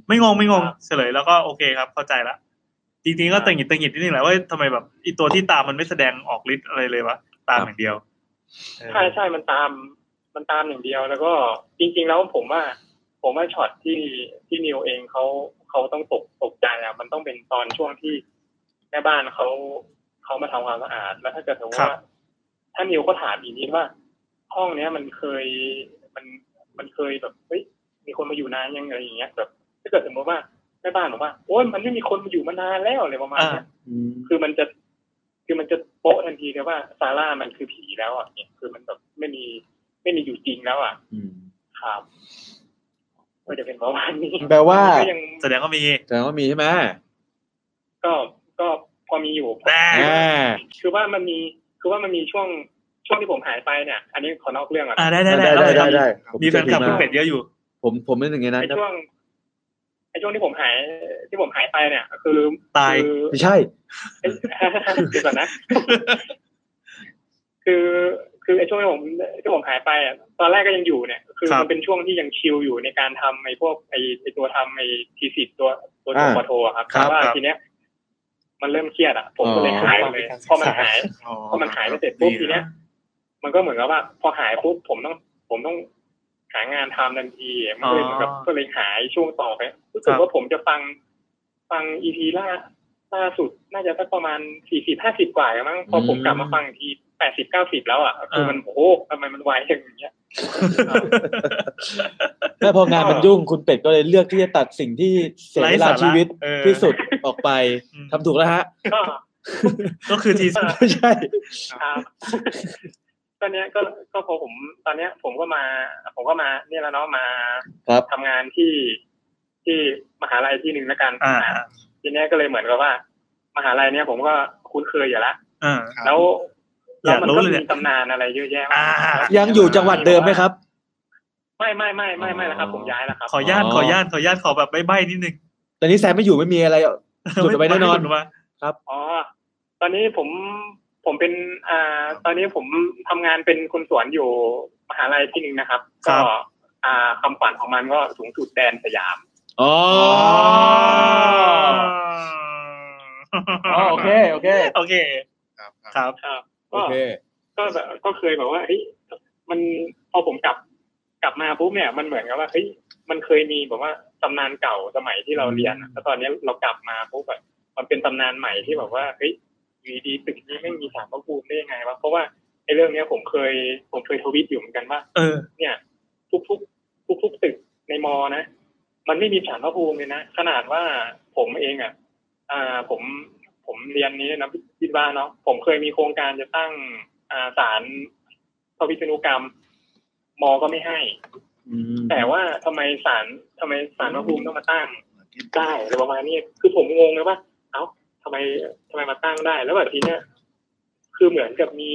Speaker 2: ไม่งงไม่งงเฉลยแล้วก็โอเคครับ เข้าใจละจริงๆก็
Speaker 6: ครับ
Speaker 2: ตังหงิดตังหงิดนิดนึงแหละว่าทำไมแบบไอีตัวที่ตามมันไม่แสดงออกฤทธิ์อะไรเลยวะตามอย่างเดียวเออ
Speaker 6: ใช่ใช่มันตามมันตามอย่างเดียวแล้วก็จริง ๆ แล้วผมว่า ผมว่าช็อตที่ที่นิวเองเขาเขาต้องตกตกใจอะมันต้องเป็นตอนช่วงที่แม่บ้านเขาเขามาทำความสะอาดแล้วถ้าเกิดสมมติว่าถ้านิวก็ถามอีกนิดว่า ห้องเนี้ยมันเคยมันมันเคยแบบเฮ้ยมีคนมาอยู่นานยังอะไรอย่างเงี้ยแบบถ้าเกิดสมมติว่าแม่บ้านบอกว่าโอ้ยมันไม่มีคนมาอยู่มานานแล้วอะไรประมาณ
Speaker 2: อ่า
Speaker 6: เนี้ย
Speaker 3: อืม
Speaker 6: คือมันจะคือมันจะโป๊ะทันทีเลยว่าซาร่ามันคือผีแล้วอ่ะเนี่ยคือมันแบบไม่มีไม่มีอยู่จริงแล้วอ่ะ
Speaker 3: อืม
Speaker 6: ครับก็จะเป็นประมาณนี้
Speaker 3: แปลว่า
Speaker 6: ก็ยัง
Speaker 2: แสดงว่ามี
Speaker 3: แต่ว่ามีใช่ไหม
Speaker 6: ก็ก็พอมีอยู่
Speaker 2: แน่
Speaker 3: อ่า
Speaker 6: คือว่ามันมีคือว่ามันมีช่วงช่วงที่ผมหายไปเนี่ย อันนี้ขอนอกเรื่องอ่ะ
Speaker 2: อ่าได้ได้
Speaker 3: ได้ได้ได้ได้ผม
Speaker 2: มีแฟนคลับคุณเป็ดเยอะอยู่
Speaker 3: ผมผมเป็นหนึ่งในนั้น
Speaker 6: ไอ้
Speaker 3: นะ
Speaker 6: ช่วงไอ้ช่วงที่ผมหายที่ผมหายไปเนี่ย คือ
Speaker 2: ตาย
Speaker 6: คือ
Speaker 3: ไม่ใช่
Speaker 6: เอ้ยเดี๋ยวก่อนนะ คือคือไอ้ช่วงที่ผมที่ผมหายไปอ่ะตอนแรกก็ยังอยู่เนี่ย คือ
Speaker 2: ครับ
Speaker 6: มันเป็นช่วงที่ยังชิลอยู่ในการทำไอ้พวกไอ้ไอ้ตัวทำไอ้ทีสิทธ์ตัวตัวจ
Speaker 3: อ่า
Speaker 6: บปโทอะครับ
Speaker 3: ครับ
Speaker 6: แต่ว่า
Speaker 2: ครับ
Speaker 6: ทีเนี้ย มันเริ่มเครียดอ่ะ ผม
Speaker 3: อ๋อ
Speaker 6: ก็เลยหายไปเลยพอมันหาย
Speaker 4: อ๋อ
Speaker 6: พอมันหายไปเสร็จปุ๊บทีเนี้ย มันก็เหมือนกับว่า พอหายปุ๊บผมต้อง ผมต้องหางานทำทันทีมันก็เลยเหมือนกับ
Speaker 2: อ๋อ
Speaker 6: ก็เลยหายช่วงต่อไปรู้สึ
Speaker 2: ค
Speaker 6: ก
Speaker 2: รับ
Speaker 6: ว่าผมจะฟัง ฟังอีพีล่าล่าสุด น่าจะสักประมาณสี่สิบห้าสิบกว่าแล้วมั้งพอผม
Speaker 3: อืม
Speaker 6: กลับมาฟังอีกทีแปดสิบเก้าสิบแล้วอ่ะคือมันโอ้โหทำไมมันไวอย่างเงี้ย
Speaker 3: แล้วพองานมันยุ่งคุณเป็ดก็เลยเลือกที่จะตัดสิ่งที่เสียเวลาชีวิต
Speaker 2: เออ
Speaker 3: ที่สุดออกไป
Speaker 2: อืม
Speaker 3: ทำถูกแล้วฮะ
Speaker 6: ก็
Speaker 2: ก็คือที
Speaker 6: ก็
Speaker 3: ไม่ใช่
Speaker 6: ครับตอนเนี้ยก็ก็พอผมตอนเนี้ย ผมก็มา ผมก็มาเนี่ยแล้วเนาะมา
Speaker 3: ครับ
Speaker 6: ทำงานที่ที่มหาลัยที่หนึ่งแล้วกัน
Speaker 2: อ่า
Speaker 6: ทีเนี้ยก็เลยเหมือนกับว่า มหาลัยเนี้ยผมก็คุ้นเคยอยู่ละ
Speaker 2: อ่า
Speaker 6: แล้ว
Speaker 2: อยากรู้
Speaker 6: แว
Speaker 2: เล
Speaker 6: มั
Speaker 2: ยเนี่ย
Speaker 6: มีตำนานอะไรเยอะแยะมาก
Speaker 2: อ่า
Speaker 3: ยังอยู่จังหวัดเดิมไหมครับ
Speaker 6: ไม่ไม่ไม่ไม่ไม่แล้วครับ ผมย้ายแล้วครับ
Speaker 2: ขออนุญาต
Speaker 3: อ๋อ
Speaker 2: ขออนุญาตขออนุญาตขอแบบใบ้ๆนิดนึง
Speaker 3: ตอนนี้แซมไม่อยู่ไม่มีอะไร หลุดออกไปแน่นอ
Speaker 2: ห
Speaker 3: น
Speaker 2: ลุดกมา
Speaker 6: อ๋อตอนนี้ผมผมเป็น อ่า ตอนนี้ผมทำงานเป็นคนสวนอยู่มหาลัยที่หนึ่งนะครับ ก็อ่าคำขวัญของมันก็สูงสุดแดนสยาม
Speaker 3: อ๋ออ๋อโอเค โอเค
Speaker 2: โอเค
Speaker 4: ครับ
Speaker 2: ครับ
Speaker 6: ครับ
Speaker 3: โอ
Speaker 6: ก็
Speaker 3: เค
Speaker 6: ก็แบบก็เคยแบบว่าเฮ้ย มันพอผมกลับกลับมาปุ๊บเนี่ยมันเหมือนกับว่าเฮ้ยมันเคยมีแบบว่าตำนานเก่าสมัยที่เราเรียนอะแล้วตอนเนี้ยเรากลับมาปุ๊บแบบมันเป็นตำนานใหม่ที่แบบว่าเฮ้ยอยู่ดีๆตึกนี้ไม่มีสารพระภูมิได้ยังไงวะเพราะว่าไอ้เรื่องเนี้ยผมเคยผมเคยทวิตอยู่เหมือนกันว่า
Speaker 2: เออ
Speaker 6: เนี่ย ทุกๆทุกๆตึกในมอนะ มันไม่มีสารพระภูมิเลยนะ ขนาดว่าผมเองอ่ะอ่าผมผมเรียนนี้นะพิดว่าเนาะผมเคยมีโครงการจะตั้งอ่าศาลพระวิษณุกรรม มอก็ไม่ให้ แต่ว่าทำไมศาลทำไมศาลพระภูมิต้องมาตั้งได้อะไรประมาณนี้คือผมงงเลยว่า เอ้าทำไมทำไมมาตั้งได้ แล้วแบบทีเนี้ยคือเหมือนกับมี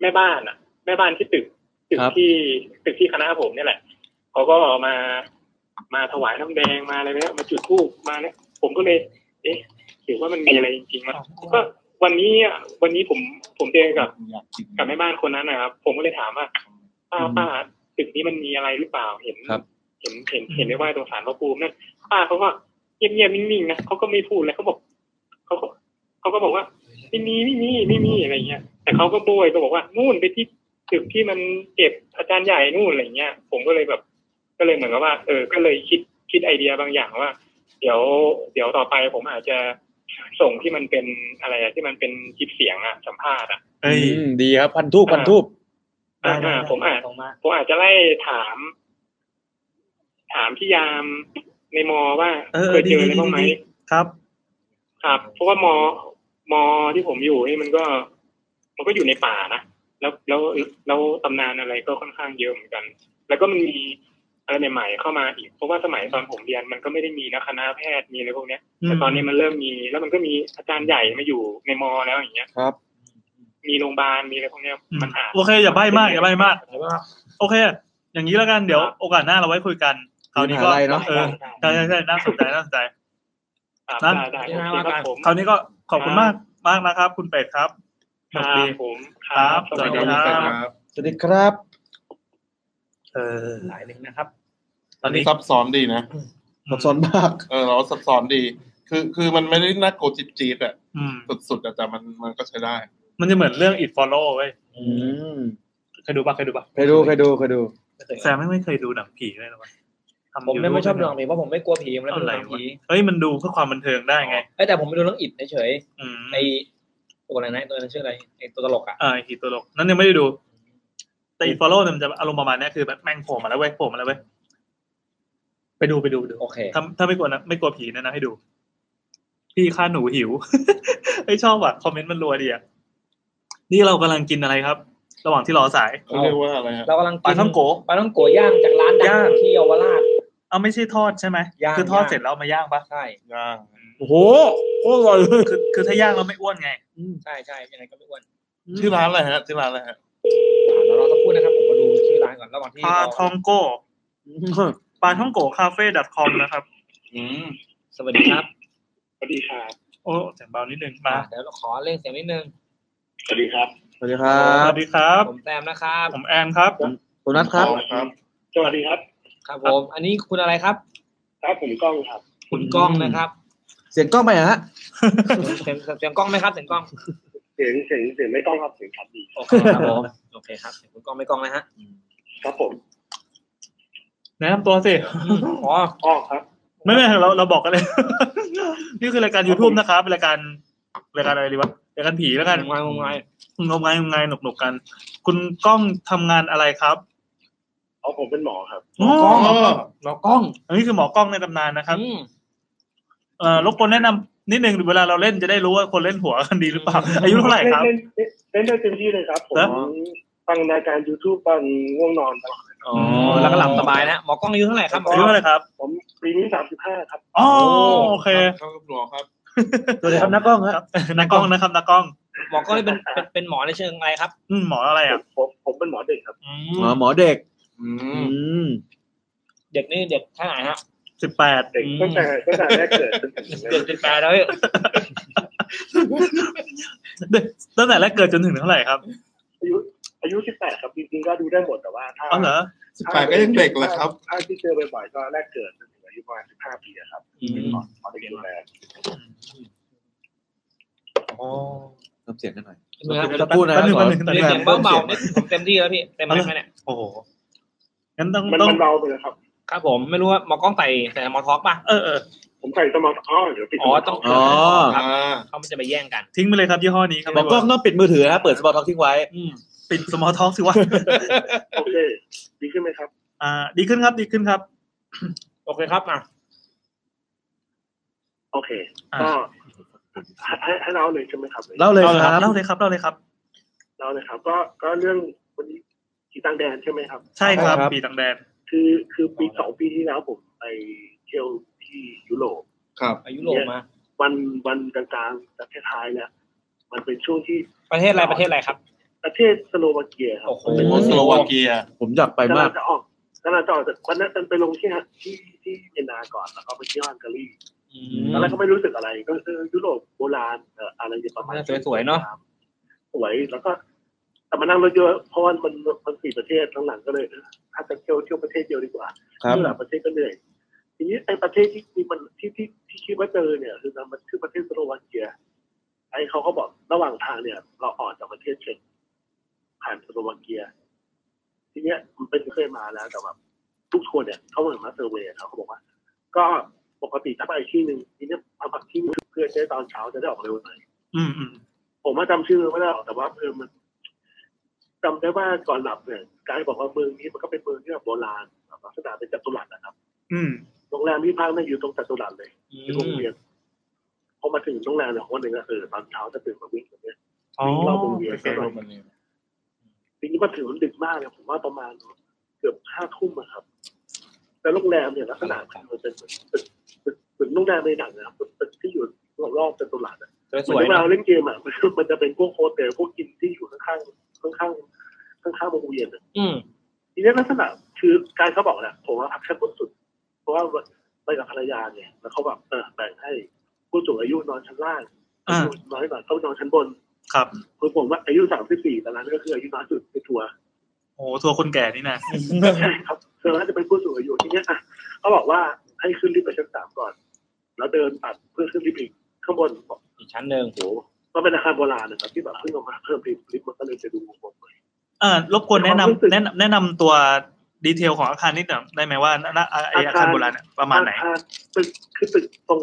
Speaker 6: แม่บ้านอ่ะ แม่บ้านที่ตึก ตึก
Speaker 3: ครับ
Speaker 6: ที่ตึกที่คณะผมเนี่ยแหละเขาก็มามาถวายน้ำแดงมาอะไรเนี่ยมาจุดธูปมาเนี่ยผมก็เลย เอ๊ะหรือว่ามันมีอะไรจริงๆวะก็วันนี้อะวันนี้ผมผมเจอกับ กับแม่บ้านคนนั้นนะครับ ผมก็เลยถามว่าป้า
Speaker 3: อืม
Speaker 6: ป้าตึกนี้มันมีอะไรหรือเปล่าเห็น
Speaker 3: ครับ
Speaker 6: เห็นเห็นเห็นได้ว่าตรงสารพระภูมินั่นป้าเขาก็เงียบเงียบๆนิ่งๆนะเขาก็ไม่พูดเลยเขาบอกเขาก็เขาก็บอกว่าไม่มีไม่มีไม่มีอะไรเงี้ย แต่เขาก็โบยก็บอกว่านู่นไปที่ตึกที่มันเก็บอาจารย์ใหญ่นู่นอะไรเงี้ย ผมก็เลยแบบ ก็เลยเหมือนกับว่า เออ ก็เลยคิดคิดไอเดียบางอย่างว่า เดี๋ยว เดี๋ยวต่อไปผมอาจจะส่งที่มันเป็นอะไรอะที่มันเป็นคลิปเสียงอะสัมภาษณ์อะ
Speaker 2: เอ้ย
Speaker 3: อืมดีครับพันทูบพันทูบ
Speaker 6: อ่าๆผมอาจผมอาจจะไล่ถาม ถามพี่ยามในมอว่า
Speaker 2: เออ
Speaker 6: เคยเจออะไร
Speaker 2: ดีๆ
Speaker 6: บ้างไหม
Speaker 2: ดี ครับ
Speaker 6: ครับ เพราะว่ามอมอที่ผมอยู่นี่มันก็ มันก็อยู่ในป่านะแล้วแล้วแล้วตำนานอะไรก็ค่อนข้างเยอะเหมือนกัน แล้วก็มันมีอะไรใหม่ๆเข้ามาอีกเพราะว่าสมัยตอนผมเรียนมันก็ไม่ได้มีนะคณะแพทย์มีอะไรพวกเนี้ย
Speaker 2: อืม
Speaker 6: แต่ตอนนี้มันเริ่มมี แล้วมันก็มีอาจารย์ใหญ่มาอยู่ในมอแล้วอย่างเงี้ย
Speaker 3: ครับ
Speaker 6: มีโรงพยาบาลมีอะไรพวกเนี้ย
Speaker 2: อืม
Speaker 6: มันอาจ
Speaker 2: โอเคอย่าใบ้มากอย่าใบ้มาก
Speaker 1: แล้วก็
Speaker 2: โอเค อย่างนี้แล้วกันเดี๋ยวโอกาสหน้าเราไว้คุยกันคราวนี้ก็
Speaker 3: มีมหาลัยเนอะ
Speaker 2: เออใช่ใช่ใช่น่าสนใจน่าสนใจ
Speaker 6: ครับ
Speaker 2: นะ
Speaker 6: ได้ได้โอเคครับผม
Speaker 2: คราวนี้ก็ขอบคุณมากมากนะครับ คุณเป็ดครับ
Speaker 6: ค
Speaker 2: ส
Speaker 6: รั
Speaker 2: วัสดี
Speaker 6: บผม ครับ สวัสดีครับ
Speaker 4: ครับ
Speaker 3: สวัสดีครับ
Speaker 2: เออ
Speaker 5: หลายหนึ่งนะครับ
Speaker 2: ตอนนี้
Speaker 7: ซับซ้อนดีนะ
Speaker 3: ซับซ้อนมาก
Speaker 7: เออเราว่าซับซ้อนดี คือคือมันไม่ได้น่ากลัวจิบจีบๆอะ
Speaker 2: อืม
Speaker 7: สุดๆอะแต่มันมันก็ใช้ได้
Speaker 2: มันจะเหมือนเรื่อง it follow เว้ย
Speaker 3: อืม
Speaker 2: เคยดูปะเคยดูปะ
Speaker 3: เคยดูเคยดูเคยดู
Speaker 2: แซมไม่เคยดูหนังผีเลยหรอวะทำ
Speaker 1: ผมเนี่ยไม่ชอบดูห
Speaker 2: ห
Speaker 1: นั
Speaker 2: นั
Speaker 1: งผีเพราะผมไม่กลัวผีผมเลยไม่ดูหนังผี
Speaker 2: เฮ้ยมันดูเพื่อความบันเทิงได้ไง
Speaker 1: เอ้ยแต่ผมไปดูเรื่องอิดเฉย
Speaker 2: อืม
Speaker 1: ๆไอตัวอะไรนะไอ้ตัวนั้นชื่ออะไรไอตัวตลกอ่ะ
Speaker 2: อ่าฮีตัวโลกนั้นยังไม่ได้ดู แต่ it follow เนี่ยมันจะอารมณ์ประมาณเนี้ยคือแบบแม่งโผล่มาแล้วเว้ยโผล่มาแล้วเว้ยไปดูไปดูไปดู
Speaker 1: โอเค
Speaker 2: ถ้าถ้าไม่กลัวนะไม่กลัวผีแนะนำให้ดู พี่ข้าหนู หิว ไอยชอบว่ะคอมเมนต์มันรัวดีอ่ะนี่เรากำลังกินอะไรครับ ระหว่างที่รอสาย
Speaker 7: เขาเรียกว่าอะไรฮะ
Speaker 1: เรากำลัง
Speaker 2: ปลาท่องโก
Speaker 1: ปลาท่องโกย่างจากร้านดั
Speaker 2: ย่างง
Speaker 1: ที่เยาวราช
Speaker 2: เอาไม่ใช่ทอดใช่ไหม
Speaker 1: ย่าง
Speaker 2: คือทอด
Speaker 1: ย่าง
Speaker 2: เสร็จแล้วเอามาย่างปะ
Speaker 1: ใช่
Speaker 7: ย่าง
Speaker 3: โอ้โหโคตรอร่อยเลย
Speaker 2: คือคือถ้าย่างเราไม่อ้วนไง
Speaker 1: ใช่ใช่ยังไงก็ไม่อ้วน
Speaker 7: ชื่อร้านอะไรฮะชื่อร้านอะไรฮะ
Speaker 1: อ่าเดี๋ยวเราจะพูดนะครับผมมาดูชื่อร้านก่อนระหว่างที่
Speaker 2: ปลาทองโก้ปลาท่องโกคาเฟ่ดอทคอมนะครับ
Speaker 7: อืม
Speaker 1: สวัสดีครับ
Speaker 6: สวัสดีครับ
Speaker 2: โอ้เสียงเบานิดนึงมา
Speaker 1: อ่ะเดี๋ยวเราขอเร่งเสียงนิดนึง
Speaker 6: สวัสดีครับ
Speaker 3: สวัสดีครั
Speaker 2: ส
Speaker 3: บ
Speaker 2: วัสดีครับ
Speaker 1: ผมแซมนะครับ
Speaker 2: ผมแอนครับ
Speaker 3: คุณนัทครับ
Speaker 7: ครับ
Speaker 6: สวัสดีครับ
Speaker 1: ครับผม อันนี้คุณอะไรครับ
Speaker 6: ครับผมกล้องครับ
Speaker 1: คุณกล้องนะครับ
Speaker 3: เสียงกล้องไปเหรอฮะ
Speaker 1: เสียงเสียงกล้องไหมครับ เสียงกล้อง
Speaker 6: เสียงเสียงเสียงไม่กล้องครับ เสียงครับดี
Speaker 1: โอเคครับผม โอเคครับเสียงคุณกล้องไม่กล้องนะฮะ
Speaker 6: ครับผม
Speaker 2: แนะนำตัวสิ
Speaker 1: อืมอ๋อ
Speaker 6: อ้อครับ
Speaker 2: ไม่ไม่เราเราบอกกันเลย นี่คือรายการ YouTube นะครับรายการรายการอะไรดีวะรายการผีแล้วกัน
Speaker 1: งงงงง
Speaker 2: งมงายงมงายหนกหนกกัน คุณกล้องทำงานอะไรครับ
Speaker 6: อ๋อผมเป็นหมอครับ
Speaker 2: หมอกล้อง
Speaker 1: เรากล้อง
Speaker 2: อันนี้คือหมอกล้องในตำนานนะครับ
Speaker 1: อืม
Speaker 2: เอ่อรบกวนแนะนำนิดนึงเวลาเราเล่นจะได้รู้ว่าคนเล่นหัวกันดีหรือเปล่า อายุเท่าไหร่ครับ
Speaker 6: เล่นเล่นเล่นได้เต็มที่เลยครับ ผม
Speaker 2: นะ
Speaker 6: ฟังรายการ YouTube ตอนง่วงนอนตลอด
Speaker 1: อ๋อแล้วก็หลับสบายนะหมอกล้องอายุเท่าไหร่ครับหมอ
Speaker 2: อายุเท่าไหร่ครับ
Speaker 6: ผมปีนี้สามสิบห้าครับ
Speaker 2: อ๋อโอเค
Speaker 7: ครับหลวงครับ
Speaker 3: สวัสดีครับนักกล้องฮะ
Speaker 2: ครับ นักกล้องนะครับนักกล้อง
Speaker 1: หมอกล้องนี่เป็นเป็นเป็นหมอในเชิงอะไรครับ
Speaker 2: อืมหมออะไรอ่ะ
Speaker 6: ผมผมเป็นหมอเด็กครับ
Speaker 2: อื
Speaker 3: หมอ
Speaker 2: ม
Speaker 3: หมอเด็ก
Speaker 7: อื
Speaker 3: อื
Speaker 7: ม
Speaker 3: ม
Speaker 1: เด็กนี่เด็กเท่าไหร่ฮะ
Speaker 2: สิบแปด
Speaker 6: เด็กตั้งแต่ตั้งแต่แรกเกิดจนถึง
Speaker 1: เด็กสิบแปดแล้วเว้ย
Speaker 2: ตั้งแต่แรกเกิดจนถึงเท่าไหร่ครับ
Speaker 6: อายุอายุสิบแปดครับจริงๆก็ดูได้หมดแต่ว่าถ้า
Speaker 2: อ๋อเหรอ
Speaker 7: สิบแปดก็ยังเด็กแหละครับ
Speaker 6: ถ้าที่เจอบ่อยๆก็แรกเกิดจนถึงอายุประมาณ 15 ปีอะครับเป็นหมอหมอเด็กดูแล
Speaker 2: อ๋อ
Speaker 3: เพิ่มเสียงกันหน่อย สักครู่นะค
Speaker 2: แป๊
Speaker 3: รั
Speaker 2: บบ นึง
Speaker 3: ส
Speaker 2: แป๊
Speaker 3: อบน
Speaker 2: นึง
Speaker 5: เดี๋ยวเสีย
Speaker 2: แป๊บนึง
Speaker 5: งเบาๆนี่ผมเต็มที่แล้วพี่เต็มไหมเนี่ย
Speaker 2: โอ้โหงั้นต้อง
Speaker 6: มัน
Speaker 2: ต้อง
Speaker 6: มันเบาไปแล้วครับ
Speaker 5: ครับผมไม่รู้ว่าหมอกล้องใส่ใส่หมอท็อกป่ะ
Speaker 2: เออเออ
Speaker 6: ผมใส่สมองอ๋อเดี๋ยวปิด
Speaker 5: อ๋อต้อง
Speaker 3: อ๋อ
Speaker 5: ครับ
Speaker 7: อ่า
Speaker 5: เขามันจะไปแย่งกัน
Speaker 2: ทิ้งไปเลยครับยี่ห้อนี้ครับ
Speaker 3: หมอกล้องต้องปิดมือถือนะเปิดสปอตท็อกทิ้งไว้
Speaker 5: อืม
Speaker 2: ปิดสมอลท็อกสิวะ
Speaker 6: โอเคดีขึ้นไหมครับ
Speaker 2: อ่า ดีขึ้นครับดีขึ้นครับ
Speaker 5: โอเคครับอ่ะ
Speaker 6: โอเค
Speaker 2: อ่า
Speaker 6: ก็ให้ให้เล่าเลยใช่ไหมครับ
Speaker 3: เล่าเลยครับ
Speaker 2: เล่าเลยครับเล่าเลยครับ
Speaker 6: เล่าเลยครับ ก็ก็เรื่องวันนี้กีตังแดนใช่ไหมครับ
Speaker 2: ใช่ครับ
Speaker 3: ครับ
Speaker 2: ปีต่างแดน
Speaker 6: คือคือปีสองปีที่แล้วผมไปเที่ยวที่ยุโรป
Speaker 7: ครับ
Speaker 5: อายุโรปมา
Speaker 6: วันวันกลางๆและท้ายๆเนี่ยมันเป็นช่วงที่
Speaker 5: ประเทศอะไรประเทศอะไรครับ
Speaker 6: ประเทศสโลวาเกียครับ
Speaker 5: โอ้โห
Speaker 7: โอสโลวาเกีย
Speaker 3: ผมอยากไป
Speaker 6: กำ
Speaker 3: มา
Speaker 6: ลั
Speaker 3: ก
Speaker 6: งจะออกกำลังจะออกจากวันนั้นเป็นไปลงที่ฮะที่ที่เวียนนาก่อนแล้วก็ไปเที่ยวฮังการี
Speaker 3: อืม
Speaker 6: ตอนแรกก็ไม่รู้สึกอะไร ก็เออยุโรปโบราณเอ่ออะไรประมาณ
Speaker 5: สวยๆเนอะ
Speaker 6: สวยแล้วก็แต่มานั่งรถเยอะเพราะว่ามันมันสี่ประเทศทั้งหลังก็เลยเออถ้าจะเที่ยวเที่ยวประเทศเดียวดีกว่า
Speaker 3: ครับ
Speaker 6: เมื่อหลายประเทศก็เหนื่อยทีนี้ไอ้ประเทศที่ที่มันที่ที่ที่คิดว่าเจอเนี่ย คือมันคือประเทศสโลวาเกีย ไอ้เขาก็บอกระหว่างทางเนี่ย เราออกจากประเทศเช็กผ่านสโลวาเกีย ทีเนี้ยมันเป็นเคยมาแล้วแต่แบบทุกคนเนี่ยเขาเหมือนมาเซอร์เวย์เขาเขาบอกว่า ก็ปกติถ้าไปที่หนึ่งทีเนี้ยเอาพักที่หนึ่งเพื่อจะได้ตอนเช้าจะได้ออกเร็วหน่อย
Speaker 2: อืมอืม
Speaker 6: ผมว่าจำชื่อไม่ได้หรอกแต่ว่าเออมันจำได้ว่าก่อนหลับเนี่ยไกด์บอกว่าเมืองนี้มันก็เป็นเมืองที่แบบโบราณแบบลักษณะเป็นจัตุรัสนะครับ
Speaker 2: อืม
Speaker 6: โรงแรมที่พักเนี่ยอยู่ตรงจัตุรัสเลย
Speaker 5: อื
Speaker 6: ที่โรงเรียนพอมาถึงโรงแรมเนี่ยคนหนึ่งก็เออตอนเช้าจะตื่นมาวิ่งแบบเนี้ย
Speaker 2: อ๋อ
Speaker 6: วิ่งรอบวงเวียน
Speaker 2: โอเค
Speaker 6: ทีนี้มาถึงมันดึกมากเลยผมว่าประมาณเกือบห้าทุ่มอะครับ แต่โรงแรมเนี่ยลักษณะคือมันเป็นเหมือนตึกตึกตึกโรงแรมในหนังนะครับเป็นตึกที่อยู่รอบๆจัตุรัสอะ
Speaker 5: มส
Speaker 6: เหมื
Speaker 5: ว
Speaker 6: อ
Speaker 5: น ย
Speaker 6: เว
Speaker 5: ๆ
Speaker 6: ลา
Speaker 5: เนาะ
Speaker 6: เราเล่นเกมอะมันมันจะเป็นพวกโฮเทลพวกกินที่อยู่ข้างๆข้างๆข้างๆวงเวียนอะ
Speaker 5: อืม
Speaker 6: ทีนี้ลักษณะคือการเขาบอกแหละผมว่าพักชั้นบนสุด เพราะว่าไปกับภรรยาเนี่ย แล้วเขาแบบเออแบ่งให้ผู้สูงอายุนอนชั้นล่าง
Speaker 2: อ่า
Speaker 6: ผู้น้อยกว่าเขานอนชั้นบน
Speaker 2: ครับ
Speaker 6: คือผมว่าอายุสามสิบสี่ตอนนั้นก็คืออายุน้อยสุดในทัวร์
Speaker 2: โอ้ทัวร์คนแก่นี่นะ
Speaker 6: ใช่ครับเธอน่าจะเป็นผู้สูงอายุทีเนี้ยอ่ะเขาบอกว่าให้ขึ้นลิฟต์ไปชั้นสามก่อน แล้วเดินตัดเพื่อขึ้นลิฟต์อีกข้างบนบอก
Speaker 5: อีกชั้นหนึ่ง
Speaker 6: โอ้โหมันเป็นอาคารโบราณนะครับที่แบบเพิ่งเอามาเพิ่มลิฟต์ลิฟต์มันก็เลยจะดูงงๆเลย
Speaker 2: อ่ารบกวนแนะนำ
Speaker 6: ความรู้สึก
Speaker 2: แนะนำแนะนำตัวดีเทลของอาคารนิดหน่อยได้ไหมว่าณณไออาคารโบราณเนี่ยประมาณไหน
Speaker 6: อ่ตึกคือตึกตรง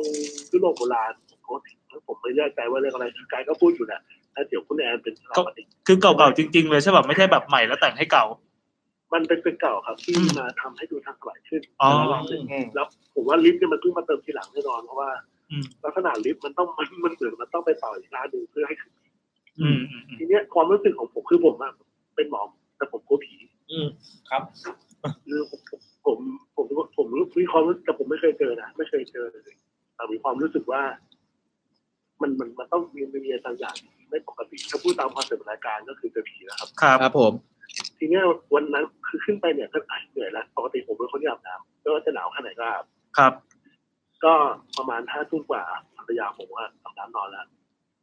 Speaker 6: ยุโรปโบราณผมก็ผมไม่แน่ใจว่าเรื่องอะไรคือกายก็พูดอยู่แหละถ้าเดี๋ยวคุณแอนเป็นสถาปนิก
Speaker 2: คือเก่าๆจริง ๆ เลยใช่แบบไม่ใช่แบบใหม่แล้วแต่งให้เก่า
Speaker 6: มันเป็นตึกเก่าครับ ที่
Speaker 2: อืม
Speaker 6: มาทำให้ดูทันสมัยขึ้น
Speaker 2: อ๋อ
Speaker 7: อืม
Speaker 6: แล้วผมว่าลิฟต์เนี่ยมันเพิ่งมาเติมทีหลังแน่นอนเพราะว่า
Speaker 2: อืม
Speaker 6: ลักษณะลิฟต์มันต้อง มันมันเหมือนมันต้องไปต่ออีกร้านหนึ่งเพื่อให้ขึ้น
Speaker 2: อืมอืมอืม
Speaker 6: ทีเนี้ยความรู้สึกของผมคือผมอะเป็นหมอแต่ผมกลัวผี
Speaker 5: อืมครับ
Speaker 6: คือผมผมผมผมผมรู้มีความรู้แต่ผมไม่เคยเจอนะไม่เคยเจอเลยแต่มีความรู้สึกว่า มันมันมันต้องมีมีอะไรบางอย่างที่ไม่ปกติถ้าพูดตามความสมนาการก็คือเจอผีนะครับ
Speaker 2: ครับ
Speaker 3: ครับผม
Speaker 6: ทีเนี้ยวันนั้นคือขึ้นไปเนี่ยก็อ่ะเหนื่อยแล้วปกติผมเป็นคนที่อาบน้ำก็จะหนาวขนาดไหนก็อาบ
Speaker 2: ครับ
Speaker 6: ก็ประมาณห้าทุ่มกว่าภรรยาผมว่าอาบน้ำนอนแล้ว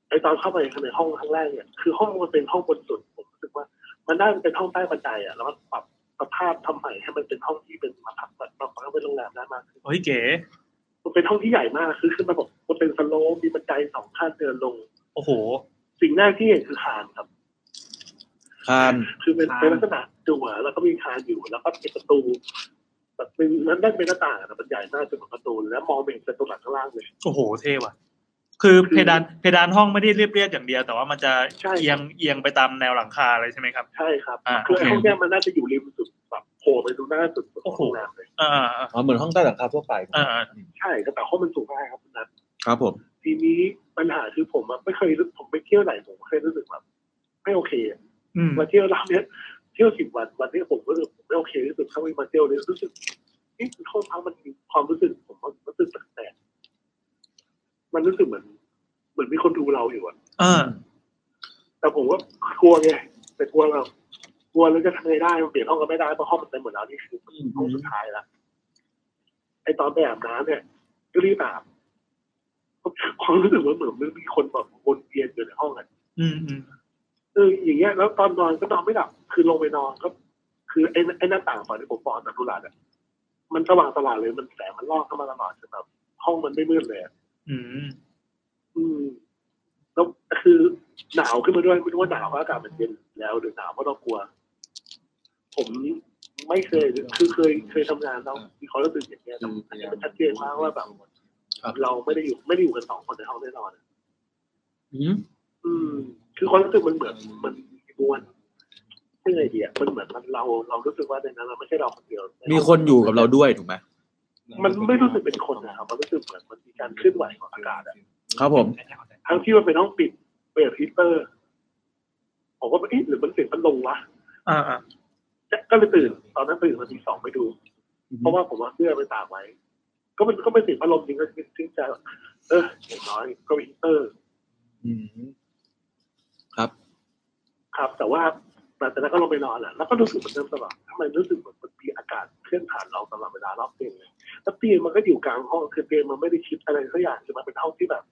Speaker 6: ไอตอนเข้าไปข้างในห้องข้างแรกเนี่ยคือห้องมันเป็นห้องบนสุดผมรู้สึกว่า มันน่าจะเป็นห้องใต้บันไดอ่ะแล้วก็ปรับสภาพทำใหม่ให้มันเป็นห้องที่เป็นมาพักแบบมาพักเป็นโรงแรมได้มากขึ้น
Speaker 2: โอ้ยเก๋
Speaker 6: มันเป็นห้องที่ใหญ่มากคือขึ้นมาบอกมันเป็นสโลปมีบันไดสองขั้นเดินลง
Speaker 2: โอ้โห
Speaker 6: สิ่งแรกที่เห็นคือคานครับ
Speaker 3: คาน
Speaker 6: คือเป็นเป็นลักษณะจั่วแล้วก็มีคานอยู่แล้วก็มีประตูแบบเป็นนั้นได้เป็นหน้าต่างนะมันใหญ่มากจนเหมือนประตูแล้วมองไปเห็นประตูหลังข้างล่างเลย
Speaker 2: โอ้โห เท่ว่ะ คือเพดานเพดานห้องไม่ได้เรียบเรียบๆอย่างเดียว แต่ว่ามันจะ
Speaker 6: ใช่
Speaker 2: เอียงเอียงไปตามแนวหลังคาอะไรใช่ไหมครับ
Speaker 6: ใช่ครับ
Speaker 2: อ่า
Speaker 6: คือ
Speaker 2: โอเค
Speaker 6: ไอ้ห้องเนี้ยมันน่าจะอยู่ริมสุดแบบโผล่ไปดูหน้าสุดของโรงแรมเลย
Speaker 2: เออเออ
Speaker 3: อ๋อ เหมือนห้องใต้หลังคาทั่วไป
Speaker 2: เออเออ
Speaker 6: ใช่แต่ห้องมันสูงมากครับคุณนัท
Speaker 3: ครับผม
Speaker 6: ทีนี้ปัญหาคือผมอะไม่เคยรู้ผมไปเที่ยวไหนผมเคยรู้สึกแบบไม่โอเคอะ
Speaker 2: อืม
Speaker 6: มาเที่ยวรอบเนี้ยเที่ยวสิบวันวันนี้ผมก็รู้สึกผมไม่โอเคที่สุดถ้าไม่มาเที่ยวเลยรู้สึกนี่คือห้องพักมันมีความรู้สึกผมว่ารู้สึกแปลกๆมันรู้สึกเหมือน เหมือนมีคนดูเราอยู่อะ
Speaker 2: เออ
Speaker 6: แต่ผมก็กลัวไงแต่กลัวแบบกลัวแล้วจะทำไงได้มันเปลี่ยนห้องก็ไม่ได้เพราะห้องมันเต็มหมดแล้วนี่คือมันห้องสุดท้ายละไอตอนไปอาบน้ำเนี่ยก็รีบอาบความรู้สึกว่าเหมือนมันมีคนแบบวนเวียนอยู่ในห้องอ่ะ
Speaker 2: อืมอืม
Speaker 6: เอออย่างเงี้ยแล้วตอนนอนก็นอนไม่หลับคือลงไปนอนก็คือไอ้ไอ้หน้าต่างฝั่งที่ผมบอกจากตุลาดอ่ะมันสว่างตลาดเลยมันแสงมันลอดเข้ามาตลอดจนแบบห้องมันไม่มืดเลยอะ
Speaker 2: อืม
Speaker 6: อืม
Speaker 8: แล้วคือหนาวขึ้นมาด้วยไม่รู้ว่าหนาวเพราะอากาศมันเย็นแล้วหรือหนาวเพราะเรากลัว ผมไม่เคยคือเคยเคยทำงานแล้วมีความรู้สึกอย่างเงี้ยแต่อันนี้มันชัดเจนมากว่าแบบเราไม่ได้อยู่ไม่ได้อยู่กันสองคนในห้องแน่นอน
Speaker 3: อืม
Speaker 8: อืมคือความรู้สึกมันเหมือนมันมวนไม่ไงดีอ่ะมันเหมือนมันเราเรารู้สึกว่าในนั้นเราไม่ใช่เราคนเดียว
Speaker 3: มีคนอยู่กับเราด้วยถูกไหม
Speaker 8: มันไม่รู้สึกเป็นคนนะครับมันรู้สึกเหมือนมันมีการเคลื่อนไหวของอากาศอะ
Speaker 3: ครับผม
Speaker 8: ทั้งที่มันเป็นห้องปิดเปิดฮีตเตอร์ผมก็เอ๊ะหรือมันเสียงมันลงวะ
Speaker 2: อ่าอ่า
Speaker 8: ก็เลยตื่น ตอนนั้นตื่นมาตีสองไปดู เพราะว่าผมว่าเสื้อไปตากไว้ ก็มันก็เป็นสิ่งพัดลมจริงก็จริงใจว่าเอออย่างน้อยก็มีฮีตเตอร์
Speaker 3: อืม
Speaker 8: ครับ แต่ว่าหลังจากนั้นก็ลงไปนอนแหละแล้วก็รู้สึกเหมือนเดิมตลอดทำไมรู้สึกเหมือนมันมีอากาศเคลื่อนผ่านเราตลอดเวลารอบเตียงเลยแล้วเตียงมันก็อยู่กลางห้องคือเตียงมันไม่ได้ชิดอะไรสักอย่างคือมันเป็นห้องที่แบบ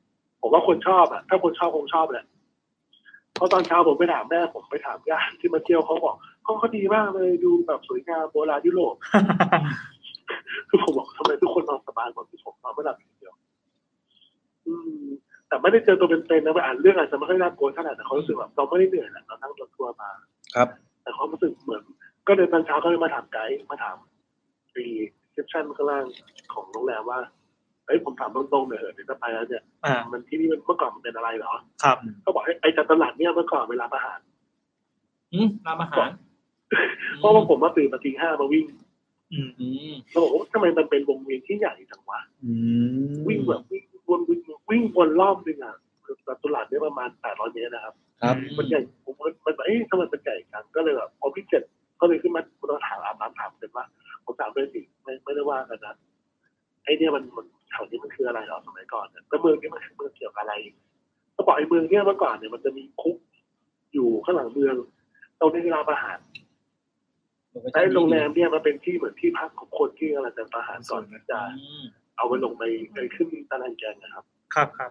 Speaker 8: ผมว่าคนชอบอะถ้าคนชอบคงชอบแหละเพราะตอนเช้าผมไปถามแม่ผมไปถามญาติที่มาเที่ยวเขาบอกห้องเขาดีมากเลยดูแบบสวยงามโบราณยุโรป คือผมบอกทำไมทุกคนนอนสบายหมดที่ผมนอนไม่หลับอย่างเดียว อืม แต่ไม่ได้เจอตัวเป็นๆนะไปอ่านเรื่องอาจจะไม่ค่อยน่ากลัวเท่าไหร่แต่เขารู้สึกแบบเราไม่ได้เหนื่อยแหละเรานั่งรถทัวร์มา
Speaker 3: ครับ
Speaker 8: แต่ความรู้สึกเหมือน ก็เลยตอนเช้าก็เลยมาถามไกด์มาถามรีเซพชันข้างล่างของโรงแรมว่าเอ้ยผมถามตรงๆหน่อยเถอะเดี๋ยวจะไปแล้วเนี่ย
Speaker 2: อ่า
Speaker 8: มันที่นี่มันเมื่อก่อนมันเป็นอะไรเหรอ
Speaker 2: ครับ
Speaker 8: ก็บอกให้ไอ้จัดตลาดเนี่ยเมื่อก่อนเวลาอาหาร
Speaker 5: อืมร้านอาหาร
Speaker 8: เพราะว่าผมมาตื่นมาตีห้ามาวิ่ง
Speaker 2: อืม
Speaker 1: อืม
Speaker 8: แล้วบอกว่าทำไมมันเป็นวงเวียนที่ใหญ่จังวะ
Speaker 3: อืม
Speaker 8: วิ่งแบบวิ่งวนวิ่งวิ่งวนรอบนึงอ่ะคือตลาดเนี่ยประมาณแปดร้อยเมตรนะครับ
Speaker 3: ครับ
Speaker 8: มันใหญ่ผมก็มันแบบเอ๊ะทำไมมันใหญ่จังก็เลยแบบพอพี่เจ็ดก็เลยขึ้นมาเราถามอาบน้ำถามเสร็จว่าผมถามด้วยสิไม่ไม่ได้ว่ากันนะไอ้เนี่ยมันมันแถวนี้มันคืออะไรเหรอสมัยก่อนเนี่ยแล้วเมืองนี้มันคือเมืองเกี่ยวกับอะไรก็บอกไอ้เมืองเนี่ยเมื่อก่อนเนี่ยมันจะมีคุกอยู่ข้างหลังเมืองตรงนี้เวลาประหารไอ้โรงแรมเนี่ยมันเป็นที่เหมือนที่พักของคนที่กำลังจะประหารก่อนที่จะ
Speaker 1: อืม
Speaker 8: เอาไปลงไปไปขึ้นตารางแกงนะครับ
Speaker 2: ครับครับ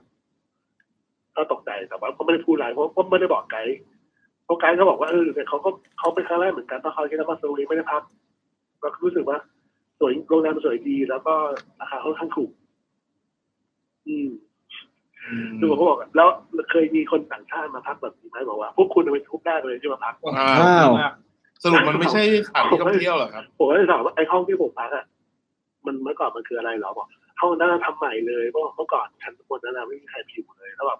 Speaker 8: ก็ตกใจแต่ว่าก็ไม่ได้พูดอะไรเพราะก็ไม่ได้บอกไกด์เพราะไกด์เขาบอกว่าเออเนี่ยเขาก็เขาเป็นครั้งแรกเหมือนกันตอนเขาที่นมาซูรีไม่ได้พักก็รู้สึกว่าสวยโรงแรมสวยดี แล้วก็ราคาค่อนข้างถูก อืมคือผมก็บอกแล้วเคยมีคนต่างชาติมาพักแบบนี้ไหมบอกว่าพวกคุณเป็นทุกได้เลยที่มาพัก
Speaker 7: อ่า
Speaker 3: ว้าว
Speaker 7: สรุปมันไม่ใช่สถานที่ท่องเที่ยวเหรอครับ
Speaker 8: ผมก็เลยถามว่าไอ้ห้องที่ผมพักอ่ะมันเมื่อก่อนมันคืออะไรเหรอบอกห้องนั้นทำใหม่เลยเพราะเมื่อก่อนชั้นบนนั้นนะไม่มีใครผิวเลยแล้วแบบ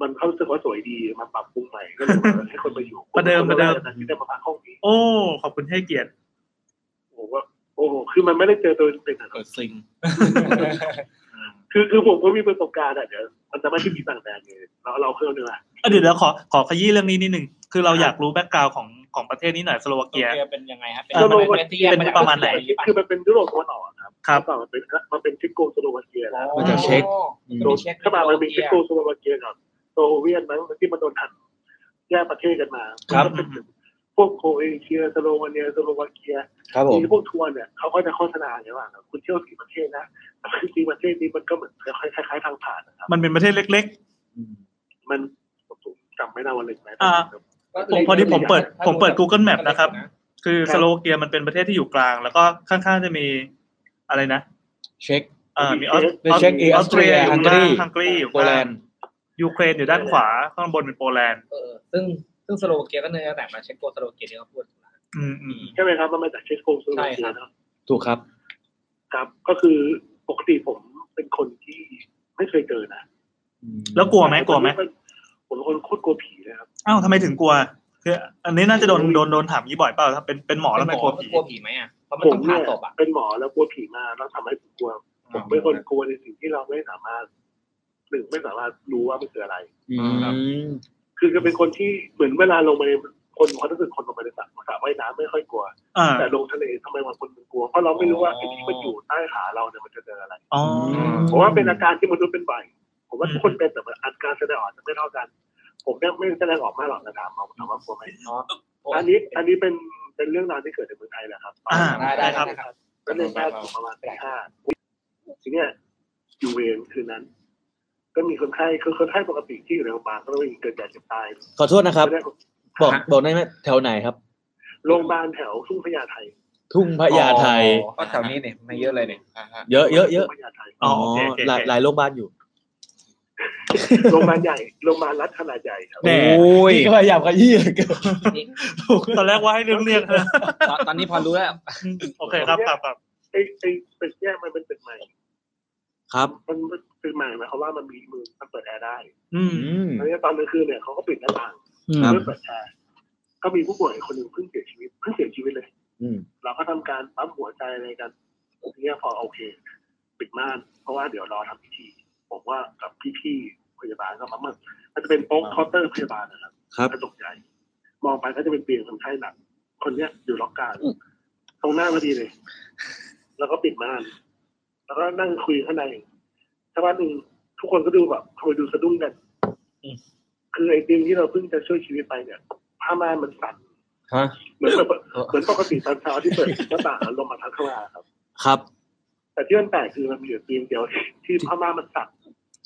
Speaker 8: มันเขารู้สึกว่าสวยดีมันปรับปรุงใหม่ก็เลยแบบให้คนมาอยู่
Speaker 2: ประเดิมประเดิม
Speaker 8: คนแกที่ได้มาพักห้องนี้
Speaker 2: โอ้ ขอบคุณให้เกียรติ
Speaker 8: ผมว่าโอ้โหคือมันไม่ได้เจอตัวเป็นๆอะ
Speaker 7: เปิดซิง
Speaker 8: คือคือผมก็มีประสบการณ์อะเดี๋ยวมันจะไม่ใช่มีต่างแดนเลยเราเราเพิ่มเนื้อ
Speaker 2: เอ้ยเดี๋ยวเราขอขอขยี้เรื่องนี้นิดหนึ่งคือเราอยากรู้แบ็กกราวของของประเทศนี้หน่อยสโลวา
Speaker 1: โอ
Speaker 2: เกี
Speaker 1: เกี
Speaker 2: ย
Speaker 1: ยเป็นยังไงฮะเป็น
Speaker 2: เออ
Speaker 1: ประมาณเป็นที่
Speaker 2: เป็นประมาณไหน
Speaker 8: คือมันเป็นยุโรปตะวันออกอะครับ
Speaker 2: ครับ
Speaker 8: เมื่อก่อนมันเป็นมันเป็นเทคโกสโลวาเกียนะ
Speaker 3: มาจากเช็ค อืม
Speaker 8: โดนเข้ามามันมีเช็กโกสโลวาเกียกับโซเวียตมั้งที่มันโดนหันแยกประเทศกันมา
Speaker 3: ครับ
Speaker 8: มันก็เป็นพวกโคเอเชียสโลวาเนียสโลวาเกีย
Speaker 3: ครับผม
Speaker 8: มีพวกทัวร์เนี่ยเขาก็จะโฆษณาอย่างว่าคุณเที่ยวสี่ประเทศนะแต่คือสี่ประเทศนี้มันก็เหมือนคล้ายๆทางผ่านนะครับ
Speaker 2: มันเป็นประเทศเล็ก
Speaker 8: มันผมจำไม่ได้วันเล็กไหม
Speaker 2: อ่า ผมพอดีผมเปิดผมเปิด Google Map นะครับ ๆ คือสโลวาเกียมันเป็นประเทศที่อยู่กลาง แล้วก็ข้างๆจะมีอะไรนะ
Speaker 3: เช็ค
Speaker 2: เอ่อมีออส
Speaker 3: มีเช็กเอออสเตรีย
Speaker 2: อ
Speaker 3: ฮั
Speaker 2: ยู่ห
Speaker 3: งก
Speaker 2: น้า
Speaker 3: รี
Speaker 2: ฮังกรีอยู่
Speaker 3: โปแลนด์
Speaker 2: ยูเครนอยู่ด้านขวาข้างบนเป็นโปแลนด์
Speaker 5: เออซึ่งซึ่งสโลวาเกียก็เนื้อแต่มาเช็คโกสโลวาเกียที่เขาพูดถึงนะ
Speaker 2: อืมอืม
Speaker 8: ใช่ไหมครับมันมาจากเช็กโกสโลวา
Speaker 5: ใช่ค
Speaker 8: เกีย
Speaker 5: รับ
Speaker 8: เนาะ
Speaker 3: ถูกครับ
Speaker 8: ครับ ก็คือปกติผมเป็นคนที่ไม่เคยเจอนะ
Speaker 3: อืม
Speaker 2: แล้วกลัวไหมกลัวไหม
Speaker 8: ผมเป็นคนโคตรกลัวผีเลยครับ
Speaker 2: อ้าวทำไมถึงกลัว คืออันนี้น่าจะโดนโดนโดนถามยี่บ่อยเปล่าถ้าเป็นเป็นหมอแล้วไม่กลัวผี
Speaker 5: กลัวผีไหมอ่ะเพราะมัน
Speaker 8: ผม
Speaker 5: ต้องผ่า
Speaker 8: เนี่ย
Speaker 5: ศพอ่ะ
Speaker 8: เป็นหมอแล้วกลัวผีมากแล้วทำให้ผมกลัว ผมเป็นคนกลัวในสิ่งที่เราไม่สามารถหนึ่งไม่สามารถรู้ว่ามันคืออะไร
Speaker 3: อืม
Speaker 8: คือจะเป็นคนที่เหมือนเวลาลงไปในคนความรู้สึกคนลงไปในสระสระว่ายน้ำไม่ค่อยกลัว
Speaker 2: อ่า
Speaker 8: แต่ลงทะเลทำไมบางคนมันกลัวเพราะเราไม่รู้ว่าไอ้ที่มันอยู่ใต้ขาเราเนี่ยมันจะเจออะไร
Speaker 2: อ๋อ
Speaker 8: ผมว่าเป็นอาการที่มนุษย์เป็นบ่อยผมว่าทุกคนเป็นแต่มันอาการแสดงออกจะไม่เท่ากัน ผมเนี่ยไม่แสดงออกมากหรอกนะครับเอาถามว่ากลัวไหมอันนี้ อันนี้เป็นเป็นเรื่องราวที่เกิดในเมืองไทยนะครับ
Speaker 2: อ่า
Speaker 5: ได้ได้ครับ
Speaker 8: ก็เล่นแค่ถึงประมาณตีห้าทีเนี้ยอยู่เวรคืนนั้น ก็มีคนไข้คือคนไข้ปกติที่อยู่ในโรงพยาบาลก็ไม่มีเกิดการเจ็บตาย
Speaker 3: ขอโทษนะครับ
Speaker 8: ไม่ได้
Speaker 3: บอกบอกได้ไหมแถวไหนครับ
Speaker 8: โรงพยาบาลแถวทุ่งพญาไท
Speaker 3: ทุ่งพญาไท
Speaker 5: ก็แถวนี้เนี่ยไม่เยอะเลยเนี่ย
Speaker 3: เยอะเยอะเยอะ
Speaker 8: ทุ่งพญาไท
Speaker 2: อ๋อโอเคโอเค
Speaker 3: หลายหลายโรงพยาบาลอยู่
Speaker 8: โรงพยาบาลใหญ่โรงพยาบาลรัฐขนาดใหญ่ครับ
Speaker 9: แหน่
Speaker 3: โอ้ย
Speaker 9: นี่ก็พยายามขยี้เหลือเกิน
Speaker 2: ตอนแรก ว่าให้เรียงๆนะ
Speaker 1: ตอนตอนนี้พอรู้แล้ว
Speaker 2: โอเคครับปรับปรับ
Speaker 8: ไอ้ไอ้ตึกเนี่ยมันเป็นตึกใหม่
Speaker 3: ครับ
Speaker 8: มันมันตึกใหม่หมายความว่ามันมีมือมันเปิดแอร์ได้
Speaker 2: อืม
Speaker 3: อืม
Speaker 8: ตอนนี้ตอนกลางคืนเนี่ยเขาก็ปิดหน้าต่าง
Speaker 3: ครับ
Speaker 8: เพื่อเปิดแอร์ก็มีผู้ป่วยคนหนึ่งเพิ่งเสียชีวิตเพิ่งเสียชีวิตเลย
Speaker 3: อืม
Speaker 8: เราก็ทำการปั๊มหัวใจอะไรกันทีเนี่ยพอโอเค ปิดม่าน เพราะว่าเดี๋ยวรอทำพิธีผมว่ากับพี่ๆพยาบาลก็มาเมื่อมันจะเป็นโต๊ะเคาน์เตอร์พยาบาลนะครับ
Speaker 3: ครับ
Speaker 8: กระจกใหญ่มองไปก็จะเป็นเตียงคนไข้หนัก คนเนี้ยอยู่ล็อกกลางตรงหน้าพอดีเลย แล้วก็ปิดม่าน แล้วก็นั่งคุยข้างในสักวันหนึ่งทุกคนก็ดูแบบคอยดูสะดุ้งกัน
Speaker 1: อืม
Speaker 8: คือไอ้เตียงที่เราเพิ่งจะช่วยชีวิตไปเนี่ยผ้าม่านมันสั่น
Speaker 3: ฮะ
Speaker 8: เหมือนแบบเหมือนปกติตอนเช้าที่เปิดหน้าต่างแล้วลมมาทัดเข้ามาครับ
Speaker 3: ครับ
Speaker 8: แต่ที่มันแปลกคือมันมีอยู่เตียงเดียวที่พม่ามันสั่น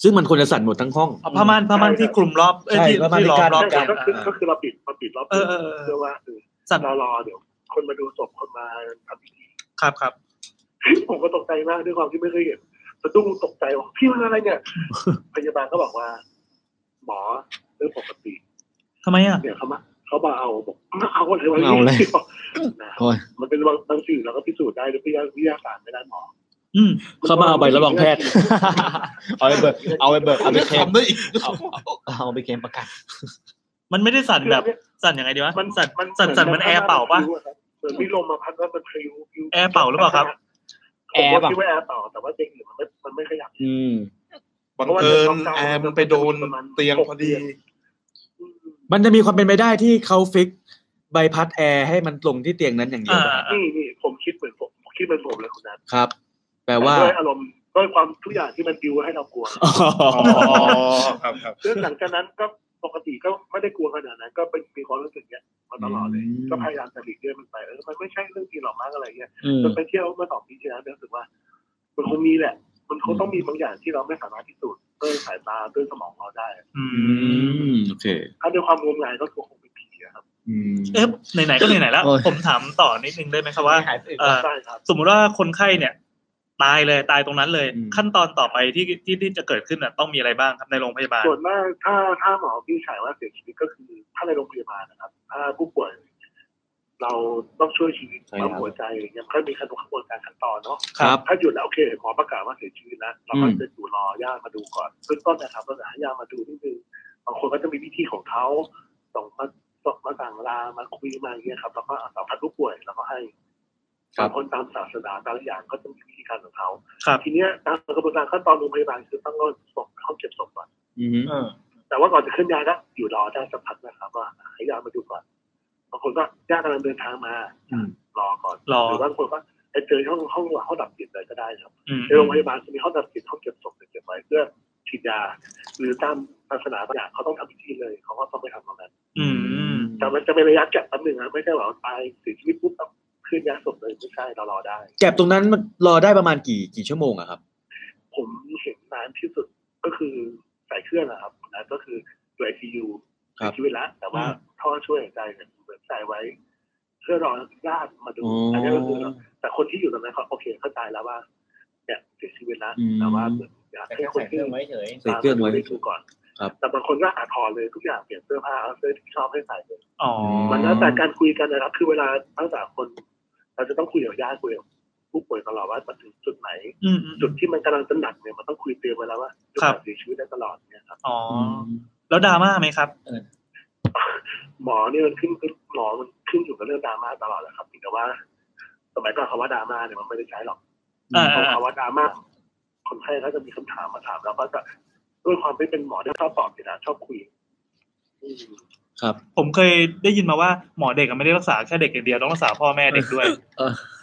Speaker 3: ซึ่งมันควรจะสั่นหมดทั้งห้อง
Speaker 2: เอาผ้าม่านผ้าม่านที่คลุมรอบเอ้ยที่ที่ล้อมรอบกัน
Speaker 8: ก็คือก็คือเราปิดเราปิดรอบ
Speaker 2: เออเออเออ
Speaker 8: เพื่อว่าเออ
Speaker 2: สั่น
Speaker 8: เรารอเดี๋ยว คนมาดูศพคนมาทำพิธี
Speaker 2: ครับครับ
Speaker 8: ผมก็ตกใจมากด้วยความที่ไม่เคยเห็นสะดุ้งตกใจว่าพี่มันอะไรเนี่ย พยาบาลก็บอกว่า หมอเรื่องปกติ
Speaker 2: ทำไมอ่ะ
Speaker 8: เนี่ยเขามาเขามาเอาบอกมาเอาอะไรวะ
Speaker 3: เอาอะไร
Speaker 8: นะ
Speaker 3: โอ้ย
Speaker 8: มันเป็นบางบางสิ่งเราก็พิสูจน์ได้ด้วยวิทยาวิทยาศาสตร์ไม่ได้หมอ
Speaker 2: อืม
Speaker 3: เขามาเอาใบรับรองแพทย์
Speaker 9: เอาไปเบิกเอาไปเบิกเอาไป
Speaker 7: จะ
Speaker 9: เคลม
Speaker 7: ทำได้อีก
Speaker 9: เอาเอาเอาไปเคลมประกัน
Speaker 2: มันไม่ได้สั่นแบบสั่นยังไงดีวะสั่นสั่นสั่นเหมันแอร์เป่าปะ
Speaker 8: เหมือนมีลมมาพัดแล้วมันพลิ้วพลิ้ว
Speaker 2: แอร์เป่าหรือเปล่าครับ
Speaker 8: แอ
Speaker 9: แอ
Speaker 8: ร์
Speaker 9: ร์เปล่า
Speaker 8: คิดว่าแอร์เป่าแต่ว่าเตียงอื่นมันไม่มันไม่ขยับ
Speaker 9: อืม
Speaker 7: บังเอิญแอร์มันไปโดนเตียงพอดี
Speaker 3: มันจะมีความเป็นไปได้ที่เขาฟิกใบพัดแอร์ให้มันลงที่เตียงนั้นอย่างเดียว
Speaker 2: อ่า
Speaker 8: นี่นี่ผมคิดเหมือนผมผมคิดเหมือนผมเลยคุณนัท
Speaker 3: ครับ แปลว่า
Speaker 8: ด้วยอารมณ์ด้วยความทุกอย่างที่มันดิวให้เรา กลัว
Speaker 7: อ๋อครับครับ
Speaker 8: ซึ่งหลังจากนั้นก็ปกติก็ไม่ได้กลัวขนาดนั้นก็เป็นมีความรู้สึกเนี้ยมาตลอดเลย
Speaker 3: อืม
Speaker 8: ก็พยายามจะหลีกเลี่ยงมันไปเออมันไม่ใช่เรื่องที่หรอกมากอะไรเงี้ย
Speaker 3: อืม
Speaker 8: จนไปเที่ยวเมื่อสองปีที่แล้วเนี่ยรู้สึกว่า มันคงมีแหละ มันคงต้องมีบางอย่างที่เราไม่สามารถพิสูจน์ด้วยสายตาด้วยสมองเราได้
Speaker 2: อื
Speaker 3: อื
Speaker 2: ม
Speaker 3: มโอเค
Speaker 8: ถ้าด้วยความงมงายก็คงเป็นผีอะครับ
Speaker 3: อืม
Speaker 2: เอ๊ะไหนๆก็ไหนๆแล้ว
Speaker 9: โอ้ย
Speaker 2: ผมถามต่อนิดนึงได้ไหมครับว่า
Speaker 5: หายไป
Speaker 2: เออ
Speaker 8: ได้ครับ
Speaker 2: สมมุติว่าคนไข้เนี่ย ตายเลยตายตรงนั้นเลย
Speaker 3: อืม
Speaker 2: ขั้นตอนต่อไปที่ที่ที่จะเกิดขึ้นน่ะต้องมีอะไรบ้างครับในโรงพยาบาล
Speaker 8: ส่วนมากถ้าถ้าหมอพี่ฉายว่าเสียชีวิตก็คือถ้าในโรงพยาบาลนะครับถ้าผู้ป่วย เราต้องช่วยชีวิต
Speaker 9: ใช่ครับ
Speaker 8: ปั๊มหัวใจอะไรเงี้ยมันก็มีขั้นกระบวนการขั้นตอนเนาะ
Speaker 3: ครับ
Speaker 8: ถ้าหยุดแล้วโอเคหมอประกาศว่าเสียชีวิตแล้วเราก็
Speaker 3: อืม
Speaker 8: จะอยู่รอญาติมาดูก่อนเบื้องต้นนะครับเราจะหาญาติมาดูนิดนึงบางคนก็จะมีวิธีของเขาส่งมาส่งมาสั่งลามาคุยมาอย่างเงี้ยครับแล้วก็สัมผัสผู้ป่วยแล้วก็ให้
Speaker 3: ครับบ
Speaker 8: างคนตามศาสนาบางอย่างก็จะมีวิธีการของเขา
Speaker 2: ครับ
Speaker 8: ทีเนี้ยตามกระบวนการขั้นตอนโรงพยาบาลคือต้องเอาศพเข้าเก็บศพก่อน
Speaker 3: อืม
Speaker 8: แต่ว่าก่อนจะขึ้นยานก็อยู่รอได้สักพักนะครับว่าให้ยามาดูก่อนบางคนก็ญาติกำลังเดินทางมา
Speaker 3: อืม
Speaker 8: รอก่อน
Speaker 2: รอ
Speaker 8: หรือบางคนก็ไปเจอห้องห้องห้องดับจิตเลยก็ได้ครับ
Speaker 2: อืม
Speaker 8: ในโรงพยาบาลจะมีห้องดับจิตห้องเก็บศพเก็บไว้เพื่อฉีดยาหรือตามศาสนาบางอย่างเขาต้องทำพิธีเลยเขาก็ต้องไปทำตรงนั้น
Speaker 2: อืม
Speaker 8: แต่มันจะเป็นระยะแก็บแป๊บหนึงนะไม่ใช่ว่าตายเสียชีวิตปุ๊บต้องขึ้นยาศพเลยไม่ใช่เรารอได้
Speaker 3: แก็บตรงนั้นมันรอได้ประมาณกี่กี่ชั่วโมงอะครับ
Speaker 8: ผมเห็นนานที่สุดก็คือใส่เครื่องนะครับนะก็คือตัวไอซียู
Speaker 3: ครับ
Speaker 8: ชีวิตละแต่ว่าท่อช่วยหายใจเนี่ยเหมือนใส่ไว้ เพื่อรอญาติมาดูอันนี้ก็คือเราแต่คนที่อยู่ตรงนั้นเขาโอเคเข้าใจแล้วว่าเนี่ยเสียชีวิตละ
Speaker 3: อืม
Speaker 8: แต่ว่าเหมือนอยาก
Speaker 1: แต่
Speaker 8: ให้
Speaker 1: แค่
Speaker 8: คน
Speaker 1: ใส่เค
Speaker 8: ที่
Speaker 1: รื่องไว้เฉย
Speaker 3: ใส่เครื่องไว้
Speaker 8: ได้ดูก่อน
Speaker 3: ครับ
Speaker 8: แต่บางคนก็อาจถอดเลยทุกอย่างเปลี่ยนเสื้อผ้าเอาเสื้อที่ชอบให้ใส่เลย
Speaker 2: อ๋อ
Speaker 8: มันแล้วแต่การคุยกันนะครับ คือเวลาทั้งสามคน เราจะต้องคุยกับญาติคุยกับผู้ป่วยตลอดว่ามันถึงจุดไหน
Speaker 2: อืมอืม
Speaker 8: จุดที่มันกำลังจะหนักเนี่ยมันต้องคุยเตือนไว้แล้วว่า
Speaker 2: ครับ
Speaker 8: เสียชีวิตได้ตลอดเนี่ยครับ
Speaker 2: อ๋อแล้วดราม่าไหมครับ
Speaker 8: หมอเนี่ยมันขึ้นหมอมันขึ้นอยู่กับเรื่องดราม่าตลอดแหละครับเพียงแต่ว่า สมัยก่อนคำว่าดราม่าเนี่ยมันไม่ได้ใช้หรอก
Speaker 2: อ่า
Speaker 8: เพราะคำว่าดราม่าคนไข้ก็จะมีคำถามมาถามแล้วก็จะด้วยความที่เป็นหมอที่ชอบตอบอยู่แล้วชอบคุยอืม
Speaker 3: ครับ
Speaker 2: ผมเคยได้ยินมาว่าหมอเด็กอะไม่ได้รักษาแค่เด็กอย่างเดียวต้องรักษาพ่อแม่เด็กด้วย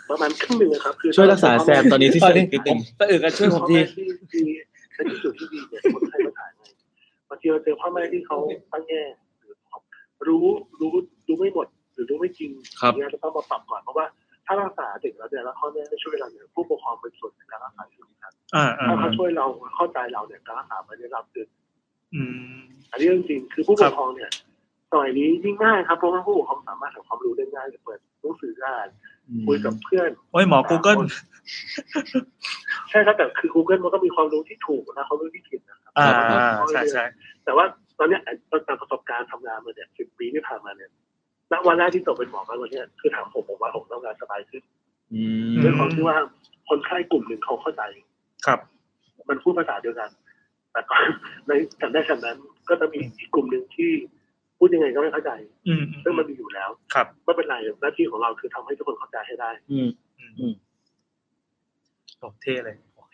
Speaker 8: ประมาณครึ่งหนึ่งนะครับ คือ
Speaker 3: ช่วยรักษาแซมตอนนี้ที่
Speaker 9: ต
Speaker 3: สุ
Speaker 9: อ
Speaker 3: ด
Speaker 9: นนี้
Speaker 3: นิดนึง
Speaker 9: ตะอึกอะช่วยผมที
Speaker 8: พ่อแที่ดีเป็นที่สุดที่ดีเนี่ยคนไข้มาถามไงบางทีเราเจอพ่อแม่ที่เขาตั้งแง่หรือรู้รู้รู้ไม่หมดหรือรู้ไม่จริง
Speaker 3: ครับ
Speaker 8: เนี่ยเราต้องมาปรับก่อนเพราะว่าถ้ารักษาเด็กเราเนี่ยแล้วพ่อแม่ไม่ช่วยเราเนี่ยผู้ปกครองเป็นส่วนในการรักษาอยู่นะครับ
Speaker 2: อ่าอ่า
Speaker 8: ถ้าเขาช่วยเราเข้าใจเราเนี่ยการรักษาไม่ได้รับเดือน
Speaker 2: อืม
Speaker 8: อันนี้เรื่องจริงคือผู้ปกครองเนี่ยสมัยนี้ยิ่งง่ายครับเพราะว่าผู้ปกครองสามารถหาความรู้ได้ง่ายเปิดหนังสืออ่านคุยกับเพื่อน
Speaker 2: โอ้ยหมอ Google
Speaker 8: ใช่ครับแต่คือ Google มันก็มีความรู้ที่ถูกนะความรู้ที่ผิดนะครับ
Speaker 2: อ่า
Speaker 3: ครับครับ
Speaker 2: ใช่ใช่
Speaker 8: แต่ว่าตอนเนี้ยตั้งแต่ประสบการณ์ทำงานมาเนี่ยสิบปีที่ผ่านมาเนี่ยณวันแรกที่ตกเป็นหมอกันวันเนี้ยคือถามผมผมว่าผมต้องการสบายขึ้น
Speaker 3: อืม
Speaker 8: ด้วยความที่ว่าคนไข้กลุ่มหนึ่งเขาเข้าใจ
Speaker 2: ครับ
Speaker 8: มันพูดภาษาเดียวกัน แต่ก็ ในฉันได้ฉันนั้นก็จะมีอีกกลุ่มหนึ่งที่พูดยังไงก็ไม่เข้าใจ
Speaker 2: อืม
Speaker 8: ซึ่งมันมีอยู่แล้ว
Speaker 2: ครับ
Speaker 8: ไม่เป็นไรหน้าที่ของเราคือทำให้ทุกคนเข้าใจให้ได้
Speaker 1: อืม
Speaker 2: โอเท่เลย
Speaker 1: โอเค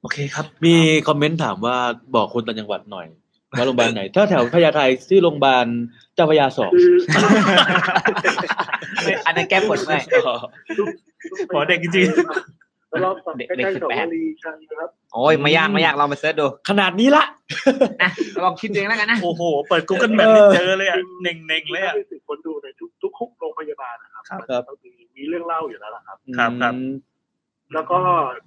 Speaker 2: โอเคครับ
Speaker 3: มีคอมเมนต์ถามว่าบอกคนต่างจังหวัดหน่อยว่าโรงพยาบาลไหน ถ้าแถวพญาไทชื่อโรงพยาบาลเจ้าพระยาสอง
Speaker 8: คือ
Speaker 1: อันนั้นแก้ปวดไหม
Speaker 2: หม อเด็กจริง
Speaker 8: แล้วรอบต่อ
Speaker 1: เด็ก
Speaker 8: ใก
Speaker 1: เด็ก
Speaker 8: ล้
Speaker 1: สิบ
Speaker 8: ๆสอง
Speaker 1: แปด
Speaker 8: วลีชันนะครับ
Speaker 1: โอ้ยไม่ยากไม่ยากลองไปเสิร์ชดู
Speaker 3: ขนาดนี้ละ
Speaker 4: นะลองคิดเองแล้วกันนะ
Speaker 2: โอ้โห เปิด Google Map
Speaker 3: เออ
Speaker 2: เจอเลยอ่ะเน่งเน่งๆเลยอ่ะ
Speaker 8: ถ้าไปสืบคนดูในทุกทุกคุกโรงพยาบาลนะครับ
Speaker 2: ครับ
Speaker 8: มันจะต้องมีมีเรื่องเล่าอยู่แล้วล่ะครับ
Speaker 2: ครับครับ
Speaker 3: อืม
Speaker 8: แล้วก็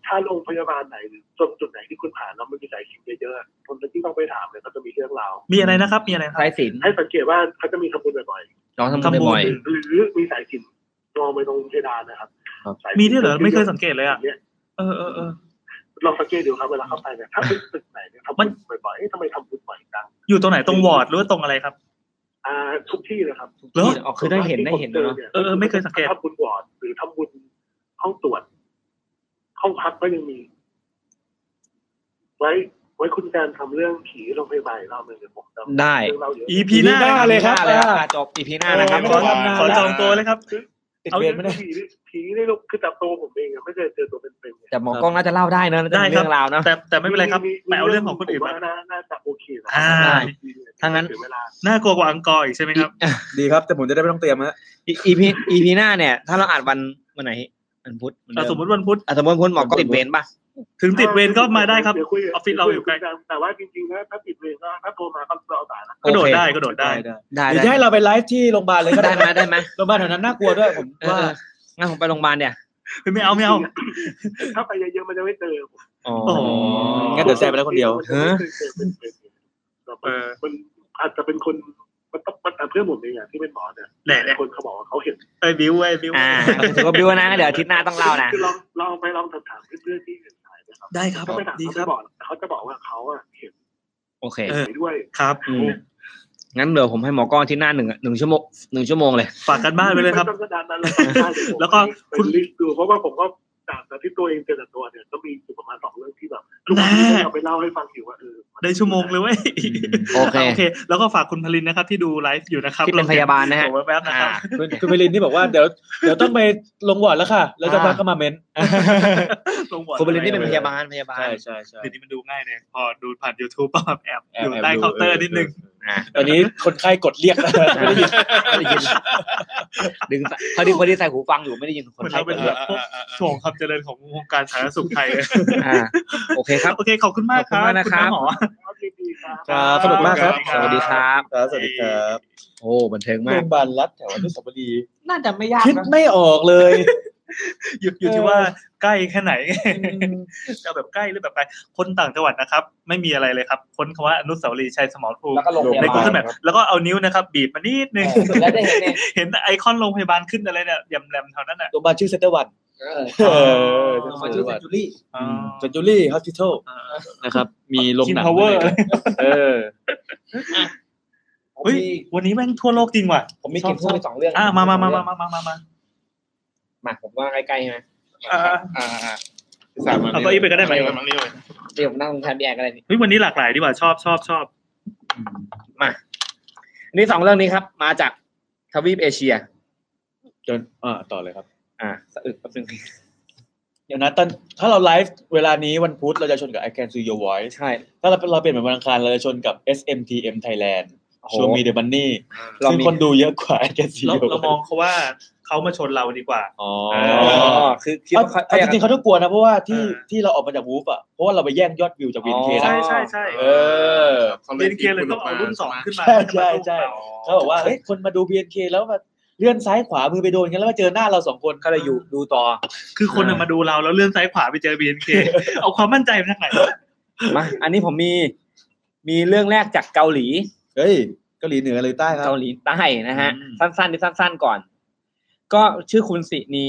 Speaker 8: ถ้าโรงพยาบาลไหนหรือตรงจุดไหนที่คุณผ่านแล้วมันมีสายชิงเยอะๆคนที่ต้องไปถามเนี่ยก็จะมีเรื่องราว
Speaker 2: มีอะไรนะครับ มีอะไรครับ
Speaker 1: สายสิน
Speaker 8: ให้สังเกตว่าเขาจะมีทำบุญบ่อย
Speaker 1: ลองทำบุญบ่อย
Speaker 8: ๆหรือมีสายชิงมองไปตรงเพดานนะครับ
Speaker 1: ครับ
Speaker 8: สา
Speaker 2: มีด้วยเหรอไม่เคยสังเกตเลยอ่ะ
Speaker 8: นี่ย
Speaker 2: เออเออเออ
Speaker 8: ลองสังเกตดูครับเวลาเข้าไปเนี่ยถ้าเป็นตึกไหนเนี่ยทำ
Speaker 2: มั
Speaker 8: บุ
Speaker 2: น
Speaker 8: ญบ่อยๆเอ๊ะทำไมทำบุญบ่อยจัง
Speaker 2: อยู่ตรงไหนตรงวอร์ดหรือว่าตรงอะไรครับ
Speaker 8: อ่าทุกที่นะครับ
Speaker 2: เหรอ
Speaker 1: อ๋อคือได้เห็นได้เห็นเนาะ
Speaker 2: เออเออไม่เคยสังเกต
Speaker 8: ทำบุญวอร์ดหรือทำบุญห้องตรวจห้องพักก็ยังมี ไว้ ไว้คุณแจนทำเรื่องผีโรงพยาบาลอีกรอบหนึ่งเดี๋ยวผมจะ
Speaker 1: ได้
Speaker 8: เรื่องเล่าเยอะ
Speaker 2: EP หน้า
Speaker 3: เลยครับ
Speaker 1: หน้าเลยอ่ะจบอีพีหน้านะครับ
Speaker 2: ขอขอจองตัวเลยครับ
Speaker 3: ติด
Speaker 2: เอา
Speaker 3: เวรไม่ได้
Speaker 8: ผีนี่ผีนี่ลูกคือแต่ตัวผมเองอะไม่เคยเจอตัวเป็นๆไง
Speaker 1: แต่หมอกล้องน่าจะเล่าได้เนอะน่าจะ
Speaker 2: ได้
Speaker 1: มี
Speaker 2: ครั
Speaker 1: เรื่
Speaker 2: บ
Speaker 1: องราวเนอะ
Speaker 2: แต่แต่ไม่เป็นไรครับแปลเอาเรื่องของคนอื่น
Speaker 8: ผม
Speaker 2: มา
Speaker 8: ว่าน่าน่าจะโอเคนะ
Speaker 2: อ่า
Speaker 8: ถ้า
Speaker 1: ถ้างั้
Speaker 8: งั้น
Speaker 1: น
Speaker 8: ถึงเวลา
Speaker 2: น่ากลัวกว่าอังกอร์อีกใช่ไหมครับ
Speaker 3: ดีครับ แต่ผมจะได้ไม่ต้องเตรียมฮะ
Speaker 1: อีพีอีพีหน้าเนี่ย ถ้าเราอัดวันวันไหนวันพุธเหอนเดิ
Speaker 2: อ่ะสมมติวันพุธ
Speaker 1: อ่ะสมมติคุณหมอกล้องติดเวรป่ะ
Speaker 2: ถึงติดเวรก็มาได้ครับ
Speaker 8: เยวคุย
Speaker 2: ออฟฟิศเราอยู่ใกล้
Speaker 8: แต่ว่าจริงๆนะถ้าติดเวรก็ถ้าโทรมาก็รอสายนะ
Speaker 2: กระโดด
Speaker 1: โอเค
Speaker 2: ได้กระโดดได้
Speaker 1: ได้
Speaker 3: เดี๋ย
Speaker 1: ได้
Speaker 3: วจะให้เราไปไลฟ์ที่โรงพยาบาลเลยก็
Speaker 1: ได้
Speaker 3: ได้
Speaker 1: ไหมได้ไหม
Speaker 3: โรงพยาบาลแถวนั้นน่ากลัวด้วยผม
Speaker 1: เอ
Speaker 3: ว่า
Speaker 1: อๆงั้นผมไปโรงพยาบาลเนี่ย
Speaker 2: ไม่เอาไม่เอา
Speaker 8: ถ้าไปเยอะๆมันจะไม่เจอ
Speaker 1: อ๋อ
Speaker 2: โอ้โห
Speaker 3: งั้นเดี๋ยวแซมไปแล้วคนเดียว
Speaker 8: มันจะไม่เคยเจอเป็นๆเราไป
Speaker 2: เออ
Speaker 8: มันอาจจะเป็นคนมันต้องมันเพื่อนผมเองอะที่เป็นหมอเนี่ย
Speaker 2: แหละแหละ
Speaker 8: คนเขาบอกว่าเขาเห็น
Speaker 2: ไอ้ยบิวไอ้ยบิว
Speaker 1: อ่าถือว่าบิวนะงั้นเดี๋ยวอาทิตย์หน้าต้องเล่านะ
Speaker 8: คือลองลองไปลองถามๆเพื่อนๆที่เห็นสายนะครับ
Speaker 2: ได้ครับ
Speaker 8: ถ้าไปถาม
Speaker 2: ดี
Speaker 8: เขา
Speaker 2: ครั
Speaker 8: จะ
Speaker 2: บ
Speaker 8: บอกเขาจะบอกว่าเขาอะเห็น
Speaker 1: โอเค
Speaker 2: เออ
Speaker 8: ไปด้วย
Speaker 2: ครับ
Speaker 1: อืม งั้นเดี๋ยวผมให้หมอกล้องอาที่หน้าหนึ่งหนึ่งชั่วโมงหนึ่งชั่วโมงเลย
Speaker 2: ฝากกันบ้านไปเลยครับ
Speaker 8: ม่ต้องกระดานนั้นเลย
Speaker 2: แล้วก็คุ
Speaker 8: คุณ ณลิสต์ดูเพราะว่าผมก็จากแต่ที่ตัวเองเจอแต่ตัวเนี่ยก็มีอยู่ประมาณสองเรื่องที่แบบทุกคน
Speaker 2: แน่
Speaker 8: เราไปเล่าให้ฟังอยู่ว่าเออ
Speaker 2: ได้ชั่วโมงเลยเว้ย
Speaker 1: โอเค
Speaker 2: โอเค แล้วก็ฝากคุณพลินนะครับที่ดูไลฟ์อยู่นะครับ
Speaker 1: ที่เป็นพยาบาลนะฮะ
Speaker 2: ผมแป๊บๆนะครับ
Speaker 3: คุณคุณไปรินที่บอกว่าเดี๋ยวเดี๋ยวต้องไปลงวอร์ดแล้วค่ะ แล้วจะพักก็มาเม้น
Speaker 2: ลงบอร์ด
Speaker 1: คุณบรินนี่เป็น
Speaker 2: อะ
Speaker 1: พ
Speaker 2: ไ
Speaker 1: ยาบาลพยาบาล
Speaker 3: ใช่ใช่ใช่
Speaker 2: เดี๋ยวนี้มันดูง่ายเลยพอดูผ่าน YouTube ปั๊บแอบ
Speaker 3: แอบ
Speaker 2: อยู่
Speaker 3: แบ
Speaker 2: ใต้
Speaker 3: ดู
Speaker 2: เคาน์เตอร์นิดนึง
Speaker 1: อ่ะ
Speaker 3: ตอนนี้ คนไข้กดเรียกแล้วไม่ได้ยิน
Speaker 1: ดึงสายพอดีพอดีใส่หูฟังอยู่ไม่ได้ยินค
Speaker 2: เหมือน น
Speaker 1: ไทย
Speaker 2: เราเป็นแบบพวกช่วงความเจริญของวงการสาธารณสุขไทย
Speaker 1: อ่าโอเคครับ
Speaker 2: โอเค ขอบคุณมากครับ
Speaker 1: ขอบคุณมากนะครับ
Speaker 2: ณหมอ
Speaker 8: เอาดีๆครับ
Speaker 3: ครับสนุกมากครับ
Speaker 1: สวัสดีครับ
Speaker 3: ครับสวัสดีครับ
Speaker 1: โอ้บันเทิง
Speaker 3: โร
Speaker 1: มาก
Speaker 3: งพยาบาลรัฐแถวอนุสาวรีย์
Speaker 4: น่าจะไม่ยาก
Speaker 3: คิด
Speaker 4: นะ
Speaker 3: ไม่ออกเลย
Speaker 2: อยู่อยู่ที่ว่าใกล้แค่ไหนจะแบบใกล้หรือแบบไกลคนต่างจังหวัดนะครับ ไม่มีอะไรเลยครับ ค้นคำว่าอนุสาวรีย์ชัยสมรภูมิ
Speaker 4: แล้วก็ลงพยา
Speaker 2: ใน
Speaker 4: บาล
Speaker 2: Google Map แล้วก็เอานิ้วนะครับ บีบมานิดนึง
Speaker 4: แล้วได้เห็นเนี่ย
Speaker 2: เห็นไอคอนโรงพยาบาลขึ้นอะไรเนี่ยยำแรมเท่านั้นอ่ะ
Speaker 3: โรงพยาบาลชื่อเซนเตอร์วัน
Speaker 4: เอ
Speaker 2: อ
Speaker 4: อมาชื่อเซนจูรี่
Speaker 3: เซนจูรี่ฮอสพิทอลนะครับ มีลงหนัง
Speaker 2: King Power
Speaker 3: ด้วยนะเออ
Speaker 2: เฮ้ยวันนี้แม่งทั่วโลกจริงว่ะ
Speaker 1: ผมมีเก็บเพิ่มอีกสองเรื่อง
Speaker 2: อ่ะมามามามามามามา
Speaker 1: มาผมว่าใกล้ๆใช่ไหม
Speaker 2: อ่ะ
Speaker 10: อ่าอ่าที่สามมา
Speaker 2: เอาเก้าอี้ไปก็ได้ไหม
Speaker 10: มังนี่เลย
Speaker 1: เดี๋ยวผมนั่งแทนพี่แอร์ก็ได้นี่
Speaker 2: เฮ้ยวันนี้หลากหลายดีกว่าชอบชอบชอบ
Speaker 1: มานี่สองเรื่องนี้ครับ มาจากทวีปเอเชีย
Speaker 3: จนอ่าต่อเลยครับ
Speaker 1: อ่าสะอึกแป๊บนึง
Speaker 3: เดี๋ยวนะตอนถ้าเราไลฟ์เวลานี้วันพุธเราจะชนกับ I Can See Your Voice
Speaker 1: ใช่
Speaker 3: ถ้าเราเราเปลี่ยนเป็นวันอังคารเราจะชนกับ SMTM Thailand
Speaker 1: โอ้โห
Speaker 3: Show Me the Money
Speaker 1: เรา
Speaker 3: ซึ่ง
Speaker 1: มี
Speaker 3: คนดูเยอะกว่า I Can See
Speaker 2: เรา
Speaker 3: Your
Speaker 2: เรามอง
Speaker 3: Voice
Speaker 2: เขาว่าเขามาชนเราดีกว่า
Speaker 3: อ๋อ
Speaker 1: อ๋อคือคิดว่า
Speaker 3: เอาจริงๆเขาต้องกลัวนะ เพราะว่าที่
Speaker 2: เออ
Speaker 3: ที่เราออกมาจากวูฟอ่ะเพราะว่าเราไปแย่งยอดวิวจากวินเคนะ
Speaker 2: ใช่ใช่ใช่
Speaker 3: เออ
Speaker 10: เขา
Speaker 2: เรียนเกียร์เลย
Speaker 10: ทีม
Speaker 2: ต้องเอารุ่นสองขึ้นมา
Speaker 3: ใช่ใช่ใช่
Speaker 2: ห้มัน
Speaker 3: เขาบอกว่าเฮ้ยคนมาดู BNK แล้วมาเลื่อนซ้ายขวามือไปโดนกันแล้วมาเจอหน้าเราสองคน
Speaker 1: เขาเลยอยู่ดูต่อ
Speaker 2: คือคนน่ะมาดูเราแล้วเลื่อนซ้ายขวาไปเจอ BNK เอาความ มั่นใจมาจากไหน
Speaker 1: มา อันนี้ผมมี มีเรื่องแรกจากเกาหลี
Speaker 3: เฮ้ยเกาหลีเหนือหรือใต้ครับ
Speaker 1: เกาหลีใต้นะฮะ
Speaker 3: อืม
Speaker 1: สั้นๆนี่สั้น ๆ ก่อน ก็ชื่อคุณสินี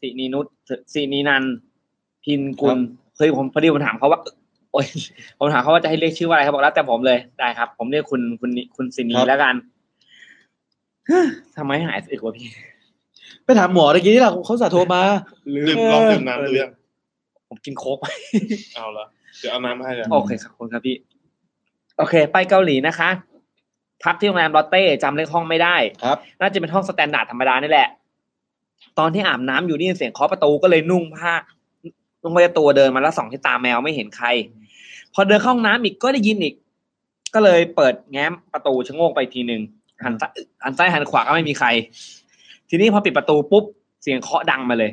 Speaker 1: สินีนุชสินีนัน พินกุลเคยผมพอดีผมถามเขาว่า โอ้ยผมถามเขาว่าจะให้เรียกชื่อว่าอะไรเขาบอกแล้วแต่ผมเลยได้ครับ ผมเรียกคุณคุณคุณซินี
Speaker 3: ครับ
Speaker 1: แล้วกัน เฮ้ยทำไมหายสึกวะพี่
Speaker 3: ไปถามหมอตะกี้นี่แหละเขาสาโทรมา
Speaker 4: ดื่มลองดื่มน้ำดูยัง
Speaker 1: ผมกินโค้กไป
Speaker 4: เอาละเดี๋ยวเอาน้ำมาให้เลย
Speaker 1: โอเคครับขอบคุณครับพี่ โอเค ไปเกาหลีนะคะ พักที่โรงแรมลอตเต้จำเลขห้องไม่ได้
Speaker 3: ครับ
Speaker 1: น่าจะเป็นห้องสแตนดาร์ดธรรมดานี่แหละ ตอนที่อาบน้ำอยู่ได้ยินเสียงเคาะประตูก็เลยนุ่งผ้านุ่งผ้าตัวเดินมาแล้วส่องที่ตาแมวไม่เห็นใคร พอเดินเข้าห้องน้ำอีกก็ได้ยินอีก ก็เลยเปิดแง้มประตูชะโงกไปทีหนึ่งหันซ้ายหันซ้ายหันขวาก็ไม่มีใคร ทีนี้พอปิดประตูปุ๊บเสียงเคาะดังมาเลย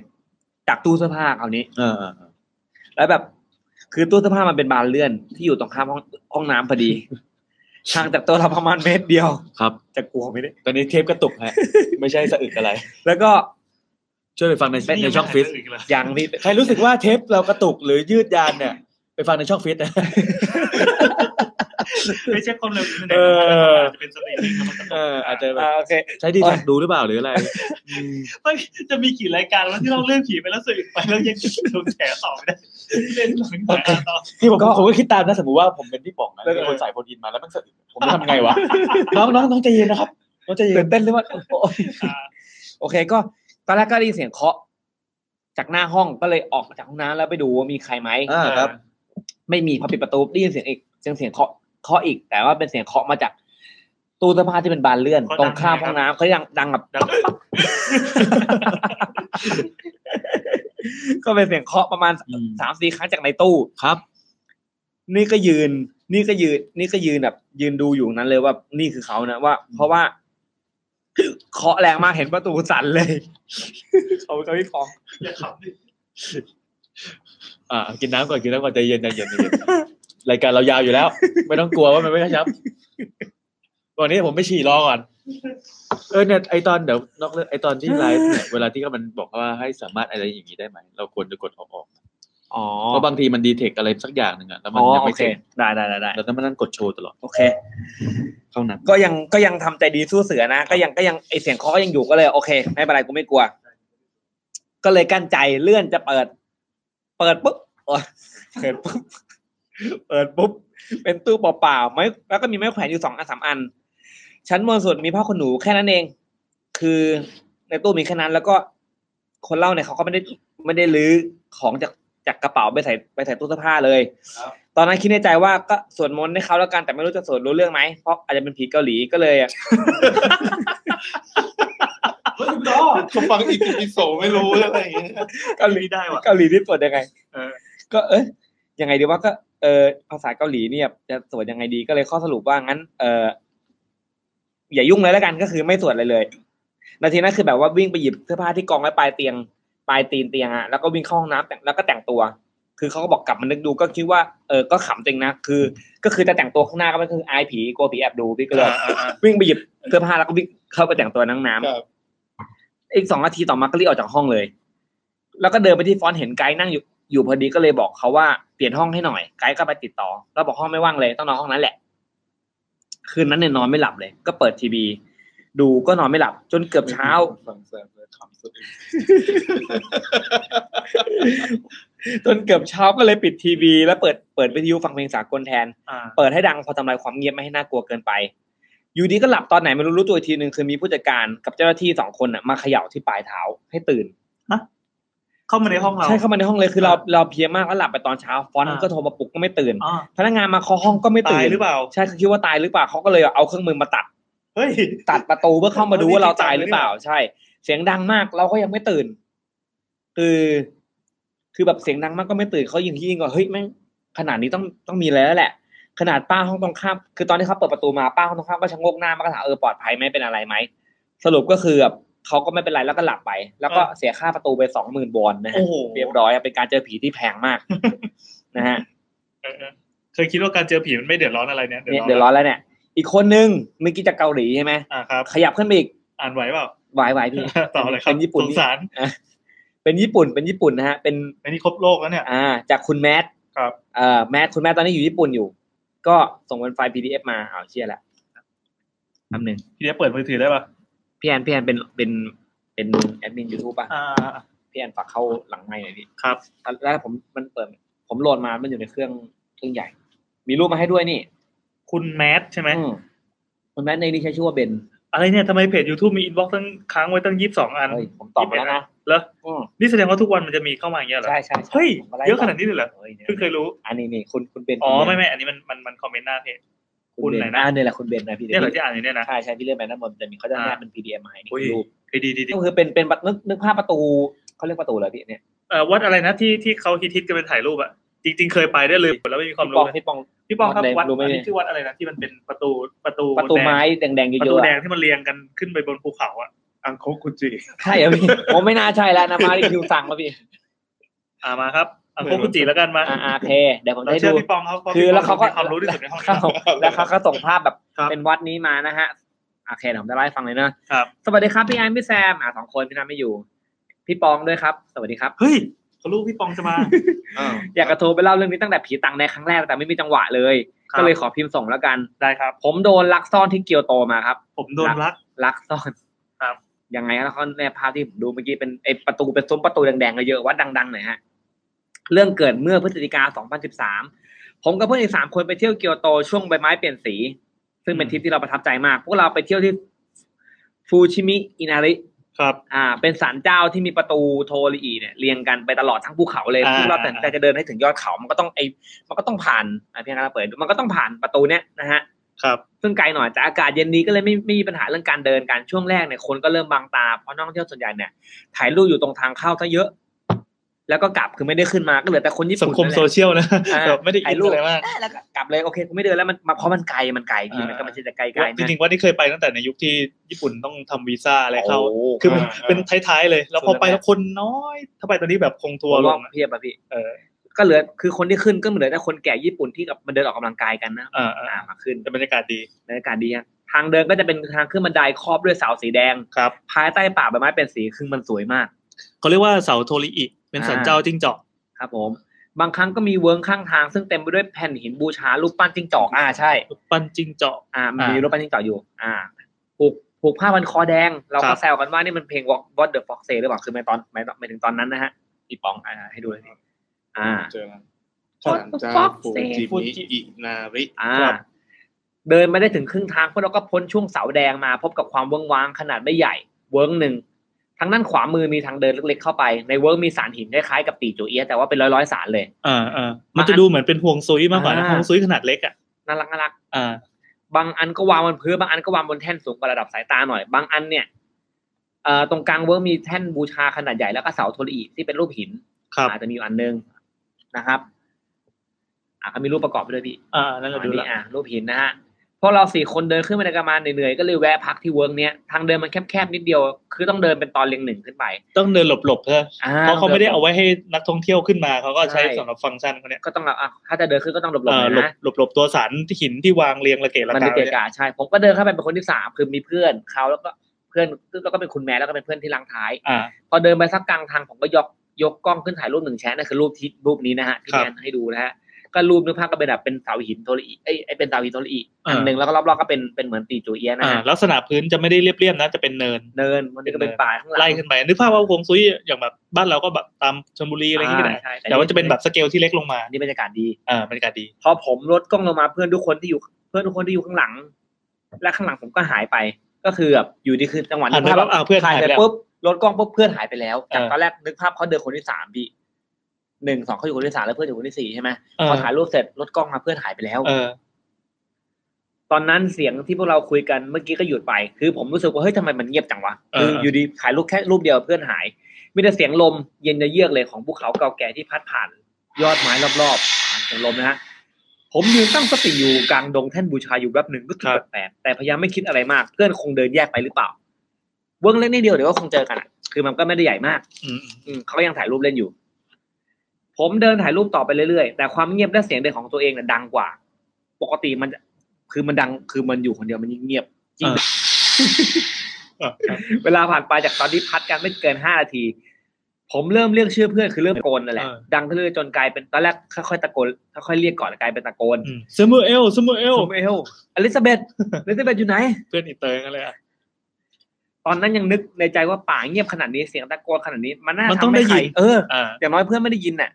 Speaker 1: จากตู้เสื้อผ้าคราวนี้
Speaker 3: เออ
Speaker 1: แล้วแบบคือตู้เสื้อผ้ามันเป็นบานเลื่อนที่อยู่ตรงข้ามห้องห้องน้ำพอดี ห่างจากตัวเราประมาณเมตรเดียว
Speaker 3: ครับ
Speaker 1: จะกลัวไหมเนี่ย
Speaker 3: ตอนนี้เทปกระตุกฮะ ไม่ใช่สะอึกอะไร
Speaker 1: แล้วก็
Speaker 3: ช่วยไปฟังใน
Speaker 1: เป็น
Speaker 3: ในช่องฟิต
Speaker 1: ยังนี่
Speaker 3: ใครรู้สึกว่าเทปเรากระตุกหรือยืดยานเนี่ย ไปฟังในช่องฟิตนะ
Speaker 2: ไม่ใช่คนเร็วที่ไหน
Speaker 3: เออ
Speaker 2: จะเป็นสตรีมมิ่งแล้วมัน
Speaker 3: เอออาจจะแบบ
Speaker 1: อ่าโอเค
Speaker 3: ใช้ดีแท็กดูหรือเปล่าหรืออะไร
Speaker 2: เฮ้ยจะมีกี่รายการวะที่เราเรื่องผีไปแล้วสื่อไปแล้วยังโดนแฉต่อไม่ได้เล่นหลังแฉต่อ
Speaker 3: คือผมผมก็คิดตามนะสมมติว่าผมเป็นพี่ป๋องนะมีคนใส่โปรตีนมาแล้วมันสะอึกผมจะทำไงวะ น้องน้องน้องใจเย็นนะครับน้องใจเย็
Speaker 1: ตื่
Speaker 3: น
Speaker 1: นเต้นหรือว่า โอ้ยโอเคก็ตอนแรกก็ได้ยินเสียงเคาะ จากหน้าห้องก็เลยออกมาจากห้องน้ำแล้วไปดูว่ามีใครไหม
Speaker 3: อ่าครับ
Speaker 1: ไม่มีพอปิดประตูได้ยินเสียงอีกเสียงเสียงเคาะเคาะอีก แต่ว่าเป็นเสียงเคาะมาจาก ตู้เสื้อผ้าที่เป็นบานเลื่อน ตรงข้ามห้องน้ำเขายังดังแบบ
Speaker 2: ดังนั้น
Speaker 1: ก็เป็นเสียงเคาะประมาณ
Speaker 3: อืม
Speaker 1: สามสี่ครั้งจากในตู้
Speaker 3: ครับ
Speaker 1: นี่ก็ยืน นี่ก็ยืน นี่ก็ยืนแบบ ยืนดูอยู่นั้นเลยว่านี่คือเขานะว่า เพราะว่า เคาะแรงมากเห็นประตูสั่นเลย เขาเขาพี่ฟอง
Speaker 2: อย่าขำดิ
Speaker 3: อ่ากินน้ำก่อนกินน้ำก่อนใจเย็นใจเย็นใจเย็นรายการเรายาวอยู่แล้ว ไม่ต้องกลัวว่ามันไม่กระชับวันนี้ผมไปฉี่รอก่อน เออเนี่ยไอตอนเดี๋ยวนอกเรื่องไอตอนที่ไลฟ์เนี่ยเวลาที่ก็มันบอกว่าให้สามารถอะไรอย่างนี้ได้ไหมเราควรจะกดออกออก
Speaker 1: อ๋อ
Speaker 3: เพราะบางทีมันดีเทคอะไรสักอย่างหนึ่งอะแล้วมัน
Speaker 1: อ๋อ
Speaker 3: ยัง
Speaker 1: โอ
Speaker 3: ไม่
Speaker 1: เค
Speaker 3: เสร็จ
Speaker 1: ได้ได้ได้ได้
Speaker 3: เราต้องมานั่งกดโชว์ตลอด
Speaker 1: โอเค
Speaker 3: เท่านั้น
Speaker 1: ก็ยังก็ยังทำใจดีสู้เสือนะ ก็ยังก็ยังไอเสียงเคาะก็ยังอยู่ก็เลย โอเค ไม่เป็นไรกูไม่กลัว ก็เลยกั้นใจเลื่อนจะเปิด เปิดปุ๊บโอ๊ยเปิดปุ๊บ เปิดปุ๊บ เป็นตู้เปล่าๆไม้แล้วก็มีไม้แขวนอยู่สองอันสามอัน ชั้นบนสุดมีผ้าขนหนูแค่นั้นเอง คือในตู้มีแค่นั้น แล้วก็คนเล่าเนี่ยเขาก็ไม่ได้ไม่ได้ลื้อของจากจากกระเป๋าไปใส่ไปใส่ตู้เสื้อผ้าเลย ตอนนั้นคิดในใจว่าก็สวดมนต์ให้เขาแล้วกันแต่ไม่รู้จะสวดรู้เรื่องไหมเพราะอาจจะเป็นผีเกาหลีก็เลยอะ
Speaker 4: เขาฟังอีกอีโสไม่รู้อะไรอย่างเงี้ย
Speaker 1: เกาหลี
Speaker 2: ไม่ได้ว่ะ
Speaker 1: เกาหลีนี่สวดยังไง
Speaker 2: เออ
Speaker 1: ก็เอ้ยยังไงดีว่าก็เออภาษาเกาหลีเนี่ย จะสวดยังไงดีก็เลยข้อสรุปว่างั้น เอออย่ายุ่งเลยแล้วกันก็คือไม่สวดเลยเลยนาทีนั้นคือแบบว่าวิ่งไปหยิบเสื้อผ้าที่กองไว้ปลายเตียง ปลายตีนเตียงอะแล้วก็วิ่งเข้าห้องน้ำแต่งแล้วก็แต่งตัว คือเขาก็บอกกลับมานึกดูก็คิดว่าเออก็ขำจริงนะคือ ก็คือจะแต่งตัวข้างหน้าก็ไม่คืออายผีกลัวผีแอบดูพี่ก็เลย วิ่งไปหยิบเสื้อผ้าแล้วก็วิ่งเข้าไปแต่งตัวนั่งน้
Speaker 4: ครับ
Speaker 1: ำอีกสองนาทีต่อมาก็รีบออกจากห้องเลย แล้วก็เดินไปที่ฟอนต์เห็นไกด์นั่งอยู่อยู่พอดีก็เลยบอกเขาว่าเปลี่ยนห้องให้หน่อยไกด์ก็ไปติดต่อ แล้วบอกห้องไม่ว่างเลยต้องนอนห้องนั้นแหละ คืนนั้นเนี่ยนอนไม่หลับเลย ก็เปิดทีวี ดูก็นอนไม่หลับ จนเกือบเช้า
Speaker 4: ฟังแซมเลยขำสุดอีก
Speaker 1: จนเกือบเช้าก็เลยปิดทีวี แล้วเปิดเปิดวิทยุฟังเพลงสากลแทน
Speaker 2: อ่า
Speaker 1: เปิดให้ดังพอทำลายความเงียบไม่ให้น่ากลัวเกินไป อยู่ดีก็หลับตอนไหนไม่รู้รู้ตัวอีกทีหนึ่งคือมีผู้จัดการกับเจ้าหน้าที่สองคนน่ะมาเขย่าที่ปลายเท้าให้ตื่น
Speaker 2: เข้ามาในห้องเรา
Speaker 1: ใช่เข้ามาในห้องเลยคือเราเราเพลียมากแล้วหลับไปตอนเช้า ฟอนต์
Speaker 2: อ่า
Speaker 1: ก็โทรมาปลุกก็ไม่ตื่น
Speaker 2: อ่า
Speaker 1: พนักงานมาเคาะห้องก็ไม่ตื่
Speaker 2: ตาน ยหรือเปล่า
Speaker 1: ใช่เขาคิดว่าตายหรือเปล่าเขาก็เลยเอาเครื่องมือมาตัด
Speaker 2: เฮ้ย
Speaker 1: ตัดประตูเพื่อเข้ามาดู
Speaker 2: เออนี่
Speaker 1: ว่าเรา
Speaker 2: จริงจัง
Speaker 1: ตายหรือเปล่า
Speaker 2: เลยนี่หว่า
Speaker 1: ใช่ เสียงดังมากเราก็ยังไม่ตื่น คือ คือแบบเสียงดังมากก็ไม่ตื่นเขายิ่งยิ่งก็เฮ้ยแม่งขนาดนี้ต้องต้องมีแล้วแหละ ขนาดป้าห้องตรงข้ามคือตอนที่เขาเปิดประตูมาป้าห้องตรงข้ามก็ชะโงกหน้ามาก็ถามเออปลอดภัยไหมเป็นอะไรไหมสรุปก็คือแบบเขาก็ไม่เป็นไรแล้วก็หลับไป แล้วก็เสียค่าประตูไปสองหมื่นวอนนะฮะ
Speaker 2: โอ้โห
Speaker 1: เรียบร้อยเป็นการเจอผีที่แพง มาก นะฮะ
Speaker 2: เออเออเคยคิดว่าการเจอผีมันไม่เดือดร้อนอะไรเนี่ย
Speaker 1: เนี่ยเดือดร้อนแล้วเนี่ย อีกคนนึงเมื่อกี้จากเกาหลีใช่ไหม
Speaker 2: อ่าครับ
Speaker 1: ขยับขึ้นไปอีก
Speaker 2: อ่านไหวเปล่า
Speaker 1: ไหวไหวพี่
Speaker 2: ต่อเลยครับ
Speaker 1: เป็นญี่ปุ่น
Speaker 2: สงสาร
Speaker 1: อ่ะเป็นญี่ปุ่น เป็นญี่ปุ่นนะฮะ เป็น
Speaker 2: อันนี้ครบโลกแล้วเนี่ย
Speaker 1: อ่า จากคุณแมท
Speaker 2: ครับ
Speaker 1: เอ่อ แมท คุณแมทตอนนี้อยู่ญี่ปุ่นอยู่ ก็ส่งเป็นไฟล์ PDF มาอ้าวเชี่ยละคำหนึ่ง
Speaker 2: พี่เดียวเปิดมือถือได้ป่ะ
Speaker 1: พี่แอนพี่แอนเป็น เป็น เป็นแอดมินยูทูบป่ะ
Speaker 2: อ่า
Speaker 1: พี่แอนฝากเข้าหลังไมค์หน่อยพี่
Speaker 2: ครับ
Speaker 1: แล้วผม มันเปิด ผมโหลดมา มันอยู่ในเครื่อง เครื่องใหญ่ มีรูปมาให้ด้วยนี่
Speaker 2: คุณแมทใช่ไหม
Speaker 1: อืมคนนั้นในนี้ใช้ชื่อว่าเบน
Speaker 2: อะไรเนี่ยทำไมเพจ YouTube มีอินบ็อกซ์ตั้งค้างไว้ตั้งยี่สิบสองอัน
Speaker 1: เฮ้ยผมตอบไปแล้วนะ
Speaker 2: เหรอ
Speaker 1: อืม
Speaker 2: นี่แสดงว่าทุกวันมันจะมีเข้ามาอย่างเงี้ยเหรอ
Speaker 1: ใช่ใช่ใช่
Speaker 2: เฮ้ย
Speaker 1: ผมก็ไล่
Speaker 2: เยอะขนาดนี้เลยเหรอ
Speaker 1: ฮ้ยนี่ย
Speaker 2: เพิ่งเคยรู้
Speaker 1: อันนี้นี่คุณคุณเบน
Speaker 2: อ๋อ
Speaker 1: คุณเบน
Speaker 2: ไม่ไม่อันนี้มันมันมันคอมเมนต์หน้าเพจ คุณไหนนะ
Speaker 1: อ่าเนี่ยแหละคุณเบนนะพี่
Speaker 2: เนี่ยเหรอที่อ่านอยู่เนี่ยนะ
Speaker 1: ใช่ใช่พี่เลื่อนไปนั่นบนแต่มีเขาจะ
Speaker 2: อ่า
Speaker 1: แนบเป็น PDF มาให้นี่
Speaker 2: โอ้ย
Speaker 1: คือรูป
Speaker 2: เฮ้ยดีดีดี
Speaker 1: ก็คือเป็นเป็นแบบนึกนึกภาพประตูเขาเรียกประตูเหรอพี่เนี่ย
Speaker 2: เอ่อวัดอะไรนะที่ที่เขาฮิตฮิตๆกันเป็นถ่ายรูปอะจริง ๆ เคยไปได้เลยแล้วไม่มีความ
Speaker 1: พี่ป
Speaker 2: รู้
Speaker 1: อง
Speaker 2: เลย
Speaker 1: พี่ปอง
Speaker 2: พี่ปองครับ
Speaker 1: วั
Speaker 2: วัด
Speaker 1: ดแดงรู้ไหม
Speaker 2: อัน
Speaker 1: เนี่
Speaker 2: นี้
Speaker 1: ย
Speaker 2: ชื่อวัดอะไรนะที่มันเป็นประตูประตู
Speaker 1: ประตูไม้แดงๆ
Speaker 2: แดงประ
Speaker 1: เย
Speaker 2: ตู
Speaker 1: อะๆ
Speaker 2: แดง
Speaker 1: อะ
Speaker 2: ที่มันเรียงกันขึ้นไปบนภูเขาอะ
Speaker 4: อังโคกุจิ
Speaker 1: ใช่เหรอพี่ผมไม่น่าใช่แล้วนะมาที่คิวสั่งมาพี่
Speaker 2: อ่ามาครับอังโคกุจิแล้วกันมา
Speaker 1: อ่าอ่าโอเคเดี๋ยวผม
Speaker 2: เรา
Speaker 1: ได้
Speaker 2: เชื่อ
Speaker 1: ดู
Speaker 2: พี่ปองเขาเพราะ
Speaker 1: คือ
Speaker 2: พี่ป
Speaker 1: แล้
Speaker 2: อ
Speaker 1: ว
Speaker 2: ง
Speaker 1: เขาก็
Speaker 2: มีความรู้ที่สุดในห้องนี้
Speaker 1: ครับผมแล้วเขาก็ส่งภาพแบบ
Speaker 2: ครับ
Speaker 1: เป็นวัดนี้มานะฮะโอเคเดี๋ยวผมจะไล่าให้ฟังเลยนะครับ สวัสดีครับพี่ไอ้พี่แซมอ่ะสองคนพี่น้ำไม่อยู่ พี่ปองด้วยครับ สวัสดีครับ
Speaker 2: เฮ้ยเขารู้พี่ปองจะมา
Speaker 1: อยากกระโทรไปเล่าเรื่องนี้ตั้งแต่ผีตังในครั้งแรกแต่ไม่มีจังหวะเลย
Speaker 2: ครับ
Speaker 1: ก็เลยขอพิมพ์ส่งแล้วกัน
Speaker 2: ได้ครับ
Speaker 1: ผมโดนลักซ่อนที่เกียวโตมาครับ
Speaker 2: ผมโดนรัก
Speaker 1: ลักซ่อน
Speaker 2: ครับ
Speaker 1: ยังไงแล้วเขาในภาพที่ผมดูเมื่อกี้เป็นไอประตูเป็นซุ้มประตูแดงๆเยอะๆวัดดังๆหน่อยฮะ เรื่องเกิดเมื่อพฤศจิกา 2013 ผมกับเพื่อนอีกสามคนไปเที่ยวเกียวโตช่วงใบไม้เปลี่ยนสี ซึ่งเป็นทริปที่เราประทับใจมาก พวกเราไปเที่ยวที่ฟูชิมิอินาริ
Speaker 2: ครับ
Speaker 1: อ่า เป็นศาลเจ้าที่มีประตูโทริอีเนี่ยเรียงกันไปตลอดทั้งภูเขาเลย
Speaker 2: อ่า
Speaker 1: ที่เราแต่ใจจะเดินให้ถึงยอดเขามันก็ต้องไอมันก็ต้องผ่านอ่ะพี่การเปิดดูมันก็ต้องผ่านประตูเนี้ยนะฮะ
Speaker 2: ครับ
Speaker 1: ซึ่งไกลหน่อยแต่อากาศเย็นนี้ก็เลยไม่ไม่มีปัญหาเรื่องการเดินการช่วงแรกเนี่ยคนก็เริ่มบางตาเพราะนักท่องเที่ยวส่วนใหญ่เนี่ยถ่ายรูปอยู่ตรงทางเข้าซะเยอะ แล้วก็กลับคือไม่ได้ขึ้นมาก็เหลือแต่คนญี่
Speaker 2: สั
Speaker 1: ปุ่
Speaker 2: ง
Speaker 1: น
Speaker 2: คม
Speaker 1: นั่นแห
Speaker 2: โซ
Speaker 1: ละ
Speaker 2: เชียลนะ
Speaker 1: อ่า
Speaker 2: แบบไม่ได้อิ
Speaker 1: ถ่าย
Speaker 2: น
Speaker 1: รูป
Speaker 2: อะไรมาก
Speaker 1: อ่ะแล้วก็กลับเลยโอเคกูไม่เดินแล้วมันมาเพราะมันไกลมันไกลพี่
Speaker 2: อ่ามั
Speaker 1: มันก็ไม่ใช่จะไกลไกล
Speaker 2: ว่าจริงๆว่านี่เคยไปตั้งแต่ในยุคที่ญี่ปุ่นต้องทำวีซ่าอะไรเข้า คือมัน
Speaker 11: อ่า
Speaker 2: เป็นท้ายๆเลย แล้วพอไปแล้วคนน้อย ถ้าไปตอนนี้แบบคงทัวร์ล
Speaker 1: ว่าง
Speaker 2: อะ
Speaker 1: เพียบอะพี่
Speaker 2: เออ
Speaker 1: ก็เหลือคือคนที่ขึ้นก็เหลือแต่คนแก่ญี่ปุ่นที่กับมันเดินออกกำลังกายกันนะ
Speaker 2: อ่าอ่า
Speaker 1: อ่ามาขึ้น
Speaker 2: แต่บรรยากาศดี
Speaker 1: บรรยากาศดีอะทางเดินก็จะเป็นทางขึ้นบันไดครอบด้วยเสาสีแดง
Speaker 2: ครับ
Speaker 1: ภายใต้ป่าใบไม้เป็นสีคือมันสวยมาก
Speaker 2: เขาเรียกว่าเสาโทริอิเป็นสันเจ้าจิ้งจอก
Speaker 1: ครับผม บางครั้งก็มีเวิ้งข้างทางซึ่งเต็มไปด้วยแผ่นหินบูชารูปปั้นจิ้งจอกอ่าใช่
Speaker 2: ปั้นจิ้งจอก
Speaker 1: อ่า
Speaker 2: อ่ามี
Speaker 1: มีรูปปั้นจิ้งจอกอยู่ อ่าผูกผูกผ้าพันคอแดง เราก็แซวกันว่านี่มันเพลง Walk What the Fox Say หรือเปล่าคือไม่ตอนไม่ไม่ถึงตอนนั้นนะฮะพี่ปองอ่าให้ดูเลยสิอ่า
Speaker 4: เจอแล้ว
Speaker 1: ครับ
Speaker 4: ศาลเจ้าฟูจิมิอินาริ
Speaker 1: อ่า เดินมาได้ถึงครึ่งทางพวกเราก็พ้นช่วงเสาแดงมา พบกับความเวิ้งว้างขนาดไม่ใหญ่ เวิ้งหนึ่งทางด้านขวามือมีทางเดินเล็กๆเข้าไปในเวิ้งมีสารหินคล้ายๆกับตีจูเอียะแต่ว่าเป็นร้อยๆสารเลย
Speaker 2: อ่าอ่ามันจะดูเหมือนเป็นห่วงซุยมากกว่านะ
Speaker 1: อ่า
Speaker 2: ห่วงซุยขนาดเล็กอ่ะ
Speaker 1: น่ารักน่ารัก
Speaker 2: อ่า
Speaker 1: บางอันก็วางบนพื้นบางอันก็วางบนแท่นสูงกว่าระดับสายตาหน่อย บางอันเนี่ยเอ่อตรงกลางเวิร์กมีแท่นบูชาขนาดใหญ่แล้วก็เสาโทรอีที่เป็นรูปหิน
Speaker 2: ครับ
Speaker 1: อาจจะมีอยู่อันหนึงนะครับ อ่ะก็มีรูปประกอบไปด้วยพี่
Speaker 2: อ่านั่นเรา
Speaker 1: อัน
Speaker 2: ดู
Speaker 1: นี้
Speaker 2: ละ
Speaker 1: อ่ะรูปหินนะฮะพวกเราสี่คนเดินขึ้นไปในกระมานเหนื่อยๆก็เลยแวะพักที่เวิร์กเนี้ยทางเดินมันแคบๆนิดเดียว คือต้องเดินเป็นตอนเรียงหนึ่งขึ้นไป
Speaker 2: ต้องเดินหลบๆเพื่อ
Speaker 1: อ่
Speaker 2: เพราะเขาไม่ได้เอา
Speaker 1: ต้งน
Speaker 2: ไว้ให้นักท่องเที่ยวขึ้นมาเขาก็ใช้
Speaker 1: ใช่
Speaker 2: สำหรับฟังก์ชันเขาเนี่ย
Speaker 1: ก็ต้องเอาอ่ะถ้าจะเดินขึ้นก็ต้องหลบๆห
Speaker 2: เอ่
Speaker 1: น่อย
Speaker 2: อหลบ
Speaker 1: นะ
Speaker 2: หลบหลบตัวสารที่หินที่วางเรียงระเกะระ
Speaker 1: มันเป็น
Speaker 2: กาง
Speaker 1: เกะกะใช่ผมก็เดินเข้าไปเป็นคนที่สามคือมีเพื่อนเขาแล้วก็เพื่อนแล้วก็เป็นคุณแม่แล้วก็เป็นเพื่อนที่ลังท้าย
Speaker 2: อ่า
Speaker 1: พอเดินไปสักกลางทางผมก็ยกยกกล้องขึ้นถ่ายรูปหนึ่งแชะนั่นคือรูปที่รูปนี้นะฮะที่
Speaker 2: ครับ
Speaker 1: แอนให้ดูนะฮะก็รูปนึกภาพก็เป็นแบบเป็นเสาหินโทรอีเอ้ยไอ้เป็นเสาหินโทรอี
Speaker 2: อ่า
Speaker 1: อันหนึ่งแล้วก็รอบๆก็เป็นเป็นเหมือนตีจูเอียะนะ
Speaker 2: อ่า
Speaker 1: ฮะ
Speaker 2: ลักษณะพื้นจะไม่ได้เรียบๆนะ จะเป็นเนิน
Speaker 1: เนินมันก็เป็น
Speaker 2: เป็นเนิน
Speaker 1: ป่าข้างหลัง
Speaker 2: ไล่ขึ้นไป นึกภาพว่าโคงซุยอย่างแบบบ้านเราก็แบบตามชลบุรีอะไรอย่างเงี้ยก็ได้
Speaker 1: าใช่
Speaker 2: แต่ว่าจะเป็นแบบสเกลที่เล็กลงมา
Speaker 1: อันนี่บรรยากาศดี
Speaker 2: อ่าบรรยากาศดี
Speaker 1: พอผมลดกล้องลงมาเพื่อนทุกคนที่อยู่เพื่อนทุกคนที่อยู่ข้างหลัง และข้างหลังผมก็หายไป ก็คือแบบอยู่ดีคือจังหวะ
Speaker 2: อ่านไป
Speaker 1: ภาพ
Speaker 2: ปั๊บอ่าเพื่อน
Speaker 1: ถ่า
Speaker 2: หาย ย
Speaker 1: เสร็
Speaker 2: ไป
Speaker 1: จ
Speaker 2: แล้ว
Speaker 1: ปุ๊บลดกล้องปุ๊บเพื่อนหายไปแล้วจาก
Speaker 2: เออ
Speaker 1: ตอนแรกนึกภาพเขาเดินคนที่สามพี่หนึ่งสองเขาอยู่คนที่สามแล้วเพื่อนอยู่คนที่สี่ใช่ไหม
Speaker 2: เออ
Speaker 1: พอถ่ายรูปเสร็จลดกล้องมาเพื่อนหายไปแล้ว
Speaker 2: เออ
Speaker 1: ตอนนั้นเสียงที่พวกเราคุยกันเมื่อกี้ก็หยุดไป คือผมรู้สึกว่าเฮ้ยทำไมมันเงียบจังวะ
Speaker 2: เออ
Speaker 1: คืออยู่ดีถ่ายรูปแค่รูปเดียวเพื่อนหายมีแต่เสียงลมเย็นจะเยือกเลยของภูเขาเก่าแก่ที่พัดผ่าน ยอดไม้รอบๆเสียงลมนะฮะผมยืนตั้งสติอยู่กลางดงแท่นบูชาอยู่แป๊บหนึ่งก็คือแปลกๆแต่พยายามไม่คิดอะไรมาก เพื่อนคงเดินแยกไปหรือเปล่า เบื้องเล็กนิดเดียวเดี๋ยวก็คงเจอกันอะคือมันก็ไม่ได้ใหญ่มาก
Speaker 2: อืม
Speaker 1: อืมเขาก็ยังถ่ายรูปเล่นอยู่ ผมเดินถ่ายรูปต่อไปเรื่อยๆ แต่ความเงียบและเสียงเดินของตัวเองน่ะดังกว่า ปกติมันจะคือมันดัง คือมันอยู่คนเดียวมันเงียบ จริง
Speaker 2: อ่ะครับ
Speaker 1: เวลาผ่านไปจากตอนที่พัดกันไม่เกินห้านาที ผมเริ่มเรียกชื่อเพื่อนคือเริ่มตะโกนนั่นแหละ ดังขึ้นเรื่อยๆจนกลายเป็นตอนแรกค่อยๆตะโกนค่อยๆเรียกก่อนแล้วกลายเป็นตะโกน
Speaker 2: อืมซามูเอลซามูเอล
Speaker 1: ซูเอลอลิซา เบธอลิซาเบธอยู่ไหน
Speaker 2: เพื่อนอีเตอร์กันเลยอ่ะ
Speaker 1: ตอนนั้นยังนึกในใจว่าป่าเงียบขนาดนี้เสียงตะโกนขนาดนี้มันน่า
Speaker 2: มัน
Speaker 1: ทำ
Speaker 2: ต้อง
Speaker 1: ให้
Speaker 2: ได้
Speaker 1: ใคร
Speaker 2: ยิน
Speaker 1: เออ
Speaker 2: อ่า
Speaker 1: อย่างน้อยเพื่อนไม่ได้ยินน่ะ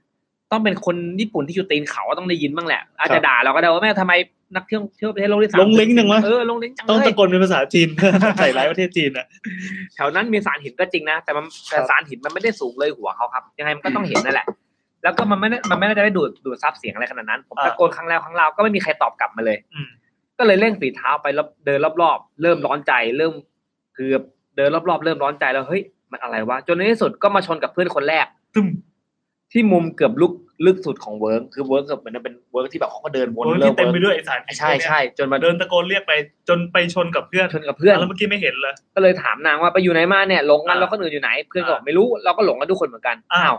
Speaker 1: ต้องเป็นคนญี่ปุ่นที่อยู่ตีนเขาต้องได้ยินบ้างแหละ อาจจะด่าเราก็ได้ว่าแม่ทำไมนักเที่ยวเที่ยวประเทศโลกที่สาม
Speaker 2: ลงลิงก์หนึ่งวะ
Speaker 1: เออลงลิงก์จัง
Speaker 2: ต้อง
Speaker 1: เล
Speaker 2: ตะ
Speaker 1: ย
Speaker 2: โกนเป็นภาษาจีน ใส่ร้ายประเทศจีนอ่ะ
Speaker 1: แถวนั้นมีสารหินก็จริงนะ แต่มันแต่สารหินมันไม่ได้สูงเลยหัวเขาครับ ยังไงมันก็ต้องเห็นนั่นแหละ แล้วก็มันไม่ได้มันไม่ได้ดูดดูดซับเสียงอะไรขนาดนั้น ผม
Speaker 2: อ่า
Speaker 1: ตะโกนครั้งแล้วครั้งเราก็ไม่มีใครตอบกลับมาเลย
Speaker 2: อืม
Speaker 1: ก็เลยเร่งฝีเท้าไปรอบเดินรอบๆ เริ่มร้อนใจเริ่มเกือบเดินรอบๆ เริ่มร้อนใจแล้วเฮ้ยมันอะไรวะจนในที่สุดก็มาชนกับเพื่อนคนแรก
Speaker 2: ตึม
Speaker 1: ที่มุมเกือบลึกลึกสุดของเวิร์กคือเวิร์กเหมือนเป็นเวิร์กที่แบบเขาก็เดินวน
Speaker 2: โอ้ย
Speaker 1: เริ่
Speaker 2: ที่
Speaker 1: ม
Speaker 2: เต็มไป
Speaker 1: เวิร์ก
Speaker 2: ด้วยไอสารพิษ
Speaker 1: ใช่ใช่จนมา
Speaker 2: เดินตะโกนเรียกไป จนไปชนกับเพื่อน
Speaker 1: ชนกับเพื่อน
Speaker 2: แล้วเมื่อกี้ไม่เห็นเลย
Speaker 1: ก็เลยถามนางว่าไปอยู่ไหนมาเนี่ยหลงกัน
Speaker 2: อ่า
Speaker 1: แล้วคนอื่นอยู่ไหน เพื่อนก็บอก
Speaker 2: อ่า
Speaker 1: ไม่รู้เราก็หลงกันทุกคนเหมือนกัน
Speaker 2: อ้าว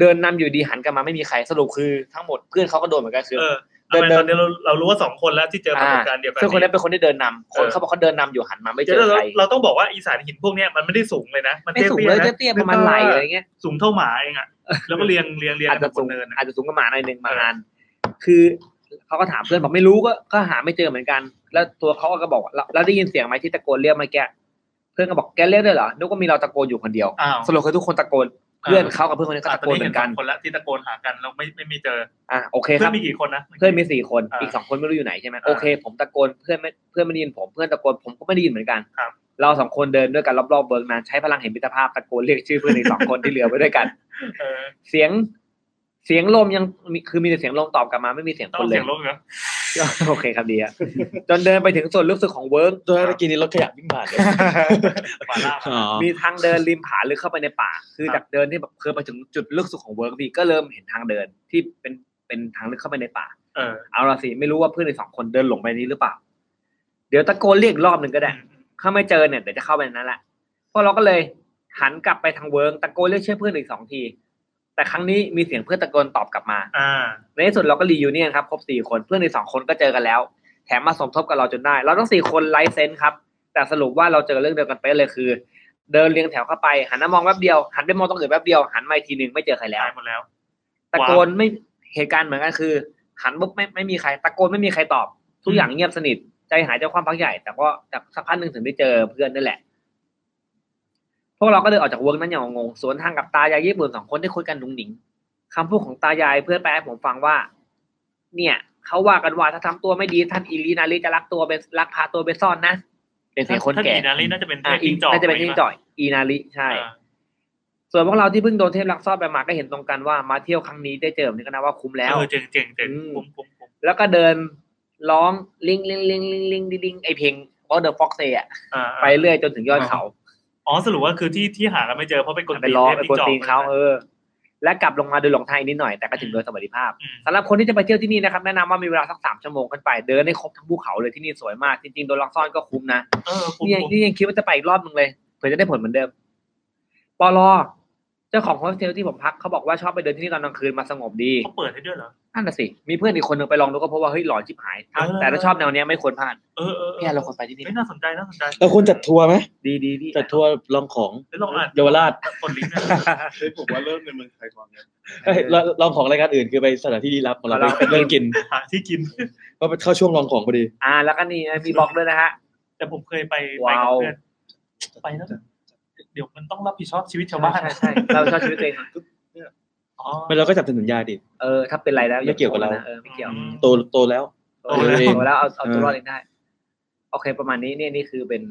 Speaker 1: เดินนำอยู่ดีหันกลับมาไม่มีใครสรุปคือทั้งหมดเพื่อนเขาก็โดนเหมือนกันคือ
Speaker 2: เออ
Speaker 1: เดิ
Speaker 2: เดิ
Speaker 1: น
Speaker 2: น
Speaker 1: เดิน
Speaker 2: ตอนนี้เราเรารู้ว่าสองคนแล้วที่เจอประสบการณ์เดียวกัน
Speaker 1: เพื่อนคนนี้
Speaker 2: นี้
Speaker 1: เป็นคนที่เดินนำคน
Speaker 2: เออ
Speaker 1: เขาบอกเขาเดินนำอยู่หันมาไม่เจ
Speaker 2: เดี๋ย
Speaker 1: อ
Speaker 2: วเรา
Speaker 1: ใคร
Speaker 2: เราต้องบอกว่าอีสานหินพวกเนี้ยมันไม่ได้สูงเลยนะ มัน
Speaker 1: ไม่
Speaker 2: เตี้ย
Speaker 1: สูง
Speaker 2: ๆ
Speaker 1: เลย
Speaker 2: นะ
Speaker 1: เตี้ยๆประมาณไหลอะไรเงี้ย
Speaker 2: สูงเท่าหมาเองอ่ะแล้วก็เรียงเรียงเรียง
Speaker 1: อาจจะ
Speaker 2: บ
Speaker 1: สู
Speaker 2: น
Speaker 1: ง
Speaker 2: เนินอะ
Speaker 1: อาจจะสูงประมาณหน่อยหนึ่งบางอันคือเขาก็ถามเพื่อนบอกไม่รู้ก็ก็หาไม่เจอเหมือนกัน แล้วตัวเขาก็บอกว่าแล้วแล้วได้ยินเสียงไหมที่ตะโกนเรียกเมื่อกี้เพื่อนก็บอกแกเรียกด้วยเหรอนึกว่ามีเราตะโกนอยู่คนเดียว
Speaker 2: อ้าว
Speaker 1: สรุปคือทุกคนตะโกนเพื่อนเขากับเพื่อนคนนี้ก็
Speaker 2: อ่ะ
Speaker 1: ตะโกนเหมือนกัน
Speaker 2: สงคนละที่ตะโกนหากันเราไม่ไม่มีเจอ
Speaker 1: อ่ะโอเคค
Speaker 2: เพื่อ
Speaker 1: รับ
Speaker 2: นมีกี่คนนะ
Speaker 1: เพื่อนมีสี่คน
Speaker 2: อ่า
Speaker 1: อีกสองคนไม่รู้อยู่ไหนใช่ไหม
Speaker 2: อ่า
Speaker 1: โอเค ผมตะโกนเพื่อนไม่เพื่อนไม่ได้ยินผมเพื่อนตะโกนผมก็ไม่ได้ยินเหมือนกัน
Speaker 2: ครับ
Speaker 1: เราสองคนเดินด้วยกันรอบๆเบิร์กนานใช้พลังเห็นมิตรภาพตะโกนเรียกชื่อเพื่อนอีกสองคนที่เหลือไว้ด้วยกัน
Speaker 2: เออ
Speaker 1: เสียงเสียงลมยังมีคือมีแต่เสียงลมตอบกลับมาไม่มีเสียง
Speaker 2: ต้อ
Speaker 1: คน
Speaker 2: ง
Speaker 1: เล
Speaker 2: เสี
Speaker 1: ย
Speaker 2: ยงลบเห รอ
Speaker 1: โอเคครับดีอะจนเดินไปถึงส่วนลึกสุดของเวิร์ก
Speaker 3: ตัวเมื่อกี้นี้รถขยะวิ่งผ่านเลย
Speaker 2: มาล่า
Speaker 3: อ๋อ
Speaker 1: มีทางเดินริมผาลึกเข้าไปในป่า คือจากเดินที่แบบเคยไปถึงจุดลึกสุดของเวิร์กพี่ก็เริ่มเห็นทางเดินที่เป็นเป็นทางลึกเข้าไปในป่า
Speaker 2: เออ
Speaker 1: เอาละสิไม่รู้ว่าเพื่อนอีกสองคนเดินหลงไปนี้หรือเปล่า เดี๋ยวตะโกนเรียกอีกรอบหนึ่งก็ได้ ถ้าไม่เจอเนี่ยเดี๋ยวจะเข้าไปในนั้นแหละพวกเราก็เลยหันกลับไปทางเวิร์กตะโกนเรียกชื่อเพื่อนอีกสองที แต่ครั้งนี้มีเสียงเพื่อนตะโกนตอบกลับมา
Speaker 2: อ่า
Speaker 1: ในที่สุดเราก็รียูเนียนครับครบสี่คนเพื่อนอีกสองคนก็เจอกันแล้ว แถมมาสมทบกับเราจนได้ เราต้องสี่คนไลฟ์เซนส์ครับ แต่สรุปว่าเราเจอเรื่องเดียวกันเป๊ะเลยคือ เดินเรียงแถวเข้าไป หันหน้ามองแป๊บเดียวหันไปมองตรงอื่นแป๊บเดียวหันมาอีกทีหนึ่งไม่เจอใครแล้ว
Speaker 2: ตายหมดแล้ว
Speaker 1: ตะโกนไม่เหตุการณ์เหมือนกันคือ หันปุ๊บไม่ไม่มีใคร ตะโกนไม่มีใครตอบ ทุกอย่างเงียบสนิท ใจหายใจความพักใหญ่ แต่ก็จากสักพักหนึ่งถึงได้เจอเพื่อนนั่นแหละ พวกเราก็เดินออกจากเวิร์กนั้นอย่างงงสวนทางกับตายายญี่ปุ่นสองคนที่คุยกันหนุ่งหนิงคำพูดของตายายเพื่อนแปลให้ผมฟังว่า เนี่ยเขาว่ากันว่าถ้าทำตัวไม่ดีท่านอิลีนาลีจะรักตัวไปรักพาตัวไปซ่อนนะเป็นเสียงคนแก่
Speaker 2: ถ้าอีนาลีน่าจะเป็นเท
Speaker 1: อ่ะ
Speaker 2: พจิ้งจอก
Speaker 1: น่าจะเป็นจิ้งจอกอีนาลีใช่
Speaker 2: อ่า
Speaker 1: ส่วนพวกเราที่เพิ่งโดนเทพลักซอดไปมาก็เห็นตรงกันว่ามาเที่ยวครั้งนี้ได้เจอแบบนี้ก็นับว่าคุ้มแล้ว
Speaker 2: เออเจ๋งเจ๋งเจ๋ง
Speaker 1: อืม
Speaker 2: ผมผมผม
Speaker 1: แล้วก็เดินร้องลิงลิงลิงลิงลิงลิงไอเพลง o อเดอร์ฟ็อกเซ่อะ
Speaker 2: อ่า
Speaker 1: ไปเรื่อยจนถึงยอดเขา
Speaker 2: อ๋อสรุปว่าคือที่ที่หากันไม่เจอเพราะไปกด
Speaker 1: ไปร้อง
Speaker 2: เทพ
Speaker 1: ไป
Speaker 2: จิ้
Speaker 1: กวน
Speaker 2: จอก
Speaker 1: ตีนเขา
Speaker 2: ใช่ไหม
Speaker 1: เออ และกลับลงมาโดยหลงทางอีกนิดหน่อยแต่ก็ถึงโดยสวัสดิภาพ
Speaker 2: อืม
Speaker 1: สำหรับคนที่จะไปเที่ยวที่นี่นะครับแนะนำว่ามีเวลาสักสามชั่วโมงขึ้นไปเดินให้ครบทั้งภูเขาเลยที่นี่สวยมากจริงๆโดนลักซ่อนก็คุ้มนะ
Speaker 2: เออผม
Speaker 1: นี่ยัง
Speaker 2: ผม
Speaker 1: นี่ยังคิดว่าจะไปอีกรอบหนึ่งเลยเผื่อจะได้ผลเหมือนเดิมปอลอเจ้าของโฮสเทลที่ผมพักเขาบอกว่าชอบไปเดินที่นี่ตอนกลางคืนมาสงบดี
Speaker 2: เขาเปิดให้ด้วยเหรอ
Speaker 1: นั่นน่ะสิ มีเพื่อนอีกคนหนึ่งไปลองดูก็พบว่าเฮ้ยหลอนชิบหาย
Speaker 2: เออ
Speaker 1: แต่ถ้าชอบแนวเนี้ยไม่ควรพลาด
Speaker 2: เออเออ
Speaker 1: พี่แอนเราควรไปที่นี่
Speaker 2: ไม่น่าสนใจน่าสนใจ
Speaker 3: แล้วคุณจัดทัวร์ไหม
Speaker 1: ดีดีดี
Speaker 3: จัดทัวร์ลองของ
Speaker 2: เดี๋ยวลองอ่าน
Speaker 3: เยาวราช
Speaker 2: กดลิงก์นะ
Speaker 4: เฮ้ยผมว่าเริ่มในเมืองไทยก่อนเนี่ย
Speaker 3: เอ้ยลองลองของรายการอื่นคือไปสถานที่ลี้ลับของเราไปเรื่องกิน
Speaker 2: หาที่ กิน
Speaker 3: เพราะมันเข้าช่วงลองของพอดี
Speaker 1: อ่า แล้วก็นี่มีบล็อกด้วยนะฮะ
Speaker 2: แต่ผมเคยไปไป
Speaker 1: ว้า
Speaker 2: กับ
Speaker 1: ว
Speaker 2: เพื่อนไปแล้วเดี๋ยวมันต้องรับผิดชอบชีวิตชาวบ้าน
Speaker 1: ใช่ใช่เราชอบชีวิตตัวเอง
Speaker 2: อ๋อ
Speaker 3: ไม่เราก็จับสัญญาดิ
Speaker 1: เออ ถ้าเป็นไรแล้ว
Speaker 3: ไม่เกี่ยวกับเรา
Speaker 1: นะเออไม่เกี่ยว
Speaker 2: อืม
Speaker 3: โตโตแล้ว
Speaker 1: โต
Speaker 2: โตแล้ว
Speaker 1: แล้วเอาเอาตัวรอดเองได้ โอเค ประมาณนี้เนี่ยนี่คือเป็น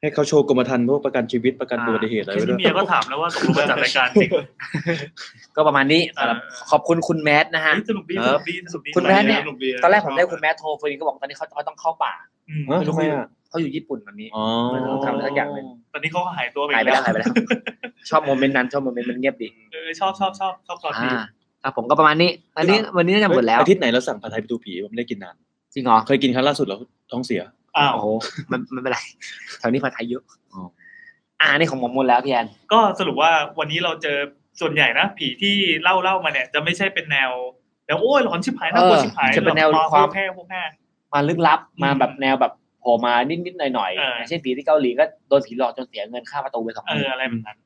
Speaker 3: ให้เขาโชว์กรมธรรม์พวกประกันชีวิตประกัน
Speaker 1: อ่า
Speaker 3: อุบัติเหตุอะไร
Speaker 2: แค่
Speaker 3: ไว้
Speaker 2: นี้
Speaker 3: ด้วย
Speaker 2: เมียก็ถามแล้วว่าตกลงมาจัดรายการจริง
Speaker 1: ก็ประมาณนี้สำหรับ
Speaker 2: เออ
Speaker 1: ขอบคุณคุณแมทนะฮะ
Speaker 2: เฮ้ยสนุกดีสนุกดีสนุกดี
Speaker 1: คุณแม่เนี่ย
Speaker 4: สกดีะ
Speaker 1: ตอนแรกผมได้คุณแมทโทรฟนก็บอกตอนนี้เขาเขาต้องเข้าป่า
Speaker 2: อืม
Speaker 3: ฮะทำไมอ่ะ
Speaker 1: เขาอยู่ญี่ปุ่นตอนนี้
Speaker 3: อ๋อ
Speaker 1: ไม่ต้องทำอะไรสักอย่างเลย
Speaker 2: ตอนนี้เขาก็หายตัวไป
Speaker 1: หายไป
Speaker 2: อีก
Speaker 1: แล้วหายไปแล้ว ชอบโมเมนต์นั้นชอบโมเมนต์มันเงียบดี
Speaker 2: เออชอบชอบชอบชอบตอน
Speaker 1: อ่า
Speaker 2: นี้
Speaker 1: ครับผมก็ประมาณนี้วันนี้วันนี้น่าจะหมดแล้ว
Speaker 3: อาทิตย์ไหนเราสั่งผัดไทยไปดูผีผมไม่ได้กินนาน
Speaker 1: จริงเหรอ
Speaker 3: เคยกินครั้งล่าสุดแล้วท้องเสีย
Speaker 2: อ้าว
Speaker 1: โอ้โห มันมันเป็นไรแถวนี้ผัดไทยเยอะ
Speaker 3: อ๋อ
Speaker 1: อ่านี่ของผมหมดแล้วพี่แอน
Speaker 2: ก็สรุปว่าวันนี้เราเจอส่วนใหญ่นะ ผีที่เล่าเล่ามาเนี่ย จะไม่ใช่เป็นแนวแนวโอ้ยหลอนชิบหายน่ากลัวชิบหาย
Speaker 1: จะเป็นแนว
Speaker 2: บบ
Speaker 1: ความ
Speaker 2: พกแพ้พวกแพ้
Speaker 1: มาลึกลับ
Speaker 2: อืม
Speaker 1: มาแบบแนวแบบโผล่มานิดนิดๆหน่อยหน่อย
Speaker 2: เอออ
Speaker 1: างเช่นผีที่เกาหลีก็โดนผีหลอกจนเสียเงินค่าประตูไปสองห
Speaker 2: เอ
Speaker 1: มื่
Speaker 2: อน อะไรแบบนั้น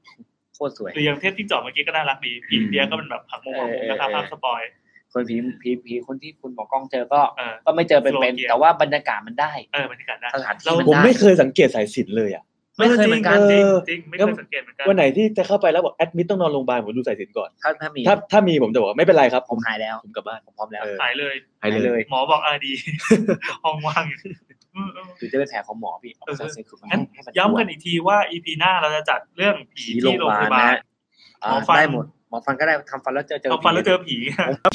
Speaker 1: โคตรสวย
Speaker 2: หรืออย่างเทพที่จอดเมื่อกี้ก็น่ารักดีผีเดียก็เป็นแบบผักมุมผักมุมนะครับภาพสปอย
Speaker 1: คนผีผีผีคนที่คุณหมอกล้องเจอก็
Speaker 2: เออ
Speaker 1: ก็ไม่เจอเป็น
Speaker 2: โซ
Speaker 1: ๆ
Speaker 2: เกีย
Speaker 1: แต่ว่าบรรยากาศมันได้
Speaker 2: เออบรรยากาศนะ
Speaker 1: สถานที่
Speaker 2: เรา
Speaker 1: มัน
Speaker 3: ผม
Speaker 1: ได้
Speaker 3: ไม่เคยสังเกตสายสิญจนเลยอ่ะ
Speaker 1: ไม่เคยเหมือนกัน
Speaker 2: จ
Speaker 3: เอ
Speaker 2: ริง
Speaker 3: อ
Speaker 2: จริงไม่
Speaker 3: แล้
Speaker 2: เคยว สังเกตเหมือนกัน
Speaker 3: วันไหนที่จะเข้าไปแล้วบอกแอดมิดต้องนอนโรงพยาบาลผมดูสายสินก่อน
Speaker 1: ถ้าถ้ามี
Speaker 3: ถ้าถ้ามีผมจะบอกว่าไม่เป็นไรครับ
Speaker 1: ผมหายแล้ว
Speaker 3: ผมกลับบ้าน
Speaker 1: ผมพร้อมแล้ว
Speaker 3: เออ
Speaker 2: หายเลย
Speaker 3: หายเลย
Speaker 2: หมอบอกอาดี ห้องว่าง อยู่อืม
Speaker 1: หรือจะเป็นแผลของหมอพี่
Speaker 2: เออ
Speaker 1: เาเส้นคือมัน
Speaker 2: งั้น
Speaker 1: ให้มั
Speaker 2: ย้ำ
Speaker 1: ทั่ว
Speaker 2: กันอีกทีว่า EP หน้าเราจะจัดเรื่องผี
Speaker 1: ผี
Speaker 2: ที่
Speaker 1: โรงพยา
Speaker 2: โรงพยา
Speaker 1: บาล
Speaker 2: บาล
Speaker 1: นะอ่า
Speaker 2: หมอฟัน
Speaker 1: ได้หมด หมอฟันก็ได้ทำฟันแล้วเจอเจอ
Speaker 2: เอาฟันแล้วเจอผี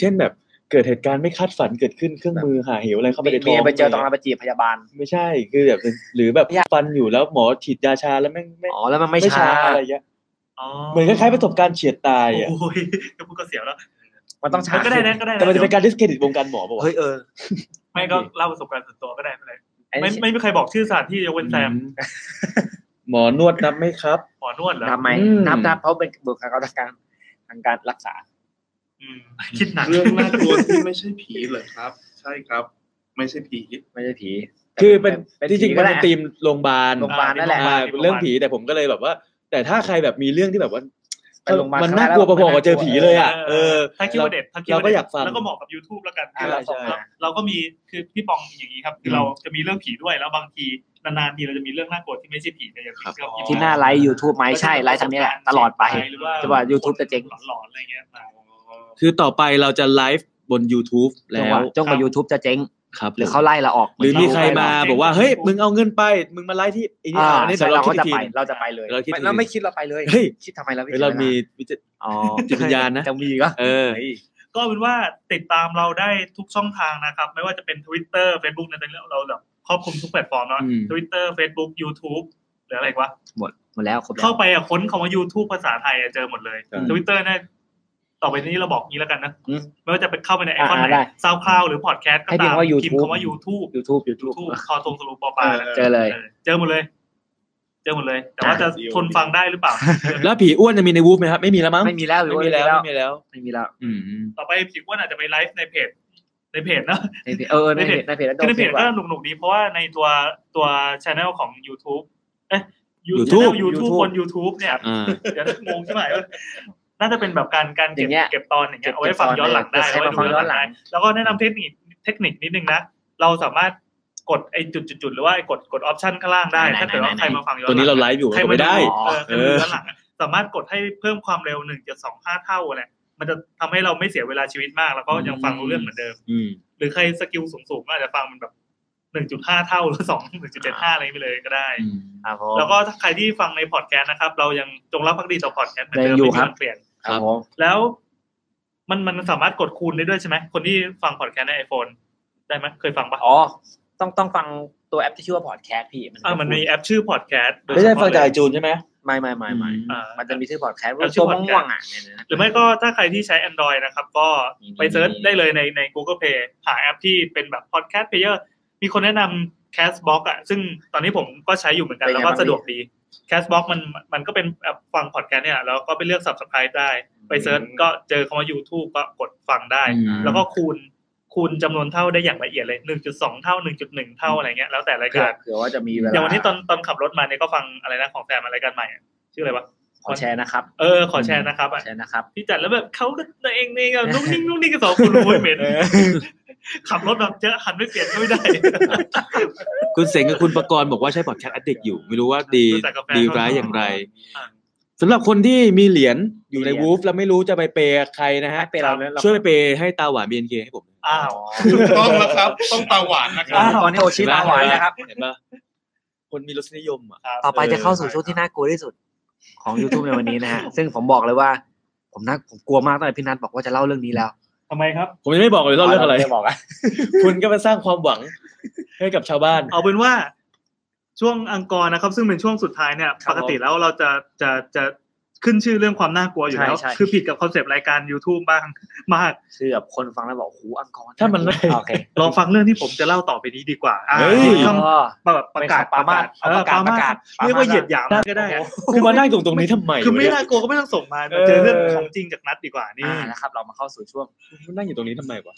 Speaker 3: เช่นแบบเกิดเหตุการณ์ไม่คาดฝันเกิดขึ้นเครื่องมือหาเหวอะไรเข้าไปในท้
Speaker 1: มี
Speaker 3: อง
Speaker 1: ไปเจอตอนเราไปจีบพยาบาล
Speaker 3: ไม่ใช่คือแบบหรือแบบฟันอยู่แล้วหมอฉีดยาชาแล้วแม่งไม่
Speaker 1: อ๋อ แล้วมันไม่
Speaker 3: ไม่
Speaker 1: ช้า
Speaker 3: ชาอะไรเงี้ย
Speaker 2: อ๋อ
Speaker 3: เหมือนคล้ายๆประสบการณ์เฉียดตายอ่ะ
Speaker 2: โอ้ยก็พูดก็เสียวแล้ว
Speaker 1: มันต้องช้า
Speaker 2: ก็ได้นะก็ได้
Speaker 3: แต่มันจะเป็น
Speaker 2: นะ
Speaker 3: การดิสเครดิตวงการหมอป่าวะ
Speaker 1: เฮ้ย เออ
Speaker 2: ไม่ก็เล่าประสบการณ์ส่วนตัวก็ได้ไม่เป็นไร
Speaker 1: ไอ้
Speaker 2: ไม่
Speaker 1: นี่
Speaker 2: ไม่มีใครบอกชื่อสถานที่ยกเว้นแซม
Speaker 3: หมอนวดนับไหมครับ
Speaker 2: หมอนวดเหรอ
Speaker 1: นับไหม
Speaker 3: อืม
Speaker 1: นับนับเพราะเป็นบุคลากรทางการทางการรักษา
Speaker 2: อืมคิดหนัก
Speaker 4: เรื่องน่ากลัวที่ไม่ใช่ผีเหรอครับ ใช่ครับ ไม่ใช่ผี
Speaker 1: ไม่ใช่ผี
Speaker 3: คือเป็น
Speaker 1: เป็น
Speaker 3: ที่จริง
Speaker 1: ผี
Speaker 3: มั
Speaker 1: ก็
Speaker 3: น
Speaker 1: ได้
Speaker 3: เป็นธีมโรงพยาบาล
Speaker 1: โรงพยาบาลนั่นแหละ
Speaker 3: อ่า
Speaker 2: โรงพยาบาล
Speaker 3: เรื่องผีแต่ผมก็เลยแบบว่า แต่ถ้าใครแบบมีเรื่องที่แบบว่า
Speaker 1: ไปโรงพยาบาล
Speaker 3: มันน่ากลัวพอๆกับเจอผีเลยอ่ะเออ
Speaker 2: ถ้าคิดว่าเด็ดถ้าคิดว่า
Speaker 3: เราก็
Speaker 2: เด็ด
Speaker 3: อยากฟัง
Speaker 2: แล้วก็เหมาะกับ YouTube แล้วกัน
Speaker 1: อ่า
Speaker 2: เรา
Speaker 1: ใช่
Speaker 2: เราเราก็มีคือพี่ปองมีอย่างนี้ครับ คือเราจะมีเรื่องผีด้วยแล้วบางทีนานๆทีเราจะมีเรื่องน่ากลัวที่ไม่ใช่ผีในอย่างที่เราคิด
Speaker 1: ที่หน้าไลฟ์ YouTube ไหมใช่ ไลฟ์ทางนี้แหละ ตลอดไป
Speaker 2: หรือว่า
Speaker 1: จะว่า YouTube จะเจ๊ง
Speaker 2: หลอนๆอะไรเงี้ยมา
Speaker 3: คือต่อไปเราจะไลฟ์บน YouTube
Speaker 1: จง
Speaker 3: แล้
Speaker 1: ก
Speaker 3: ว
Speaker 1: ว่าจงกว่า
Speaker 2: ครับ
Speaker 1: YouTube จะเจ๊ง
Speaker 3: ครับ
Speaker 1: หรือเขาไล่เราออก
Speaker 3: หรือมีใครมา
Speaker 2: เออ
Speaker 3: บอกว่า เฮ้ย มึงเอาเงินไป มึงมาไลฟ์ที่ไอันนี้
Speaker 1: อ่า
Speaker 3: อันนี้
Speaker 1: ใช่
Speaker 3: แต่เรา
Speaker 1: เรา
Speaker 3: คิด
Speaker 1: ก็จะ
Speaker 3: อีกที
Speaker 1: ไป เราจะไปเลย
Speaker 3: เราคิดอีกที
Speaker 1: เราไม่คิดเราไปเลย
Speaker 3: เฮ้ย
Speaker 1: คิดทำไมเราไม่
Speaker 3: เฮ้ยเรามีวิจ
Speaker 1: อ๋อ
Speaker 3: จิตวิญญาณนะ
Speaker 1: จะมีก็
Speaker 3: เออ
Speaker 2: ก็เอาเป็นว่าติดตามเราได้ทุกช่องทางนะครับ ไม่ว่าจะเป็น Twitter Facebook ในตอนนี้เราแบบครอบคลุมทุกแพลตฟอร์มเนาะ
Speaker 3: อืม
Speaker 2: Twitter Facebook YouTube หรืออะไรอีกวะ
Speaker 1: หมดแล้วครบแล้ว
Speaker 2: เข้าไปอะค้นคำว่า YouTube ภาษาไทยอะเจอหมดเลย
Speaker 3: ใช่
Speaker 2: Twitter เนี่ยต่อไปนี้เราบอกงี้แล้วกันนะ
Speaker 1: อืม
Speaker 2: ไม่ว่าจะไปเข้าไปในไอคอนไห
Speaker 1: อ่าได้
Speaker 2: นซาวคลาวหรือพอดแคสต์ก็
Speaker 1: ให้พิ
Speaker 2: ตาม
Speaker 1: พ์
Speaker 2: ม
Speaker 1: ว่า YouTube
Speaker 2: พิมพ์คำว่า YouTube
Speaker 1: YouTube YouTube
Speaker 2: YouTube คอทงสรูปอปลา
Speaker 4: เออ
Speaker 1: เจอเลย
Speaker 2: เออเจอหมดเลย เจอหมดเลย แต่ว่าจะทนฟังได้หรือเปล่า
Speaker 3: แล้วผีอ้วนจะมีในวูฟไหมครับ ไม่มีแล้วมั้ง
Speaker 1: ไม่มีแล้วหรือว่า
Speaker 3: ไม่มีแล้วไม่มีแล้ว
Speaker 1: ไม่มีแล้ว
Speaker 3: อืม
Speaker 2: ต่อไปผิดว่าอาจจะไปไลฟ์ในเพจในเพจนะ
Speaker 1: ในเพจเออเออในเพจในเพจแล้ว
Speaker 2: คือในเพ
Speaker 1: คิ
Speaker 2: จ
Speaker 1: ดว่า
Speaker 2: ก็หนุกๆดีเพราะว่าในตัวตัวช anel ของ YouTube เอ๊ะ
Speaker 3: YouTube
Speaker 2: YouTube
Speaker 3: YouTube
Speaker 2: บน YouTube เนี่ย
Speaker 3: อ่า
Speaker 2: เดี๋ยวงงใช่ไหมว่าน่าจะเป็นแบบการการเก็
Speaker 1: อบ ย่างเงี้ย
Speaker 2: เก็บตอนอย่างเงี้
Speaker 1: เก็บ
Speaker 2: ยเอาไว้ฟังย้อนหลังได้
Speaker 1: เก็บตอน
Speaker 2: เอาไว้ดูย้อนหลังได้แล้วก็แนะนำเทคนิคเทคนิคนิดนึงนะ เราสามารถกดไอ้จุดๆๆหรือว่าไอ้กดกดออปชันข้างล่างได้
Speaker 1: ไหนๆๆๆ
Speaker 2: ถ้าเกิดว่าใครมาฟังย้อนห
Speaker 3: ตัว
Speaker 2: ลัง
Speaker 3: นี้เราไลฟ์อยู่
Speaker 2: ใคร
Speaker 3: เรา
Speaker 2: มา
Speaker 3: ไม่ได้
Speaker 2: เออใครมา
Speaker 3: เอ
Speaker 2: ดู
Speaker 3: อ
Speaker 2: ย้อนหลังอะสามารถกดให้เพิ่มความเร็วหนึ่งจุดสองห้าเท่าอะไรมันจะทำให้เราไม่เสียเวลาชีวิตมากแล้วก็ยังฟังรู้เรื่องเหมือนเดิม
Speaker 3: อืม
Speaker 2: หรือใครสกิลสูงๆก็อาจจะฟังมันแบบหนึ่งจุดห้าเท่าหรือสองหนึ่งจุดเจ็ดห้าอะไรไปเลยก็ได้
Speaker 1: ครับผม
Speaker 2: แล้วก็ถ้าใครที่ฟังในพอดแคสต์นะครับ เรายังจงรับภักดีต่อพอดแคสต์เหมือนเดิม
Speaker 1: ยังอยู่
Speaker 2: ไม่มี
Speaker 1: ครับ
Speaker 2: การเปลี่ยน
Speaker 1: ครับผม
Speaker 2: แล้ว มันมันสามารถกดคูณได้ด้วยใช่ไหมคนที่ฟังพอดแคสต์ในไอโฟนได้ไหมเคยฟังปะ
Speaker 1: อ๋อ ต้องต้องฟังตัวแอปที่ชื่อว่าพอดแคสต์พี่
Speaker 2: อ่ามันมีแอปชื่อพอดแคสต์โย
Speaker 3: ไม่
Speaker 2: เฉ
Speaker 3: ได้
Speaker 2: พาะ
Speaker 3: ฟังจาก
Speaker 2: เลย
Speaker 3: ไอจูนใช่ไหม
Speaker 1: ไม่ไม่ไม่ไม่
Speaker 2: อ่ามั
Speaker 1: มันจะมีชื่อพอดแคสต์
Speaker 2: แล้วชื่
Speaker 1: ตั
Speaker 2: อ
Speaker 1: ว
Speaker 2: podcast
Speaker 1: ม่วงๆอ่ะเนี่ยนะ
Speaker 2: หรือไม่ก็ถ้าใครที่ใช้ Android นะครับ ก็ไปเซิร์ชได้เลยในใน Google Play หาแอปที่เป็นแบบ Podcast Player มีคนแนะนำ Castbox อ่ะ ซึ่งตอนนี้ผมก็ใช้อยู่เหมือนกัน
Speaker 1: เป็นไง
Speaker 2: แล้วก็
Speaker 1: บ้าง
Speaker 2: สะดวกดี Castbox มันมันก็เป็นแอปฟัง Podcast เนี่ย แล้วก็ไปเลือก Subscribe ได้ ไปเซิร์ชก็เจอคำว่า YouTube ก็กดฟังได้
Speaker 3: อืม
Speaker 2: แล้วก็คูณคูณจำนวนเท่าได้อย่างละเอียดเลย 1.2 เท่า 1.1 เท่าอะไรเงี้ย แล้วแต่ราย
Speaker 1: เผื่อ
Speaker 2: การ
Speaker 1: เผื่อว่าจะมีเวลา
Speaker 2: อย่างวันนี้ตอนตอนขับรถมาเนี่ยก็ฟังอะไรนะของแฟนมารายการใหม่อะชื่ออะไรวะ
Speaker 1: ขอแชร์นะครับ
Speaker 2: เออขอแชร์นะครับ
Speaker 1: ขอ
Speaker 2: อะ
Speaker 1: แชร์นะครับ
Speaker 2: พี่จัดแล้วแบบเขาก็ตัวเอง นี่ก็นุ่งนิ่งนุ่งนิ่งกับสองคนรู้เหม็น ขับรถแบบเจอหันไม่เปลี่ยนก็ ไม่ได้
Speaker 3: คุณเสงกับคุณประกรณ์บอกว่าใช้พอดแคสต์อัดเด็กอยู่ ไม่รู้ว่าดี
Speaker 2: รู้จักกับแฟน
Speaker 3: ดีร้ายอย่างไรสำหรับคนที่มีเหรียญอยู่ใน
Speaker 1: มีเหรียญ
Speaker 3: วูฟแล้วไม่รู้จะไปเปย์ใครนะฮะ
Speaker 1: ให้ไปเราแล้วเรา
Speaker 3: ช่วยไปเปย์ให้ตาหวานบีเนเคให้ผม
Speaker 2: อ้าว
Speaker 12: ถูกต้องแล้วครับ ต้องตาหวานนะครับ
Speaker 1: อ่าตอนนี้โอชิตาหวานนะครับ
Speaker 3: เห็นปะคนมีรสนิยมอ่ะ
Speaker 1: ต่อไปจะเข้าสู่ช่วงที่น่ากลัวที่สุดของ YouTube ในวันนี้นะฮะ ซึ่งผมบอกเลยว่า ผมน่าผมกลัวมากตั้งแต่พี่นัทบอกว่าจะเล่าเรื่องนี้แล้ว
Speaker 2: ทำไมครับ
Speaker 3: ผมยังไม่บอกเลยเล่าเรื่องอะไร
Speaker 1: ม่บอกอะ
Speaker 3: คุณก็มาสร้างความหวังให้กับชาวบ้าน
Speaker 2: เอาเป็นว่าช่วงอังกอร์นะครับ ซึ่งเป็นช่วงสุดท้ายเนี่ย
Speaker 1: ครับ
Speaker 2: ปกติแล้วเราจะจะจะขึ้นชื่อเรื่องความน่ากลัวอยู่แล้ว
Speaker 1: ใช่ใช่
Speaker 2: คือผิดกับคอนเซปต์รายการ YouTube บ้างมาก
Speaker 1: เชื่อแบบคนฟังแล้วบอกหูอังกอร์
Speaker 3: ถ้ามันไม่
Speaker 1: โอเค
Speaker 2: ลองฟังเรื่องที่ผมจะเล่าต่อไปนี้ดีกว่าอ่า
Speaker 3: เฮ้ย
Speaker 2: ต้อง
Speaker 1: อ๋อ
Speaker 2: แบบประกาศ
Speaker 1: ปามาส
Speaker 2: เออ
Speaker 1: เอาประกาศ
Speaker 2: ปามาสเรียกว่าเหยียดหยาม
Speaker 3: ปามาส
Speaker 2: ก็ได้อะ
Speaker 3: กูมานั่งตรงตรงนี้ทำไม
Speaker 2: คือไม่
Speaker 3: วะเนี่
Speaker 2: น่าย กลัวก็ไม่ต้องส่งมา
Speaker 3: เออ
Speaker 2: เจอเรื่องของจริงจากนัดดีกว่านี่
Speaker 1: อ่านะครับ เรามาเข้าสู่ช่วง
Speaker 3: กูนั่งอยู่ตรงนี้ทำไมวะ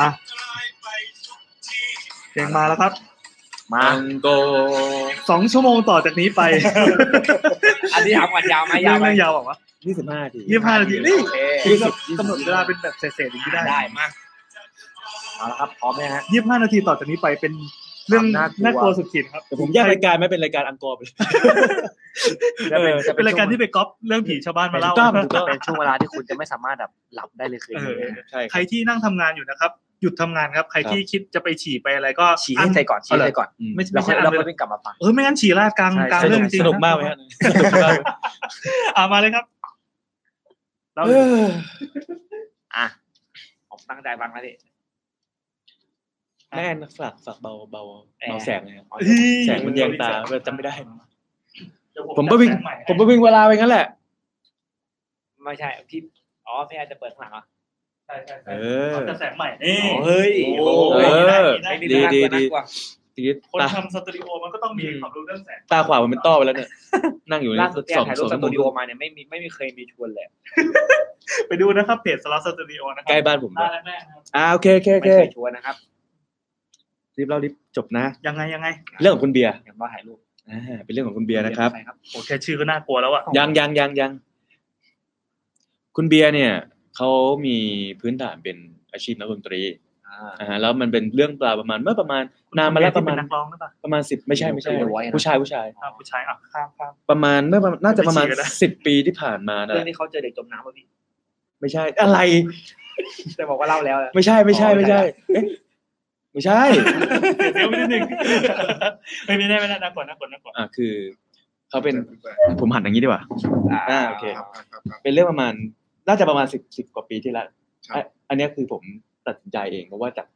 Speaker 2: อ่ะเพลงมาแล้วครับ
Speaker 1: มา
Speaker 3: อังโก
Speaker 2: สองชั่วโมงต่อจากนี้ไป
Speaker 1: อันนี้ถามก่อนยาวไหม
Speaker 2: เ
Speaker 1: ยาวไหม
Speaker 2: รื่องเรื่องยาวบอกว่า
Speaker 3: ยี่สิบห้าที
Speaker 2: ยี่สิบห้านาทีนี่
Speaker 1: โอเค
Speaker 2: คือกำหนดเวลาเป็นแบบเศษๆอย่างนี้ได้
Speaker 1: ได้มา
Speaker 5: เอาละครับพร้อมไหมฮะ
Speaker 2: ยี่สิบห้านาทีต่อจากนี้ไปเป็นเรื่อง
Speaker 5: น่ากลัว
Speaker 2: น่ากลัวสุดขีดครับ
Speaker 3: แต่ผมแยกรายการไหม่เป็นรายการอังกอร์ไปเลย
Speaker 5: แล้วเป็นจะ
Speaker 2: เป็นรายการที่
Speaker 5: เป็น
Speaker 2: ไปก๊อปเรื่องผีชาวบ้านมาเล่า
Speaker 3: ถูกต้องถูก
Speaker 5: ช่
Speaker 3: ต้
Speaker 5: ว
Speaker 3: อง ง
Speaker 5: เป็นช่วงเวลาที่คุณจะไม่สามารถแบบหลับได้เลยคืน
Speaker 2: เอ
Speaker 5: นี้
Speaker 2: อ
Speaker 5: นะฮะ
Speaker 3: ใช่ค
Speaker 2: ใคร
Speaker 3: รับ
Speaker 2: ที่นั่งทำงานอยู่นะครับ หยุดทำงานครับ ใครที่คิดจะไปฉี่ไปอะไรก็
Speaker 5: ฉี่ให้ใจก่อนฉี่ให้ใจก่อน
Speaker 3: อืม
Speaker 2: ไม่ใช่
Speaker 5: เรา
Speaker 2: ไม่
Speaker 5: ค่อยเราค่
Speaker 2: ใช่อันเล
Speaker 5: อย
Speaker 2: ย
Speaker 5: วิ่งกลับมาฟัง
Speaker 2: เออไม่งั้นฉี่ลาดกลาง
Speaker 5: ใช่
Speaker 2: กลาง
Speaker 3: ส
Speaker 2: เรื่อง
Speaker 3: นุก
Speaker 2: จริง
Speaker 3: ส
Speaker 2: ๆะ
Speaker 3: นุกมากไหมฮะ
Speaker 2: อ่ะมาเลยครับ
Speaker 5: เรา
Speaker 3: เออ
Speaker 5: อ่ะผมตั้งใจฟังแล้วดิ
Speaker 3: แม่นฝากฝากเบาเบา
Speaker 5: แอร์
Speaker 3: เบาแสงหนอยครับ
Speaker 5: อ๋อ
Speaker 3: แสงมันแยงตาจำไม่ได้ ผมก็วิ่ง ผมก็วิ่งเวลาไปงั้นแหละ
Speaker 5: ไม่ใช่พี่อ๋อพี่อาจจะเปิดข้างหลังเหรอ
Speaker 2: ใช่ใช่ใช่
Speaker 3: เออ
Speaker 2: จะแสงใหม่นี่
Speaker 3: อ๋อเฮ้ย
Speaker 2: โอ้โห
Speaker 3: เออ
Speaker 2: ได้ได้
Speaker 3: ดี
Speaker 2: ได้
Speaker 3: ดีดี
Speaker 5: น่ากลัว
Speaker 3: ที
Speaker 2: คน
Speaker 3: ตา
Speaker 2: ทำสตูดิโอมันก็ต้องมีความรู้เรื่องแสง
Speaker 3: ตาขวาผมเป็นต้อไปแล้วเนี่ย นั่งอยู่
Speaker 5: น่ากลัวล่าสุด
Speaker 3: ใน
Speaker 5: แก
Speaker 3: สอง
Speaker 5: ถ่าย
Speaker 3: ส
Speaker 5: รู
Speaker 3: อ
Speaker 5: ป
Speaker 3: ง
Speaker 5: ส
Speaker 3: ชั่วโม
Speaker 5: ตู
Speaker 3: ง
Speaker 5: ดิโอมาเนี่ยไม่มีไม่มีเคยมีชวนเลย
Speaker 2: ไปดูนะครับเพจสล็อตสตูดิโอนะค
Speaker 3: ใก
Speaker 2: รับ
Speaker 3: ล้บ้านผม
Speaker 2: ตา
Speaker 3: ด้วย
Speaker 2: แรกๆนะครับ
Speaker 3: อ่าโอเคโอเคโอ
Speaker 5: ไม่
Speaker 3: เค
Speaker 5: เคยชวนนะครับ
Speaker 3: รีบเล่ารีบจบนะ
Speaker 2: ยังไงยังไง
Speaker 3: เรื่องของคุณเบียร์
Speaker 5: อย่างน้อยถ่ายรูป
Speaker 3: อ่าเป็นเรื่องของคุณเบียร์นะครับ
Speaker 5: ใช่ครับ
Speaker 2: โอ้แค่ชื่อก็น่ากลัวแล้วอ่ะ
Speaker 3: ยังยังยังยังคุณเบียร์เนี่ยเขามีพื้นฐานเป็นอาชีพนักดนตรี
Speaker 5: อ่า
Speaker 3: อ่าแล้วมันเป็นเรื่องราวประมาณเมื่อประมาณนานมาแล้วประมาณ
Speaker 2: ที่เป็นนักร้องหรือเปล่า
Speaker 3: ประมาณสิบไม่ใช่ไม่ใช่
Speaker 5: เป็น voice นะ
Speaker 3: ผู้ชายผู้ชาย
Speaker 2: อ่ะผู้ชายอ่ะข้ามข้าม
Speaker 3: ประมาณเมื่อประมาณน่าจะประมาณ
Speaker 2: ไม่ฉีกก็ได้
Speaker 3: สิบปีที่ผ่านมานะ
Speaker 5: เรื่องที่เขาเจอเด็กจมน้ำป่ะพี่
Speaker 3: ไม่ใช่อะไร
Speaker 5: แต่บอกว่าเล่าแล้ว
Speaker 3: ไม่ใช่ไม่ใช่ไม่ใช่เอ๊ะไม่ใช่
Speaker 2: เดี๋ยวนิดนึงไม่ได้ไม่ได้น่ากลัวน่ากลัวน่ากลัว
Speaker 3: อ่าคือเขาเป็นผมหันอย่างนี้ดีกว่า อ่าโอเค
Speaker 7: ครับครับครับ
Speaker 3: เป็นเรื่องประมาณน่าจะประมาณสิบสิบกว่าปีที่แล้ว
Speaker 7: ครับ
Speaker 3: อ่ะอันเนี้ยคือผมตัดสินใจเองเพราะว่าจาก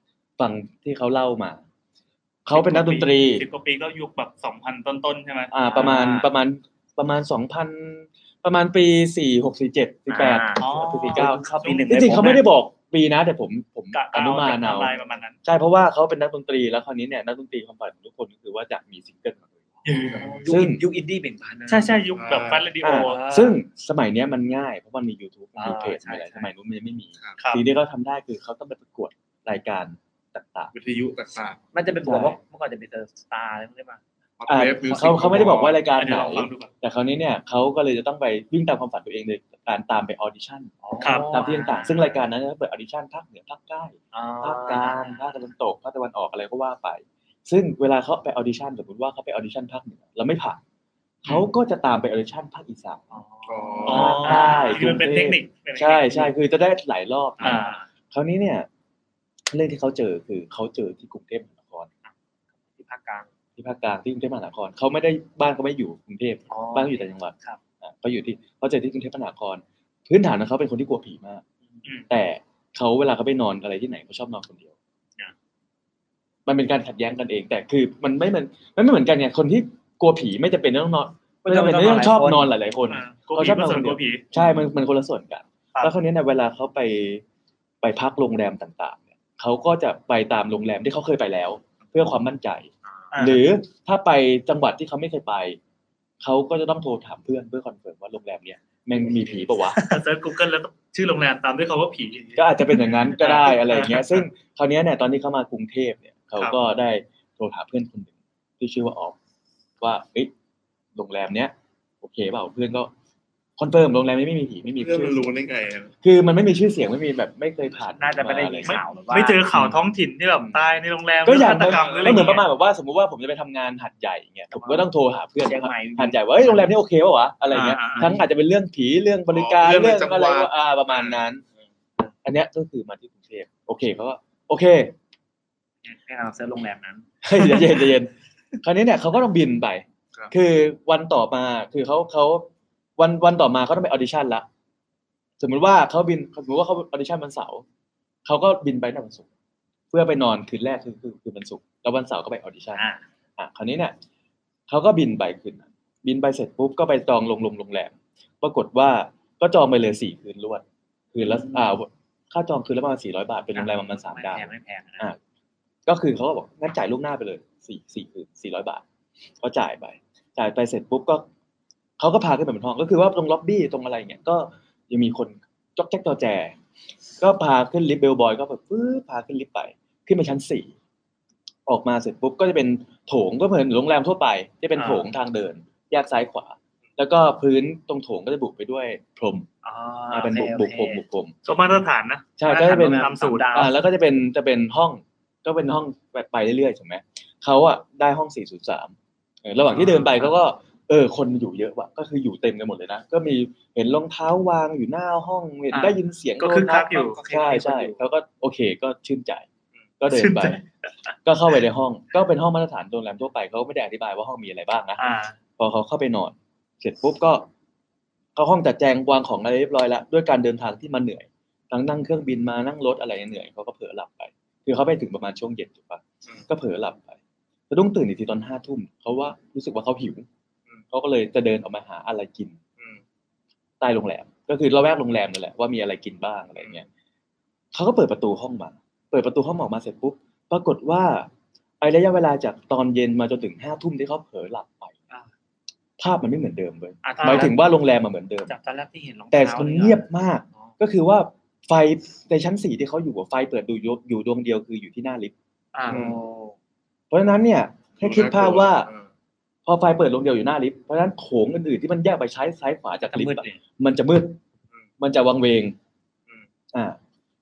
Speaker 3: ฟังที่เขาเล่ามา เขาเป็นนักดนตรี
Speaker 2: สิบกว่าปีก็ยุคแบบสองพันต้นๆใช่ไหม
Speaker 3: อ่า ประมาณประมาณประมาณสองพันประมาณปีสี่หกสี่เจ็ดสี่แปด
Speaker 2: อ๋อ
Speaker 3: สี่เก้า
Speaker 5: เข้าปีหนึ่ง
Speaker 3: จริงๆเขาไม่ได้บอกปีนะ แต่ผมผม
Speaker 2: กะ
Speaker 3: อ
Speaker 2: เอ
Speaker 3: นุมาน
Speaker 2: จก
Speaker 3: เอา
Speaker 2: ไลน์ประมาณนั้น
Speaker 3: ใช่เพราะว่าเขาเป็นนักดนตรีแล้วคราวนี้เนี่ยนักดนตรีความฝันของทุกคนก็คือว่าจะมีซิงเกิลของตัวเอง ซึ่ง
Speaker 5: ยุคอินดี้เบ่งบานนะ
Speaker 2: ใช่ใช่ยุคแบบฟันเรดิโอ
Speaker 3: อ่าซึ่งสมัยเนี้ยมันง่ายเพราะมันมี YouTube มันมี
Speaker 5: อ่า
Speaker 3: เพจ
Speaker 5: ใช่
Speaker 3: มีอะไร
Speaker 5: ใช่
Speaker 3: สมัยนู้นมันยังไม่มี
Speaker 2: ครับ
Speaker 3: สิ่งที่เขาทำได้คือเขาต้องไปประกวดรายการต่าง
Speaker 7: วิทยุต่าง
Speaker 5: น่าจะเป็นตัวว่าเมื่อก่อนจะเป็นเตอร์สตาร์อะไรพวกนี้ป่ะ
Speaker 7: ๆ Hot
Speaker 3: อ่า
Speaker 7: Wave Music
Speaker 3: ๆเขาเขาไม่ได้บอกว่ารายการ
Speaker 2: อันนี้
Speaker 3: ไหน
Speaker 2: ลองฟังดูก่อน
Speaker 3: แต่คราวนี้เนี่ยเขาก็เลยจะต้องไปวิ่งตามความฝันตัวเองโดยการตามไปออดิชั่น
Speaker 2: ครับ
Speaker 3: ตามที่ต่างๆซึ่งรายการนั้นจะเปิดออดิชั่นภาคเหนือภาคใต้ภาคกลางภาคตะวันตกภาคตะวันออกอะไรก็ว่าไป ซึ่งเวลาเขาไปออดิชั่นสมมติว่าเขาไปออดิชั่นภาคเหนือแล้วไม่ผ่านเขาก็จะตามไปออดิชั่นภาคอีสาน
Speaker 7: อ๋อ
Speaker 2: อ๋อคือมันเป็นเทคนิคเป็นเทคนิค
Speaker 3: ใช่ใช่คือจะได้หลายรอบ
Speaker 2: อ่า
Speaker 3: นะ คราวนี้เนี่ยเรื่องที่เขาเจอคือเขาเจอที่กรุงเทพมหานคร
Speaker 5: ที่ภาคกลาง
Speaker 3: ที่ภาคกลางที่กรุงเทพมหานครเขาไม่ได้บ้านเขาไม่อยู่กรุงเทพ
Speaker 5: อ๋อ
Speaker 3: บ้านเขาอยู่ต่างจังหวัด
Speaker 5: ครับ
Speaker 3: อ่ะเขาอยู่ที่เขาเจอที่กรุงเทพมหานคร พื้นฐานของเขาเป็นคนที่กลัวผีมาก
Speaker 2: อืม
Speaker 3: แต่เขาเวลาเขาไปนอนอะไรที่ไหนเขาชอบนอนคนเดียว
Speaker 2: อ่ะ
Speaker 3: มันเป็นการขัดแย้งกันเอง แต่คือมันไม่มันมันไม่เหมือนกันไงคนที่กลัวผีไม่จะเป็นต้องนอนไม่จำเป็นต้องชอบนอนหลายๆคน
Speaker 2: อ่าก็ผีก็ส่วนตัวผี
Speaker 3: ใช่ มันมันคนละส่วนกัน
Speaker 2: ครับ
Speaker 3: แล้วคราวเนี้ยเนี่ยเวลาเขาไปไปพักโรงแรมต่าง ๆ เนี่ยเขาก็จะไปตามโรงแรมที่เขาเคยไปแล้ว เพื่อความมั่นใจ
Speaker 2: อ่า
Speaker 3: หรือถ้าไปจังหวัดที่เขาไม่เคยไป เขาก็จะต้องโทรถามเพื่อนเพื่อคอนเฟิร์มว่าโรงแรมเนี่ยแมันมีผีปะว ะ
Speaker 2: เซิร์ชกูเกิลแล้วก็ชื่อโรงแรมตามด้วยคำว่าผี
Speaker 3: ก็อาจจะเป็นอย่างนั้นก็ได้อะไรอย่างเงี้ย ซึ่งคราวเนี้ยเนี่ยตอนที่เขามากรุงเทพเนี่ยเขาก็ได้โทรหาเพื่อนคนหนึ่งที่ชื่อว่าออฟว่าเอ้ยโรงแรมเนี้ยโอเคเปล่าเพื่อนก็คอนเฟิร์มโรงแรมนี้ไม่มีผีไม่มี
Speaker 7: เรื่อง
Speaker 3: ชื่
Speaker 7: มั
Speaker 3: อ
Speaker 7: นรู้ได้ไงอะ
Speaker 3: คือมันไม่มีชื่อเสียงไม่มีแบบไม่เคยผ่าน
Speaker 5: น่าจะไม่ได้มี
Speaker 3: า
Speaker 5: ข่าวหรือว่า
Speaker 2: ไม่เจอข่าวท้องถิ่นที่แบบตายในโรงแรม
Speaker 3: ก็อย่าง
Speaker 2: ฆตกรรมห
Speaker 3: ไม่เหมือนประมาณ
Speaker 2: ะไ
Speaker 3: แบบว่าสมมุติว่าผมจะไปทำงานหัดใหญ่เงี้ยผมก็ต้องโทรหาเพื่อน
Speaker 5: เชียงใหม่
Speaker 3: หัดใหญ่ว่าเอ้ยโรงแรมนี้โอเคปะวะอะไรเงี้ย
Speaker 2: อ่าอ่าอ่า
Speaker 3: ทั้งอาจจะเป็นเรื่องผีเรื่องบริการ
Speaker 7: อ๋อเรื่
Speaker 3: เรื่อ
Speaker 7: อง งใน
Speaker 3: อะ
Speaker 7: จังห
Speaker 3: ไร
Speaker 7: วัด
Speaker 3: วะอ่าประมาณนั้น อันเนี้ยก็คือมาที่กรุงเทพโอเคเขาก็โอเค
Speaker 5: ให้เราเซิร์ชโรงแรมนั้น
Speaker 3: เฮ้ยใจเย็นใจเย็นคราวนี้เนี่ยเขาก็ต้องบินไป
Speaker 7: ครับ
Speaker 3: คือวันต่อมาคือเขาเขาวันวันต่อมาเขาต้องไปออดิชั่นละสมมุติว่าเขาบินสมมติว่าเขาออดิชั่นวันเสาร์เขาก็บินไปในวันศุกร์เพื่อไปนอนคืนแรกคือคือคือวันศุกร์แล้ววันเสาร์ก็ไปออดิชั่น
Speaker 5: อ่า
Speaker 3: อ่ะคราวนี้เนี่ยเขาก็บินไปคืนนั้นบินไปเสร็จปุ๊บก็ไปจองโรงโรงโรงแรมปรากฏว่าก็จองไปเลยสี่คืนรวด คืนละอ่าค่าจองคืนละประมาณสี่ร้อยบาทเป็นโรงแรมประมาณสามดาว
Speaker 5: ไแพงไม่แพงนะ
Speaker 3: อ่ะก็คือเขาก็บอกงั้นจ่ายล่วงหน้าไปเลยสี่สี่คืนสี่ร้อยบาท ก็จ่ายไป จ่ายไปเสร็จปุ๊บก็เขาก็พาขึ้นไปบนห้องก็คือว่าตรงล็อบบี้ตรงอะไรเงี้ยก็ยังมีคนจอกแจ๊กจอแจ ก็พาขึ้นลิฟต์เบลบอยก็แบบปื๊บพาขึ้นลิฟต์ไป ขึ้นไปชั้นสี่ออกมาเสร็จปุ๊บก็จะเป็นโถงก็เหมือนโรงแรมทั่วไปที่เป็น
Speaker 2: อ่า
Speaker 3: โถงทางเดินแยกซ้ายขวา แล้วก็พื้นตรงโถงก็จะบุกไปด้วยพรม
Speaker 5: อ๋อ
Speaker 3: อ่าเป็นบุกบุกพรมบุกพรม
Speaker 2: สมมาตรฐานนะ
Speaker 3: ใช่ก็จะเป็น
Speaker 2: ตามสูตร
Speaker 5: ดาว
Speaker 3: อ่าแล้วก็จะเป็นจะเป็นห้องก็เป็นห้องแบบไปเรื่อยๆถูกไหมเขาอะได้ห้อง 403เออระหว่างที่เดินไปเขาก็ เออ คนอยู่เยอะว่ะก็คืออยู่เต็มกันหมดเลยนะ ก็มีเห็นรองเท้าวางอยู่หน้าห้องเห็น
Speaker 2: อ่า
Speaker 3: ได้ยินเสียง
Speaker 2: ก็คึกคัก
Speaker 3: โดนัท
Speaker 2: อยู่
Speaker 3: ใช่ใช่เขาก็โอเคก็ชื่นใจ ก็เดินไป
Speaker 2: ชื่นใจ
Speaker 3: ก็เข้าไปในห้อง ก็เป็นห้องมาตรฐานโรงแรมทั่วไปเขาไม่ได้อธิบายว่าห้องมีอะไรบ้างนะ
Speaker 2: อ่า
Speaker 3: พอเขาเข้าไปนอน เสร็จปุ๊บก็เข้าห้องจัดแจงวางของอะไรเรียบร้อยแล้วด้วยการเดินทางที่มันเหนื่อยทั้งนั่งเครื่องบินมานั่งรถอะไรเหนื่อยเขาก็เผลอหลับไปคือเขาไปถึงประมาณช่วงเย็นถูกปะก็เผลอหลับไปสะดุ้งตื่นอีกทีตอนห้าทุ่มเขาว่ารู้สึกว่าเขาหิวเขาก็เลยจะเดินออกมาหาอะไรกินใต้โรงแรมก็คือระแวกโรงแรมนั่นแหละว่ามีอะไรกินบ้างอะไรเงี้ยเขาก็เปิดประตูห้องมา เปิดประตูห้องออกมาเสร็จปุ๊บปรากฏว่าไอ้ระยะเวลาจากตอนเย็นมาจนถึงห้าทุ่มที่เขาเผลอหลับไป
Speaker 5: อ่า
Speaker 3: ภาพมันไม่เหมือนเดิมเลย
Speaker 5: อ่ะ
Speaker 3: หมายถึงว่าโรงแรมมันเหมือนเดิม
Speaker 5: จากตอนแรกที่เห็นรอง
Speaker 3: แต่
Speaker 5: เท้า
Speaker 3: มัน
Speaker 5: ล
Speaker 3: เงียบมาก
Speaker 5: อ๋อ
Speaker 3: ก็คือว่าไฟในชั้นสี่ที่เขาอยู่อะไฟเปิดดูอยู่อยู่ดวงเดียวคืออยู่ที่หน้าลิฟต์
Speaker 5: อ่า
Speaker 4: อืม
Speaker 3: เพราะฉะนั้นเนี่ยให้คิดภาพว่า
Speaker 4: เออ
Speaker 3: พอไฟเปิดดวงเดียวอยู่หน้าลิฟต์เพราะฉะนั้นโถงอื่นๆที่มันแยกไปใช้ซ้ายขวาจาก
Speaker 5: จะ
Speaker 3: ลิฟ
Speaker 5: มืด
Speaker 3: ต์อะ
Speaker 5: เนี่ย
Speaker 3: มันจะมืด
Speaker 4: อืม
Speaker 3: มันจะวังเวง
Speaker 4: อืม
Speaker 3: อ่า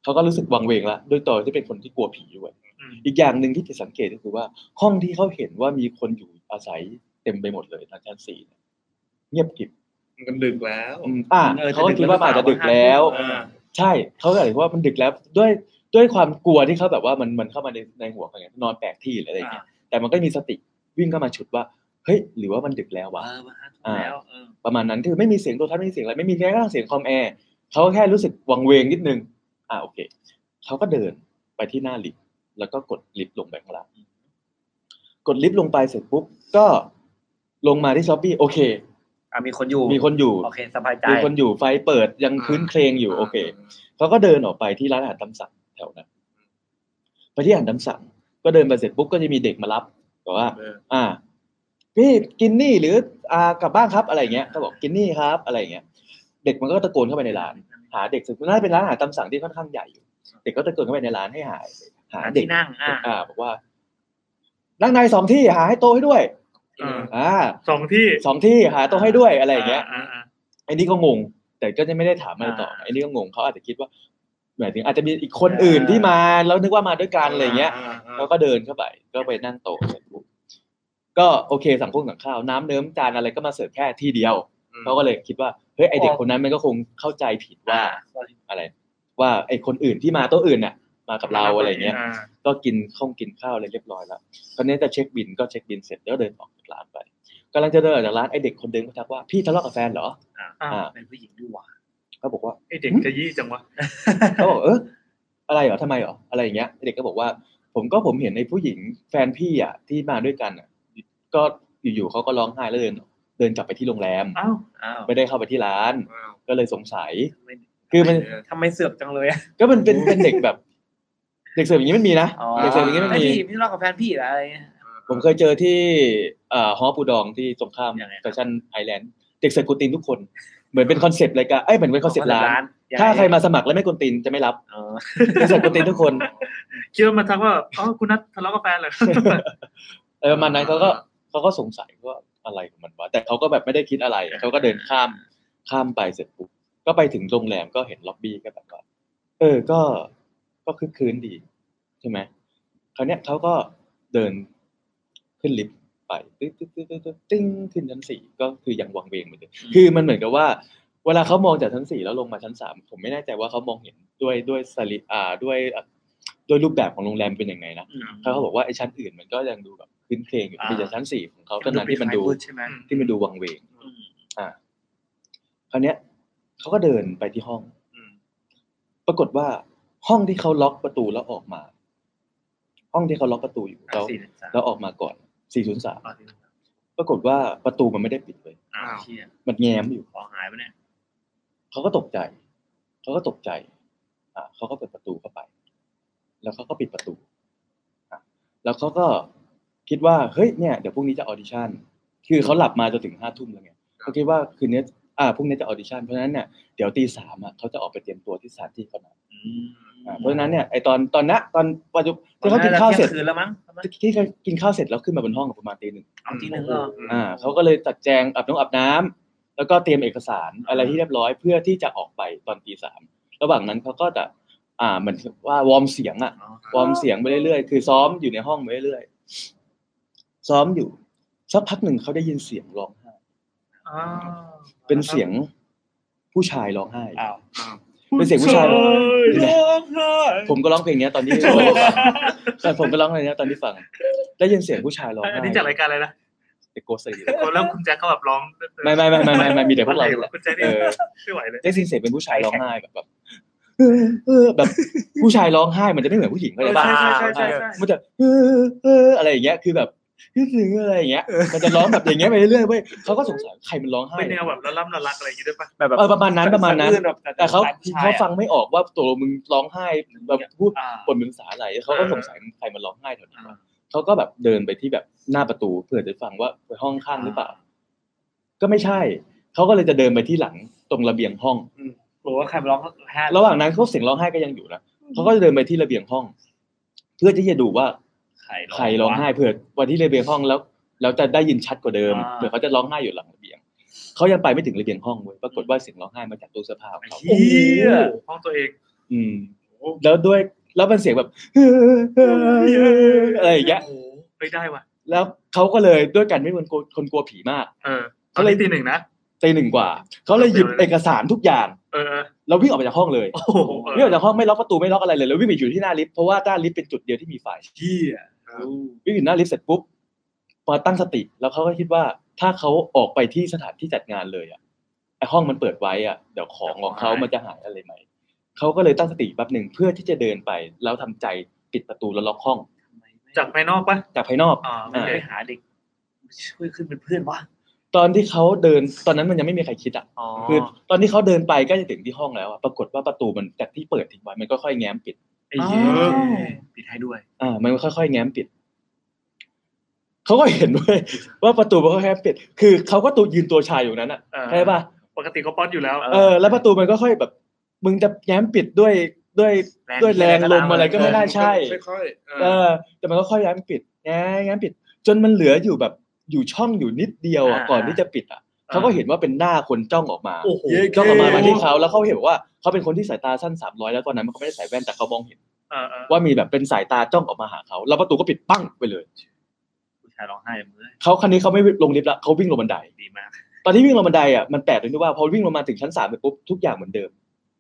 Speaker 3: เขาก็รู้สึกวังเวงละด้วยตัวที่เป็นคนที่กลัวผีด้วย
Speaker 2: อืม
Speaker 3: อีกอย่างหนึ่งที่จะสังเกตก็คือว่า ห้องที่เขาเห็นว่ามีคนอยู่อาศัยเต็มไปหมดเลยทางชั้นสี่เนี่ยเงียบกริบ
Speaker 4: มันก็ดึกแล้ว
Speaker 3: อืมอ่าเขาก็คิดว่ามันอาจจะดึกแล้ว
Speaker 4: อ่า
Speaker 3: ใช่เขาก็เลยว่ามันดึกแล้วด้วยด้วยความกลัวที่เขาแบบว่ามันมันเข้ามาในในหัวเขาไงนอนแปลกที่หรืออะไรอย่างเงี้ยแต่มันก็มีสติวิ่งเข้ามาฉุดว่าเฮ้ยหรือว่ามันดึกแล้ววะ
Speaker 5: เออมาห้าทุ่มแล้วเออ
Speaker 3: ประมาณนั้นคือไม่มีเสียงโทรทัศน์ไม่มีเสียงอะไรไม่มีแม้กระทั่งเสียงคอมแอร์เขาแค่รู้สึกวังเวงนิดนึง อ่าโอเคเขาก็เดินไปที่หน้าลิฟต์แล้วก็กดลิฟต์ลงไปข้างล่างกดลิฟต์ลงไปเสร็จปุ๊บก็ลงมาที่ช้อปปี้โอเค
Speaker 5: อ่ะมีคนอยู่
Speaker 3: มีคนอยู่
Speaker 5: โอเคสบายใจ
Speaker 3: มีคนอยู่ไฟเปิดยังพื้นเครงอยู่โอเค เขาก็เดินออกไปที่ร้านอาหารตามสั่งแถวนั้นไปที่อาหารตามสั่ง ก็เดินไปเสร็จปุ๊บก็จะมีเด็กมารับบอกว่า
Speaker 4: เออ
Speaker 3: อ่าพี่กินนี่หรืออ่ากลับบ้านครับอะไรเงี้ยก็บอกกินนี่ครับอะไรเงี้ย เด็กมันก็ตะโกนเข้าไปในร้าน หาเด็กสุดน่าจะเป็นร้านอาหารตามสั่งที่ค่อนข้างใหญ่อยู่เด็กก็ตะโกนเข้าไปในร้านให้หาหา
Speaker 5: หา
Speaker 3: เด็ก
Speaker 5: ที่นั่งอ่า
Speaker 3: อ่า บอกว่า นั่งในสองที่หาให้โตะให้ด้วย
Speaker 2: อ่า
Speaker 3: อ่า
Speaker 2: สองที่
Speaker 3: สองที่หาโตะให้ด้วยอะไรอย่างเงี้ย
Speaker 2: าอ่า
Speaker 3: ไอ้นี่ก็งง แต่ก็จะไม่ได้ถามอะไรต่อไอ้นี่ก็งงเขาอาจจะคิดว่าหมายถึงอาจจะมีอีกคนอื่นที่มาแล้วนึกว่ามาด้วยกันอะไรเงี้ยเขาก็เดินเข้าไป ก็ไปนั่งโต๊ะเสร็จปุ๊บก็โอเคสั่งพวกสั่งข้าวน้ำเนิ้มจานอะไรก็มาเสิร์ฟแค่ที่เดียวเขาก็เลยคิดว่าเฮ้ยไอเด็กคนนั้นมันก็คงเข้าใจผิดว่าอะไร ว่าไอคนอื่นที่มาโต๊ะอื่นน่ะ มากับเราอะไรเงี้ย ก็กินข้องกินข้าวอะไรเรียบร้อยแล้วตอนนี้จะเช็คบินก็เช็คบินเสร็จแล้วเดินออกจากร้านไปกำลังจะเดินออกจากร้านไอเด็กคนเดิมก็ทักว่าพี่ทะเลาะกับแฟนเหรอ
Speaker 2: อ่า
Speaker 3: อ่า
Speaker 5: เป็นผู้หญิงด้วยว่ะ
Speaker 3: เขาบอกว่า
Speaker 2: ไอเด็กจะยี่จังวะ
Speaker 3: เขาบอกเอออะไรเหรอทำไมเหรออะไรอย่างเงี้ยเด็กก็บอกว่า ผมก็ผมเห็นในผู้หญิงแฟนพี่อ่ะที่มาด้วยกันอ่ะ ก็อยู่ๆเขาก็ร้องไห้แล้วเดินเดินกลับไปที่โรงแรม
Speaker 2: อ้าว
Speaker 5: อ้าว
Speaker 3: ไม่ได้เข้าไปที่ร้าน ก็เลยสงสัย
Speaker 5: ไม่
Speaker 3: คือมัน
Speaker 5: ทำไมเสือกจังเลยอะ
Speaker 3: ก็มันเป็นเป็นเด็กแบบ เด็กเสิร์ฟอย่างนี้มันมีนะ
Speaker 5: อ๋อ
Speaker 3: เด็กเสิร์ฟอย่างนี้มัน
Speaker 5: ไอ้
Speaker 3: มี
Speaker 5: พี่พี่เลาะกับแฟนพี่เหรออะไรเงี้ย
Speaker 3: ผมเคยเจอที่เอ่อฮอปูดองที่ตรงข้าม
Speaker 5: ยังไงครับ
Speaker 3: แฟชั่นไอแลนด์เด็กเสิร์ฟกูตีนทุกคน เหมือนเป็นคอนเซปต์รายการเอ้ยเหมือนเป็นคอนเซปต์ร้าน ถ้าใครมาสมัครแล้วไม่กวนตีนจะไม่ รับ
Speaker 5: อ๋อ
Speaker 3: เด็กเสิร์ฟกูตีนทุกคน
Speaker 2: คิดว่ามันทักว่าอ๋อคุณนัททะเลาะกับแฟนเหรอ
Speaker 3: เออประมาณนั้นเขาก็เขาก็สงสัยว่าอะไรของมันวะแต่เขาก็แบบไม่ได้คิดอะไรอะเขาก็เดินข้ามข้ามไปเสร็จปุ๊บก็ไปถึงโรงแรมก็เห็นล็อบบี้ก็แบบว่าเออก็ก็คึกคืนดี ใช่ไหมคราวเนี้ยเขาก็เดินขึ้นลิฟต์ไปตึ๊ดตึ๊ดตึ๊ดตึ๊ดตึ๊ดติ้งขึ้นชั้นสี่ก็คือยังวังเวงเหมือนเดิมคือมันเหมือนกับว่า เวลาเขามองจากชั้นสี่แล้วลงมาชั้นสามผมไม่แน่ใจว่าเขามองเห็นด้วยด้วยสลิอ่าด้วยด้วยรูปแบบของโรงแรมเป็นยังไงนะ เขาก็บอกว่าไอ้ชั้นอื่นมันก็ยังดูแบบคืนเครงอยู่
Speaker 2: อ่า
Speaker 3: มีแต่ชั้นสี่ของเขาเท่านั้นที่มันดู
Speaker 5: ใช่ไหม
Speaker 3: ที่มันดูวังเวง อ่าคราวเนี้ยเขาก็เดินไปที่ห้อง ปรากฏว่าห้องที่เขาล็อกประตูแล้วออกมา ห้องที่เขาล็อกประตูอยู่แล้วแล้วออกมาก่อน 403 ปรากฏว่าประตูมันไม่ได้ปิดเลย
Speaker 5: อ้าวเชี่ย
Speaker 3: มันแง้มอยู่
Speaker 5: ของหายไปเนี่ย
Speaker 3: เขาก็ตกใจ เขาก็ตกใจ อ่าเขาก็เปิดประตูเข้าไป แล้วเขาก็ปิดประตูอ่ะแล้วเขาก็คิดว่า เฮ้ย เนี่ย เดี๋ยวพรุ่งนี้จะออดิชั่น คือเขาหลับมาจนถึงห้าทุ่มแล้วไงเขาคิดว่าคืนนี้ อ่า พรุ่งนี้จะออดิชั่น เพราะฉะนั้นเนี่ย เดี๋ยวตีสามอ่ะเขาจะออกไปเตรียมตัวที่สถานที่เขานัดอ่ะเพราะฉะนั้นเนี่ย ไอตอน ตอนนะตอนปัจจุบันที่เขากินข้าวเสร็จ
Speaker 5: ตอคืนแล้วมั้งประมาณ
Speaker 3: ที่เขากินข้าวเสร็จแล้วขึ้นมาบนห้องประมาณตีหนึ่ง
Speaker 5: เอาทีหนึ่งเหรอ
Speaker 3: อ่าเขาก็เลยจัดแจงอาบน้ำอาบน้ำ แล้วก็เตรียมเอกสารอะไรที่เรียบร้อยเพื่อที่จะออกไปตอนตีสามระหว่างนั้นเขาก็จะ อ่าเหมือนว่าวอร์มเสียงอะวอร์มเสียงไปเรื่อยๆคือซ้อมอยู่ในห้องไปเรื่อยๆซ้อมอยู่สักพักหนึ่งเขาได้ยินเสียงร้องไห้เป็นเสียงผู้ชายร้องไห้
Speaker 2: อ้าว
Speaker 3: เป็นเสียงผู้ชายร้องไห้นี่แหละ
Speaker 2: ร้องไห้
Speaker 3: ผมก็ร้องเพลงเนี้ยต อนที่ แต่ผมก็ร้องเพลงเนี้ยตอนที่ฟัง ได้ยินเสียงผู้ชายร้องไห้
Speaker 2: อันนี้จากรายการอะไรนะ
Speaker 3: เด็กโกสตี
Speaker 2: คนแล้วคุณแจ็คก็แบบร้อง
Speaker 3: ไม่ไม่ไม่ไม่ไม่ไม่มีแต่พวกเรา
Speaker 2: อะไระคุณแจ็ค
Speaker 3: เอ
Speaker 2: เนี่ย
Speaker 3: อ
Speaker 2: ไม่ไหวเลย
Speaker 3: ได้ยินเสียงเป็นผู้ชายร้องไห้แบบ แบบเออเออแบบ ผู้ชายร้องไห้มันจะไม่เหมือนผู้หญิงเลยป่ะ
Speaker 2: ใช่ใช่ใช่ใช่
Speaker 3: มันจะ เออเอออะไรอย่างเงี้ยคือแบบ คิดถึงอะไรอย่างเงี้ย มันจะร้องแบบอย่างเงี้ยไปเรื่อยๆเว้ยเขาก็สงสัยใครมันร้องไห้
Speaker 2: เป็นแนวแบบละล่ำละลักอะไรอย่างงี้ด้วยป่ะ
Speaker 5: แบบแบบ
Speaker 3: เออประมาณนั้นประมาณนั้น
Speaker 5: สอื้แบบ
Speaker 3: แต่เขา
Speaker 5: สยผู้ชย
Speaker 3: เขา
Speaker 5: อะ
Speaker 3: ฟังไม่ออกว่าตัวมึงร้องไห้แบบพูด
Speaker 2: อ่า
Speaker 3: บ่นเป็นภาษาอะไรเขาก็
Speaker 2: เออ
Speaker 3: สงสัยมันใครมาร้องไห้แถวนี้วะเขาก็แบบเดินไปที่แบบหน้าประตูเพื่อจะฟังว่าไปห้องข้างหรือเปล่า ก็ไม่ใช่ เขาก็เลยจะเดินไปที่หลังตรงระเบียงห้อง
Speaker 5: หรือว่าใครมาร้องไห้
Speaker 3: ระหว่างนั้นเขาเสียงร้องไห้ก็ยังอยู่นะเขาก็จะเดินไปที่ระเบียงห้อง เพื่อที่จะดูว่า
Speaker 5: ใคร
Speaker 3: ใครร้องไห้เผื่อวันที่ระเบียงห้องแล้วเราจะได้ยินชัดกว่าเดิมเผื่อเขาจะร้องไห้อยู่หลังระเบียงเขายังไปไม่ถึงระเบียงห้องเว้ยปรากฏว่าเสียงร้องไห้มาจากตู้เสื้อผ้าของเขา
Speaker 2: เฮียห้องตัวเอง
Speaker 3: อืมแล้วด้วยแล้วมันเสียงแบบ อะไรอย่างเงี้ย
Speaker 2: โอ้โหเฮ้ยได้ว่ะ
Speaker 3: แล้วเขาก็เลยด้วยกันไม่เป็นคนคนกลัวผีมาก
Speaker 2: เออตอนนี้ตีหนึ่งนะ
Speaker 3: ตีหนึ่งกว่าเขาเลยหยิบ
Speaker 2: เร็วๆเลย
Speaker 3: เอกสารทุกอย่าง
Speaker 2: เออ
Speaker 3: แล้ววิ่งออกมาจากห้องเลย
Speaker 2: โอ้โหเอ
Speaker 3: วิ่งออก
Speaker 2: อ
Speaker 3: จากห้องไม่ล็อกประตูไม่ล็อกอะไรเลยแล้ววิ่งไปอยู่ที่หน้าลิฟต์เพราะว่าหน้าลิฟต์เป็นจุดเดียวที่มีไฟ
Speaker 2: เฮีย
Speaker 3: วิ่งอยู่หน้าลิฟต์เสร็จปุ๊บมาตั้งสติ แล้วเขาก็คิดว่าถ้าเขาออกไปที่สถานที่จัดงานเลยอ่ะไอห้องมันเปิดไว้อ่ะเดี๋ยวของของเขามันจะหายอะไรไหมเขาก็เลยตั้งสติแป๊บหนึ่งเพื่อที่จะเดินไปแล้วทำใจปิดประตูแล้วล็อกห้อง
Speaker 2: จากภายนอกปะ
Speaker 3: จากภายนอก
Speaker 2: อ่า
Speaker 5: มั
Speaker 2: ไม่
Speaker 5: น
Speaker 2: ได้
Speaker 5: ไปหาเด็กช่วยขึ้นเป็นเพื่อนวะ
Speaker 3: ตอนที่เขาเดินตอนนั้นมันยังไม่มีใครคิดอ่ะ
Speaker 5: อ๋อ
Speaker 3: คือตอนที่เขาเดินไปใก็จะถึงที่ห้องแล้วอะปรากฏว่าประตูมันจากที่เปิดทิ้งไว้มันก็ค่อยแง้มปิด
Speaker 2: ไอ้เหี้ย
Speaker 4: อ๋อ
Speaker 5: ปิดให้ด้วย
Speaker 3: อ่ามันค่อยๆแง้มปิดเขาก็เห็น ด้วยว่าประตูมันก็แง้มปิด คือเขาก็ตัวยืนตัวชายอยู่นั้นอ่ะ
Speaker 2: เออ
Speaker 3: ใช่ป่ะ
Speaker 2: ปกติก็ป๊อตอยู่แล้ว
Speaker 3: เออแล้วประตูมันก็ค่อยแบบ มึงจะแง้มปิดด้วยด้วยด้วยแรงลมอะไรก็ไม่ได้ใช่
Speaker 4: ค่อยๆเออ
Speaker 3: เออแต่มันก็ค่อยแง้มปิดแง้มแง้มปิด จนมันเหลืออยู่แบบอยู่ช่องอยู่นิดเดียวอะ
Speaker 5: อ่า
Speaker 3: ก่อนที่จะปิดอ่ะเขาก็เห็นว่าเป็นหน้าคนจ้องออกมา
Speaker 2: โอ้โห
Speaker 3: จ้องออกมามาที่เขาแล้วเขาเห็นว่าเขาเป็นคนที่สายตาสั้นสามร้อยแล้วตอนนั้นมันก็ไม่ได้ใส่แว่นแต่เขามองเห็น
Speaker 2: เออเออ
Speaker 3: ว่ามีแบบเป็นสายตาจ้องออกมาหาเขาแล้วประตูก็ปิดปั้งไปเลย
Speaker 5: ผู้ชายร้องไห้มือ
Speaker 3: เขาคันนี้เขาไม่ลงลิฟต์ละเขาวิ่งลงบันได
Speaker 5: ดีมาก
Speaker 3: ตอนที่วิ่งลงบันไดอ่ะมันแปลกตรงที่ว่าพอวิ่งลงมาถึงชั้นสามไปปุ๊บทุกอย่างเหมือนเดิม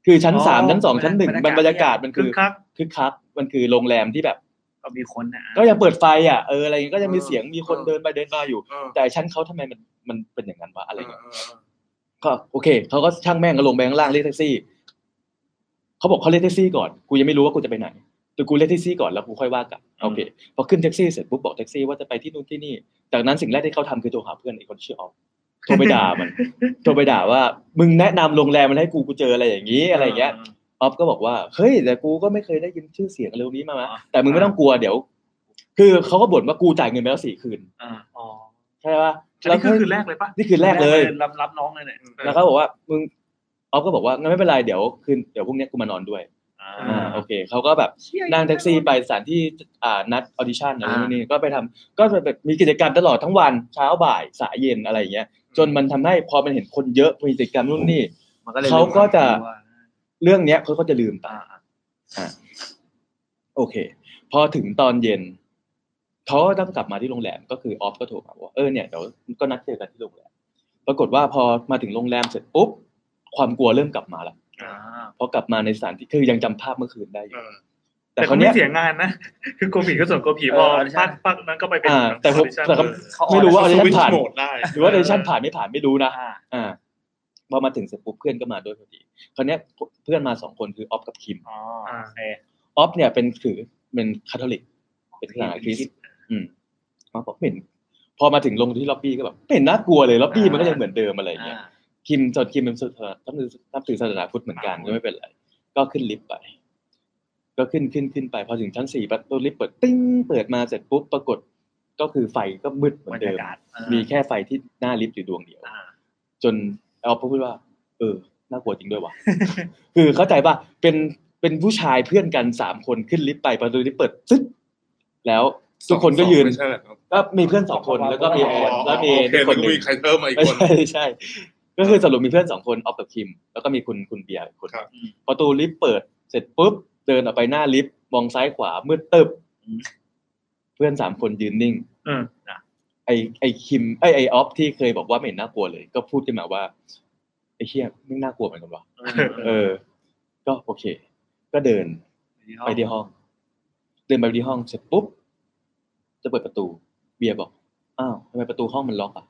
Speaker 3: คือชั้นสามชั้นสองชั้นหนึ่งมันบรรยากาศมัน
Speaker 2: คึ
Speaker 3: คื
Speaker 2: ก
Speaker 3: อ
Speaker 2: คัก
Speaker 3: คึกคักมันคือโรงแรมที่แบบ
Speaker 5: ก็มีคนนะ
Speaker 3: ก็ยังเปิดไฟอ่ะเอออะไรอย่างเงี้ยก็ยังมีเสียงมีคนเดินไปเดินมาอยู่
Speaker 4: เออ
Speaker 3: แต่ชั้นเขาทำไมมันมันเป็นอย่างนั้นวะอะไร
Speaker 4: เอ
Speaker 3: เงี้
Speaker 4: อย เออ
Speaker 3: ก็โอเคเขาก็ช่างแม่งก็ลงไปข้างล่างเรียกแท็กซี่เขาบอกเขาเรียกแท็กซี่ก่อนกูยังไม่รู้ว่ากูจะไปไหนแต่กูเรียกแท็กซี่ก่อนแล้วกูค่อยว่ากลับโอเคพอขึ้นแท็กซี่เสร็จปุ๊บบอกแท็กซี่ว่าจะไปที่นู่นที่นี่ จากนั้นสิ่งแรกที่เขาทำคือโทรหาเพื่อนไอ้คนชื่อออฟโทรไปด่า มัน โทรไปด่าว่ามึงแนะนำโรงแรมมันให้กูกูเจออะไรอย่างนี้อะไรอย่างเงี้ยออฟก็บอกว่าเฮ้ยแต่กูก็ไม่เคยได้ยินชื่อเสียงเร็วนี้มามะแต่มึงไม่ต้องกลัวเดี๋ยว คือเขาก็บ่นว่ากูจ่ายเงินไปแล้วสี่คืน
Speaker 2: อ่าอ๋อ
Speaker 3: ใช่ปะ
Speaker 2: อันนี้คือคืนแรกเลยปะ
Speaker 3: นี่คืนแรกเลย
Speaker 5: รับรับน้องเลยเนี่ย
Speaker 3: แล้วเขาบอกว่ามึงออฟก็บอกว่างั้นไม่เป็นไรเดี๋ยวคืนเดี๋ยวพรุ่งนี้กูมานอนด้วยอ่าโอเคเขาก็แบบนั่งแท็กซี่ไปสถานที่อ่านัดออดิชั่นอะไรนู่นนี่ก็ไปทำก็แบบมีกิจกรรมตลอดทั้งวันเช้าบ่ายสายเย็นอะไรอย่างเงี้ยจนมันทำให้พอมันเห็นคนเยอะมีกิจกรรมนู่นนี่
Speaker 5: มันก็เลย
Speaker 3: เขาก็จะ
Speaker 5: รู้ว่า
Speaker 3: เรื่องเนี้ยเขาก็จะลืมไป
Speaker 5: อ่า
Speaker 3: โอเค พอถึงตอนเย็นเขาก็ต้องกลับมาที่โรงแรมก็คือออฟก็โทรมาบอกว่าเออเนี่ยเดี๋ยวก็นัดเจอกันที่โรงแรมปรากฏว่าพอมาถึงโรงแรมเสร็จปุ๊บความกลัวเริ่มกลับมาละ
Speaker 2: อ่า
Speaker 3: พอกลับมาในสถานที่คือยังจำภาพเมื่อคืนได้อยู่
Speaker 4: เออ
Speaker 3: แต่
Speaker 2: แต่
Speaker 3: ครา
Speaker 2: เขา
Speaker 3: ว
Speaker 2: ไม่
Speaker 3: เนี้ย
Speaker 2: เสียงานนะ คือโกลัวผีก็ส่วนโกลัวผีพอ
Speaker 3: เออ audition
Speaker 2: พักพักนั้นก็ไปเป็น
Speaker 3: อ่าแต่ผม
Speaker 2: audition
Speaker 3: แต่ก็
Speaker 2: เออ
Speaker 3: ไม่รู้ว่าออดิชั่นผ่าน
Speaker 4: Switch mode ได้
Speaker 3: หรือว่าออดิชั่นผ่านไม่ผ่านไม่รู้นะ
Speaker 5: อ่า
Speaker 3: อ่าพอมาถึงเสร็จปุ๊บเพื่อนก็มาด้วยพอดีคราวเนี้ยเพื่อนมาสองคนคือออฟกับคิม
Speaker 5: อ๋อ
Speaker 2: อ่า
Speaker 5: โอเค
Speaker 3: ออฟเนี่ยเป็นถือเป็นคาทอลิก เป็นศาสนาคริสต์อืมมาบอกไม่เห็นพอมาถึงลงที่ล็อบบี้ก็แบบไม่เห็นน่ากลัวเลยล็อบบี้มันก็ยังเหมือนเดิมอะไรอย่างเงี้ย
Speaker 5: อ่า
Speaker 3: คิมจนคิมเป็นศาสนานับถือนับถือศาสนาพุทธเหมือนกันก็ไม่เป็นไร ก็ขึ้นลิฟต์ไป ก็ขึ้นขึ้นขึ้นไป พอถึงชั้นสี่ประตูลิฟต์เปิดติ้งเปิดมาเสร็จปุ๊บปรากฏก็คือไฟก็มืดเหมือบ
Speaker 5: ร
Speaker 3: น
Speaker 5: ร
Speaker 3: เดิ
Speaker 5: ยาม กาศเออ
Speaker 3: มีแค่ไฟที่หน้าลิฟต์อยู่ดวงเดียว
Speaker 5: อ่า
Speaker 3: จนออฟก็พูดว่า เออน่ากลัวจริงด้วยว่ะ คือเข้าใจป่ะเป็นเป็นผู้ชายเพื่อนกันสามคนขึ้นลิฟต์ไปประตูลิฟต์เปิดซึ๊บแล้วทุกคนก็ยืน
Speaker 4: ไม่ใช่เหรอครับ
Speaker 3: ก็มีเพื่อนสองคนแล้วก็มีแอนแล้วมี
Speaker 4: โอเค
Speaker 3: คนห
Speaker 4: นึ
Speaker 3: นึ่
Speaker 4: ว่าง ใครเพิ่มมาอีก
Speaker 3: ไม่
Speaker 4: คน
Speaker 3: ใช่ไม่ใช่ ก็คือสรุปมีเพื่อนสองคนออฟกับคิม แล้วก็มีคุณคุณเบียร์อีกคน
Speaker 4: ครับ
Speaker 3: ประตูลิฟต์เปิดเสร็จปุ๊บเดินออกไปหน้าลิฟต์มองซ้ายขวามืดตึบเพื่อนสามคนยืนนิ่ง
Speaker 2: อืม
Speaker 3: ไอไอคิมไอยไอออฟที่เคยบอกว่าไม่เห็นน่ากลัวเลย ก็พูดขึ้นมาว่าไอเชี่ยไม่น่ากลัวเหมือนกันวะเออ ก็โอเค ก็เดิน ไปที่ห้อง เดินไปที่ห้องเสร็จปุ๊บ จะเปิดประตู เบียร์บอก อ้าวทำไมประตูห้องมันล็อกอ่ะ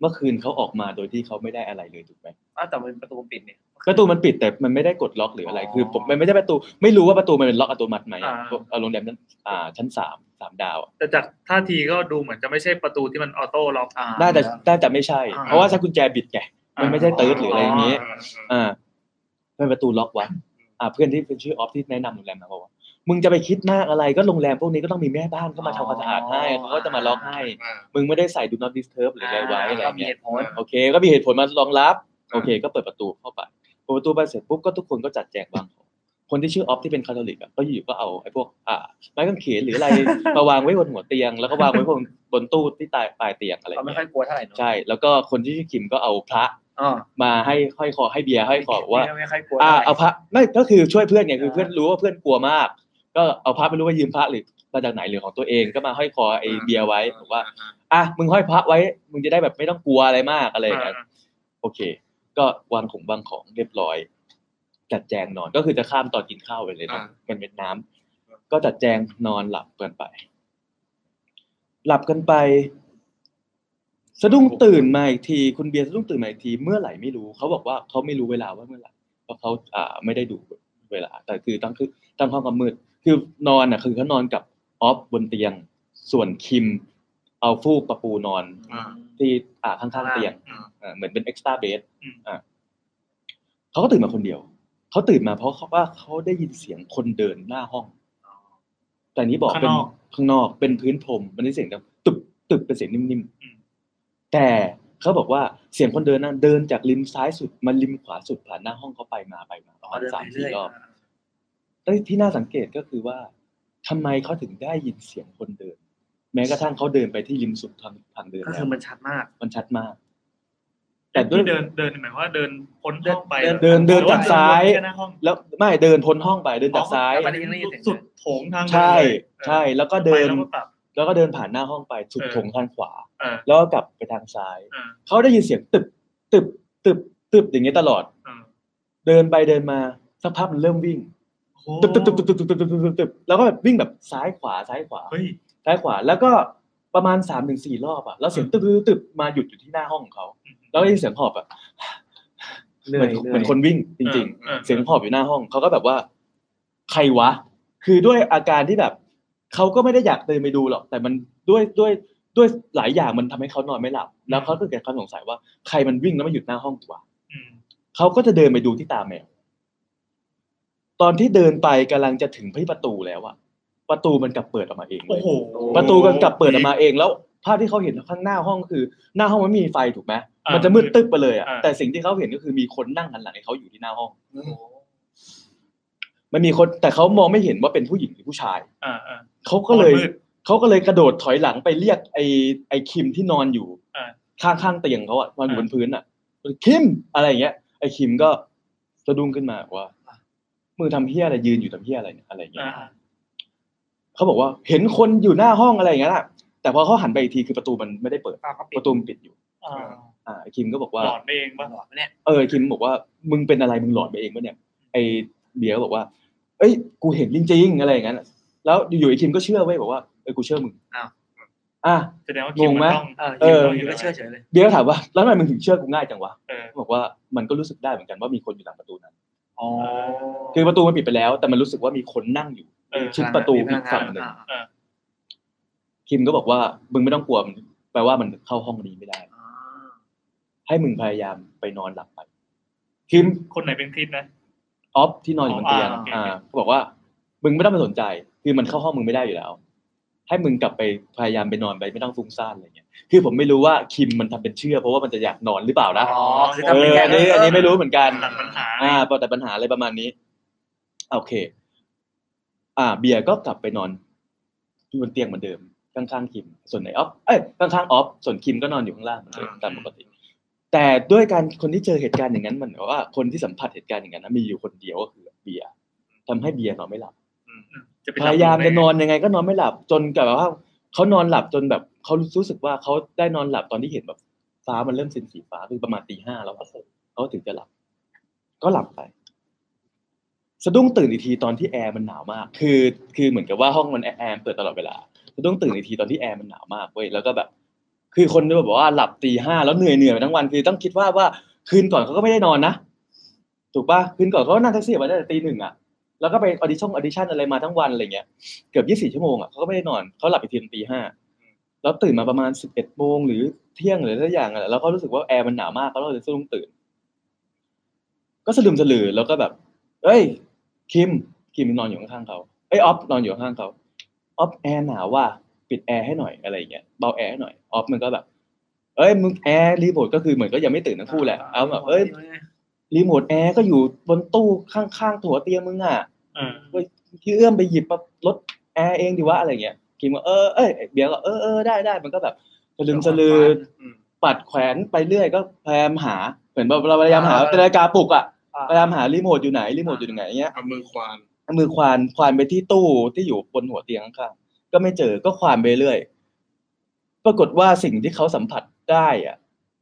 Speaker 3: เมื่อคืนเขาออกมาโดยที่เขาไม่ได้อะไรเลยถูกไหม
Speaker 5: อ้าวแต่มันประตูปิดเนี่ย
Speaker 3: ประตูมันปิดแต่มันไม่ได้กดล็อกหรืออะไร
Speaker 5: อ๋อ
Speaker 3: คือผมมันไม่ใช่ประตู ไม่รู้ว่าประตูมันเป็นล็อกอัตโนมัติไหมอะ
Speaker 2: อ่า
Speaker 3: เพราะเอาโรงแรมนั้นอ่า ชั้นสามสามดาวอะ
Speaker 2: แต่จากท่าทีก็ดูเหมือนจะไม่ใช่ประตูที่มันออโต้ล็อก
Speaker 3: น่าจะน่าจะไม่ใช่
Speaker 2: อ่า
Speaker 3: เพราะว่าใช้กุญแจบิดไง มันไม่ใช่เติร์ดหรืออะไรอย่าง
Speaker 4: นี้
Speaker 3: นี้ อ่าเพื่อนประตูล็อกวะอ่า เพื่อนที่เป็นชื่อออฟที่แนะนำโรงแรมมาบอกว่ามึงจะไปคิดมากอะไรก็โรงแรมพวกนี้ก็ต้องมีแม่บ้านเข้ามาทำความสะอาดให้
Speaker 5: อ๋อ
Speaker 3: เขาก็จะมาล็อกให้ มึงไม่ได้ใส่ do not disturb หรืออะไรไว้อะไร
Speaker 5: ก็มีเห
Speaker 3: เงี้ย
Speaker 5: ตุผล
Speaker 3: โอเค ก็มีเหตุผลมารองรับ โอเค ก็เปิดประตูเข้าไปเปิดประตูไปเสร็จปุ๊บก็ทุกคนก็จัดแจงวางของคนที่ชื่อออฟที่เป็นคาทอลิกอะก็อยู่ๆก็เอาไอ้พวกอ่าไม้กางเขนหรือ อะไร มาวางไว้บนหัวเตียง แล้วก็วางไว้บนบนตู้ที่ใตายปลายเตียงอะไร
Speaker 5: เขาไม่
Speaker 3: เงี้
Speaker 5: ค่อย
Speaker 3: ย
Speaker 5: กลัวเท่าไหร่เนอะ
Speaker 3: ใช่ แล้วก็คนที่ชื่อคิมก็เอาพระ
Speaker 5: อ๋อ
Speaker 3: มาให้ห้อยคอให้เบียร์ห้อยคอบอกว่า
Speaker 5: ไม่ค่อยกลัว
Speaker 3: อ่า
Speaker 5: เท่าไหร่
Speaker 3: เอาพระไม่ก็คือช่วยเพื่อนไงคือ
Speaker 5: อ่า
Speaker 3: เพื่อนรู้ว่าเพื่อนกลัวมาก ก็เอาพระไม่รู้ว่ายืมพระหรือมาจากไหนหรือของตัวเองก็มาห้อยคอไอ้เบียร์ไว้บอกว่าอ่ะมึงห้อยพระไว้ มึงจะได้แบบไม่ต้องกลัวอะไรมากอะไรอย่างเงี้ยโอเค ก็วางของวางของเรียบร้อย จัดแจงนอนก็คือจะข้ามตอนกินข้าวไปเลยเนาะ
Speaker 4: อ่า
Speaker 3: มันเป็นน้ำก็จัดแจงนอนหลับกันไป หลับกันไป สะดุ้งตื่นมาอีกที คุณเบียร์สะดุ้งตื่นมาอีกทีเมื่อไหร่ไม่รู้เขาบอกว่าเขาไม่รู้เวลาว่าเมื่อไหร่เพราะเขาอ่าไม่ได้ดูเวลา แต่คือตั้งคือตั้งห้องกับมืดคือนอนอ่ะ คือเขานอนกับออฟบนเตียง ส่วนคิม เอาฟูกประปูนอน ที่อ่าข้างๆเตียงอ่าเหมือนเป็นเอ็กซ์ต d ้าเบส
Speaker 2: อืม
Speaker 3: อ่าเขาก็ตื่นมาคนเดียว เขาตื่นมาเพราะเขาว่าเขาได้ยินเสียงคนเดินหน้าห้อง แต่นี้บอกเป็น
Speaker 2: ข้างนอก
Speaker 3: ข้างนอกเป็นพื้นพรมมันได้เสียงดังตึบตึบเป็นเสียงนิ่ม
Speaker 2: อืม
Speaker 3: ๆแต่เขาบอกว่าเสียงคนเดินนั้นเดินจากริมซ้ายสุดมาริมขวาสุดผ่านหน้าห้องเขาไปมาไปมาประมาณสามสี่รอบแต่ที่น่าสังเกตก็คือว่าทำไมเขาถึงได้ยินเสียงคนเดิน แม้กระทั่งเขาเดินไปที่ริมสุดทางทางเดิน
Speaker 5: ก็
Speaker 3: แล้
Speaker 5: คื
Speaker 3: ว
Speaker 5: อมันชัดมาก
Speaker 3: มันชัดมาก แต่
Speaker 2: แต่
Speaker 3: ด้วย
Speaker 2: เดินเดินหมายความว่าเดินพ้นห้องไปหรอ
Speaker 3: เดินเดิน
Speaker 2: หรือว่
Speaker 3: จากซ้าย
Speaker 2: เดินไปแค่หน้ห้อง
Speaker 3: แล้วไม่เดินพ้นห้องไปเดินจากซ้าย
Speaker 5: อ๋อ นนี้ยังได้ยินเสียง
Speaker 2: สุดโถงทางเดิน
Speaker 3: ใช่
Speaker 2: เลย
Speaker 3: ใช่แล้วก็เดิน
Speaker 2: ไปแล้วก็กลับ
Speaker 3: แล้วก็เดินผ่านหน้าห้องไปสุด
Speaker 2: เออ
Speaker 3: โถงทางขวา
Speaker 2: เออ
Speaker 3: แล้วก็กลับไปทางซ้าย
Speaker 2: เออ
Speaker 3: เขาได้ยินเสียงตึบตึบตึบตึบอย่างเงี้ยตลอด
Speaker 2: เออ
Speaker 3: เดินไปเดินมาสักพักมันเริ่มวิ่ง
Speaker 2: โอ้โห
Speaker 3: ตึบตึบตึบตึบตึบตึบตึบตึบตึบตึบแล้วก็แบบวิ่งแบบซ้ายขวาซ้ายขวา
Speaker 2: เฮ้ย
Speaker 3: ซ้ายขวา แล้วก็ประมาณสามถึงสี่รอบอะแล้วเสียงตึบตึบตึบตึบมาหยุดอยู่ที่หน้าห้องของเขาแล้วได้ยินเสียงหอบแบบ
Speaker 5: เห
Speaker 3: เห
Speaker 5: นื่
Speaker 3: มื
Speaker 5: อ
Speaker 3: อย น
Speaker 5: เหนื่อย
Speaker 3: เหมือนคนวิ่งจริง
Speaker 2: เออเออ
Speaker 3: ๆ เสียงหอบอยู่หน้าห้องเขาก็แบบว่า ใครวะ คือด้วยอาการที่แบบเขาก็ไม่ได้อยากเดินไปดูหรอก แต่มันด้วยด้วยด้วยหลายอย่างมันทำให้เขานอนไม่หลับ แล้วเขาก็เกิดความสงสัยว่าใครมันวิ่งแล้วมาหยุดหน้าห้องกูวะ
Speaker 2: อืม
Speaker 3: เขาก็จะเดินไปดูที่ตาแมว ตอนที่เดินไปกำลังจะถึงที่ประตูแล้วอะประตูมันกลับเปิดออกมาเองเล
Speaker 2: โอ้
Speaker 3: ย
Speaker 2: โห
Speaker 3: ประตูมันกลับเปิดออกมาเองแล้วภาพที่เขาเห็นข้างหน้าห้องคือ หน้าห้องมันไม่มีไฟถูกไหม
Speaker 2: อ่ามั
Speaker 3: มันจะมืดตึ๊บไปเลยอะ
Speaker 2: อ่า
Speaker 3: แต่สิ่งที่เขาเห็นก็คือมีคนนั่งหันหลังให้เขาอยู่ที่หน้าห้องมันมีคนแต่เขามองไม่เห็นว่าเป็นผู้หญิงหรือผู้ชาย
Speaker 2: อ่าอ่า
Speaker 3: เขาก็เลย
Speaker 2: มันมืด
Speaker 3: เขาก็เลยกระโดดถอยหลังไปเรียกไอ้ไอ้คิมที่นอนอยู่
Speaker 2: อ่า
Speaker 3: ข้างข้างเตียงเขาอะนอนอยู่บนพื้นอะคิมอะไรอย่างเงี้ย ไอ้คิมก็สะดุ้งขึ้นมาว่า มือทำเฮี้ยอะไรยืนอยู่ทำเฮี้ยอะไรเนี่ยอะไรอย่างเงี้ย
Speaker 2: อ่า
Speaker 3: เขาบอกว่าเห็นคนอยู่หน้าห้องอะไรอย่างเงี้ยน่ะแต่พอเขาหันไปอีกทีคือประตูมันไม่ได้เปิด
Speaker 5: ป้าเขาปิ
Speaker 3: ป
Speaker 5: ด
Speaker 3: ระตูมันปิดอยู่
Speaker 2: อ่า
Speaker 3: อ่าไอ้คิมก็บอกว่า
Speaker 2: หลอนไปเองปะ
Speaker 5: หลอดไหมเนี่ย
Speaker 3: เออไอ้คิมบอกว่ามึงเป็นอะไรมึงหลอนไปเองปะเนี่ย ไอ้เบียร์ก็บอกว่า เอ้ย กูเห็นจริงๆอะไรอย่างเงี้ยน่ะแล้วอยู่ๆไอ้คิมก็เชื่อเว้ยบอกว่าเออกูเชื่อมึงอ่ะ
Speaker 2: แสดงว่าคิม
Speaker 3: งงไหม
Speaker 2: มันต้อง
Speaker 5: เออ
Speaker 3: เอ
Speaker 5: เห็นเราอ
Speaker 3: อ
Speaker 5: ยู่ก็เชื่อเฉยเลย
Speaker 3: เบียร์ก็ถามว่าแล้วทำไมมึงถึงเชื่อกูง่ายจังวะ
Speaker 2: เออ
Speaker 3: บอกว่ามันก็รู้สึกได้เหมือนกันว่ามีคนอยู่หลังประตูนั้น
Speaker 5: อ๋อ
Speaker 3: คือประตูมันปิดไปแล้ว แต่มันรู้สึกว่ามีคนนั่งอยู่
Speaker 2: เออ
Speaker 3: ชิดประตู
Speaker 5: มีพ
Speaker 3: อี
Speaker 5: ลั
Speaker 3: ก
Speaker 5: งาน
Speaker 3: ฝั่งหนึ่ง
Speaker 5: อ่าอ่า
Speaker 3: คิมก็บอกว่ามึงไม่ต้องกลัวมันแปลว่ามันเข้าห้องนี้ไม่ได้
Speaker 5: อ่า
Speaker 3: ให้มึงพยายามไปนอนหลับไป คิม
Speaker 2: คนไหนเป็นคริสนะ
Speaker 3: ออฟที่นอนอยู่บนเตียง
Speaker 2: อ๋ออ่า
Speaker 3: อ่า
Speaker 2: โอเค
Speaker 3: เขาบอกว่า มึงไม่ต้องไปสนใจ คือมันเข้าห้องมึงไม่ได้อยู่แล้ว ให้มึงกลับไปพยายามไปนอนไปไม่ต้องฟุ้งซ่านอะไรเงี้ยคือผมไม่รู้ว่าคิมมันทำเป็นเชื่อ เพราะว่ามันจะอยากนอนหรือเปล่านะ
Speaker 5: อ๋อคือ
Speaker 3: เอ
Speaker 5: ทำเป็น
Speaker 3: อ
Speaker 5: แค่
Speaker 3: อันนี้อันนี้ไม่รู้เหมือนกัน
Speaker 2: ตัดปัญหา
Speaker 3: อ่าแต่ปัญหาอะไรประมาณนี้อ่าโอเค อ่า เบียร์ก็กลับไปนอนอยู่บนเตียงเหมือนเดิมข้างๆคิม ส่วนไหนออฟเอ้ยข้างๆออฟส่วนคิมก็นอนอยู่ข้างล่างเหมือนเดิมตามปกติ แต่ด้วยการคนที่เจอเหตุการณ์อย่างนั้นมันแบบว่าคนที่สัมผัสเหตุการณ์อย่างนั้นนะมีอยู่คนเดียวก็คือเบียร์ทำให้เบียร์นอนไม่หลับ
Speaker 2: จะไป
Speaker 3: พ
Speaker 2: ทำ
Speaker 3: ยายามจะ
Speaker 2: ทำ
Speaker 3: น
Speaker 2: ไง
Speaker 3: อนยังไงก็นอนไม่หลับจนกับแบบว่าเขานอนหลับจนแบบเขารู้สึกว่าเขาได้นอนหลับตอนที่เห็นแบบฟ้ามันเริ่มเป็นสีฟ้าคือประมาณตีห้าแล้วอะเขาถึงจะหลับ ก็หลับไป สะดุ้งตื่นอีกทีตอนที่แอร์มันหนาวมาก คือคือเหมือนกับว่าห้องมันแอร์แอร์เปิดตลอดเวลาสะดุ้งตื่นอีกทีตอนที่แอร์มันหนาวมากเว้ยแล้วก็แบบ คือคนที่แบบว่าหลับตีห้าแล้วเหนื่อยเหนื่อยไปทั้งวันคือต้องคิดว่าว่าคืนก่อนเขาก็ไม่ได้นอนนะถูกป่ะคืนก่อนเขาก็นั่งแท็กซี่มาได้งแต่ตีหนึ่งอ่ะแล้วก็ไปออดิชั่นออดิชั่นอะไรมาทั้งวันอะไรเงี้ย เกือบยี่สิบชั่วโมงอ่ะเขาก็ไม่ได้นอนเขาหลับไปทีตอนตีห้าแล้วตื่นมาประมาณสิบเอ็ดโมงหรือเที่ยงหรืออะไรสักอย่างอ่ะแล้วก็รู้สึกว่าแอร์มันหนาวมากเขาเลยสะดุ้งตื่น ก็สะดุ้มสะลือแล้วก็แบบ เอ้ย คิมคิมนอนอยู่ข้างๆเขาเอ้ยออฟนอนอยู่ข้างๆเขาออฟแอร์หนาวว่ะปิดแอร์ให้หน่อยอะไรอย่างเงี้ยเบาแอร์ให้หน่อยออฟมันก็แบบ เอ้ยมึงแอร์รีโมทก็คือเหมือนก็ยังไม่ตื่นทั้งคู่แหละเอาแบบเอ้ยรีโมทแอร์ก็อยู่บนตู้ข้างๆถัวเตียงมึงอ่ะ
Speaker 2: อ่า
Speaker 3: ที่เอื้อมไปหยิบมาลดแอร์เองดีวะอะไรเงี้ยคิมก็เออเอ้ยเบียร์ก็เออเออได้ได้มันก็แบบสะลึมสะลือปัดแขวนไปเรื่อยก็พยายามหาเหมือนแบบเราพยายามหานาฬิกาปลุกอ่ะ
Speaker 5: อ่า
Speaker 3: พยายามหารีโมทอยู่ไหนรีโมทอยู่ไหนเงี้ย
Speaker 7: เอามือควาน
Speaker 3: เอามือควานควานไปที่ตู้ที่อยู่บนหัวเตียงข้างๆก็ไม่เจอก็ควานไปเรื่อยปรากฏว่าสิ่งที่เขาสัมผัสได้อ่ะ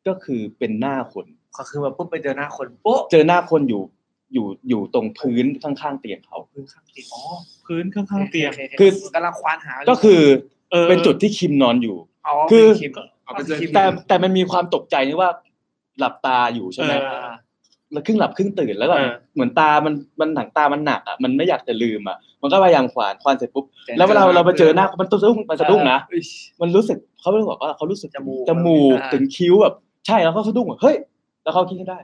Speaker 3: ก็คือเป็นหน้าคน
Speaker 5: ขอคือมาปุ๊บไปเจอหน้าคนโป๊ะ
Speaker 3: เจอหน้าคนอยู่อยู่อยู่ตรงพื้นข้างๆเตียงเขา
Speaker 5: พื้นข้างเตียงอ๋อ
Speaker 2: พื้นข้างๆเตียง
Speaker 3: คือ
Speaker 5: กำลังควานหายู่
Speaker 3: ก็คือ
Speaker 2: เออ
Speaker 3: เป็นจุดที่คิมนอนอยู่ คื
Speaker 5: คือ อ
Speaker 7: เอาไปเจอ
Speaker 5: เอาไปกิน
Speaker 3: แต่แต่มันมีความตกใจนี่ว่าหลับตาอยู่ใช่ไหม
Speaker 2: เออ
Speaker 3: แล้วครึ่งหลับครึ่งตื่นแล้วแบบ
Speaker 2: เออ
Speaker 3: เหมือนตามันมันหนังตามันหนักอ่ะมันไม่อยากจะลืมอ่ะมันก็พยายามขวานขวานเสร็จปุ๊บแล้วเวลาเราไปเจอหน้ามันสะดุ้งมันสะดุ้งนะมันรู้สึกเขาไม่บอกว่าเขารู้สึก
Speaker 5: จมูก
Speaker 3: จมูก
Speaker 5: อ่า
Speaker 3: ถึงคิ้วแบบใช่แล้วเขาสะดุ้งแบบเฮ้ยแล้วเขาคิดขึ้นได้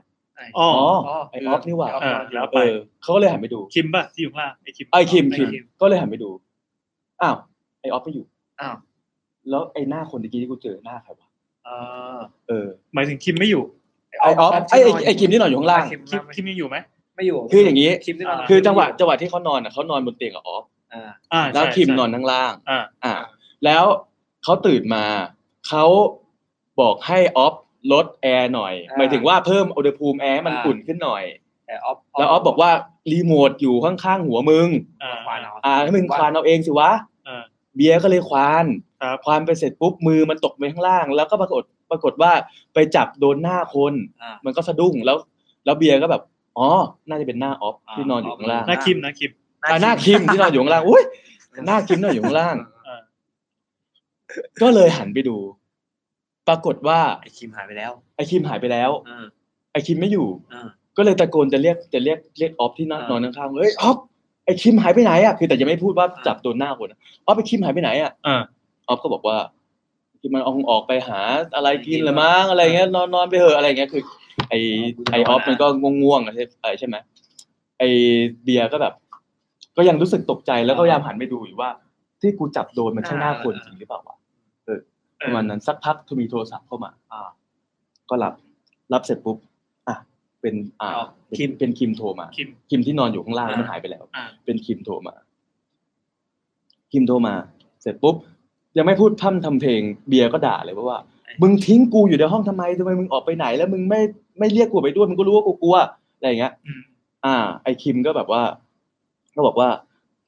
Speaker 2: อ๋อ
Speaker 3: อ๋อ
Speaker 5: อ๋อ
Speaker 3: ไอออฟนี่หว่า
Speaker 2: เออแล้ว
Speaker 3: เอ
Speaker 2: ไป
Speaker 3: อเขาก็เลยหันไปดู
Speaker 2: คิมป่ะที่อยู่ข้างล่างไอ้คิม
Speaker 3: ไอคิม
Speaker 2: ไอ้
Speaker 3: คิมก็เลยหันไปดูอ้าวไอออฟไม่อยู่
Speaker 5: อ้าว
Speaker 3: แล้วไอหน้าคนเมื่อกี้ที่กูเจอหน้าใครวะ
Speaker 5: เออ
Speaker 3: เออ
Speaker 2: หมายถึงคิมไม่อยู่
Speaker 3: ไอออฟไอไอ้ไอคิมที่นอนอยู่ข้างล่าง
Speaker 5: คิม
Speaker 2: คิมคิมยังอยู่ไหม
Speaker 5: ไม่อยู่
Speaker 3: คืออย่างนี้
Speaker 5: คิมที่นน
Speaker 2: อ่า
Speaker 3: คือจังหวะจังหวะที่เขานอนอ่ะเขานอนบนเตียงกับออฟ
Speaker 5: อ่า
Speaker 2: อ่า
Speaker 3: แล้ว
Speaker 2: ใช่
Speaker 3: คิม
Speaker 2: ใช่
Speaker 3: นอนข้างล่าง
Speaker 2: อ่า
Speaker 3: อ่า แล้วเขาตื่นมาเขาบอกให้ออฟลดแอร์หน่อย
Speaker 5: อ่า
Speaker 3: หมายถึงว่าเพิ่มอุณหภูมิแอร์ให้มัน
Speaker 5: อ่า
Speaker 3: อุ่นขึ้นหน่อย
Speaker 5: แต่ออฟ
Speaker 3: แล้วออฟบอกว่ารีโมทอยู่ข้างๆหัวมึง
Speaker 2: อ่า
Speaker 5: ควานเอา
Speaker 3: อ่าให้มึงควานเอาเองสิวะ
Speaker 2: อ่า
Speaker 3: เบียร์ก็เลยควาน
Speaker 2: ครับ
Speaker 3: ควานไปเสร็จปุ๊บมือมันตกไปข้างล่าง แล้วก็ปรากฏปรากฏว่าไปจับโดนหน้าคน
Speaker 5: อ่า
Speaker 3: มันก็สะดุ้งแล้ว แล้วเบียร์ก็แบบอ๋อน่าจะเป็นหน้าออฟ
Speaker 5: อ่า
Speaker 3: ที่นอนอยู่ข้างล่าง
Speaker 2: หน้าคิมนะคิม
Speaker 3: อ่ะหน้าคิมที่นอนอยู่ข้างล่าง อุ้ยหน้าคิมนอนอยู่ข้างล่าง
Speaker 2: เออ
Speaker 3: ก็เลยหันไปดู ปรากฏว่า
Speaker 5: ไอคิมหายไปแล้ว
Speaker 3: ไอคิมหายไปแล้ว
Speaker 5: อ่า
Speaker 3: ไอคิมไม่อยู่
Speaker 5: อ่า
Speaker 3: ก็เลยตะโกนจะเรียกจะเรียกเรียกออฟที่นั่ง
Speaker 5: อ่าน
Speaker 3: อนข้างๆเฮ้ยออฟไอคิมหายไปไหนอ่ะคือแต่ยังไม่พูดว่า
Speaker 5: อ่า
Speaker 3: จับตัวหน้าคนอะออฟไอคิมหายไปไหนอ่ะ
Speaker 2: อ่า
Speaker 3: ออฟก็บอกว่าคิมมันเอาออกไปหาอะไรกินละมั้งอะไรเงี้ยนอนนอนไปเถอะอะไรเงี้ยคือ ไอไอออฟมันก็ง่วงๆอะใช่เออใช่ไหมไอเบียร์ก็แบบ ก็ยังรู้สึกตกใจแล้วก็พยายามหันไปดูอยู่ว่า ที่กูจับโดนมันใช่หน้าคนจริงหรือเปล่าวะเออประมาณนั้นสักพักทมีโทรศัพท์เข้ามา
Speaker 5: อ่า
Speaker 3: ก็รับ รับเสร็จปุ๊บ อ่ะ เป็นอ่า
Speaker 5: อ้าว
Speaker 3: คิมเป็นคิมโทรมา
Speaker 2: คิม
Speaker 3: คิมที่นอนอยู่ข้างล่าง
Speaker 2: อ่า
Speaker 3: มันหายไปแล้ว
Speaker 2: อ่า
Speaker 3: เป็นคิมโทรมา คิมโทรมา เสร็จปุ๊บ ยังไม่พูดพร่ำทำเพลง เบียร์ก็ด่าเลยว่าว่า มึงทิ้งกูอยู่ในห้องทำไมทำไมมึงออกไปไหน แล้วมึงไม่ไม่เรียกกูไปด้วย มึงก็รู้ว่ากูกลัวอะไรอย่างเงี้ย
Speaker 2: อืม
Speaker 3: อ่า ไอคิมก็แบบว่า ก็บอกว่า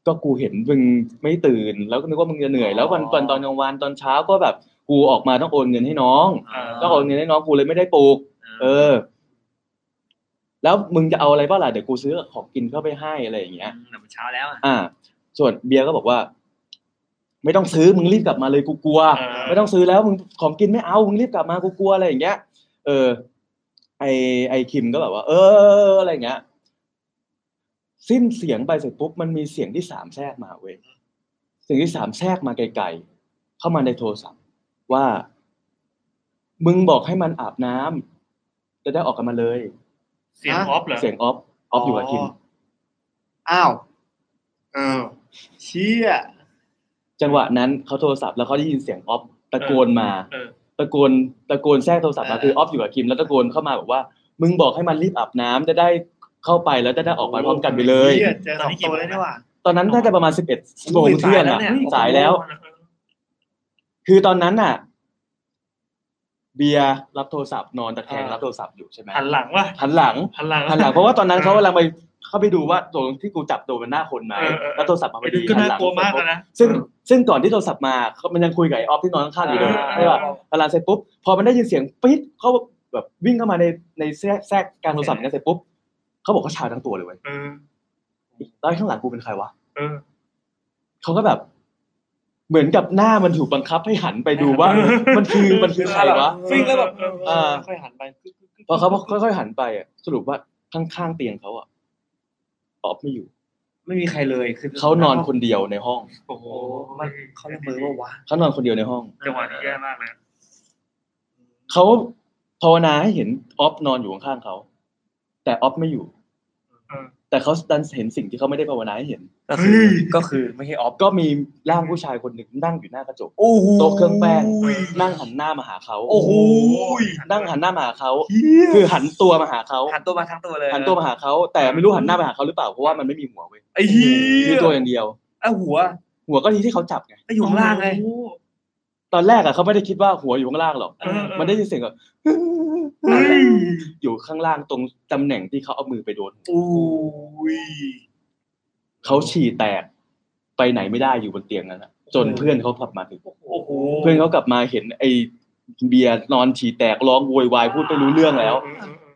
Speaker 3: ก็กูเห็นมึงไม่ตื่น แล้วก็นึกว่ามึงจะเหนื่อย แล้ววันตอนตอนกลางวันตอนเช้าก็แบบกูออกมาต้องโอนเงินให้น้อง
Speaker 5: อ่า
Speaker 3: ต้องโอนเงินให้น้องกูเลยไม่ได้ปลูก เออ แล้วมึงจะเอาอะไรบ้างล่ะเดี๋ยวกูซื้อของกินเข้าไปให้อะไรอย่างเงี้ย
Speaker 5: แต่มันเช้าแล้วอ่ะ
Speaker 3: อ่า ส่วนเบียร์ก็บอกว่า ไม่ต้องซื้อมึงรีบกลับมาเลยกูกลัว
Speaker 2: เออ
Speaker 3: ไม่ต้องซื้อแล้วมึงของกินไม่เอามึงรีบกลับมากูกลัวอะไรอย่างเงี้ย เออ ไอไอคิมก็แบบว่า เอออะไรอย่างเงี้ย สิ้นเสียงไปเสร็จปุ๊บมันมีเสียงที่สามแทรกมาเว้ยเสียงที่สามแทรกมาไกลๆเข้ามาในโทรศัพท์ ว่า มึงบอกให้มันอาบน้ำจะได้ออกกันมาเลย
Speaker 2: เสียงออฟเหรอ
Speaker 3: เสียงออฟออฟอยู่กับคิม
Speaker 5: อ้าว
Speaker 7: อ้าว
Speaker 5: เชี่ย
Speaker 3: จังหวะนั้นเขาโทรศัพท์แล้วเขาได้ยินเสียงออฟตะโกนมา
Speaker 2: เออ
Speaker 3: ตะโกนตะโกนแทรกโทรศัพท์มาคือออฟอยู่กับคิมแล้วตะโกนเข้ามาบอกว่า มึงบอกให้มันรีบอาบน้ำจะได้เข้าไปแล้วจะได้ออกไปพร้อมกันไปเลย
Speaker 5: ชี่เจอสองตัวได้ด้วยว่ะ
Speaker 3: ตอนนั้นน่าจะประมาณสิบเอ็ดโมง
Speaker 5: อุ้ย
Speaker 3: เที่ยง
Speaker 5: สายแล้ว
Speaker 3: อ่ะ
Speaker 5: เนี่ย
Speaker 3: สายแล้ว คือตอนนั้นน่ะ เบียร์รับโทรศัพท์นอนตะแคง
Speaker 2: อ่ารั
Speaker 3: รับโทรศัพท์อยู่ใช่ไหม
Speaker 2: หันหลังว่ะ
Speaker 3: หันหลัง
Speaker 2: หันหลัง
Speaker 3: หันหลังเพราะว่าตอนนั้นเขากำลังไปเข้าไปดูว่าตรงที่กูจับตัวมันหน้าคนไหม
Speaker 2: เออเออ
Speaker 3: แล้วโทรศัพท์มาพ
Speaker 2: ไอ้
Speaker 3: อ
Speaker 2: ดู
Speaker 3: ดี
Speaker 2: ก็
Speaker 3: หั
Speaker 2: น่าน
Speaker 3: หลั
Speaker 2: กลัวมากแล้วนะ
Speaker 3: ซึ่งซึ่งก่อนที่โทรศัพท์มาเขามันยังคุยกับไอ้ออฟที่นอนข้างๆอยู่เลย
Speaker 2: อ่า
Speaker 3: ใช่ป่ะพอหลังเสร็จปุ๊บพอมันได้ยินเสียงปิ๊ดเขาแบบวิ่งเข้ามาในในแทรกแทรกกลางโทรศัพท์เนี่ยเสร็จปุ๊บเขาบอกเขาชาทั้งตัวเลยเว้ย
Speaker 2: เออ
Speaker 3: แล้วไอ้ข้างหลังกูเป็นใครวะ
Speaker 2: เออ
Speaker 3: เขาก็แบบ เหมือนกับหน้ามันถูกบังคับให้หันไปดูว่า มันคือมันคือใครวะ
Speaker 2: ฟิงแล้วแบบ
Speaker 3: เออ
Speaker 9: ค่อยหันไป
Speaker 3: พอเขาค่อยๆหันไปอะสรุปว่าข้างๆเตียงเขาอ่ะออฟไม่อยู่
Speaker 5: ไม่มีใครเลยคือ
Speaker 3: เขานอนคนเดียวในห้อง
Speaker 2: โอ้โห
Speaker 5: โอ้มันเขาละเมอว่าวะ
Speaker 3: เขานอนคนเดียวในห้อง
Speaker 2: จังหวะนี้แย่มากเลย
Speaker 3: เขาภาวนาให้เห็นออฟนอนอยู่ข้างๆเขาแต่ออฟไม่อยู่
Speaker 2: เออ
Speaker 3: แต่เขาดันเห็นสิ่งที่เขาไม่ได้ภาวนาให้เห็น
Speaker 9: ก็คือ
Speaker 2: เฮ้ย
Speaker 9: ก็คือไม่ใช่ออฟ
Speaker 3: ก็มีร่างผู้ชายคนหนึ่งนั่งอยู่หน้ากระจก
Speaker 9: โอ้โห
Speaker 3: โต๊ะเครื่องแป้ง นั่งหันหน้ามาหาเขา
Speaker 9: โอ้โห
Speaker 3: นั่งหันหน้ามาหาเขาคือหันตัวมาหาเขา
Speaker 5: หันตัวมาทั้งตัวเลย
Speaker 3: หันตัวมาหาเขาแต่ไม่รู้หันหน้ามาหาเขาหรือเปล่าเพราะว่ามันไม่มีหัวเว้ย
Speaker 5: ไอ้เหี้ย
Speaker 3: มีตัวอย่างเดียว
Speaker 5: ไอ้หัว
Speaker 3: หัวก็ทีที่เขาจับไง
Speaker 5: ไอ้อยู่ข้างล่างไง
Speaker 2: โอ้โห
Speaker 3: ตอนแรกอะเขาไม่ได้คิดว่าหัวอยู่ข้างล่างหรอก
Speaker 2: เออเออ
Speaker 3: มันได้ยินเสียงแบบ
Speaker 2: เฮ้ย
Speaker 3: อยู่ข้างล่างตรงตำแหน่งที่เขาเอามือไปโดน
Speaker 2: โอ้ย
Speaker 3: เขาฉี่แตก ไปไหนไม่ได้อยู่บนเตียงนั้นอะจนเพื่อนเขากลับมาถึง
Speaker 2: โอ้โห
Speaker 3: เพื่อนเขากลับมาเห็นไอ้เบียร์นอนฉี่แตกร้องโวยวายพูดไม่รู้เรื่องแล้ว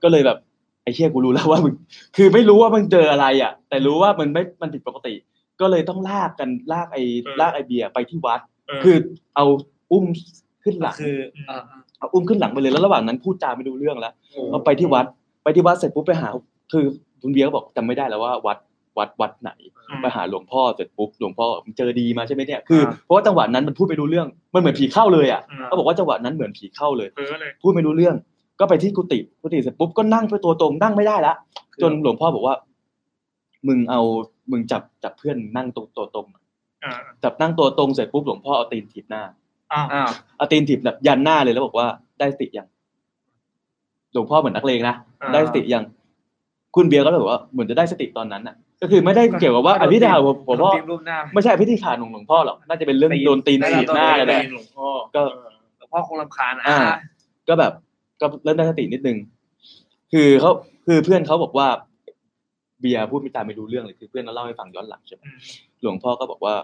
Speaker 3: ก็เลยแบบไอ้เชี่ยกูรู้แล้วว่ามึงคือไม่รู้ว่ามึงเจออะไรอ่ะ แต่รู้ว่ามันไม่มันผิดปกติ ก็เลยต้องลากกันลากไอ้ลากไอ้เบียร์ไปที่วัด คือเอาอุ้มขึ้นหลัง
Speaker 5: คืออ่า
Speaker 3: เอาอุ้มขึ้นหลังไปเลยแล้วระหว่างนั้นพูดจาไม่รู้เรื่องแล้วก็ไปที่วัด ไปที่วัดเสร็จปุ๊บไปหา คือคุณเบียร์ก็บอกจำไม่ได้แล้วว่าวัดวัดวัดไหน ไปหาหลวงพ่อเสร็จปุ๊บหลวงพ่อบอกมึงเจอดีมาใช่ไหมเนี่ยคือเพราะว่าจังหวะนั้นมันพูดไม่รู้เรื่องมันเหมือนผีเข้าเลยอ่ะเขาบอกว่าจังหวะนั้นเหมือนผีเข้าเลย
Speaker 2: เออเลย
Speaker 3: พูดไม่รู้เรื่อง ก็ไปที่กุฏิกุฏิเสร็จปุ๊บก็นั่งไปตัวตรงนั่งไม่ได้ละจนหลวงพ่อบอกว่า มึงเอามึงจับจับเพื่อนนั่งตรงตัวตรง
Speaker 2: อ่า
Speaker 3: จับนั่งตัวตรงเสร็จปุ๊บหลวงพ่อเอาตีนถีบหน้า
Speaker 2: อ้าว
Speaker 5: อ้าว
Speaker 3: เอาตีนถีบแบบยันหน้าเลยแล้วบอกว่าได้สติยังหลวงพ่อเหมือนนักเลงนะได้สติยังคุณเบียร์ก็เลยบอกว่าเหมือนจะได้สติตอนนั้นน่ะ ก็คือไม่ได้เกี่ยวกับว่าอภิธาหัวหัวพ่อ
Speaker 5: รูปรูปหน้า
Speaker 3: ไม่ใช่อภิธาของหลวงพ่อหรอกน่าจะเป็นเรื่อง
Speaker 5: ตีน
Speaker 3: โดนตีนถีบหน้า
Speaker 5: ได้
Speaker 3: อะไร
Speaker 5: แหละ
Speaker 2: หลวงพ่อ
Speaker 3: ก็
Speaker 5: หลวงพ่อคงรำคาญ
Speaker 3: อ่า
Speaker 5: อ่า
Speaker 3: ก็แบบก็เริ่มได้สตินิดนึง คือเขาคือเพื่อนเขาบอกว่า เบียร์พูดไม่จาไม่รู้เรื่องเลยคือเพื่อนเขาเล่าให้ฟังย้อนหลังใช่ไหมหลวงพ่อก็บอกว่า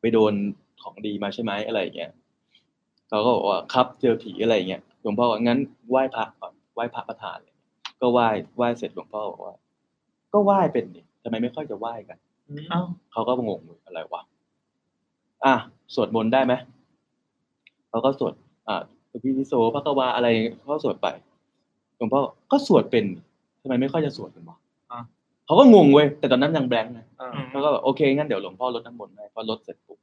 Speaker 3: ไปโดนของดีมาใช่ไหมอะไรอย่างเงี้ยเขาก็บอกว่าครับเจอผีอะไรอย่างเงี้ยหลวงพ่อว่างั้นไหว้พระก่อนไหว้พระประธานเลยก็ไหว้ไหว้เสร็จหลวงพ่อบอกว่า ก็ไหว้เป็นนี่ทำไมไม่ค่อยจะไหว้กัน
Speaker 2: อ้าว
Speaker 3: เขาก็งงเลยอะไรวะ อ่ะสวดมนต์ได้ไหม เขาก็สวด อ่าพิธิโสพระกวาอะไรเขาสวดไป หลวงพ่อก็สวดเป็นทำไมไม่ค่อยจะสวดกันวะเขาก็งงเว้ย แต่ตอนนั้นยังแบงค์นะ
Speaker 5: อ่า
Speaker 3: เขาก็แบบโอเคงั้นเดี๋ยวหลวงพ่อลดน้ำมนต์ให้พอลดเสร็จปุ๊บ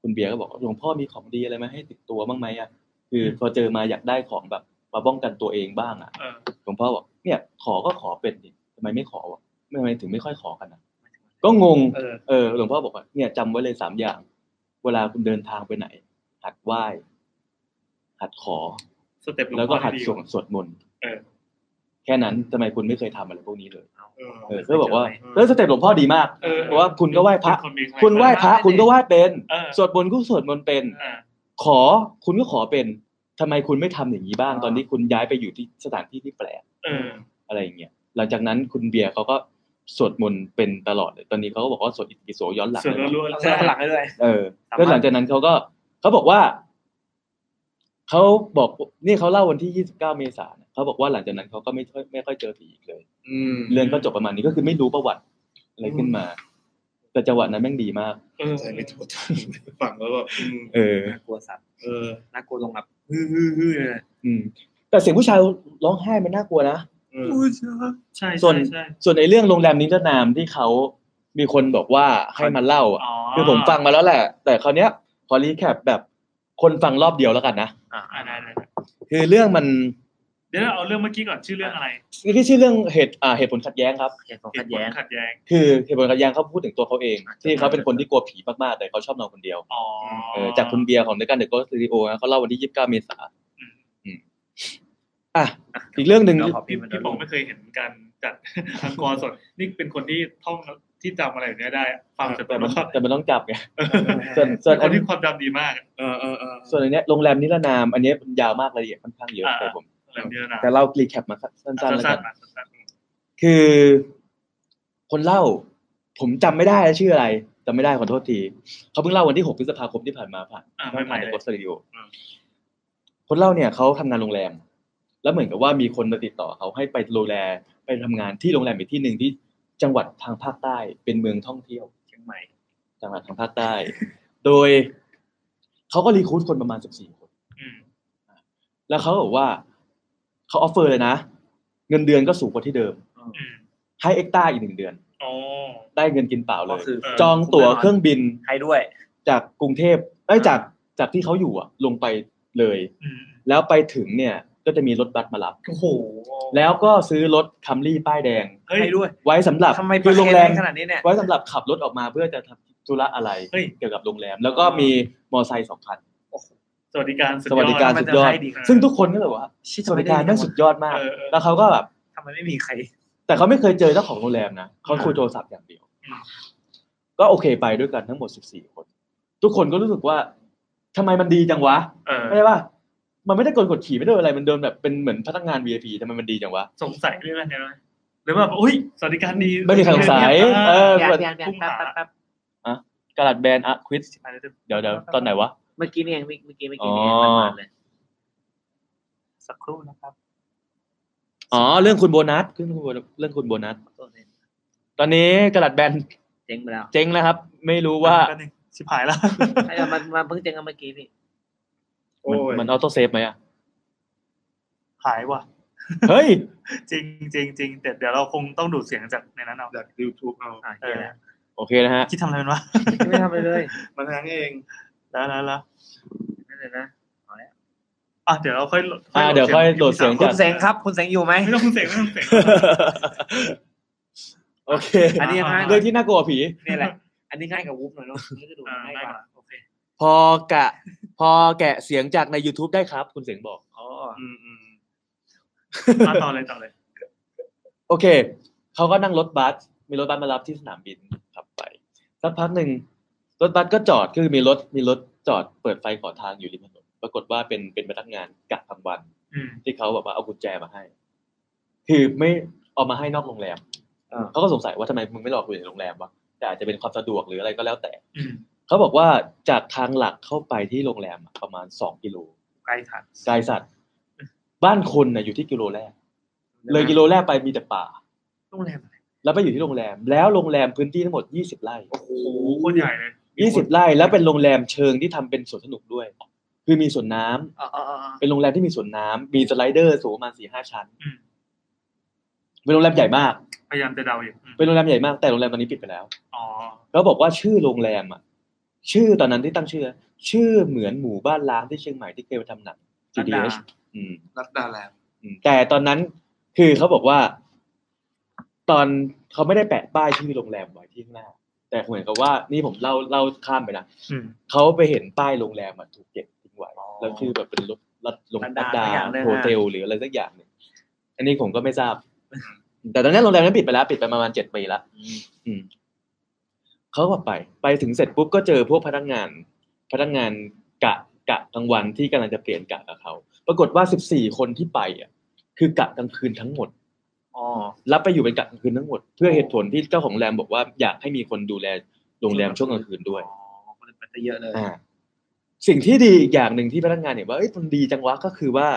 Speaker 3: คุณเบียร์ก็บอกว่าหลวงพ่อมีของดีอะไรมาให้ติดตัวบ้างไหมอ่ะ คือพอเจอมาอยากได้ของแบบมาป้องกันตัวเองบ้างอ่ะ
Speaker 2: เออ
Speaker 3: หลวงพ่อบอกเนี่ย ขอก็ขอเป็นดิทำไมไม่ขอวะทำไมถึงไม่ค่อยขอกันนะก็งง
Speaker 5: เออ
Speaker 3: เออหลวงพ่อบอกว่าเนี่ยจำไว้เลยสามอย่าง เวลาคุณเดินทางไปไหน หัดไหว้ หัดขอ
Speaker 2: สเต็ปหลวง
Speaker 3: แล้ว
Speaker 2: พ่
Speaker 3: ก็
Speaker 2: อ
Speaker 3: หัด
Speaker 2: ดี
Speaker 3: สวดสวดมนต์
Speaker 2: เออ
Speaker 3: แค่นั้นทำไมคุณไม่เคยทำอะไรพวกนี้เลย
Speaker 2: เออ
Speaker 3: เออเพื่อบอกว่าเออสเต็ปหลวงพ่อดีมาก
Speaker 2: เออ
Speaker 3: เพราะว่าคุณก็ไหว้พระ
Speaker 2: เป็นนมี
Speaker 3: คุณไหว้พระคุณก็ไหว้เป็น
Speaker 2: เออ
Speaker 3: สวดมนต์ก็สวดมนต์เป็น
Speaker 2: อ่า
Speaker 3: ขอคุณก็ขอเป็นทำไมคุณไม่ทำอย่างนี้บ้าง ตอนที่คุณย้ายไปอยู่ที่สถานที่ที่แปลก
Speaker 2: เออ
Speaker 3: อะไรอย่างเงี้ย หลังจากนั้นคุณเบียร์เขาก็สวดมนต์เป็นตลอดเลย ตอนนี้เขาก็บอกว่าสวดอิติปิโสย้อนหลัง
Speaker 2: ส่วน
Speaker 3: เลย
Speaker 2: ล้วนๆ
Speaker 5: เสื้อ
Speaker 2: ใช่
Speaker 5: ข้างหลังให้ด้วย
Speaker 3: เออ
Speaker 5: สามารถ
Speaker 3: แล้วหลังจากนั้นเขาก็เขาบอกว่าเขาบอกนี่เขาเล่าวันที่ 29 เมษายนเขาบอกว่าหลังจากนั้นเขาก็ไม่ค่อยไม่ค่อยเจอผีอีกเลย
Speaker 5: อืม
Speaker 3: เรื่องก็จบประมาณนี้ก็คือไม่รู้ประวัติ อะไรขึ้นมา แต่จังหวะนั้นแม่งดีมาก
Speaker 2: เออ
Speaker 4: ใจไม่ถูกฟังแล้วแบบอืม
Speaker 3: เออ
Speaker 5: น่ากลัวสัตว์
Speaker 4: เออ
Speaker 5: น่ากลัวตรงแบบฮือฮือฮือเลย
Speaker 3: อืม แต่เสียงผู้ชายร้องไห้มันน่ากลัวนะ
Speaker 4: เออ
Speaker 2: ใช่
Speaker 3: ส่วน
Speaker 2: ใช่
Speaker 3: ส่วนในเรื่องโรงแรมนิรนามที่เขามีคนบอกว่าให้มาเล่าอะ
Speaker 2: อ๋อ
Speaker 3: คือผมฟังมาแล้วแหละ แต่คราวเนี้ยขอรีแคปแบบคนฟังรอบเดียวแล้วกันนะ
Speaker 2: อ่าได้ได้ได้
Speaker 3: คือเรื่องมัน
Speaker 2: เดี๋ยวเราเอาเรื่องเมื่อกี้ก่อนชื่อเรื่องอะไร
Speaker 3: ที่ชื่อเรื่องเหตุอ่าเหตุผลขัดแย้งครับ
Speaker 5: เหตุของขัดแย้ง
Speaker 2: เหตุผลขัดแย้ง
Speaker 3: คือเหตุผลขัดแย้งเขาพูดถึงตัวเขาเอง ที่เขาเป็นคนที่กลัวผีมากๆแต่เขาชอบนอนคนเดียว
Speaker 2: อ๋อ
Speaker 3: เออจากคุณเบียร์ของ The Gun The Ghost Studio นะเขาเล่าวันที่ 29 เมษายนอืมอ่ะอีกเรื่องหนึ่ง
Speaker 5: เดี๋ยวขอ
Speaker 2: พี่พี่บอกไม่เคยเห็นการจัด อังกอร์สดนี่เป็นคนที่ท่อง ที่จำอะไรอยู่เนี้ยได้ฟังเสร็จ
Speaker 3: แต่
Speaker 2: ปุ๊บ
Speaker 3: มัน
Speaker 2: แล้วก็
Speaker 3: แต่มันต้องจับไงส่วนส่วน
Speaker 2: ค
Speaker 3: อั
Speaker 2: น
Speaker 3: น
Speaker 2: ที่ความจำดีมาก
Speaker 4: เออเออเออ
Speaker 3: ส่วนอันเนี้ยโรงแรมนิรนาม อันเนี้ยมันยาวมากรายละเอียดค่อนข้างเยอะแต่ผม
Speaker 2: อะไรเดียวนะ
Speaker 3: แต่เล่ารีแคปมาสั้นๆแล้ว
Speaker 2: สั้
Speaker 3: กัน น
Speaker 2: ๆนะสั้น
Speaker 3: คือ คนเล่า ผมจำไม่ได้แล้วชื่ออะไรจำไม่ได้ขอโทษทีเขาเพิ่งเล่าวันที่ 6 พฤษภาคมที่ผ่านมาผ่าน
Speaker 2: ๆอ่า
Speaker 3: ผ่า
Speaker 2: ใหม่
Speaker 3: น
Speaker 2: ๆเล
Speaker 3: ใน
Speaker 2: ย
Speaker 3: โพสต์สตูดิโอ
Speaker 2: อืม
Speaker 3: คนเล่าเนี่ยเขาทำงานโรงแรม แล้วเหมือนกับว่ามีคนมาติดต่อเขาให้ไปโรงแรมไปทำงานที่โรงแรมอีกที่หนึ่งที่จังหวัดทางภาคใต้เป็นเมืองท่องเที่ยว
Speaker 5: เชียงใหม่
Speaker 3: จังหวัดทางภาคใต้ โดยเขาก็รีครูดคนประมาณ 14 คน
Speaker 2: อืม
Speaker 3: แล้วเขาบอกว่าเขาออฟเฟอร์เลยนะ เงินเดือนก็สูงกว่าที่เดิม
Speaker 2: อืม
Speaker 3: ให้เอ็กต้าอีกหนึ่งเดือน
Speaker 2: อ๋อ
Speaker 3: ได้เงินกินเปล่าเล
Speaker 5: ก็
Speaker 3: ย
Speaker 5: คือ
Speaker 3: จองตั๋วเครื่องบิน
Speaker 5: ให้ด้วย
Speaker 3: จากกรุงเทพเอ้ย
Speaker 5: อ่า
Speaker 3: จากจากที่เขาอยู่อะลงไปเลย
Speaker 2: อืม
Speaker 3: แล้วไปถึงเนี่ยก็จะมีรถบัสมารับ
Speaker 2: โอ้โห
Speaker 3: แล้วก็ซื้อรถคัมรี่ป้ายแดง
Speaker 2: เฮ้ย
Speaker 5: ให้ด้วย
Speaker 3: ไว้สำหรับ
Speaker 5: ทำไม
Speaker 3: คือโรงแรม
Speaker 5: ขนาดนี้เนี่ย
Speaker 3: ไว้สำหรับขับรถออกมาเพื่อจะทำธุระอะไร
Speaker 2: เฮ้ย
Speaker 3: เกี่ยวกับโรงแรม แล้วก็มีมอเตอร์ไซค์สองคัน
Speaker 2: สวัสดิการด
Speaker 3: สวัสดิการสุดยอด ซึ่งทุกคนก็แบบว่าสวัสดิการแม่งสุดยอดมาก
Speaker 2: เออเออ
Speaker 3: แล้วเขาก็แบบ
Speaker 5: ทำไมไม่มีใคร
Speaker 3: แต่เขาไม่เคยเจอเจ้าของโรงแรมนะเขาคุยโทรศัพท์อย่างเดียว
Speaker 2: อืม
Speaker 3: ก็โอเคไปด้วยกันทั้งหมด 14 คน ทุกคนก็รู้สึกว่าทำไมมันดีจังวะ
Speaker 2: เออ
Speaker 3: ไม่ใช่ป่ะมันไม่ได้กดกดขี่ไม่ได้อะไรมันเดินแบบเป็นเหมือนพนักงาน VIP ทำไมมันดีจังวะ
Speaker 2: สงสัยด้วยนะเนี่ยนะหรือแบบอุ้ยสวัสดิการดี
Speaker 3: ไม่มีใครสงสัยเออ
Speaker 5: เปลี่ยนเปลี่ยนเปลี่ยนแป๊บแป๊บแป๊บ
Speaker 3: กระดาษแบรนด์อะควิสเดี๋ยวเดี๋ยวตอนไหนวะ
Speaker 5: เมื่อกี้นี่เองเมื่อกี้เมื่อกี้
Speaker 3: อ๋
Speaker 5: นี่เอง
Speaker 3: อ
Speaker 5: มันมาเลย
Speaker 2: สักครู่นะครับ
Speaker 3: อ๋อ เรื่องคุณโบนัสเรื่องคุณโบนัสเรื่องคุณโบนัส ตอนนี้กระดาษแบรนด์
Speaker 5: เจ๊งไปแล้ว
Speaker 3: เจ๊งนะครับ ไม่รู้ว่า
Speaker 2: แป๊บนึงชิบหายแล้ว
Speaker 5: ไอ้มันมันเพิ่งเจ๊งกันเมื่อกี้พี่
Speaker 4: โอ้ย
Speaker 3: มันออโต้เซฟไหมอะ
Speaker 2: หายว่ะ
Speaker 3: เฮ้ย
Speaker 2: จริงจริงจริงแต่เดี๋ยวเราคงต้องดูดเสียงจากในนั้นเอา
Speaker 4: จากยูทูบเอา
Speaker 5: อ่ะ
Speaker 2: เอ
Speaker 5: เจ๊ง
Speaker 2: อ
Speaker 5: แล้ว
Speaker 3: โอเคนะฮะ
Speaker 2: คิดทำอะไรมันวะ
Speaker 5: ไม่ทำไป เลย
Speaker 4: มันทั้งเอง
Speaker 2: แล้วแล้วแล้ว
Speaker 5: นั่นเลยนะ
Speaker 2: อ่ะเดี๋ยวเราค่อยล
Speaker 3: อ่ะเดี๋ยวค่อยโหลดเสียง
Speaker 5: คุ
Speaker 3: จา
Speaker 5: ณ
Speaker 3: ก
Speaker 5: เสงครับคุณเสงอยู่ไหม
Speaker 2: ไม่ต้องคุณเสียงไม่ต้องคุณเสียง
Speaker 3: โอเค
Speaker 5: อันนี้ง่าย
Speaker 3: เรื่องที่น่ากลัวกว่าผี
Speaker 5: นี่แหละ อันนี้ง่ายกับวุ้บหน่อยเนาะนี่ก็ดู
Speaker 2: เออ
Speaker 5: ง่ายกว่า
Speaker 2: ง่ายกว่า
Speaker 5: โอเค
Speaker 3: พอกะ พอแกะเสียงจากใน YouTube ได้ครับ คุณเสียงบอก
Speaker 5: อ๋อ
Speaker 4: อืมอืม
Speaker 2: อ่ะต่อเลยต่อเลย
Speaker 3: โอเค เขาก็นั่งรถบัส มีรถบัสมารับที่สนามบินขับไป สักพักหนึ่งรถบัสก็จอด คือมีรถ มีรถจอดเปิดไฟขอทางอยู่ริมถนน ปรากฏว่าเป็น เป็นพนักงานกะกลางวัน
Speaker 2: อืม
Speaker 3: ที่เขาแบบว่าเอากุญแจมาให้ คือไม่เอามาให้นอกโรงแรม เขาก็สงสัยว่าทำไมมึงไม่รอกูอยู่ในโรงแรมวะ แต่อาจจะเป็นความสะดวกหรืออะไรก็แล้วแต่
Speaker 2: อืม
Speaker 3: เขาบอกว่าจากทางหลักเข้าไปที่โรงแรมอะประมาณสองกิโล
Speaker 2: ไกลถัด
Speaker 3: กายสัตว์ บ้านคนนะอยู่ที่กิโลแรก เลยกิโลแรกไปมีแต่ป่า
Speaker 2: โรงแรมอะไร
Speaker 3: แล้วไปอยู่ที่โรงแรม แล้วโรงแรมพื้นที่ทั้งหมด 20 ไร่
Speaker 2: โอ้โหโคนใหญ่เลยมีคน
Speaker 3: 20 ไร่ แล้วเป็นโรงแรมเชิงที่ทำเป็นสวนสนุกด้วย คือมีสวนน้ำ
Speaker 5: อ๋ออ๋ออ๋อ
Speaker 3: เป็นโรงแรมที่มีสวนน้ำมีสไลเดอร์สูงประมาณสี่ห้าชั้น
Speaker 2: อืม
Speaker 3: เป็นโรงแรมใหญ่มาก
Speaker 2: พยายามจะเดาอยู่อืม
Speaker 3: เป็นโรงแรมใหญ่มากแต่โรงแรมตอนนี้ปิดไปแล้ว
Speaker 2: อ๋อ
Speaker 3: แล้วบอกว่าชื่อโรงแรมอ่ะ ชื่อตอนนั้นที่ตั้งชื่อ ชื่อเหมือนหมู่บ้านล้างที่เชียงใหม่ที่เคยไปทำหนัง GDH อืม
Speaker 4: รัดดาแลนด์
Speaker 3: อืมแต่ตอนนั้นคือเขาบอกว่า ตอนเขาไม่ได้แปะป้ายชื่อโรงแรมไว้ที่ข้างหน้า แต่เหมือนกับว่านี่ผมเล่าเล่าข้ามไปนะ
Speaker 2: อืม
Speaker 3: เขาไปเห็นป้ายโรงแรมอะถูกเก็บทิ้งไว้แล้วชื่อแบบเป็นรถรัดลงรัดดาโฮเทลหรืออะไรสักอย่างหนึ่งอันนี้ผมก็ไม่ทราบ แต่ตอนนั้นโรงแรมนั้นปิดไปแล้วปิดไปประมาณเจ็ดปีละอืมเขาก็ไปไปถึงเสร็จปุ๊บก็เจอพวกพนักงาน พนักงานกะกะกลางวันที่กำลังจะเปลี่ยนกะกับเขา ปรากฏว่า 14 คนที่ไปอ่ะ คือกะกลางคืนทั้งหมด
Speaker 5: อ๋อ
Speaker 3: รับไปอยู่เป็นกะกลางคืนทั้งหมด เพื่อเหตุผลที่เจ้าของโรงแรมบอกว่าอยากให้มีคนดูแลโรงแรมช่วงกลางคืนด้วย
Speaker 5: อ๋อมันเป็นไปเยอะเลย
Speaker 3: อ่า สิ่งที่ดีอีกอย่างหนึ่งที่พนักงานเห็นว่าเอ้ยมันดีจังวะก็คือว่า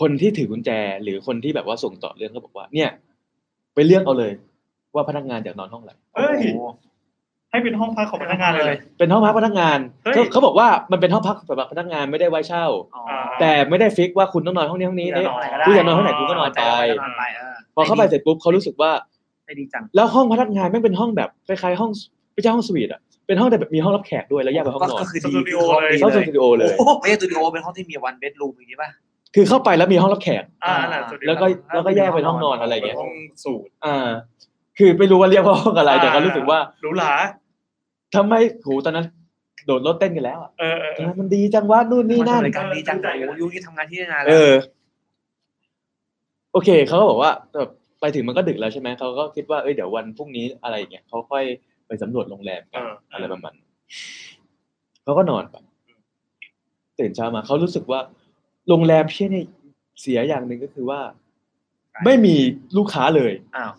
Speaker 3: คนที่ถือกุญแจ หรือคนที่แบบว่าส่งต่อเรื่องก็บอกว่า เนี่ย ไปเลือกเอาเลย ว่าพนักงานอยากนอนห้องไหน
Speaker 2: เฮ้ย
Speaker 5: โอ้โห
Speaker 2: ให้เป็นห้องพักของพนักงานเลย
Speaker 3: เป็นห้องพักพนักงาน
Speaker 2: เฮ้ย
Speaker 3: เขาเขาบอกว่ามันเป็นห้องพักสำหรับพนักงานไม่ได้ไว้เช่า
Speaker 5: อ๋อ
Speaker 3: แต่ไม่ได้ฟิกว่าคุณต้องนอนห้องนี้ห้องนี้
Speaker 2: อยา
Speaker 3: เนี่ย
Speaker 2: กนอนไหนก็ได้
Speaker 3: กูอยากนอนห้องไหนกูก็นอนไป
Speaker 5: นอนไปเออ
Speaker 3: พอเข้าไปเสร็จปุ๊บเขารู้สึกว่า
Speaker 5: ได้ดีจัง
Speaker 3: แล้วห้องพนักงานแม่งเป็นห้องแบบคล้ายๆห้องไม่ใช่ห้องสวีทอ่ะเป็นห้องแต่แบบมีห้องรับแขกด้วยแล้วแยกเป็นห้องนอน
Speaker 5: ก็คือ
Speaker 2: ส
Speaker 5: ดี
Speaker 2: ตูดิโอเลย
Speaker 3: เข้าสตูดิโอเลย
Speaker 5: โอ้โหไม่ใช่สตูดิโอเป็นห้องที่มีวันเบดรูมอย่างนี้ป่ะ
Speaker 3: คือเข้าไปแล้วมีห้องรับแขก
Speaker 2: อ่านั่นแหละสตูดิโอ
Speaker 3: แล้วก็แล้วก็แยกเป็นห้องนอนอะไรอย่าง
Speaker 4: เป็น
Speaker 3: เงี้ย
Speaker 4: ห้องสูตร
Speaker 3: อ่า คือไม่รู้ว่าเรียกว่าห้องอะไรแต่ก็รู้สึกว่า
Speaker 2: หรูหรา
Speaker 3: ทำไมโหตอนนั้น โดดรถเต้นกันแล้วอ่ะ
Speaker 2: เออเออ
Speaker 3: ทำไมมันดีจังวะนู่นนี่นั่น
Speaker 5: รายการดีจังโอ้โหยุคนี้ทำงานที่นานแล้
Speaker 3: เอ
Speaker 5: ว
Speaker 3: อ โอเคเขาก็บอกว่าแบบ ไปถึงมันก็ดึกแล้วใช่ไหมเขาก็คิดว่าเอ้ยเดี๋ยววันพรุ่งนี้อะไรอย่างเงี้ยเขาค่อยไปสำรวจโรงแรมกัน
Speaker 4: อ่า
Speaker 3: อะไรประมาณนั้นเขาก็นอนไปตื่นเช้ามาเขารู้สึกว่า โรงแรมเพี้ยเนี่ยเสียอย่างหนึ่งก็คือว่า ไม่มีลูกค้าเลย
Speaker 5: อ้าว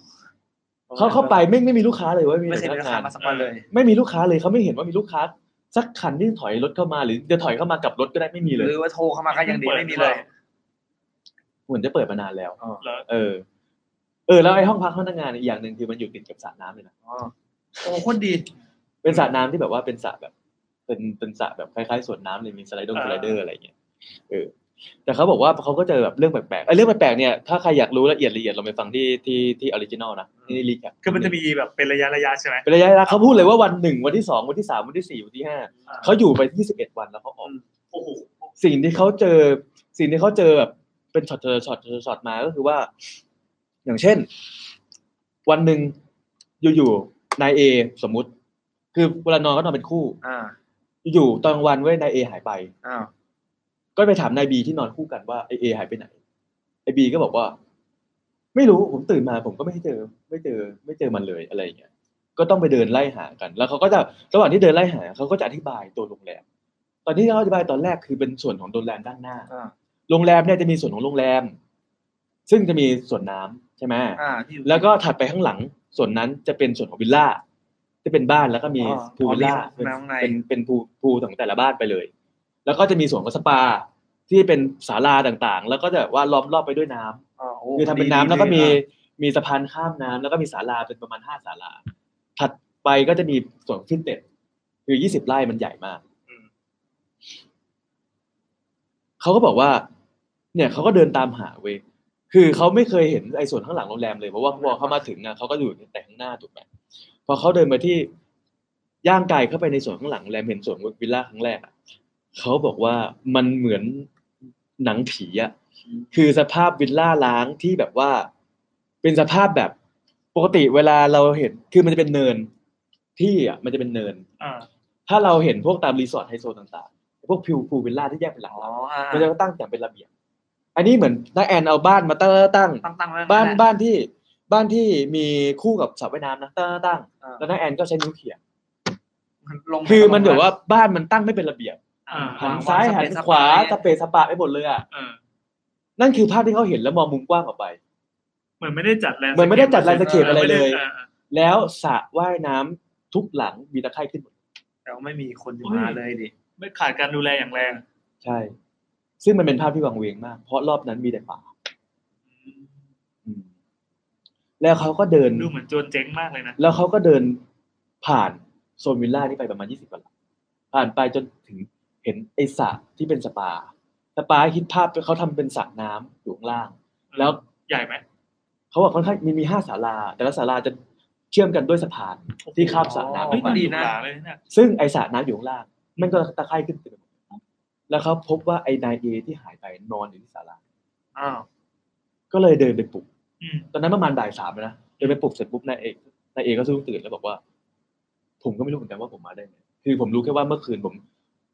Speaker 3: เขาเข้าไปไม่ไม่มีลูกค้าเลยเว่ามี
Speaker 5: ไม่เคย
Speaker 3: แต่
Speaker 5: มี
Speaker 3: พ
Speaker 5: ราคาง
Speaker 3: นักาน
Speaker 5: มาสักวันเลย
Speaker 3: ไม่มีลูกค้าเลยเขาไม่เห็นว่ามีลูกค้า สักคันที่ถอยรถเข้ามาหรือจะถอยเข้ามากลับรถก็ได้ไม่มี
Speaker 5: ห
Speaker 3: เลย
Speaker 5: รือว่าโทรเข้ามาก็ยังดีไม่มีเลย
Speaker 3: เหมือนจะเปิดมานานแล้ว
Speaker 4: เหรอ
Speaker 3: เออ เออ แล้วไอ้ห้องพักพนักงานอีกอย่างหนึ่งคือมันอยู่ติดกับสระน้ำเลยนะ
Speaker 5: อ๋อโอ้โหโคนดี
Speaker 3: เป็นสระน้ำที่แบบว่าเป็นสระแบบ เป็นเป็นสระแบบคล้ายๆสวนน้ำเลยมีสไลด์ดง
Speaker 4: อ่า
Speaker 3: สไลเดอร์อะไรอย่างเงี้ย เออ แต่เขาบอกว่าเขาก็เจอแบบเรื่องแปลกๆไอ้ยเรื่องแปลกๆเนี่ย ถ้าใครอยากรู้ละเอียดละเอียดเราไปฟังที่ที่ที่ออริจินอลนะ นี่รีแคป
Speaker 2: คือมันจะมีแบบเป็นระยะระยะใช่ไหม
Speaker 3: เป็นระยะเวลาเขาพูดเลยว่าวันหนึ่งวันที่สองวันที่สามวันที่สี่วันที่ห้าเขาอยู่ไปที่สิบเอ็ดวันแล้วเขาออก
Speaker 4: โอ้โห
Speaker 3: สิ่งที่เขาเจอ สิ่งที่เขาเจอแบบเป็นช็อตเจอช็อตเจอช็อตมาก็คือว่า อย่างเช่น วันหนึ่งอยู่ๆนายเอสมมุติ คือเวลานอนก็นอนเป็นคู่
Speaker 5: อ่า
Speaker 3: อยู่ๆตอนกลางวันเว้ยนายเอหายไป
Speaker 5: อ้าว
Speaker 3: ก็ไปถามนายบีที่นอนคู่กันว่าไอเอหายไปไหนไอบีก็บอกว่า ไม่รู้ผมตื่นมาผมก็ไม่เจอ ไม่เจอ ไม่เจอมันเลยอะไรอย่างเงี้ยก็ต้องไปเดินไล่หากัน แล้วเขาก็จะระหว่างที่เดินไล่หาเขาก็จะอธิบายตัวโรงแรมตอนที่เขาอธิบายตอนแรกคือเป็นส่วนของโรงแรมด้านหน้า
Speaker 5: อ่า
Speaker 3: โรงแรมเนี่ยจะมีส่วนของโรงแรม ซึ่งจะมีส่วนน้ำใช่ไหม
Speaker 5: อ่าที่อยู่
Speaker 3: แล้วก็ถัดไปข้างหลัง ส่วนนั้นจะเป็นส่วนของวิลล่าจะเป็นบ้านแล้วก็มี
Speaker 5: อ๋อ
Speaker 3: พูลวิลล่า
Speaker 5: อ๋อมีข้างใน
Speaker 3: เป็นเป็นพูลพูลของแต่ละบ้านไปเลย แล้วก็จะมีส่วนของสปา ที่เป็นศาลาต่างๆ แล้วก็จะแบบว่าล้อมรอบไปด้วยน้ำ
Speaker 5: อ๋อโอ้
Speaker 3: คือทำเป็นน้ำ
Speaker 5: ดี
Speaker 3: แล้วก็มี
Speaker 5: ดี
Speaker 3: มีสะพานข้ามน้ำแล้วก็มีศาลาเป็นประมาณห้าศาลา ถัดไปก็จะมีส่วนฟิตเนสคือยี่สิบไร่มันใหญ่มาก เขาก็บอกว่า เนี่ยเขาก็เดินตามหาเว้ยคือเขาไม่เคยเห็นไอ้ส่วนข้างหลังโรงแรมเลยเพราะว่าพอเขามาถึงอ่ะเขาก็อยู่แต่ข้างหน้าถูกไหมพอเขาเดินมาที่ย่างไก่เข้าไปในส่วนข้างหลังโรงแรมเห็นส่วนวิลล่าครั้งแรกอ่ะเขาบอกว่ามันเหมือนหนังผีอ่ะคือสภาพวิลล่าล้างที่แบบว่า เป็นสภาพแบบปกติเวลาเราเห็นคือมันจะเป็นเนินที่อ่ะมันจะเป็นเนิน
Speaker 2: อ่า
Speaker 3: ถ้าเราเห็นพวกตามรีสอร์ทไฮโซต่างๆ พวกพิวพูลวิลล่าที่แยกเป็นหลั
Speaker 5: อ๋อก
Speaker 3: ๆ
Speaker 5: อ่า
Speaker 3: มันจะตั้งอย่างเป็นระเบียบ อันนี้เหมือนน้าแอนเอาบ้านมาตั้งตั้ง
Speaker 5: ตั้งตั้งไว้
Speaker 3: บ้าน
Speaker 5: บ้าน
Speaker 3: บ้านที่บ้านที่มีคู่กับสระว่ายน้ำนะตั้งตั้ง
Speaker 5: อ่า
Speaker 3: แล้วน้าแอนก็ใช้นิ้วเขี่ย
Speaker 5: ลงไป
Speaker 3: คือมันแบบว่าบ้านมันตั้งไม่เป็นระเบียบ
Speaker 5: อ่
Speaker 3: หั
Speaker 5: วน ง
Speaker 3: ซ้ายหัน
Speaker 5: สเปซ
Speaker 3: ขวา
Speaker 5: ส
Speaker 3: ส
Speaker 5: เปซ
Speaker 3: เปซสปะไปหมดเลยอ่ะ
Speaker 2: เออ
Speaker 3: นั่นคือภาพที่เขาเห็นแล้วมองมุมกว้างออกไป
Speaker 2: เหมือนไม่ได้จัดแลนด์
Speaker 3: เหมือนไม่ได้จัด landscape อะไรเลย
Speaker 2: ออออ
Speaker 3: แล้วสระว่ายน้ำทุกหลังมีตะไคร่ขึ้นหมด
Speaker 5: แต่ว่าไม่มีคนอยู่มาเลยดิ
Speaker 2: ไม่ขาดการดูแลอย่างแรง
Speaker 3: ใช่ ซึ่งมันเป็นภาพที่วังเวงมาก เพราะรอบนั้นมีแต่ป่าอืมแล้วเขาก็เดิน
Speaker 2: ดูเหมือนโจรเจ๊งมากเลยนะ
Speaker 3: แล้วเขาก็เดินผ่านโซนวิลล่านี้ไปประมาณยี่สิบกว่าหลังผ่านไปจนถึงเห็นไอสระที่เป็นสปา สปาคิดภาพเขาทำเป็นสระน้ำอยู่ข้างล่าง แล้ว
Speaker 2: ใหญ่ไหม
Speaker 3: เขาบอกค่อนข้างมีมีห้าศาลา แต่ละศาลาจะเชื่อมกันด้วยสะพาน ที่ข้ามสระน้ำ
Speaker 5: อ๋อ
Speaker 3: ไป
Speaker 2: เฮ้ย
Speaker 3: มา
Speaker 2: ดี
Speaker 5: นะ
Speaker 2: นะเลยเนี่ย
Speaker 3: ซึ่งไอสระน้ำอยู่ข้างล่าง มันก็ตะไคร่ขึ้นไปหมดแล้วเขาพบว่าไอนายเอที่หายไปนอนอยู่ที่ศาลา
Speaker 5: อ้าว
Speaker 3: ก็เลยเดินไปปลุก
Speaker 2: อืม
Speaker 3: ตอนนั้นประมาณบ่ายสามแล้วนะ เดินไปปลุกเสร็จปุ๊บนายเอกนายเอกก็สู้ตื่นแล้วบอกว่า ผมก็ไม่รู้เหมือนกันว่าผมมาได้ไงคือผมรู้แค่ว่าเมื่อคืนผม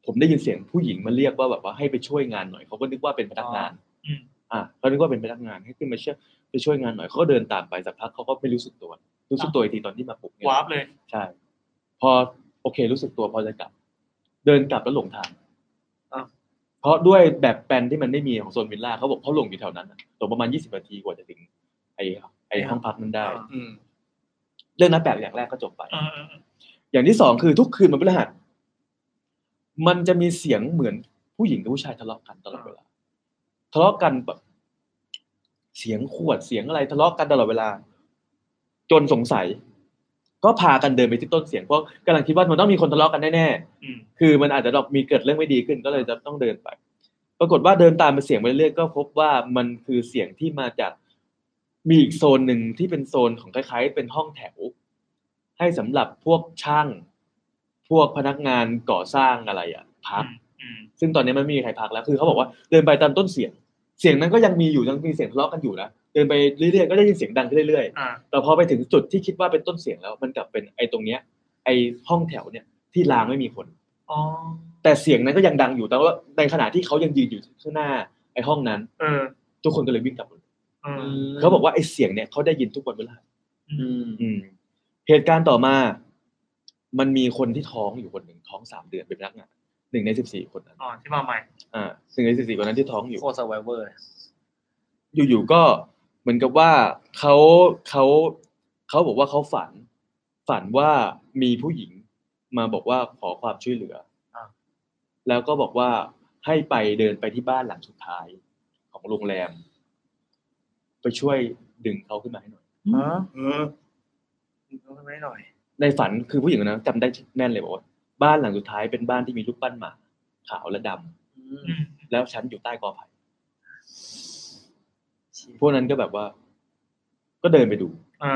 Speaker 3: ผมได้ยินเสียงผู้หญิงมาเรียกว่าแบบว่าให้ไปช่วยงานหน่อยเขาก็นึกว่าเป็นพนักงาน
Speaker 2: อืม
Speaker 3: อ่ะเขานึกว่าเป็นพนักงานให้ขึ้นมาช่วยไปช่วยงานหน่อยเขาก็เดินตามไปสักพักเขาก็ไม่รู้สึกตัว รู้สึกตัวอีกทีตอนที่มาปลุกเนี่ยว
Speaker 2: าร์ปเลย
Speaker 3: ใช่ พอโอเค รู้สึกตัวพอจะกลับ เดินกลับแล้วหลงทาง
Speaker 5: อ้าว
Speaker 3: เพราะด้วยแบบแปลนที่มันไม่มีของโซนวิลล่าเขาบอกเขาหลงอยู่แถวนั้นน่ะหลงประมาณยี่สิบนาทีกว่าจะถึงไอ้ไอ้ห้องพักนั้นได้
Speaker 2: อ่า
Speaker 4: อืม
Speaker 3: เรื่องนั้นแปลกอย่างแรกก็จบไป
Speaker 2: เออเออเออ
Speaker 3: อย่างที่สองคือทุกคืนมันพฤหัสมันจะมีเสียงเหมือนผู้หญิงกับผู้ชายทะเลาะกันตลอดเวลา ทะเลาะกันแบบเสียงขวดเสียงอะไรทะเลาะกันตลอดเวลา จนสงสัย ก็พากันเดินไปที่ต้นเสียงเพราะกำลังคิดว่ามันต้องมีคนทะเลาะกันแน่
Speaker 2: อืม
Speaker 3: ๆคือมันอาจจะมีเกิดเรื่องไม่ดีขึ้นก็เลยจะต้องเดินไป ปรากฏว่าเดินตามไปเสียงไปเรื่อยๆก็พบว่ามันคือเสียงที่มาจากมีอีกโซนหนึ่งที่เป็นโซนของคล้ายๆ เป็นห้องแถว ให้สำหรับพวกช่าง พวกพนักงานก่อสร้างอะไรอ่ะพัก
Speaker 2: อืม
Speaker 3: ซึ่งตอนนี้มันไม่มีใครพักแล้ว คือเขาบอกว่าเดินไปตามต้นเสียง เสียงนั้นก็ยังมีอยู่ยังมีเสียงทะเลาะกันอยู่นะ เดินไปเรื่อยๆก็ได้ยินเสียงดังขึ้นเรื่อย
Speaker 2: อ่า
Speaker 3: ๆ แต่พอไปถึงจุดที่คิดว่าเป็นต้นเสียงแล้ว มันกลับเป็นไอ้ตรงเนี้ย ไอ้ห้องแถวเนี่ยที่ล้างไม่มีคน
Speaker 2: อ๋อ
Speaker 3: แต่เสียงนั้นก็ยังดังอยู่ แต่ว่าในขณะที่เขายังยืนอยู่ข้างหน้าไอ้ห้องนั้น
Speaker 2: เออ
Speaker 3: ทุกคนก็เลยวิ่งกลับ
Speaker 2: อืม
Speaker 3: เขาบอกว่าไอ้เสียงเนี่ยเขาได้ยินทุกวันเวลา
Speaker 5: อืม
Speaker 3: อืม เหตุการณ์ต่อมา มันมีคนที่ท้องอยู่คนหนึ่งท้องสามเดือนเป็นพนักงานหนึ่งในสิบสี่คนนั้น
Speaker 2: อ๋อที่มาใหม่
Speaker 3: อ่าหนึ่งในสิบสี่คนนั้นที่ท้องอยู่
Speaker 5: โคสไวเวอร์
Speaker 3: อยู่ๆก็เหมือนกับว่าเขาเขาเขาบอกว่าเขาฝัน ฝันว่ามีผู้หญิงมาบอกว่าขอความช่วยเหลืออา แล้วก็บอกว่าให้ไปเดินไปที่บ้านหลังสุดท้ายของโรงแรม ไปช่วยดึงเขาขึ้นมาให้หน่อย
Speaker 2: ฮะ
Speaker 4: เออ
Speaker 5: ต้องไม่หน่อย
Speaker 3: ในฝันคือผู้หญิงคนนั้นจำได้แน่นเลยบอกว่าบ้านหลังสุดท้ายเป็นบ้านที่มีรูปปั้นหมาขาวและดำ
Speaker 2: อืม
Speaker 3: แล้วฉันอยู่ใต้กอไผ่พวกนั้นก็แบบว่า ก็เดินไปดู
Speaker 2: อ่า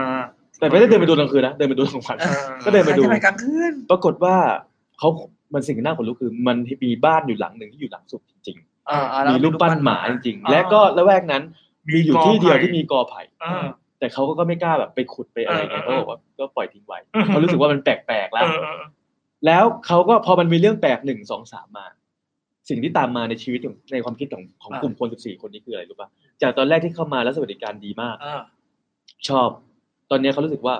Speaker 3: แต่ไม่ได้เดินไปดูกลางคืนนะเดินไปดูกลางวัน
Speaker 2: เออ
Speaker 3: ก็เดินไปดู
Speaker 5: ใช่ใช่กลางคืน
Speaker 3: ปรากฏว่าเขามันสิ่งที่น่าขนลุกคือ มันมีบ้านอยู่หลังหนึ่งที่อยู่หลังสุดจริง
Speaker 5: อ่าอ่า
Speaker 3: ๆ
Speaker 5: แล้ว
Speaker 3: มีรูปปั้นหมาจริงๆ และก็ละแวกนั้น มีอยู่ที่เดียวที่มีกอไผ่
Speaker 2: อ่า
Speaker 3: แต่เขาก็ไม่กล้าแบบไปขุดไปอะไรเงี้
Speaker 2: เอ
Speaker 3: ยเขา
Speaker 2: อเออเออ
Speaker 3: บอกว่าก็ปล่อยทิ้งไว้
Speaker 2: อืม
Speaker 3: เขารู้สึกว่ามันแปลกๆแล้ว
Speaker 2: เออเออเออ
Speaker 3: แล้วเขาก็พอมันมีเรื่องแปลกหนึ่งสองสามมา สิ่งที่ตามมาในชีวิตของในความคิดของของกลุ่มคนสิบสี่คนนี้คืออะไรรู้ป่ะจากตอนแรกที่เข้ามาแล้วสวัสดิการดีมาก
Speaker 2: อ่า
Speaker 3: ชอบ ตอนนี้เขารู้สึกว่า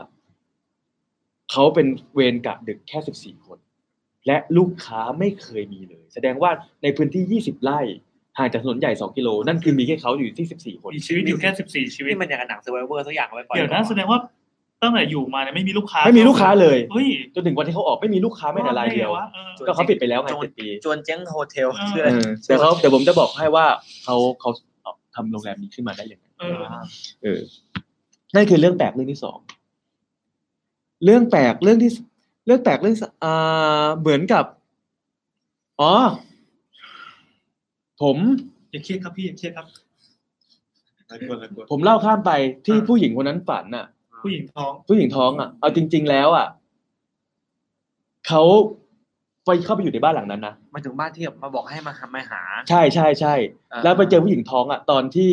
Speaker 3: เขาเป็นเวรกะดึกแค่สิบสี่คน และลูกค้าไม่เคยมีเลย แสดงว่าในพื้นที่ยี่สิบไร่ห่างจากถนนใหญ่สองกิโล นั่นคือมีแค่เขาอยู่ที่สิบสี่คน
Speaker 2: มีชีวิตอยู่แค่สิบสี่ชีวิต
Speaker 5: นี่มันอย่างกับหนังสไวเวอร์สักอย่างเอาไว้ปล่อย
Speaker 2: เดี๋ยวนะแสดงว่าตั้งแต่อยู่มาเนี่ยไม่มีลูกค้า
Speaker 3: ไม่มีลูกค้าเลย
Speaker 2: เฮ้ย
Speaker 3: จนถึงวันที่เขาออกไม่มีลูกค้าแม้แต่รายเดียว
Speaker 2: ะออ
Speaker 3: ก็เขาปิดไปแล้วไงเจ็ดปี
Speaker 5: จวนเจ๊งโฮเทล
Speaker 2: เออ
Speaker 5: ชื่ออะไร
Speaker 3: เออแต่เขาแต่ผมจะบอกให้ว่าเขาเขาทำโรงแรมนี้ขึ้นมาได้ยังไง
Speaker 2: เออ
Speaker 3: เออ นั่นคือเรื่องแปลกเรื่องที่สอง เรื่องแปลกเรื่องที่สเรื่องแปลกเรื่องสอ่าเหมือนกับ อ๋อ ผม
Speaker 2: อย่าเครียดครับพี่อย่าเครียดครับ
Speaker 4: หลายคนหลายคน
Speaker 3: ผมเล่าข้ามไปที่
Speaker 2: อ่า
Speaker 3: ผู้หญิงคนนั้นฝันน่ะ
Speaker 2: ผู้หญิงท้อง
Speaker 3: ผู้หญิงท้องอ่ะ เอาจริง ๆ แล้วอ่ะเขาไปเข้าไปอยู่ในบ้านหลังนั้นนะ
Speaker 5: มาถึงบ้านที่แบบมาบอกให้มาหามาหา
Speaker 3: ใช่ใช่ใช่
Speaker 5: อ่า
Speaker 3: แล้วไปเจอผู้หญิงท้องอ่ะ ตอนที่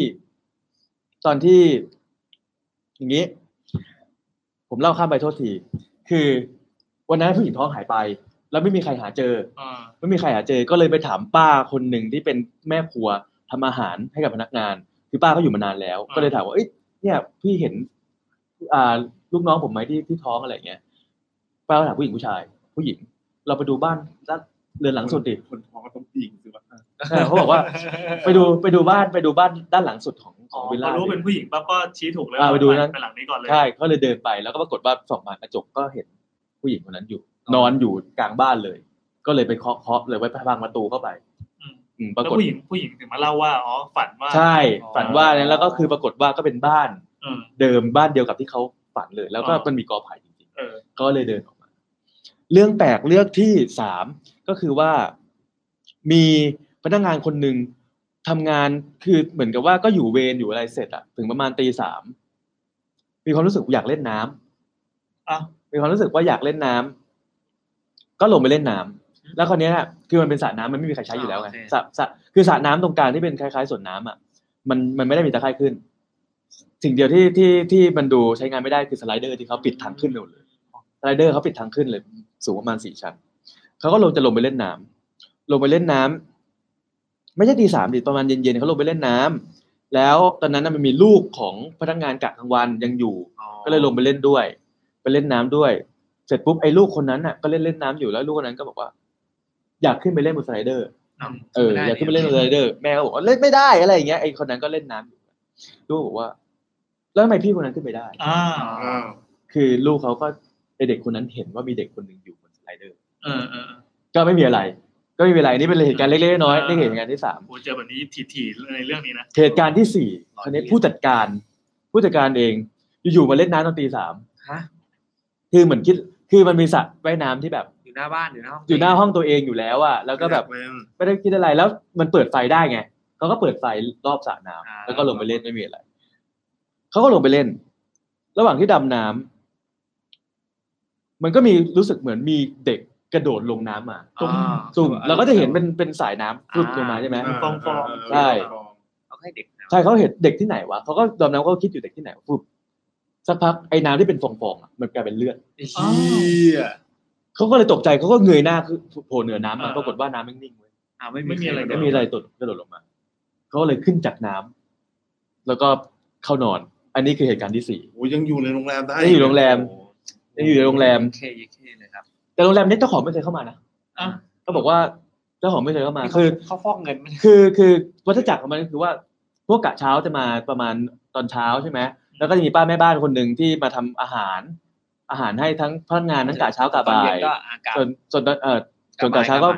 Speaker 3: ตอนที่ อย่างนี้ ผมเล่าข้ามไปโทษที คือ วันนั้นผู้หญิงท้องหายไป แล้วไม่มีใครหาเจอ
Speaker 2: อ่า
Speaker 3: ไม่มีใครหาเจอ ก็เลยไปถามป้าคนหนึ่งที่เป็นแม่ครัวทำอาหารให้กับพนักงาน คือป้าเขาอยู่มานานแล้ว
Speaker 2: อ่า
Speaker 3: ก็เลยถามว่า เอ้ย เนี่ย พี่เห็น อ่า ลูกน้องผมไหมที่ที่ท้องอะไรอย่างเงี้ย ป้าก็ถามผู้หญิงผู้ชาย ผู้หญิง เราไปดูบ้านด้านเรือนหลังสุดดิ
Speaker 4: คนท้องก็ต้องปีงสิวะ
Speaker 3: เออเขาบอกว่า ไปดูไปดูบ้านไปดูบ้านด้านหลังสุดของข
Speaker 2: อ๋อ
Speaker 3: องวิล
Speaker 2: พอ
Speaker 3: ล่า
Speaker 2: รู้เป็นผู้หญิงปั๊บก็ชี้ถูกเลย
Speaker 3: อ่าไปดูนั่น
Speaker 2: ไปหลังนี้ก่อนเลย
Speaker 3: ใช่เขาเลยเดินไปแล้วก็ปรากฏว่าส่องมานกระจกก็เห็นผู้หญิงคนนั้นอยู่ นอนอยู่กลางบ้านเลย ก็เลยไปเคาะเคาะเลยไว้พังประตูเข้าไป
Speaker 2: อืม
Speaker 3: อืมป
Speaker 2: แล้
Speaker 3: ราว กฏ
Speaker 2: ผู้หญิงผู้หญิงถึงมาเล่าว่าอ๋อฝันว่า
Speaker 3: ใช่ ฝันว่านั้นแล้วก็คือปรากฏว่าก็เป็นบ้าน
Speaker 2: อืม
Speaker 3: เดิมบ้านเดียวกับที่เขาฝันเลย แล้วก็
Speaker 2: อ๋อ
Speaker 3: มันมีกอไผ่จริง
Speaker 2: เออ
Speaker 3: ๆก็เลยเดินออกมา เรื่องแปลกเรื่องที่สามก็คือว่ามีพนักงานคนหนึ่งทำงานคือเหมือนกับว่าก็อยู่เวรอยู่อะไรเสร็จอะถึงประมาณตีสามมีความรู้สึกอยากเล่นน้ำ
Speaker 2: อ่ะ
Speaker 3: มีความรู้สึกว่าอยากเล่นน้ำก็ลงไปเล่นน้ำแล้วคราวเนี้ยคือมันเป็นสระน้ำมันไม่มีใครใช้อยู่แล้วไง
Speaker 5: อ่าโอเค
Speaker 3: สระสระคือสระน้ำตรงกลางที่เป็นคล้ายๆสวนน้ำอ่ะ มันมันไม่ได้มีตะไคร่ขึ้น สิ่งเดียวที่ที่ที่มันดูใช้งานไม่ได้คือสไลเดอร์ที่เขาปิดทางขึ้นไปหมดเลยสไลเดอร์เขาปิดทางขึ้นเลย สูงประมาณสี่ชั้นเขาก็ลงจะลงไปเล่นน้ำลงไปเล่นน้ำไม่ใช่ตีสามดิประมาณเย็นๆเขาลงไปเล่นน้ำแล้วตอนนั้นน่ะมันมีลูกของพนักงานกะกลางวันยังอยู่ ก็เลยลงไปเล่นด้วย ไปเล่นน้ำด้วย เสร็จปุ๊บไอ้ลูกคนนั้นน่ะก็เล่นเล่นน้ำอยู่แล้วลูกคนนั้นก็บอกว่า อยากขึ้นไปเล่นบนสไลเดอร์ เอออยากขึ้นไปเล่นบนสไลเดอร์แม่ก็บอกว่าเล่นไม่ได้อะไรอย่างเงี้ยไอ้คนนั้นก็เล่นน้ำอยู่ลูกบอกว่า แล้วทำไมพี่คนนั้นขึ้นไปได้
Speaker 2: อ่า
Speaker 4: อ้าว
Speaker 3: คือลูกเขาก็ไอ้เด็กคนนั้นเห็นว่ามีเด็กคนหนึ่งอยู่บนสไลเดอร์
Speaker 2: เออเออเออ
Speaker 3: ก็ไม่มีอะไร ก็ไม่มีอะไรนี่เป็นเหตุการณ์เล็กๆน้อยๆ
Speaker 2: อ่า
Speaker 3: นี่คือเหตุการณ์ที่สาม
Speaker 2: โอ้เจอแบบนี้ถี่ๆในเรื่องนี้นะ
Speaker 3: เหตุการณ์ที่สี่คนนี้ผู้จัดการ ผู้จัดการเองอยู่ๆมาเล่นน้ำตอนตีสาม
Speaker 5: ฮะ
Speaker 3: คือเหมือนคิด คือมันมีสระว่ายน้ำที่แบบ
Speaker 5: อยู่หน้าบ้านอยู่หน้าห้อง
Speaker 3: อยู่หน้าห้องตัวเองอยู่แล้วอะแล้วก็แบบ
Speaker 4: อยาเล่น
Speaker 3: ไม่ได้คิดอะไรแล้วมันเปิดไฟได้ไงเขาก็เปิดไฟรอบสระน้ำแล้วก็ลงไปเล่นไม่มีอะไรเขาก็ลงไปเล่น ระหว่างที่ดำน้ำมันก็มีรู้สึกเหมือนมีเด็กกระโดดลงน้ำมา
Speaker 5: อ่า
Speaker 3: ตุ่มเราก็จะเห็นเป็นเป็นสายน้ำฟลุกลงมาใช่ไหม
Speaker 4: า
Speaker 2: ฟองฟองๆ
Speaker 3: ใช่
Speaker 4: ฟอง
Speaker 5: เอาให้เด็กนะ
Speaker 3: ใช่เขาเห็นเด็กที่ไหนวะเขาก็ดำน้ำเขาก็คิดอยู่เด็กที่ไหนวะปุ๊บสักพักไอ้น้ำที่เป็นฟองๆอะมันกลายเป็นเลือด
Speaker 2: อ๋อ
Speaker 4: เหี้ย
Speaker 3: เขาก็เลยตกใจเขาก็เงยหน้าคือโผล่เหนือน้ำมา
Speaker 2: อ่า
Speaker 3: ปรากฏว่าน้ำมันนิ่งเว้ย
Speaker 5: อ่าไม่
Speaker 2: ไม่มีอะไร
Speaker 5: ใค
Speaker 3: ไม่มีอะไรตดกระโดดลงมา เขาเลยขึ้นจากน้ำแล้วก็ เข้านอน อันนี้คือเหตุการณ์ที่สี่
Speaker 4: โอ้ยยังอยู่ในโรงแรมได้
Speaker 3: ยังอยู่โรงแรม ยังอยู่ในโรงแรม
Speaker 5: เคเคเลยครับ
Speaker 3: แต่โรงแรมนี้เจ้าของไม่เคยเข้ามานะก็บอกว่าเจ้าของไม่เคยเข้ามา คือ
Speaker 5: เขาฟอกเงินไหม
Speaker 3: คือคือวัฏจักรของมันก็คือว่าพวกกะเช้าจะมาประมาณตอนเช้าใช่ไหมแล้วก็จะมีป้าแม่บ้านคนหนึ่งที่มาทำอาหาร อาหารให้ทั้งพนักงานทั้งกะเช้ากะ
Speaker 5: ตอน
Speaker 3: บ่า
Speaker 5: เย็น
Speaker 3: ย
Speaker 5: ก็อากาศ
Speaker 3: จนจนเออจนกะเช้าก็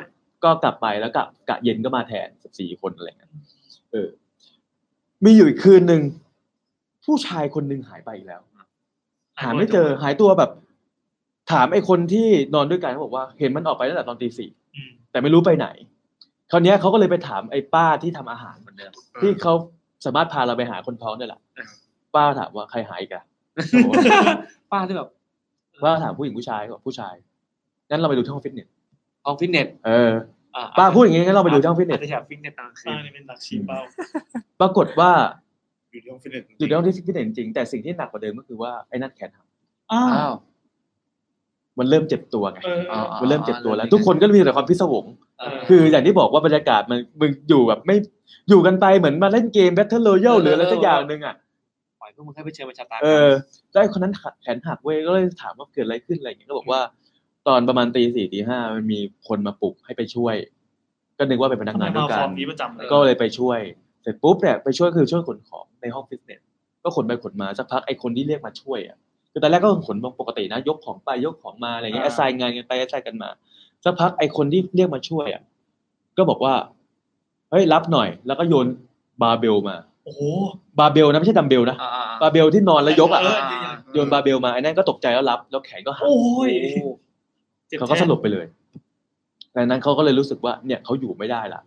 Speaker 3: ก็กลับไปแล้วกะกะเย็นก็มาแทนสิบสี่คนอะไรเงี้ยเออ มีอยู่อีกคืนหนึ่งผู้ชายคนหนึ่งหายไปอีกแล้ว หาไม่เจอหายตัวแบบ ถามไอ้คนที่นอนด้วยกันเขาบอกว่า เห็นมันออกไปตั้งแต่ตอนตีสี่
Speaker 2: อืม
Speaker 3: แต่ไม่รู้ไปไหน คราวเนี้ยเขาก็เลยไปถามไอ้ป้าที่ทำอาหารเหมือนเดิมที่เขาสามารถพาเราไปหาคนท้องได้แหละป้าถามว่าใครหายอีกัน
Speaker 5: ป้าที่แบบ
Speaker 3: ป้าถามผู้หญิงผู้ชายเขาบอกผู้ชายงั้นเราไปดูที่ห้องฟิตเนส
Speaker 5: ห้องฟิตเนส
Speaker 3: เออ
Speaker 5: อ่ะ
Speaker 3: ป้าพูดอย่างงี้งั้นเราไปดูที่ห้องฟิตเน
Speaker 5: อาจ
Speaker 3: ส
Speaker 5: จะอยากฟิตเนสตอนกลางคื
Speaker 2: ป้าน นี่เป็นนักชี้เป้า
Speaker 3: ปรากฏว่า
Speaker 4: อยู่ที่ห้องฟิตเนสจริงๆ
Speaker 3: อยู่ในห้องที่ฟิตเนสจริงแต่สิ่งที่หนักกว่าเดิมก็คือว่าไอ้นั่นแขนหัก
Speaker 2: อ้าว
Speaker 5: อ้าว
Speaker 3: มันเริ่มเจ็บตัวไง
Speaker 2: เออเออ
Speaker 3: มันเริ่มเจ็บตัวแล้ว ทุกคนก็มีแต่ความพิศวง
Speaker 5: เออ
Speaker 3: คืออย่างที่บอกว่าบรรยากาศมันมึงอยู่แบบไม่อยู่กันไปเหมือนมาเล่นเกม Battle
Speaker 5: เอ
Speaker 3: Royale
Speaker 5: อ
Speaker 3: หรืออะไรสักอย่างหนึ่งอ่ะ
Speaker 5: ปล่อยพวกมึงให้ไปเจอมาชะตา
Speaker 3: เออแล้วได้คนนั้นแขนหักเว้ยก็เลยถามว่าเกิดอะไรขึ้นอะไรอย่างเงี้ยก็บอกว่า ตอนประมาณตีสี่ตีห้ามันมีคนมาปลุกให้ไปช่วย ก็นึกว่าเป็นพนัก
Speaker 2: ทำไม
Speaker 3: งานด้ว
Speaker 2: มาย
Speaker 3: กั
Speaker 2: ฟอน ร์มนี้ประจำเลย
Speaker 3: ก็เลยไปช่วย เสร็จปุ๊บเนี่ยไปช่วยคือช่วยขนของในห้องฟิตเนสก็ขนไปขนมาสักพักไอ้คนที่เรียกมาช่วยอ่ะคือตอนแรกก็ขนปกตินะ ยกของไปยกของมาอะไรเงี้ยแอสไซน์งานกันไปแอสไซน์กันมา สักพักไอคนที่เรียกมาช่วยอ่ะก็บอกว่า เฮ้ยรับหน่อย แล้วก็โยนบาร์เบลมา
Speaker 2: โอ้โห
Speaker 3: บาร์เบลนะไม่ใช่ดัมเบลนะ
Speaker 5: อ่าๆๆ
Speaker 3: บาร์เบลที่นอนแล้วยกอ่ะ
Speaker 2: เออเออ
Speaker 3: โยนบาร์เบลมาไอ้นั่นก็ตกใจแล้วรับ แล้วแขนก็หัก
Speaker 2: โอ้ยจ็บ
Speaker 3: เขาก็
Speaker 2: แทน
Speaker 3: สลบไปเลยดังนั้นเขาก็เลยรู้สึกว่า เนี่ยเขาอยู่ไม่ได้ละ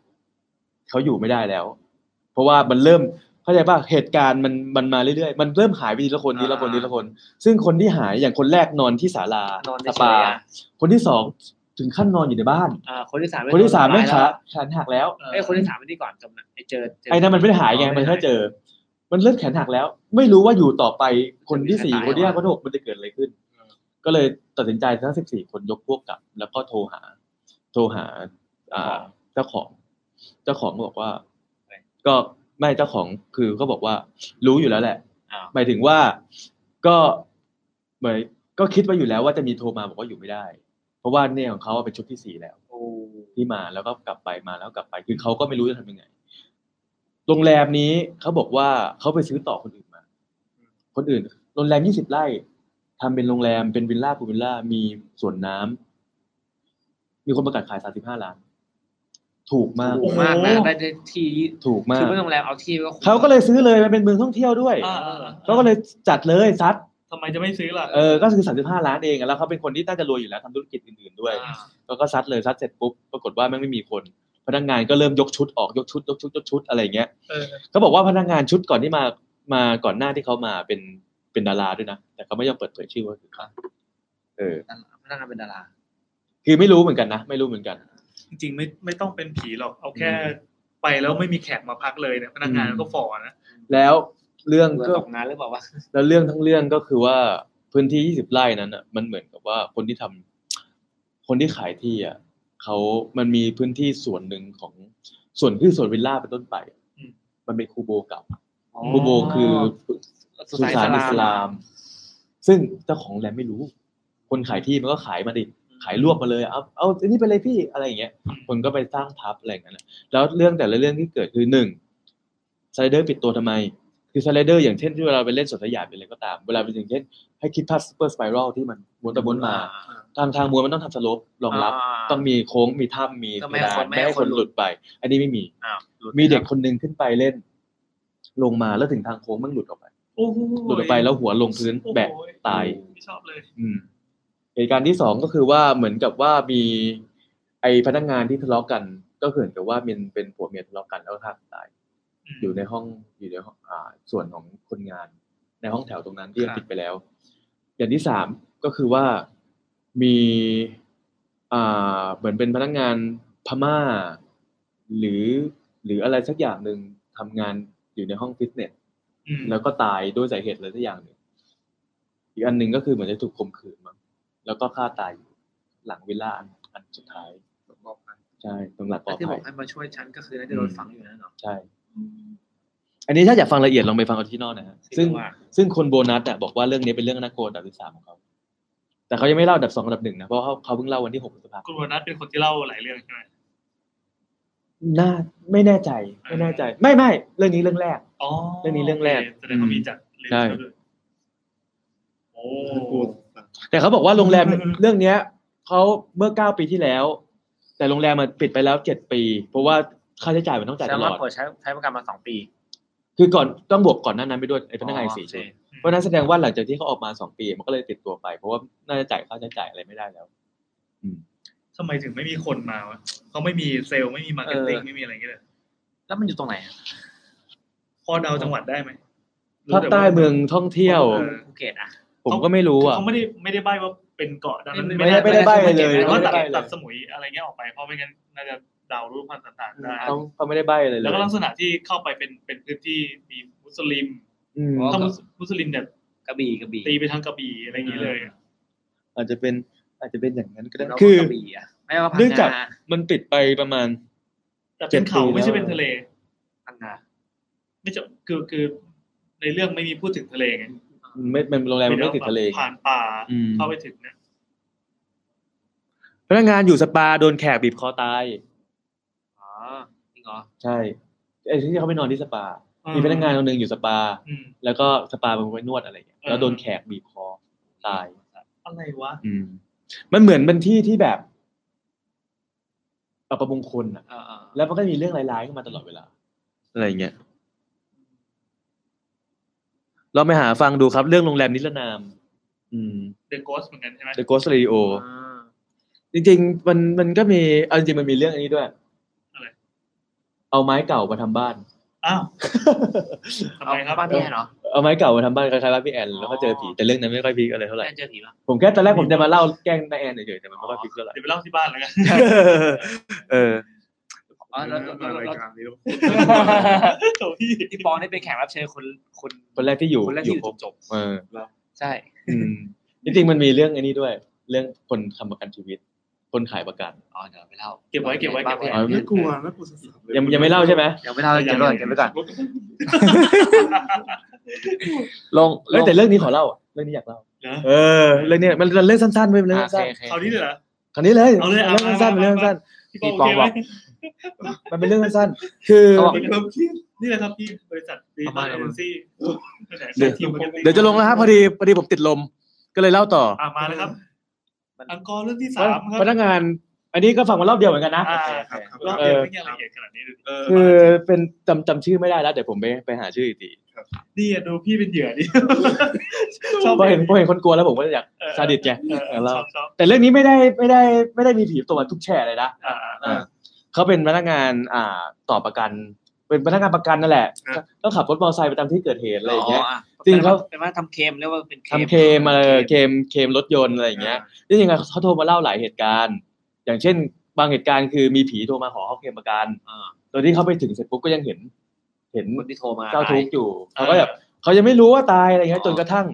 Speaker 3: เขาอยู่ไม่ได้แล้ว เพราะว่ามันเริ่มเข้าใจป่ะเหตุการณ์มันมันมาเรื่อยๆมันเริ่มหายไปทีละคนทีละคนทีละคน ซึ่งคนที่หายอย่างคนแรกนอนที่ศาลาน
Speaker 5: อนเฉ
Speaker 3: ส
Speaker 5: ยๆ
Speaker 3: ปา
Speaker 5: อ่ะ
Speaker 3: คนที่สองถึงขั้นนอนอยู่ในบ้าน
Speaker 5: อ่าคนที่สาม
Speaker 3: คนที่สามไม่ขา
Speaker 5: ได
Speaker 3: แขนหักแล้ว
Speaker 5: ไอ้ยคนที่สามไม่ได้ก่อนจมนะไอ้เจอเจ
Speaker 3: ไอ้นั่นมันไม่ได้หายไง
Speaker 5: อ๋อ
Speaker 3: มันแค่
Speaker 5: ด้
Speaker 3: เจอ มันเริ่มแขนหักแล้ว ไม่รู้ว่าอยู่ต่อไปคนที่
Speaker 5: จะมี
Speaker 3: สี่
Speaker 5: ใครตาย
Speaker 3: คนที่ห้า
Speaker 5: ะ
Speaker 3: วคนที่หกมันจะเกิดอะไรขึ้น ก็เลยตัดสินใจทั้งสิบสี่คนยกพวกกลับ แล้วก็โทรหา โทรหา อ่า เจ้าของ เจ้าของก็บอกว่า ก็ไม่เจ้าของคือก็บอกว่า รู้อยู่แล้วแหละ
Speaker 5: อ้าว
Speaker 3: หมายถึงว่าก็เหมือนก็คิดไว้อยู่แล้วว่าจะมีโทรมาบอกว่าอยู่ไม่ได้ เพราะว่าเนี่ยของเขาเป็นชุดที่สี่แล้ว
Speaker 5: โอ้
Speaker 3: ที่มาแล้วก็กลับไปมาแล้วกลับไป คือเขาก็ไม่รู้จะทำยังไง โรงแรมนี้เขาบอกว่าเขาไปซื้อต่อคนอื่นมา คนอื่น โรงแรมยี่สิบไร่ทำเป็นโรงแรมเป็นวิลล่าพูลวิลล่ามีสวนน้ำมีคนประกาศขายสามสิบห้าล้าน ถูกมาก
Speaker 5: ถูกมากนะได้ได้ที่
Speaker 3: ถูกมา
Speaker 5: คื
Speaker 3: ก
Speaker 5: อว่าโรงแรมเอาที่ก็คุ้ม
Speaker 3: เขาก็เลยซื้อเลยมันเป็นเมืองท่องเที่ยวด้วย
Speaker 2: อ่าอ่าอ่า
Speaker 3: เขาก็เลยจัดเลยซัด
Speaker 2: ทำไมจะไม่ซื้อล่ะ
Speaker 3: เออก็คือสามสิบห้าล้านเองอะแล้วเขาเป็นคนที่น่าจะรวยอยู่แล้วทำธุรกิจอื่นๆด้วย
Speaker 2: อ่า
Speaker 3: แล้วก็ซัดเลยซัดเสร็จปุ๊บปรากฏว่าแมันไม่มีคน พนักงานก็เริ่มยกชุดออกยกชุดยกชุดยกชุดอะไรอย่างเงี้ย
Speaker 2: เออ
Speaker 3: เขาบอกว่าพนักงานชุดก่อนที่มามาก่อนหน้าที่เขามาเป็นเป็นดาราด้วยนะแต่เขาไม่ยอมเปิดเผยชื่อว่าคือใครเออ
Speaker 5: พนักงานเป็นดารา
Speaker 3: คือไม่รู้เหมือนกันนะไม่รู้เหมือนกัน
Speaker 2: จริงๆไม่ไม่ต้องเป็นผีหรอกเอาแค่ ไปแล้วไม่มีแขกมาพักเลยเนี่ยพนักงานก็ฝ่อนะ
Speaker 3: แล้วเรื่อง
Speaker 5: เบื่อ
Speaker 3: ก็
Speaker 5: ตกงานหรือเปล่าวะ
Speaker 3: แล้วเรื่องทั้งเรื่องก็คือว่าพื้นที่ 20 ไร่นั้นอ่ะ มันเหมือนกับว่าคนที่ทำคนที่ขายที่อ่ะเขามันมีพื้นที่ส่วนหนึ่งของส่วนคือส่วนวิลล่าเป็นต้นไปอะมันเป็นคูโบเก่า คูโบคือสุสานอิสลาม ซึ่งเจ้าของโรงแรมไม่รู้ คนขายที่มันก็ขายมาดิ ขายรวบมาเลย เอาเอาอันนี้ไปเลยพี่อะไรอย่างเงี้ย คนก็ไปสร้างทับอะไรอย่างเงี้ยนะแล้วเรื่องแต่ละเรื่องที่เกิดคือหนึ่งสไลเดอร์ปิดตัวทำไม คือสไลเดอร์อย่างเช่นที่เวลาไปเล่นสวนสยามเป็นอะไรก็ตาม เวลาเป็นอย่างเช่น ให้คิดภาพซูเปอร์สไปรัลที่มันม้วนไปม้วนมา ทางทางม้วนมันต้องทำสโลปรองรับ
Speaker 5: า
Speaker 3: ต้องมีโค้งมีถ้ำมี
Speaker 5: ก็ไม่ให้ค
Speaker 3: เพดาน
Speaker 5: นไม่
Speaker 3: ไม่
Speaker 5: ให้
Speaker 3: ให้ค
Speaker 5: ค
Speaker 3: น
Speaker 5: นห
Speaker 3: ห
Speaker 5: ลุ
Speaker 3: ลุ
Speaker 5: ด
Speaker 3: ดไป อันนี้ไม่มี
Speaker 5: อ้าวหลุด
Speaker 3: มีเด็กคนหนึ่งขึ้นไปเล่น ลงมาแล้วถึงทางโค้งมันหลุดออกไป
Speaker 2: โอ้โห
Speaker 3: หลุดออกไปแล้วหัวลงพื้นแบะตาย
Speaker 2: ไม่ชอบเลย
Speaker 3: อืมเหตุการณ์ที่สองก็คือว่าเหมือนกับว่ามี ไอพนักงานที่ทะเลาะกัน ก็คือเหมือนกับว่ามันเป็นผัวเมียทะเลาะกันแล้วก็ฆ่ากันตาย
Speaker 2: อืม
Speaker 3: อยู่ในห้องอยู่ในห้องอ่า ส่วนของคนงาน ในห้องแถวตรงนั้นที่ยังปิดไปแล้ว อย่างที่สามก็คือว่ามีอ่าเหมือนเป็นพนักงานพม่า หรือหรืออะไรสักอย่างหนึ่งทำงานอยู่ในห้องฟิตเนส
Speaker 2: อืม
Speaker 3: แล้วก็ตายด้วยสาเหตุอะไรสักอย่างหนึ่ง อีกอันหนึ่งก็คือเหมือนจะถูกข่มขืนมั้ง แล้วก็ฆ่าตายอยู่หลังวิลล่าอันอันสุดท้าย ใช่ ตรงหลังกอ
Speaker 5: ที่บ
Speaker 3: ไผ่
Speaker 5: อกให้มาช่วยฉันก็คือน่าจะโดนฝังอยู่นั่นเหรอ
Speaker 3: ใช่ อันนี้ถ้าอยากฟังละเอียดลองไปฟังเอาที่นอกนะฮะซึ่ง
Speaker 5: มาก
Speaker 3: ซึ่งคนโบนัสอ่ะบอกว่าเรื่องนี้เป็นเรื่องน่ากลัวอันดับที่สามของเขาแต่เขายังไม่เล่าอันดับสองอันดับหนึ่งนะเพราะเขาเขาเพิ่งเล่าวันที่หกพฤษภาคม
Speaker 2: คุณวรนัทเป็นคนที่เล่าหลายเรื่องใช่ไหม
Speaker 3: น่าไม่แน่ใจไม่แน่ใจ ไม่ไม่เรื่องนี้เรื่องแรก
Speaker 2: อ๋อ
Speaker 3: เรื่องนี้เรื่องแรก
Speaker 2: โคแสดงว่ามีจัดเรื่อง
Speaker 3: ใช่
Speaker 2: เดียวด้วยโอ้
Speaker 4: กู
Speaker 3: แต่เขาบอกว่าโรงแรมเรื่องเนี้ยเขาเมื่อเก้าปีที่แล้ว แต่โรงแรมมันปิดไปแล้วเจ็ดปี เพราะว่าค่าใช้จ่ายมันต้องจ่าย
Speaker 5: แซ
Speaker 3: ต
Speaker 5: ล
Speaker 3: ล
Speaker 5: มอน
Speaker 3: อด
Speaker 5: เปิดใช้ใช้ประกันมาสองปี
Speaker 3: คือก่อนต้องบวกก่อนหน้านั้นไปด้วยไอ้พนักงานอีกสี่
Speaker 5: อ๋อโอเค
Speaker 3: ชุดเพราะฉะนั้นแสดงว่าหลังจากที่เขาออกมาสองปี มันก็เลยติดตัวไป เพราะว่าน่าจะจ่ายค่าใช้จ่ายอะไรไม่ได้แล้ว
Speaker 2: ทำไมถึงไม่มีคนมาวะเขาไม่มีเซลล์ไม่มีมาร์เก็ตติ้งไม่มีอะไรอย่างเงี้ยเลย
Speaker 5: แล้วมันอยู่ตรงไหนอะ
Speaker 2: พอเดาจังหวัดได้ไหม
Speaker 3: ภาคใต้เมืองท่องเที่ยว
Speaker 2: ออ
Speaker 5: ภูเก็ตอ่ะ
Speaker 3: ผมก็ไม่รู้อ่ะ
Speaker 2: เขาไม่ได้ไม่ได้ใบว่าเป็นเกาะดังนั้น
Speaker 5: ไม่ได้ไม่ได้ใบ้เลย
Speaker 2: แต่ว่าตัด
Speaker 3: ไม่ได้ใบ้เลย
Speaker 2: ตัดสมุยอะไรเงี้ยออกไปเพราะไม่งั้นน่าจะเดารูปพันธุ์ต่างๆได้
Speaker 3: เขาเขาไม่ได้ใบ้อะไรเล
Speaker 2: แล้ว
Speaker 3: ย
Speaker 2: ก็ลักษณะที่เข้าไปเป็นเป็นพื้นที่มีมุสลิม
Speaker 3: อืม
Speaker 2: ถ้ามุสมุสลิมเนี่ย
Speaker 5: กระบี่กระบี่
Speaker 2: ตีไปทางกระบี่อะไรอย่างนี้เลย
Speaker 3: อาจจะเป็นอาจจะเป็นอย่างนั้นก็ได้
Speaker 5: เรา
Speaker 3: คือ
Speaker 5: กระบี่อ่ะไม่ว่าพัง
Speaker 3: เนื่องจาก
Speaker 5: งา
Speaker 3: มันปิดไปประมาณ
Speaker 2: แต่เป็นเขา
Speaker 3: เจ็ดปี
Speaker 2: ไม่ใช่
Speaker 3: แล้ว
Speaker 2: เป็นทะเล
Speaker 5: พังงา
Speaker 2: ไม่จะคือคือในเรื่องไม่มีพูดถึงทะเลไง
Speaker 3: ไม่มันโรงแรมมันไม่ติดทะเล
Speaker 2: ผ่านป่า
Speaker 3: อืม
Speaker 2: เข้าไปถึงเนี่ย
Speaker 3: พนักงานอยู่สปาโดนแขกบีบคอตาย
Speaker 5: อ๋อจริงเหรอ
Speaker 3: ใช่ไอ้ที่เขาไปนอนที่สปา มีพนักงานคนหนึ่งอยู่สปา
Speaker 2: อืม
Speaker 3: แล้วก็สปามันไปนวดอะไรอย่างเงี้ย
Speaker 2: เออ
Speaker 3: แล้วโดนแขกบีบคอตาย
Speaker 2: อะไรวะ
Speaker 3: อืม มันเหมือนเป็นที่ที่แบบอัปมงคลอ่ะ
Speaker 5: เออเออ
Speaker 3: แล้วมันก็มีเรื่องร้ายๆขึ้นมาตลอดเวลา อะไรอย่างเงี้ยเราไปหาฟังดูครับ เรื่องโรงแรมนิรนาม อืม
Speaker 2: เดอะโกสเหมือนกันใช่ไหม
Speaker 3: The Ghost Radio
Speaker 5: อ่า
Speaker 3: จริงๆ มันมันก็มีเอาจริงๆมันมีเรื่องอันนี้ด้วย
Speaker 2: อะไร
Speaker 3: เอาไม้เก่ามาทำบ้าน
Speaker 2: อ้าวทำไมครับ
Speaker 5: บ้านพี่แอนเหรอ
Speaker 3: เอาไม้เก่ามาทำบ้านคล้ายๆบ้านพี่แอนแล้วก็เจอผี
Speaker 5: อ๋อ
Speaker 3: แต่เรื่องนั้นไม่ค่อยพีคอะไรเท่าไหร่
Speaker 5: แอนเจอผีป่ะ
Speaker 3: ผมแค่ตอนแรกผมจะมาเล่าแกล้งนายแอนเฉยๆแต่มันไม่ค่อยพีคเท่าไหร่
Speaker 2: เดี๋ยวไปเล่าที่บ้านแล้วกัน
Speaker 3: เออ
Speaker 5: อ๋อแล้วแล้ว
Speaker 4: มา
Speaker 5: แล้ว
Speaker 4: ราย
Speaker 5: แล้ว
Speaker 4: การนี้
Speaker 2: โถพี่
Speaker 5: พี่ปองนี่เป็นแขกรับเชิญคนคน
Speaker 3: คนแรกที่อยู่
Speaker 5: คนแรก
Speaker 3: อ
Speaker 5: ที่อ
Speaker 3: ยู่
Speaker 5: ยู่
Speaker 3: ครบ
Speaker 5: จบ
Speaker 3: เออ
Speaker 5: ๆใช่
Speaker 3: อืมจริงๆมันมีเรื่องอันนี้ด้วย เรื่องคนทำประกันชีวิต คนขายประกัน
Speaker 5: อ๋อเดี๋ยวไปเล่า
Speaker 2: เก็บไว้เก็บไว้เก็บไว้
Speaker 3: อ๋อ
Speaker 4: น่ากลัวน่ากลัวสัสๆเล
Speaker 3: ยังยังไม่เล่าใช่ไหม
Speaker 5: เดี๋ยวไปเล่าเก็บไว้ก่อนเก็บไว้ก่อน
Speaker 3: ลงเอ้ยแต่เรื่องนี้ขอเล่าอ่ะเรื่องนี้อยากเล่า
Speaker 2: เหรอ
Speaker 3: เออเรื่องเนี้ยมันมันเรื่องสั้นๆเว้ยมันเรื่อง
Speaker 5: อ่ะโอ
Speaker 3: สั้น
Speaker 5: เคโอเค
Speaker 2: คราวนี้เลยเหรอ
Speaker 3: ๆคราวนี้เลย
Speaker 2: เอาเลยเอา
Speaker 3: องสั้นๆเป็น
Speaker 2: เอาเอา
Speaker 3: เรื่องสั้น
Speaker 2: พี่
Speaker 5: พี่ปอง
Speaker 2: โเคไหม
Speaker 5: บอก
Speaker 3: ๆมันเป็นเรื่องสั้นๆคือ
Speaker 5: เขาบอก
Speaker 2: นี่ครับพี่นี่แหละครับพี่บริษัทดี
Speaker 5: ประ
Speaker 2: ตอ
Speaker 5: มาณ
Speaker 2: นเอ
Speaker 5: นั้น
Speaker 2: เจนซี่
Speaker 3: เดี๋ยวจะลงแล้วครับพอดีพอดีผมติดลม ก็เลยเล่าต่อ
Speaker 2: อ่ะมาแล้วครับอังกอร์เรื่องที่
Speaker 3: พ
Speaker 2: สาม
Speaker 3: นั
Speaker 2: ค
Speaker 3: ก
Speaker 2: รับ
Speaker 3: พนักงาน อันนี้ก็ฟังมารอบเดียวเหมือนกันนะ
Speaker 2: อ่า
Speaker 4: ครับครับ
Speaker 2: รอบ
Speaker 4: ค
Speaker 2: เดี
Speaker 4: รั
Speaker 2: ยว
Speaker 4: บ
Speaker 2: ไม่ยังละเอียดขนาดนี้เลยเออ
Speaker 3: คือเป็นจำจำชื่อไม่ได้แล้วเดี๋ยวผมไปไปหาชื่ออีกที
Speaker 2: นี่อ่ะดูพี่เป็นเหยื่อดิชอบ
Speaker 3: พอเห็นพอเห็นคนกลัวแล้วผมก็อยาก
Speaker 2: เออ
Speaker 3: ซาดิสไง
Speaker 2: เออ
Speaker 3: อยากเล่า
Speaker 2: ชอบชอบ
Speaker 3: แต่เรื่องนี้ไม่ได้ไม่ได้ไม่ได้มีผีตัวทุกแฉเลยนะ
Speaker 2: อ่า
Speaker 3: อ่าเขาเป็นพนักงานอ่าต่อประกัน เป็นพนักงานประกันนั่นแหละ ต้องขับรถมอเตอร์ไซค์ไปตามที่เกิดเหตุอะไรอย่างเงี้ย จริงเขา
Speaker 5: เป็นว่าทำเคมเรียกว่าเป็นเคม
Speaker 3: ทำเคมมาเลยเคมเคมรถยนต์อะไรอย่างเงี้ยนี่ยังไงเขาโทรมาเล่าหลายเหตุการณ์ อย่างเช่น บางเหตุการณ์คือมีผีโทรมาขอเขาเคลมประกัน
Speaker 5: อ่า
Speaker 3: ตอนที่เขาไปถึงเสร็จปุ๊บก็ยังเห็น เห็น
Speaker 5: คนที่โทรมา
Speaker 3: เจ้าทุกข์อยู่เขาก็แบบ เขายังไม่รู้ว่าตายอะไรเงี้ยจนกระทั่ง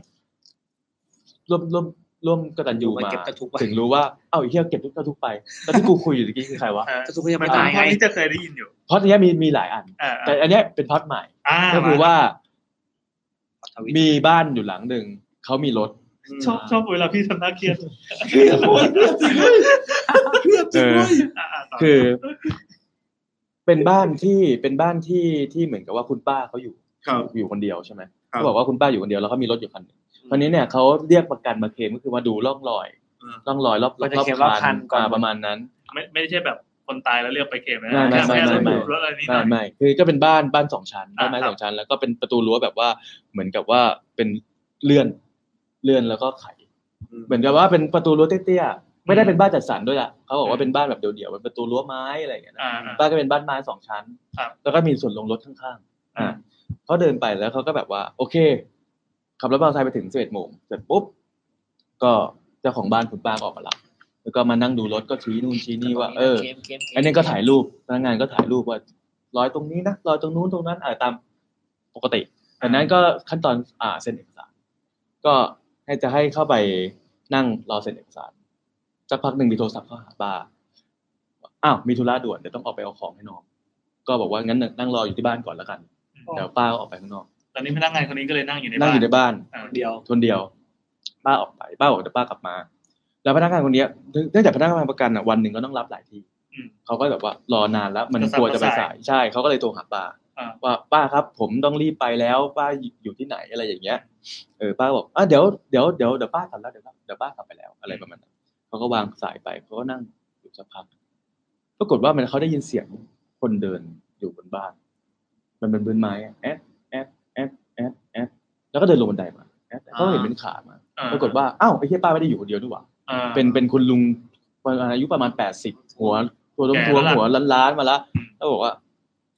Speaker 3: ร่วมร่วมร่วมกตันยู
Speaker 5: มา
Speaker 3: มา
Speaker 5: เก็บเจ้าทุกข์ไป
Speaker 3: ถึงรู้ว่าเอ้าไอ้เหี้ยเก็บเจ้าทุกข์ไปแล้วที่กูคุยอยู่ตะกี้คือใครวะ
Speaker 5: เจ้าทุกข์ก็ยัง
Speaker 2: มั
Speaker 5: ไม่
Speaker 2: น
Speaker 5: ตายไง
Speaker 2: นี้จะเคยได้ยินอยู่
Speaker 3: เพราะเนี้ยมีมีหลายอัน
Speaker 2: อ่า
Speaker 3: แต่อันเนี้ยเป็นพล็อตใหม่
Speaker 2: อ่า
Speaker 3: ก็คือว่ามีบ้านอยู่หลังหนึ่งเขามีรถ
Speaker 2: ชอบชอบเวลาพี่ทำหน้าเครียด
Speaker 3: เออ
Speaker 2: อ่าต่อ
Speaker 3: คือ เป็นบ้านที่เป็นบ้านที่ที่เหมือนกับว่าคุณป้าเขาอยู่
Speaker 4: ครับ
Speaker 3: อยู่คนเดียวใช่ไหม
Speaker 4: ครับ
Speaker 3: เขาบอกว่าคุณป้าอยู่คนเดียวแล้วเขามีรถอยู่คันหนึ่งคราวนี้เนี่ยเขาเรียกประกันมาเคลมก็คือมาดูร่องรอย
Speaker 4: อ่า
Speaker 3: ร่องรอยรอบ
Speaker 5: มันจะ
Speaker 3: รอบ
Speaker 5: เคลมรอบคันก่อน
Speaker 3: อ่าประมาณนั้น
Speaker 2: ไม่ไม่ใช่แบบคนตายแล้วเรียกไปเก็บนะ
Speaker 3: ไม่ไม่ไม่
Speaker 2: แค่
Speaker 3: ไม่ไม่
Speaker 2: รถอะไรนี้ห
Speaker 3: ไม่
Speaker 2: น่อย
Speaker 3: ไม่คือก็เป็นบ้านบ้านสองชั้น
Speaker 2: อ่า
Speaker 3: บ้านไม้
Speaker 2: ครับ
Speaker 3: สองชั้น แล้วก็เป็นประตูรั้วแบบว่าเหมือนกับว่าเป็นเลื่อนเลื่อนแล้วก็ไข
Speaker 4: อืม
Speaker 3: เหมือนกับว่าเป็นประตูรั้วเตี้ยๆไม่ได้เป็นบ้านจัดสรรด้วยล่ะเขาบอกว่าเป็นบ้านแบบเดี่ยวๆเป็นประตูรั้วไม้อะไรอย่างเงี้ยนะ
Speaker 2: อ่า
Speaker 3: บ้านก็เป็นบ้านไม้สองชั้น
Speaker 2: ครับ
Speaker 3: แล้วก็มีส่วนลงรถข้างๆ
Speaker 2: อ่า
Speaker 3: อ่าเขาเดินไปแล้วเขาก็แบบว่า โอเค ขับรถมอเตอร์ไซค์ไปถึงสิบเอ็ดโมงเสร็จปุ๊บ ก็เจ้าของบ้านคุณป้าก็ออกมารับ แล้วก็มานั่งดูรถก็ชี้นู่นชี้นี่ว่า เออ
Speaker 5: เคมเคมเคม
Speaker 3: อันนี้ก็ถ่ายรูปพนักงานก็ถ่ายรูปว่ารอยตรงนี้นะรอยตรงนู้นตรงนั้นอ่าตามปกติจากนั้นก็ขั้นตอนอ่าเซ็นเอกสาร ก็ให้จะให้เข้าไปนั่งรอเซ็นเอกสารสักพักหนึ่งมีโทรศัพท์เข้าหาป้าอ้าวมีธุระด่วนเดี๋ยวต้องออกไปเอาของให้น้องก็บอกว่างั้นนั่งรออยู่ที่บ้านก่อนแล้วกัน
Speaker 2: อื
Speaker 3: เดี๋ยวป้าก็ออกไปข้างนอก
Speaker 2: ตอนนี้พนักงานคนนี้ก็เลยนั่งอยู่ใน
Speaker 3: นั่ง
Speaker 2: บ้า
Speaker 3: อน ยู่ในบ้าน
Speaker 2: อ่า
Speaker 5: เดียว
Speaker 3: คนเดียว ป้าออกไปป้าบอกเดี๋ยวป้ากลับมา แล้วพนักงานคนเนี้ยเนื่องจากพนักงานประกันอ่ะวันหนึ่งก็ต้องรับหลายที
Speaker 2: อืม
Speaker 3: เขาก็แบบว่ารอนานแล้วมัน
Speaker 2: กระสับ
Speaker 3: กลัวจะไป
Speaker 2: กระส่า
Speaker 3: สาย ยใช่เขาก็เลยโทรหาป้า
Speaker 2: อ่า
Speaker 3: ว่าป้าครับ ผมต้องรีบไปแล้ว ป้าอยู่ที่ไหนอะไรอย่างเงี้ยเออป้าบอกอ่ะเดี๋ยวเดี๋ยวเดี๋ยวเดี๋ยวป้ากลับแล้วเดี๋ยวเดี๋ยวป้ากลับไปแล้วอะไรประมาณนั้นเขาก็วางสายไปเขาก็นั่งอยู่สักพักปรากฏว่ามันเขาได้ยินเสียงคนเดินอยู่บนบ้าน มันเป็นพื้นไม้อะแอดแอดแอดแอดแอดแล้วก็เดินลงบันไดมาแอดแอดเขาก็เห็นเป็นขามา
Speaker 2: อ่
Speaker 3: ปรากฏว่า อ้าว ไอ้เฮียป้าไม่ได้อยู่คนเดียวนี่หว่า
Speaker 2: อ่า
Speaker 3: เป็นเป็นคุณลุงอายุประมาณแปดสิบหัว ตัวท้วม
Speaker 2: แก่
Speaker 3: ท้วม
Speaker 2: แล้วล่ะ
Speaker 3: หัวล้านล้านๆมาละ
Speaker 2: อืม
Speaker 3: แล้วบอกว่า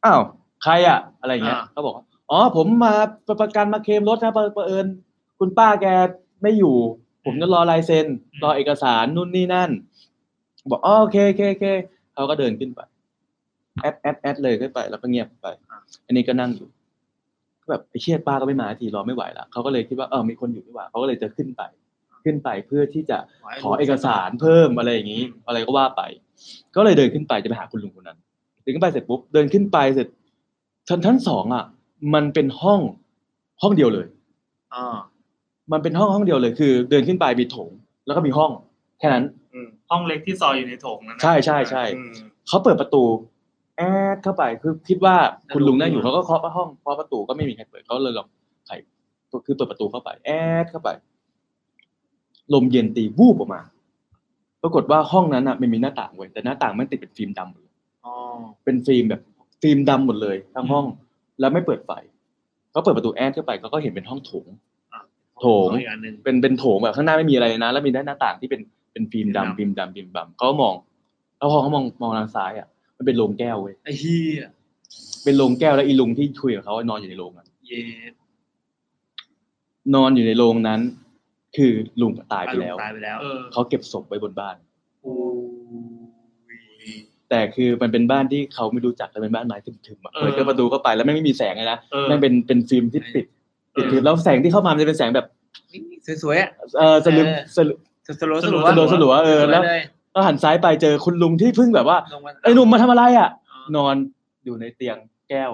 Speaker 3: อ้าว ใครอะอะไรอย่างเงี้ย
Speaker 2: อ่า
Speaker 3: เขาบอกว่า อ๋อ ผมมาประประกันมาเคลมรถนะประประเอิญคุณป้าแกไม่อยู่ ผมจะรอลายเซ็น รอเอกสารนู่นนี่นั่น บอกอ๋อโอเคโอเคโอเคเขาก็เดินขึ้นไป แอดแอดแอดเลยขึ้นไป แล้วก็เงียบไป อันนี้ก็นั่งอยู่ แบบไอ้เชียป้าก็ไม่มาทีรอไม่ไหวละเขาก็เลยคิดว่าเออมีคนอยู่นี่หว่าเขาก็เลยจะขึ้นไป ขึ้นไปเพื่อที่จะขอเอกสารเพิ่มอะไรอย่างนี้ อะไรก็ว่าไป ก็เลยเดินขึ้นไปจะไปหาคุณลุงคนนั้นเดินขึ้นไปเสร็จปุ๊บเดินขึ้นไปเสร็จชั้นชั้นสองอ่ะ มันเป็นห้องห้องเดียวเลย
Speaker 5: อ่า
Speaker 3: มันเป็นห้องห้องเดียวเลย คือ เดินขึ้นไปมีโถง แล้วก็มีห้องแค่นั้น
Speaker 4: อืม
Speaker 2: ห้องเล็กที่ซอยอยู่ในโถงนั่นนะ
Speaker 3: ใช่ใช่ใช่
Speaker 4: อืม
Speaker 3: เขาเปิดประตู แอดเข้าไปคือคิดว่าคุณลุงนั่งอยู่
Speaker 5: อ่ะ
Speaker 3: เขาก็เคาะห้องเคาะประตูก็ไม่มีใครเปิดเขาเลยลองไขคือเปิดประตูเข้าไป แอดเข้าไป ลมเย็นตีวูบออกมา ปรากฏว่าห้องนั้นอ่ะมันมีหน้าต่างเว้ยแต่หน้าต่างมันติดเป็นฟิล์มดำหมดเลย
Speaker 5: อ๋อ
Speaker 3: เป็นฟิล์มแบบฟิล์มดำหมดเลยทั้งห้อง แล้วไม่เปิดไฟเขาเปิดประตูแอดเข้าไปเขาก็เห็นเป็นห้องโถง โถง
Speaker 5: เอาอีกอันหนึ่ง
Speaker 3: เป็นเป็นโถงแบบข้างหน้าไม่มีอะไรเลยนะ แล้วมีด้านหน้าต่างที่เป็นเป็นฟิล์ม
Speaker 5: ฟิ
Speaker 3: ดำฟิ
Speaker 5: ล์ม
Speaker 3: ล์ม
Speaker 5: ดำ
Speaker 3: ดำฟิล์มดำเขาก็มอง แล้วพอเขามองมองทางซ้ายอ่ะมันเป็นโรงแก้วเว้ย
Speaker 5: ไอ้เฮีย
Speaker 3: เป็นโรงแก้วแล้วอีลุงที่คุยกับเขานอนอยู่ในโรงนั้น
Speaker 5: เย็ด
Speaker 3: นอนอยู่ในโรงนั้น คือลุงตายไปแล้ว
Speaker 5: ตายไปแล้ว
Speaker 2: เออ
Speaker 3: เขาเก็บศพไว้บนบ้าน
Speaker 5: โอ้ย
Speaker 3: แต่คือมันเป็นบ้านที่เขาไม่รู้จักแต่เป็นบ้านไม้ทึมๆอะ
Speaker 5: เออ
Speaker 3: เปิดเข้าประตูเข้าไปแล้วไม่มีแสงเลยนะ
Speaker 2: เออ
Speaker 3: แม่งเป็นเป็นฟิล์มที่ติดติดฟิล์มแล้วแสงที่เข้ามามันจะเป็นแสงแบบ
Speaker 5: นี่สวยๆอ่ะ
Speaker 3: เออสลึม
Speaker 5: เออ
Speaker 3: สลึม
Speaker 5: สลัวๆส
Speaker 3: ส
Speaker 5: ลั
Speaker 3: ลั
Speaker 5: ว
Speaker 3: วสลัวเออแล้ว
Speaker 5: สยย
Speaker 3: แล้วหันซ้ายไปเจอคุณลุงที่เพิ่งแบบว่า
Speaker 5: ลงมา
Speaker 3: ไอ้หนุ่มมาทำอะไรอ่ะ
Speaker 5: เออ
Speaker 3: นอนอยู่ในเตียงแก้ว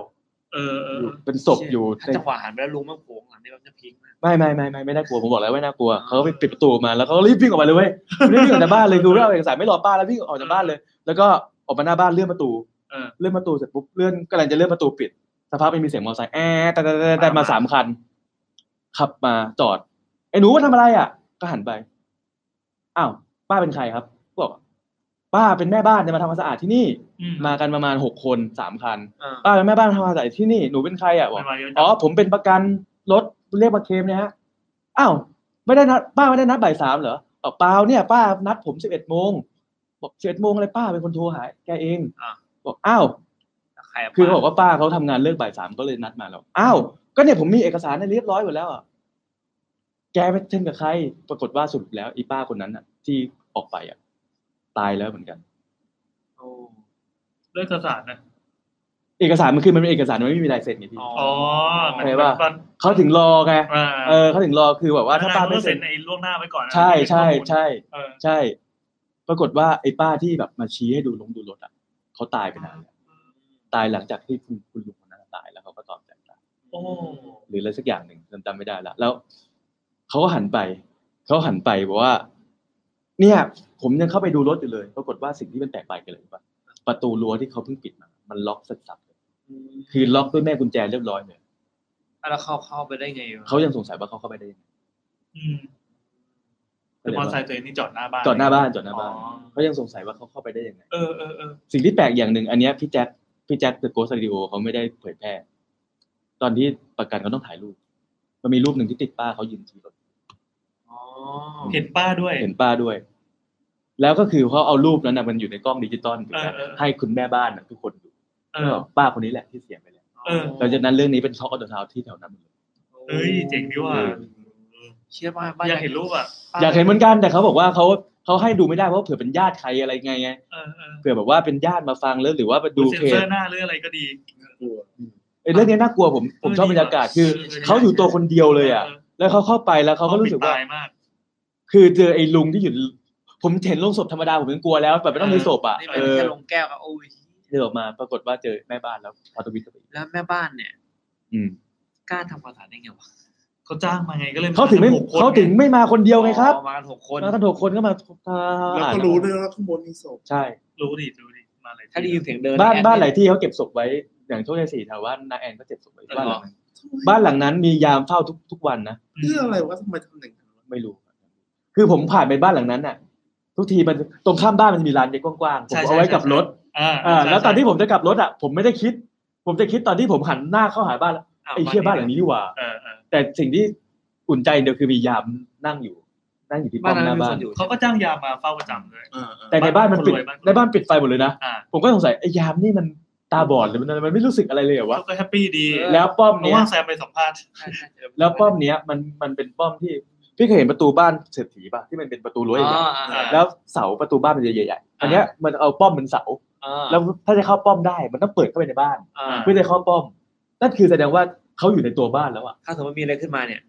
Speaker 2: เออเอ
Speaker 3: อ
Speaker 2: อยู่
Speaker 3: เป็นศพอยู่
Speaker 5: ถ้า
Speaker 3: ใน
Speaker 5: จังหวะหันไปแล้วลุงมันโผล่หลังนี่แบบจะพลิกมาก
Speaker 3: ไม่ไม่ไม่ไม่ไม่น่ากลัวผมบอกแล้วว่าน่ากลัวเขาก็ไปปิดประตูออกมาแล้วเขาก็รีบวิ่งออกมาเลยเว้ยรีบวิ่งออกจากบ้านเลยคือไม่เอาเอกสารไม่รอป้าแล้ววิ่งออกจากบ้านเลย แล้วก็ออกมาหน้าบ้านเลื่อนประตู
Speaker 2: เออ
Speaker 3: เลื่อนประตูเสร็จปุ๊บเลื่อนกำลังจะเลื่อนประตูปิดสักพักมันมีเสียงมอเตอร์ไซค์แอะแต่แต่แต่แต่มาสามคัน ขับมาจอดไอ้หนูว่าทำอะไรอ่ะ ก็หันไปอ้าวป้าเป็นใครครับบอกป้าเป็นแม่บ้านจะมาทำความสะอาดที่นี่
Speaker 2: อืม
Speaker 3: มากันประมาณหกคนสามคัน
Speaker 5: อ่า
Speaker 3: ป้าเป็นแม่บ้านทำความสะอาดที่นี่หนูเป็นใครอ่ะบอก
Speaker 2: มันมาเยอะจัง
Speaker 3: อ๋อผมเป็นประกันรถเรียกมาเคลมเนะฮะอ้าวไม่ได้นัดป้าไม่ได้นัดบ่ายสามเหรอบอกเปล่าเนี่ย ป้านัดผมสิบเอ็ดโมงบอกสิบเอ็ดโมงอะไรป้าเป็นคนโทรหาแกเอง
Speaker 5: อ่ะ
Speaker 3: บอกอ้าว
Speaker 5: ใครเ
Speaker 3: คือเขาบอกว่าป้าเขาทำงานเลิกบ่ายสามก็เลยนัดมาแล้วอ้าวก็เนี่ยผมมีเอกสารให้เรียบร้อยหมดแล้วอ่ะแกไปเช่นกับใคร ปรากฏว่าสรุดแล้วอีป้าคนนั้นอ่ะ ที่ออกไปอ่ะตายแล้วเหมือนกัน
Speaker 2: โอ้เรื่องกระสานนะ
Speaker 3: เอกสารมันคือมันเป็นเอกสารมันไม่มีลายเซ็นไงพี่
Speaker 2: อ๋อเหมือน
Speaker 3: ใช่
Speaker 2: แบบ
Speaker 3: ป่ะ
Speaker 2: ตอน
Speaker 3: เขาถึงรอไง
Speaker 2: อ่า
Speaker 3: เออเขาถึงรอคือแบบว่าถ้าป้าไม่
Speaker 2: ต้อง
Speaker 3: เซ็
Speaker 2: เซ็
Speaker 3: น
Speaker 2: นไอ้ล่วงหน้าไว้ก่อนนะ
Speaker 3: ใช่ใช่ใช่
Speaker 2: เออ
Speaker 3: ใช่ ปรากฏว่าไอ้ป้าที่แบบมาชี้ให้ดูลงดูรถอ่ะเขาตายไปนานแล้วตายหลังจากที่คุณคุณลุงคนนั้นตายแล้วเขาก็ตอบแทนตาย
Speaker 2: โอ้
Speaker 3: หรืออะไรสักอย่างหนึ่งจำจำไม่ได้ละแล้วเขาก็หันไปเขาหันไปบอกว่า เนี่ย ผมยังเข้าไปดูรถอยู่เลย ปรากฏว่าสิ่งที่มันแตกไปกันเลยว่าประตูรั้วที่เขาเพิ่งปิดมา มันล็อกสับๆเลยคือล็อกด้วยแม่กุญแจเรียบร้อยเลย
Speaker 5: อ่ะแล้วเข้าเข้าไปได้ไงวะ
Speaker 3: เขายังสงสัยว่าเขาเข้าไปได้ยังไง
Speaker 2: อืมคือมอเตอร์ไซค์ตัวเองนี่จอดหน้าบ้าน
Speaker 3: จอดหน้าบ้านจอดหน้าบ้าน
Speaker 2: อ๋อ
Speaker 3: เขายังสงสัยว่าเขาเข้าไปได้ยังไง
Speaker 2: เออเออเออ
Speaker 3: สิ่งที่แปลกอย่างหนึ่งอันเนี้ยพี่แจ็คพี่แจ็คเดอะโกสต์สตูดิโอเขาไม่ได้เผยแพร่ ตอนที่ประกันเขาต้องถ่ายรูป มันมีรูปหนึ่งที่ติดป้าเขายืนขี่รถ
Speaker 5: อ๋อ
Speaker 2: เห็นป้าด้วย
Speaker 3: เห็นป้าด้วย แล้วก็คือเขาเอารูปนั้นนะมันอยู่ในกล้องดิจิตอลถูกไหม
Speaker 2: เออเออ
Speaker 3: ให้คุณแม่บ้านน่ะทุกคนดู
Speaker 2: เอ
Speaker 3: แล้ว
Speaker 2: อ
Speaker 3: บอกป้าคนนี้แหละที่เสียไปแล้ว
Speaker 2: เออ
Speaker 3: หลังจากนั้นเรื่องนี้เป็นท็อกออเดอร์ทาวที่แถวนั้นหมดเลย
Speaker 2: เฮ้ยเจ๋งดีว่ะ
Speaker 5: เชื่อบ้านบ้าน
Speaker 2: อยากเห็นรูปอ่ะ
Speaker 5: ป้
Speaker 3: อยากเห็นเหมือนกันแต่เขาบอกว่าเขาเขาให้ดูไม่ได้เพราะเผื่อเป็นญาติใครอะไรไงไง
Speaker 2: เออเออ
Speaker 3: เผื่อแบบว่าเป็นญาติมาฟังแล้วหรือว่าไปดู
Speaker 2: เซ็น
Speaker 3: เพ
Speaker 2: เซอ
Speaker 3: จ
Speaker 2: ร์หน้าหรืออะไรก็ดี
Speaker 4: กลัว
Speaker 3: เอ้ยเรื่องนี้น่ากลัวผมผมชอบบรรยากาศคือเขาอยู่ตัวคนเดียวเลยอ่ะ แล้วเขาเข้าไปแล้วเขาก็รู้สึกว่า
Speaker 2: ตายมาก
Speaker 3: คือเจอไอ้ลุงที่อยู่ผมเห็นโลงศพธรรมดาผมยังกลัวแล้วแบบไม่ต้องมีศพอ่ะ
Speaker 5: นี่
Speaker 3: เอ
Speaker 5: เป็น
Speaker 3: อ
Speaker 5: แค่ลงแก้วก็โอ้ย
Speaker 3: เดินออกมาปรากฏว่าเจอแม่บ้านแล้วพอตวิทย์กับอีก
Speaker 5: แล้วแม่บ้านเนี่ย
Speaker 3: อืม
Speaker 5: กล้าทำความสะอาดได้ไงวะ
Speaker 2: เขาจ้างมาไงก็เลย
Speaker 3: เขาถึงไม่
Speaker 2: หกคน
Speaker 3: เขาถึงไม่มาคนเดียวไงครับ
Speaker 5: อ๋อมากันหกคน
Speaker 3: มากันหกคนก็มา
Speaker 4: แล้วก็รู้ด้วยว่าข้างบนมีศพ
Speaker 3: ใช่
Speaker 2: รู้ดิรู้ดิมาหลาย
Speaker 5: ถ้าได้
Speaker 2: ที
Speaker 5: ยินเสียงเดิน
Speaker 3: บ้าน
Speaker 5: แอด
Speaker 3: บ้านหลายที่เขาเก็บศพไว้อย่างโชคชัยสี่แถวบ้านนาแอนก็เก็บศพไว้บ้านหลังนั้นบ้านหลังนั้นมียามเฝ้าทุกทุกวันนะ
Speaker 2: อืม
Speaker 4: เพื่ออะไรวะทำไมทำอย่างนั้นวะ
Speaker 3: ไม่รู้ คือผมผ่านไปบ้านหลังนั้นน่ะ ทุกทีมันตรงข้ามบ้านมันจะมีร้านใหญ่กว้างๆผม
Speaker 2: ใช่
Speaker 3: เอาไว้กับรถ
Speaker 2: อ่า
Speaker 3: อ่าแล้วตอนที่
Speaker 2: ใช่
Speaker 3: ผมจะกลับรถอ่ะผมไม่ได้คิด ผมจะคิดตอนที่ผมหันหน้าเข้าหาบ้านแล้ว
Speaker 5: าว
Speaker 3: ไอ้เชี่ยบ้านหลังนี้ดีกว่า
Speaker 2: เออเออ
Speaker 3: แต่สิ่งที่อุ่นใจเดียวคือมียามนั่งอยู่ นั่งอยู่ที่ป้
Speaker 5: บ้า
Speaker 3: อน ม
Speaker 5: นั้น
Speaker 3: ห
Speaker 5: มี
Speaker 3: น้าบ้า
Speaker 5: คน นอยู่
Speaker 2: เขาก็จ้างยามมาเฝ้าประจำเลย
Speaker 4: เออเออ
Speaker 3: แต่ในบ้านมันปิด
Speaker 2: บ้านคนรวยบ้านคนรวย
Speaker 3: ในบ้านปิดไฟหมดเลยนะ
Speaker 2: อ่า
Speaker 3: ผมก็สงสัยไอ้ยามนี่มันตาบอดหรือมันอะไรมันไม่รู้สึกอะไรเลยเหรอวะ
Speaker 2: เขาก็แฮปปี้ดี
Speaker 3: แล้วป้อม
Speaker 2: เพราะ
Speaker 3: เนี้ย
Speaker 2: ว่าแซมไปสัมภาษณ์
Speaker 5: ใช่ใช่ใช่
Speaker 3: แล้วป้อมเนี้ยมันมันเป็นป้อมที่พี่เคยเห็นประตูบ้านเศรษฐีป่ะที่มันเป็นประตูรั้ว
Speaker 5: อ๋
Speaker 3: ใหญ่
Speaker 5: อ
Speaker 3: ๆ
Speaker 5: อ่า
Speaker 2: เออ
Speaker 3: แล้วเสาประตูบ้านมันจะใหญ่ๆ อันเนี้ยมันเอาป้อมเป็นเสา
Speaker 5: อ่า
Speaker 3: แล้วถ้าจะเข้าป้อมได้มันต้องเปิดเข้าไปในบ้าน
Speaker 5: อ่า
Speaker 3: เพื่อจะเข้าป้อม นั่นคือแสดงว่าเขาอยู่ในตัวบ้านแล้วอ่ะ
Speaker 5: ถ้าสมมติมีอะไรขึ้นมาเนี่ย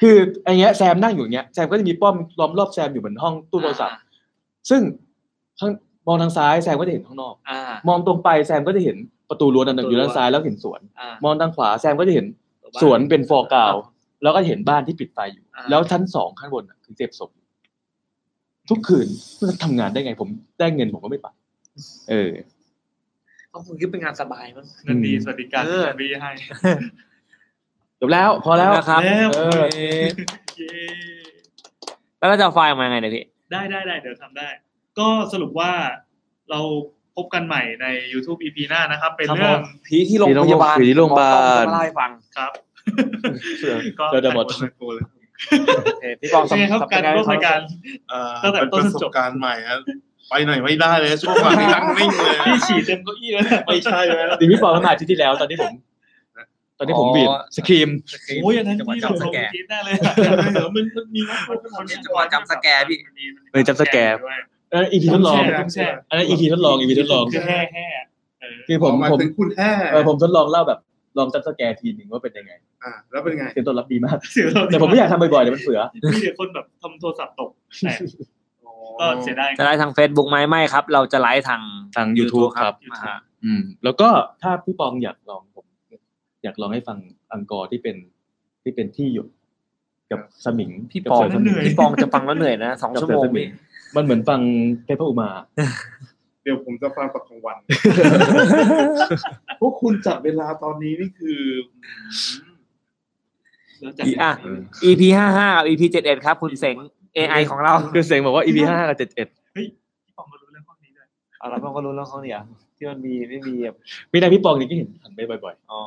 Speaker 3: คือไอ้เงี้ยแซมนั่งอยู่อย่างเงี้ยแซมก็จะมีป้อมล้อมรอบแซมอยู่เหมือนห้องตู้โทรศัพท์ ซึ่งข้างมองทางซ้ายแซมก็จะเห็นข้างนอก
Speaker 5: อ่า
Speaker 3: มองตรงไปแซมก็จะเห็นประตูรั้วนั่นนะอยู่ด้านซ้ายแล้วเห็นสวน
Speaker 5: อ่าม
Speaker 3: องทางขวาแซมก็จะเห็น
Speaker 5: ตัวบ้า
Speaker 3: สวนเป็นฟอร์กราวด์แล้วก็เห็นบ้านที่ปิดไฟอยู่
Speaker 5: อ่า
Speaker 3: แล้วชั้นสองข้างบนน่ะคือเจ็บศพทุกคืนมันทำงานได้ไงผมได้เงินผมก็ไม่ไปเออ
Speaker 5: เขาคงคิดเป็นงานสบายมั้ง
Speaker 2: เงินดีสวัสดิการ
Speaker 5: เอ
Speaker 2: ที่
Speaker 5: อ
Speaker 2: แซมบี้ให้
Speaker 3: จบแล้วพอแล้ว
Speaker 9: นะครับ
Speaker 2: แล้ว
Speaker 3: เออ
Speaker 2: เย้
Speaker 9: แล้วก็จะเอาไฟล์มาไงเนี่ยพี่
Speaker 2: ได้ได้ได้เดี๋ยวทำได้ ก็สรุปว่าเราพบกันใหม่ใน YouTube EP หน้านะครับ เป็นเรื่อง
Speaker 5: ผีที่โรงพยาบาล
Speaker 3: ผีที่โรงพยาบาล
Speaker 5: หมอต้องจะมาเล่าให้ฟัง
Speaker 2: ครับ
Speaker 3: ก็เดี๋ยวหมด
Speaker 2: โนโกเลย
Speaker 5: โอเคพี่ปอง
Speaker 2: โอเคครับการร่วมรายการ
Speaker 4: เอ่อ
Speaker 2: ตั้งแต่
Speaker 4: เป็น
Speaker 2: ต้
Speaker 4: ป
Speaker 2: น
Speaker 4: ระ
Speaker 2: จน
Speaker 4: สบ
Speaker 2: จบ
Speaker 4: การณ์ใหม่ฮะไปไหนไม่ได้เลยช่วงหลังนี่นั่งนิ่งเลย
Speaker 2: พี่ฉี่เต็มเก้าอี้แล้ว
Speaker 4: ไม่ใช่แล้ว
Speaker 3: ดีพี่ปอมาอาทิตย์ที่แล้วตอนที่ผม ตอนที่ผมบีดสครีม
Speaker 2: โอ้ยอันนั้นพี่เรา
Speaker 5: จำส
Speaker 2: ลง
Speaker 5: แกร์
Speaker 2: คิดได้เลย
Speaker 4: เออมันมันมีนะมัน
Speaker 2: คน
Speaker 5: จังหวะจำสแกร์พี่
Speaker 3: เออจำสแกร์ เอออีพีทดลอง
Speaker 2: แช่
Speaker 3: อันนั้นอีพีทดลองอีพีทดลอง
Speaker 2: คือแห่แห่ๆเออ
Speaker 3: คือผม
Speaker 4: หมาย
Speaker 3: ผม
Speaker 4: ถึงคุณแห่
Speaker 3: เออผมทดลองเล่าแบบลองจับสแกร์ทีหนึ่งว่าเป็นยังไง
Speaker 4: อ่าแล้วเป็นไง
Speaker 3: เสียงตอบรับดีมาก
Speaker 2: เสียงเรา
Speaker 3: แต่ผมไม่อยากทำบ่อยๆเดี๋ยวมันเสือ
Speaker 2: มีแต่คนแบบทำโทรศัพท์ตกแต่ก็เสียดาย
Speaker 9: จะไลฟ์ทาง Facebook ไหมไม่ครับ เราจะไลฟ์ทาง
Speaker 3: ทาง YouTube ครับ
Speaker 9: YouTube นะฮะ
Speaker 3: อืม แล้วก็ถ้าพี่ปองอยากลองผมอยากลองให้ฟังอังกอร์ที่เป็นที่เป็นที่หยดกับสมิง
Speaker 9: พี่ปอง
Speaker 3: กับสมิง
Speaker 9: พี่ปองจะฟังแล้วเหนื่อยนะสอง
Speaker 3: กับ
Speaker 9: ชั่ว
Speaker 3: เสื
Speaker 9: โม
Speaker 3: อง สมิ
Speaker 9: พี่
Speaker 3: งมันเหมือนฟังเทพอุมา
Speaker 4: เดี๋ยวผมจะฟังประกลางวัน พวกคุณจับเวลาตอนนี้นี่คือ
Speaker 2: แล้วจัด
Speaker 9: อ่ะ EP ห้าห้า EP เจ็ดเอ็ดครับ คุณเสง AI ของเรา
Speaker 3: คือเสียงบอกว่า EP ห้ากับเจ็ดเอ็ด
Speaker 2: พี่ปองก็รู้เรื่องพวกนี้ด้วย
Speaker 5: เอาละพี่ปองก็รู้แล้วเขาเนี่ยที่มันมีไม่มีแบบ
Speaker 3: มีนายพี่ปองนี่ก็เห็นหันไปบ่อย
Speaker 5: อ๋อ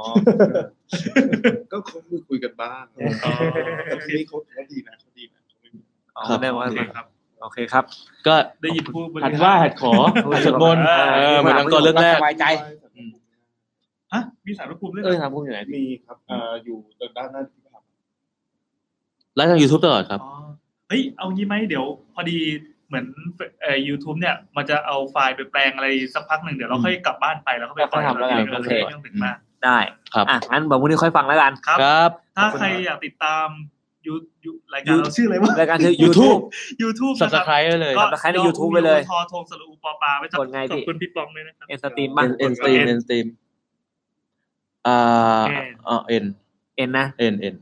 Speaker 4: ก็คงคุยกันบ้างแต่ที่นี่เขาเขาดีนะเขาดีนะเขาไม่มี
Speaker 5: อ๋อได้ว่า
Speaker 2: โอเคครับ
Speaker 5: โอเคครับ
Speaker 3: ๆ ก็
Speaker 2: ได้ยินผู้บริ
Speaker 3: หั
Speaker 2: หา
Speaker 3: ด
Speaker 2: ร
Speaker 3: ไหว่าหัดขอหัดสวดมนต์
Speaker 2: อ่า
Speaker 3: เออเหมือนอังกอร์เรื่องแรก
Speaker 5: สบายใจ
Speaker 2: ฮะมีสารพระภูมิด้วย
Speaker 5: เอ
Speaker 2: เหร
Speaker 5: อ
Speaker 2: อ
Speaker 5: ถามผมอยู่ไหนพี่
Speaker 4: มีครับอ่าอยู่ด้านหน้าที่ครับ
Speaker 3: ไลฟ์ทาง YouTube ตลอดครับ
Speaker 2: อ๋อเฮ้ยเอางี้ไหมเดี๋ยว พอดีเหมือนเอ่อ YouTube เนี่ย มันจะเอาไฟล์ไปแปลงอะไรสักพักหนึ่งเดี๋ยวเราค่อยกลับบ้านไปแล้วก็ไป
Speaker 5: เราค่อยทำแล้วกัน
Speaker 2: เออ
Speaker 3: โอเค
Speaker 2: เรื่องหนึ่งมาก
Speaker 9: ได้
Speaker 3: ครับ
Speaker 9: อ่ะงั้นแบบวันนี้ค่อยฟังแล้วกัน
Speaker 2: ครับ
Speaker 3: ครับ
Speaker 2: ถ้าใครอยากติดตามยูยูรายการเราชื่ออะไรวะ
Speaker 9: รายการคือ
Speaker 3: YouTube
Speaker 2: YouTube
Speaker 9: YouTube
Speaker 3: สับ
Speaker 2: นะค
Speaker 3: ส
Speaker 2: รับ
Speaker 3: ไครต์เลย
Speaker 2: ก็
Speaker 9: Subscribe ใน YouTube ไว้เลย
Speaker 2: ทอทงสระอูปอปาไว้
Speaker 9: กดไง
Speaker 2: ขอบ
Speaker 9: พี่
Speaker 2: คุณพี่ปองด้วยนะครับ
Speaker 9: เอ็นสตรีมบ้าง
Speaker 3: เอ็นสตรีมเอ็นสตรีมอ่า
Speaker 2: เอ็น
Speaker 3: เอ็น
Speaker 9: เอ็นนะ
Speaker 3: เอ็นเอ็น